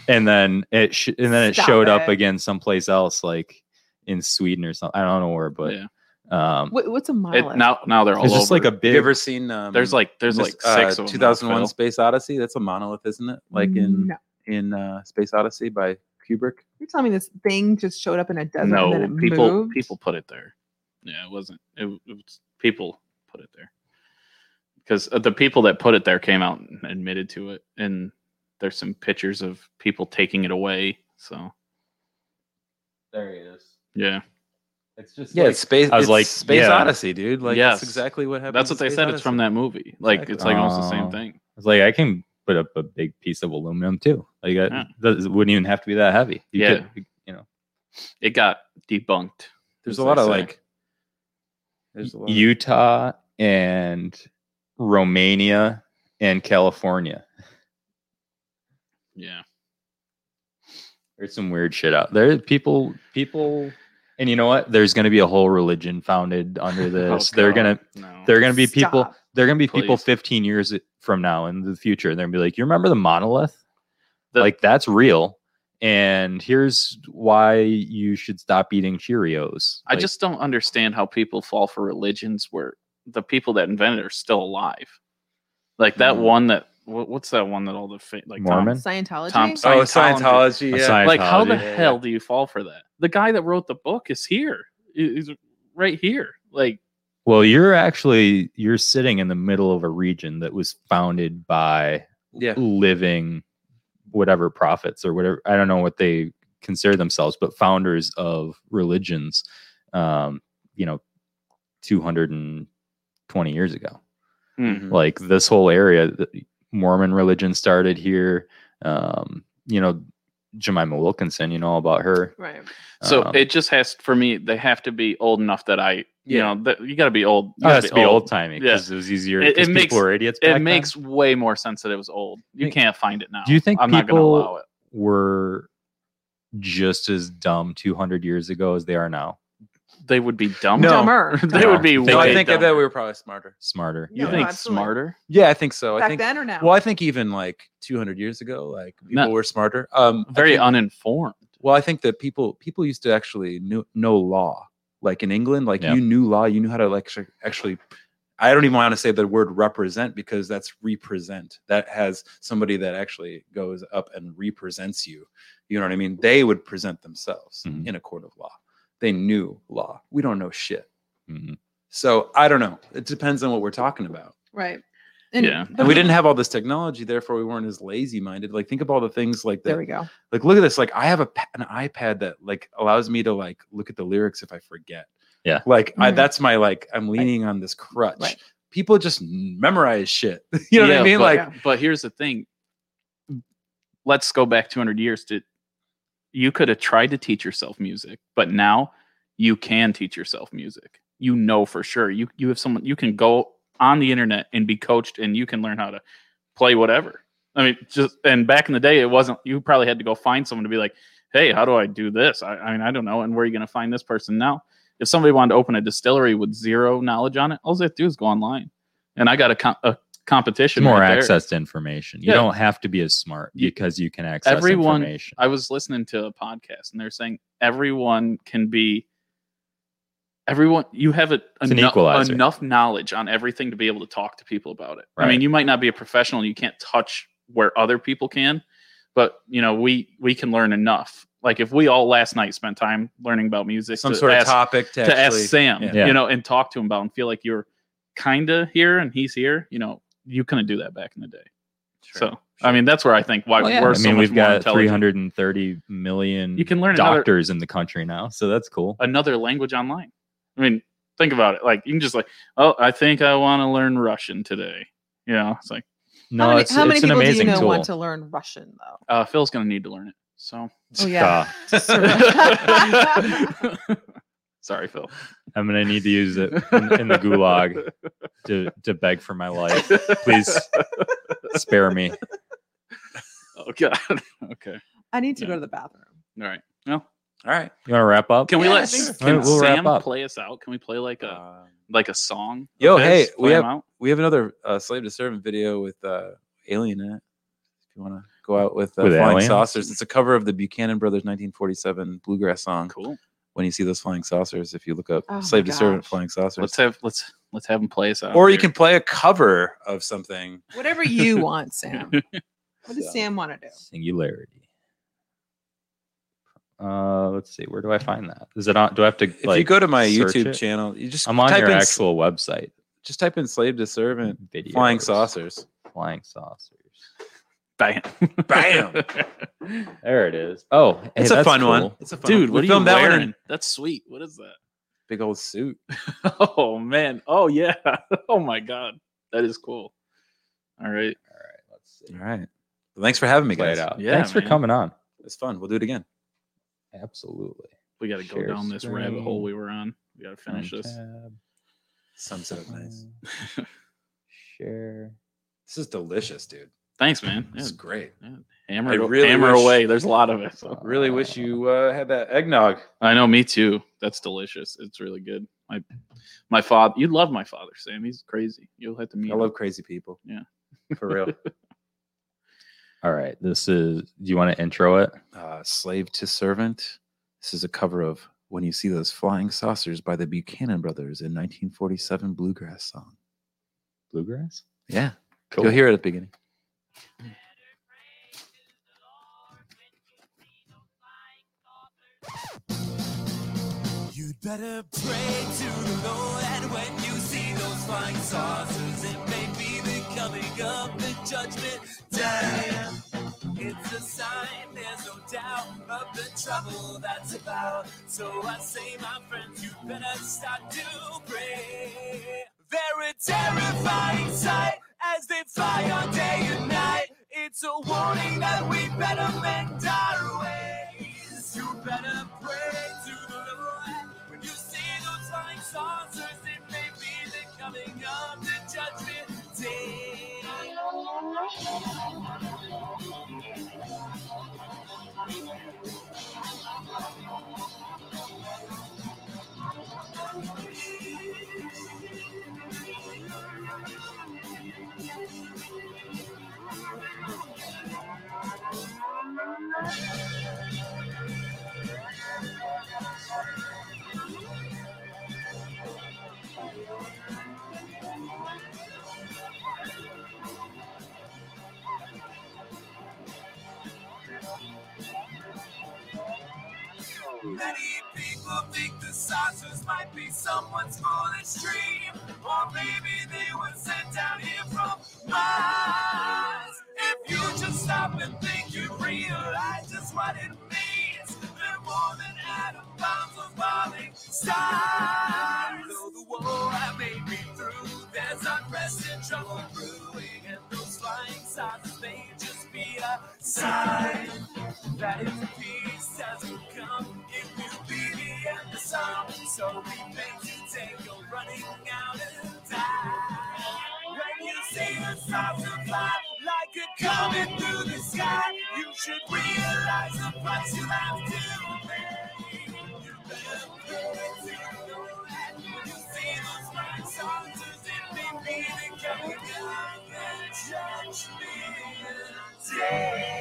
Speaker 2: and then it sh- and then it
Speaker 3: Stop
Speaker 2: showed up
Speaker 3: it.
Speaker 2: again someplace else, like in Sweden or something. I don't know where, but
Speaker 1: Yeah.
Speaker 2: um,
Speaker 3: What, what's a mile?
Speaker 1: It, now now they're all
Speaker 2: it's just
Speaker 1: over.
Speaker 2: like a
Speaker 5: Have
Speaker 2: big.
Speaker 5: you ever seen? Um,
Speaker 1: there's like there's
Speaker 5: this,
Speaker 1: like six
Speaker 5: uh,
Speaker 1: of them.
Speaker 5: 2001
Speaker 1: Phil.
Speaker 5: Space Odyssey. That's a monolith, isn't it? Like in
Speaker 3: No.
Speaker 5: in uh, Space Odyssey by Kubrick.
Speaker 3: You're telling me this thing just showed up in a desert and then
Speaker 1: No,
Speaker 3: it
Speaker 1: people
Speaker 3: moved?
Speaker 1: people put it there. Yeah, it wasn't. It, it was people put it there because the people that put it there came out and admitted to it, and there's some pictures of people taking it away. So
Speaker 5: There he is.
Speaker 1: yeah,
Speaker 5: It's just
Speaker 2: Yeah,
Speaker 5: yeah,
Speaker 2: it's
Speaker 5: space.
Speaker 2: I was
Speaker 5: it's
Speaker 2: like,
Speaker 5: Space
Speaker 2: yeah.
Speaker 5: Odyssey, dude. Like
Speaker 1: Yes.
Speaker 5: that's exactly what happened.
Speaker 1: that's
Speaker 5: to
Speaker 1: what they
Speaker 5: Space
Speaker 1: said. It's from
Speaker 5: Odyssey.
Speaker 1: that movie. Like
Speaker 5: Exactly.
Speaker 1: it's like almost the same
Speaker 2: Oh.
Speaker 1: thing.
Speaker 2: It's like I can put up a big piece of aluminum too. Like I,
Speaker 1: Yeah.
Speaker 2: that is- wouldn't even have to be that heavy. You
Speaker 1: Yeah.
Speaker 2: could- you know,
Speaker 1: It got debunked.
Speaker 5: There's
Speaker 1: as
Speaker 5: a lot
Speaker 1: they
Speaker 5: of
Speaker 1: say.
Speaker 5: like. There's a lot. of-
Speaker 2: Utah and Romania and California.
Speaker 1: yeah.
Speaker 2: There's some weird shit out there. People, people, and you know what? There's going to be a whole religion founded
Speaker 1: <laughs>
Speaker 2: under this.
Speaker 1: Oh,
Speaker 2: they're
Speaker 1: God,
Speaker 2: gonna,
Speaker 1: no.
Speaker 2: they're gonna be people.
Speaker 3: Stop.
Speaker 2: They're gonna be people
Speaker 1: Please.
Speaker 2: 15 years from now in the future, and they're gonna be like, "You remember the monolith?
Speaker 1: The-
Speaker 2: like that's real." And here's why you should stop eating Cheerios.
Speaker 1: I
Speaker 2: Like,
Speaker 1: just don't understand how people fall for religions where the people that invented it are still alive. Like that
Speaker 5: Mm.
Speaker 1: one that what, what's that one that all the fa- like Tom-
Speaker 2: Mormon?
Speaker 3: Scientology?
Speaker 1: Tom
Speaker 5: Oh,
Speaker 1: Scientology.
Speaker 5: Scientology. Yeah.
Speaker 2: Scientology.
Speaker 1: like how the
Speaker 2: Yeah,
Speaker 5: yeah.
Speaker 1: hell do you fall for that? The guy that wrote the book is here. He- He's right here. Like
Speaker 2: Well, you're actually you're sitting in the middle of a region that was founded by
Speaker 5: Yeah.
Speaker 2: living whatever prophets or whatever I don't know what they consider themselves, but founders of religions um, you know, 220 years ago.
Speaker 1: Hmm.
Speaker 5: Mhm.
Speaker 2: Like this whole area the Mormon religion started here. Um, you know, Jemima Wilkinson, you know all about her.
Speaker 3: Right.
Speaker 1: so
Speaker 2: Um,
Speaker 1: it just has for me they have to be old enough that I you
Speaker 5: Yeah.
Speaker 1: know that you got to be old. You
Speaker 2: Oh, it
Speaker 1: gotta
Speaker 2: has to be old timey
Speaker 1: Yeah.
Speaker 2: because it was easier.
Speaker 1: It- it
Speaker 2: 'cause people
Speaker 1: makes-
Speaker 2: were idiots. back
Speaker 1: It
Speaker 2: then.
Speaker 1: makes way more sense that it was old. You
Speaker 2: Think-
Speaker 1: can't find it now.
Speaker 2: Do you think
Speaker 1: I'm not going to
Speaker 2: people-
Speaker 1: allow it?
Speaker 2: were just as dumb 200 years ago as they are now.
Speaker 1: They would be dumb.
Speaker 5: No.
Speaker 3: Dumber.
Speaker 1: they would be.
Speaker 2: <laughs> No,
Speaker 5: No,
Speaker 1: way
Speaker 5: I think
Speaker 1: dumber.
Speaker 5: that we were probably smarter.
Speaker 2: Smarter.
Speaker 1: You
Speaker 3: No,
Speaker 1: think
Speaker 3: absolutely.
Speaker 1: smarter?
Speaker 5: Yeah, I think so. I
Speaker 3: Back
Speaker 5: think.
Speaker 3: then or now?
Speaker 5: Well, I think even like 200 years ago, like people
Speaker 1: No.
Speaker 5: were smarter. Um, I
Speaker 1: Very
Speaker 5: think-
Speaker 1: uninformed.
Speaker 5: Well, I think that people people used to actually knew, know law. Like in England, like
Speaker 2: Yeah.
Speaker 5: you knew law, you knew how to like actu- actually. I don't even want to say the word represent because that's represent. That has somebody that actually goes up and represents you. You know what I mean? They would present themselves
Speaker 2: Mhm.
Speaker 5: in a court of law. They knew law. We don't know shit.
Speaker 2: Mhm.
Speaker 5: So I don't know. It depends on what we're talking about.
Speaker 3: Right.
Speaker 1: Yeah.
Speaker 3: <laughs>
Speaker 5: And we didn't have all this technology, therefore we weren't as lazy minded. Like think of all the things like that
Speaker 3: There we go.
Speaker 5: like look at this like i have a pa- an ipad that like allows me to like look at the lyrics if i forget
Speaker 2: Yeah.
Speaker 5: like I,
Speaker 3: Mhm.
Speaker 5: that's my like i'm leaning on this crutch
Speaker 3: Right.
Speaker 5: people just memorize shit <laughs> you know what
Speaker 1: Yeah,
Speaker 5: i mean
Speaker 1: but-
Speaker 5: like
Speaker 3: Yeah.
Speaker 1: but here's the thing. Let's go back 200 years. To you could have tried to teach yourself music, but now you can teach yourself music. You know for sure. You you have someone you can go on the internet and be coached, and you can learn how to play whatever. I mean, just and back in the day, it wasn't. You probably had to go find someone to be like, "Hey, how do I do this?" I, I mean, I don't know. And where are you going to find this person now? If somebody wanted to open a distillery with zero knowledge on it, all they have to do is go online. And I got a, com- a
Speaker 2: It's
Speaker 1: competition.
Speaker 2: more
Speaker 1: right there.
Speaker 2: access to information. You
Speaker 1: Yeah.
Speaker 2: don't have to be as smart
Speaker 1: You-
Speaker 2: because you can access
Speaker 1: everyone-
Speaker 2: information.
Speaker 1: I was listening to a podcast and they're saying everyone can be everyone you have a,
Speaker 2: It's an
Speaker 1: enough-
Speaker 2: equalizer.
Speaker 1: enough knowledge on everything to be able to talk to people about it. I
Speaker 2: Right.
Speaker 1: mean, you might not be a professional and you can't touch where other people can, but you know, we we can learn enough. Like if we all last night spent time learning about music
Speaker 5: some
Speaker 1: to
Speaker 5: sort of
Speaker 1: ask-
Speaker 5: topic to,
Speaker 1: to ask
Speaker 5: actually-
Speaker 1: Sam,
Speaker 5: yeah.
Speaker 2: Yeah.
Speaker 1: you know, and talk to him about and feel like you're kind of here and he's here, you know, you couldn't do that back in the day.
Speaker 5: Sure,
Speaker 1: so,
Speaker 5: sure.
Speaker 1: I mean, that's where I think why
Speaker 2: Well, yeah.
Speaker 1: we're
Speaker 2: I
Speaker 1: so
Speaker 2: mean,
Speaker 1: much
Speaker 2: we've
Speaker 1: more
Speaker 2: got
Speaker 1: intelligent.
Speaker 2: 330 million
Speaker 1: You can learn another-
Speaker 2: doctors in the country now, so that's cool.
Speaker 1: another language online. I mean, think about it. Like you can just like, oh, I think I want to learn Russian today. You know, it's like
Speaker 2: No,
Speaker 3: how many,
Speaker 2: it's,
Speaker 3: how many
Speaker 2: it's an
Speaker 3: people do you
Speaker 2: amazing
Speaker 3: know
Speaker 2: tool.
Speaker 3: want to learn Russian though?
Speaker 1: uh, Phil's gonna need to learn it. So <laughs>
Speaker 3: Oh yeah. <laughs>
Speaker 2: <laughs>
Speaker 1: sorry, Phil.
Speaker 2: I'm gonna need to
Speaker 1: <laughs>
Speaker 2: use it in, in the gulag to to beg for my life. Please spare me.
Speaker 1: <laughs> Oh God. <laughs> okay.
Speaker 3: I need to
Speaker 1: Yeah.
Speaker 3: go to the bathroom.
Speaker 1: All right. Well,
Speaker 5: all right
Speaker 2: You want to wrap up?
Speaker 1: can we
Speaker 3: Yeah,
Speaker 1: let
Speaker 3: sure.
Speaker 1: can
Speaker 2: All right, we'll wrap
Speaker 1: Sam
Speaker 2: up.
Speaker 1: play us out? Can we play like a
Speaker 5: Um,
Speaker 1: like a song? of
Speaker 5: Yo,
Speaker 1: his?
Speaker 5: hey, we
Speaker 1: Play him
Speaker 5: have-
Speaker 1: out?
Speaker 5: we have another uh, slave to servant video with uh alien in it If you want to go out with, uh,
Speaker 7: With
Speaker 5: Flying
Speaker 7: aliens?
Speaker 5: Saucers, it's a cover of the Buchanan Brothers 1947 bluegrass song.
Speaker 1: Cool.
Speaker 5: When you see those flying saucers, if you look up
Speaker 3: Oh my
Speaker 5: "Slave to Servant"
Speaker 3: gosh.
Speaker 5: flying saucers,
Speaker 1: Let's have let's let's have them play us out.
Speaker 5: or you
Speaker 1: here.
Speaker 5: can play a cover of something.
Speaker 3: Whatever
Speaker 2: <laughs>
Speaker 3: you want, Sam. What does Sam want to do?
Speaker 7: Singularity. Uh, let's see. Where do I find that? Is it on? Do I have to?
Speaker 5: If
Speaker 7: like,
Speaker 5: you go to my
Speaker 7: search
Speaker 5: YouTube
Speaker 7: it?
Speaker 5: channel, you just
Speaker 7: I'm on
Speaker 5: type
Speaker 7: your
Speaker 5: in, s-
Speaker 7: actual website.
Speaker 5: Just type in "Slave to Servant"
Speaker 7: Video.
Speaker 5: flying saucers.
Speaker 7: Flying
Speaker 5: <laughs>
Speaker 7: saucers.
Speaker 1: <laughs> bam,
Speaker 5: Bam.
Speaker 7: <laughs> There it is. Oh, hey,
Speaker 5: It's a
Speaker 7: that's
Speaker 5: fun one.
Speaker 7: cool.
Speaker 5: It's a fun
Speaker 1: dude.
Speaker 5: one.
Speaker 1: What
Speaker 5: we
Speaker 1: are you
Speaker 5: filmed that one in
Speaker 1: wearing? That's sweet. What is that?
Speaker 5: big old suit.
Speaker 1: Oh man. Oh yeah. <laughs> Oh my god. That is cool. All right.
Speaker 7: All right, let's see.
Speaker 5: All right. Well, thanks for having me,
Speaker 7: Play
Speaker 5: guys.
Speaker 7: it out.
Speaker 1: Yeah,
Speaker 7: Thanks for
Speaker 1: man.
Speaker 7: coming on.
Speaker 5: It's fun. We'll do it again.
Speaker 7: Absolutely.
Speaker 1: We got to go
Speaker 7: Share
Speaker 1: down this rabbit hole
Speaker 7: screen.
Speaker 1: we were on. We got to finish
Speaker 7: Front
Speaker 1: this.
Speaker 7: tab,
Speaker 5: Sunset of nice.
Speaker 7: uh, Share.
Speaker 5: This is delicious, dude.
Speaker 1: Thanks, man.
Speaker 5: This
Speaker 1: Yeah,
Speaker 5: is great.
Speaker 1: hammer,
Speaker 5: I
Speaker 1: it-
Speaker 5: really
Speaker 1: hammer
Speaker 5: wish-
Speaker 1: away. There's a lot of it. So.
Speaker 5: Really wish you uh, had that eggnog.
Speaker 1: I know. Me too. That's delicious. It's really good. My my father. You love my father, Sam. He's crazy. You'll have to meet.
Speaker 5: I love crazy people.
Speaker 1: Yeah.
Speaker 5: <laughs> For
Speaker 1: <laughs>
Speaker 5: real.
Speaker 7: All right. This is. Do you want to intro it?
Speaker 5: uh, Slave to Servant. This is a cover of When You See Those Flying Saucers by the Buchanan Brothers in 1947 bluegrass song.
Speaker 7: Bluegrass.
Speaker 5: Yeah. You'll hear it at the beginning.
Speaker 6: You'd better pray to the Lord, and when you see those flying saucers, it may be the coming of the judgment day. It's a sign, there's no doubt, of the trouble that's about. So I say, my friends, you better start to pray. They're a terrifying sight as they fly on day and night. It's a warning that we better mend our ways. You better pray to the Lord. When you see those flying saucers, it may be the coming of the judgment day. Many people think the saucers might be someone's foolish dream, or maybe they were sent down here from Mars. If you just stop and think, you realize just what it means. They're more than atom bombs or falling stars. Though the war I may be through, there's unrest and trouble brewing, and those flying saucers may just be a sign. That is the peace has become It will be the end of some So repent today You're running out of time When you see the stars that fly Like a comet through the sky You should realize the price you have to pay You better pray to the Lord When you see those bright soldiers It may be the coming of the judgment day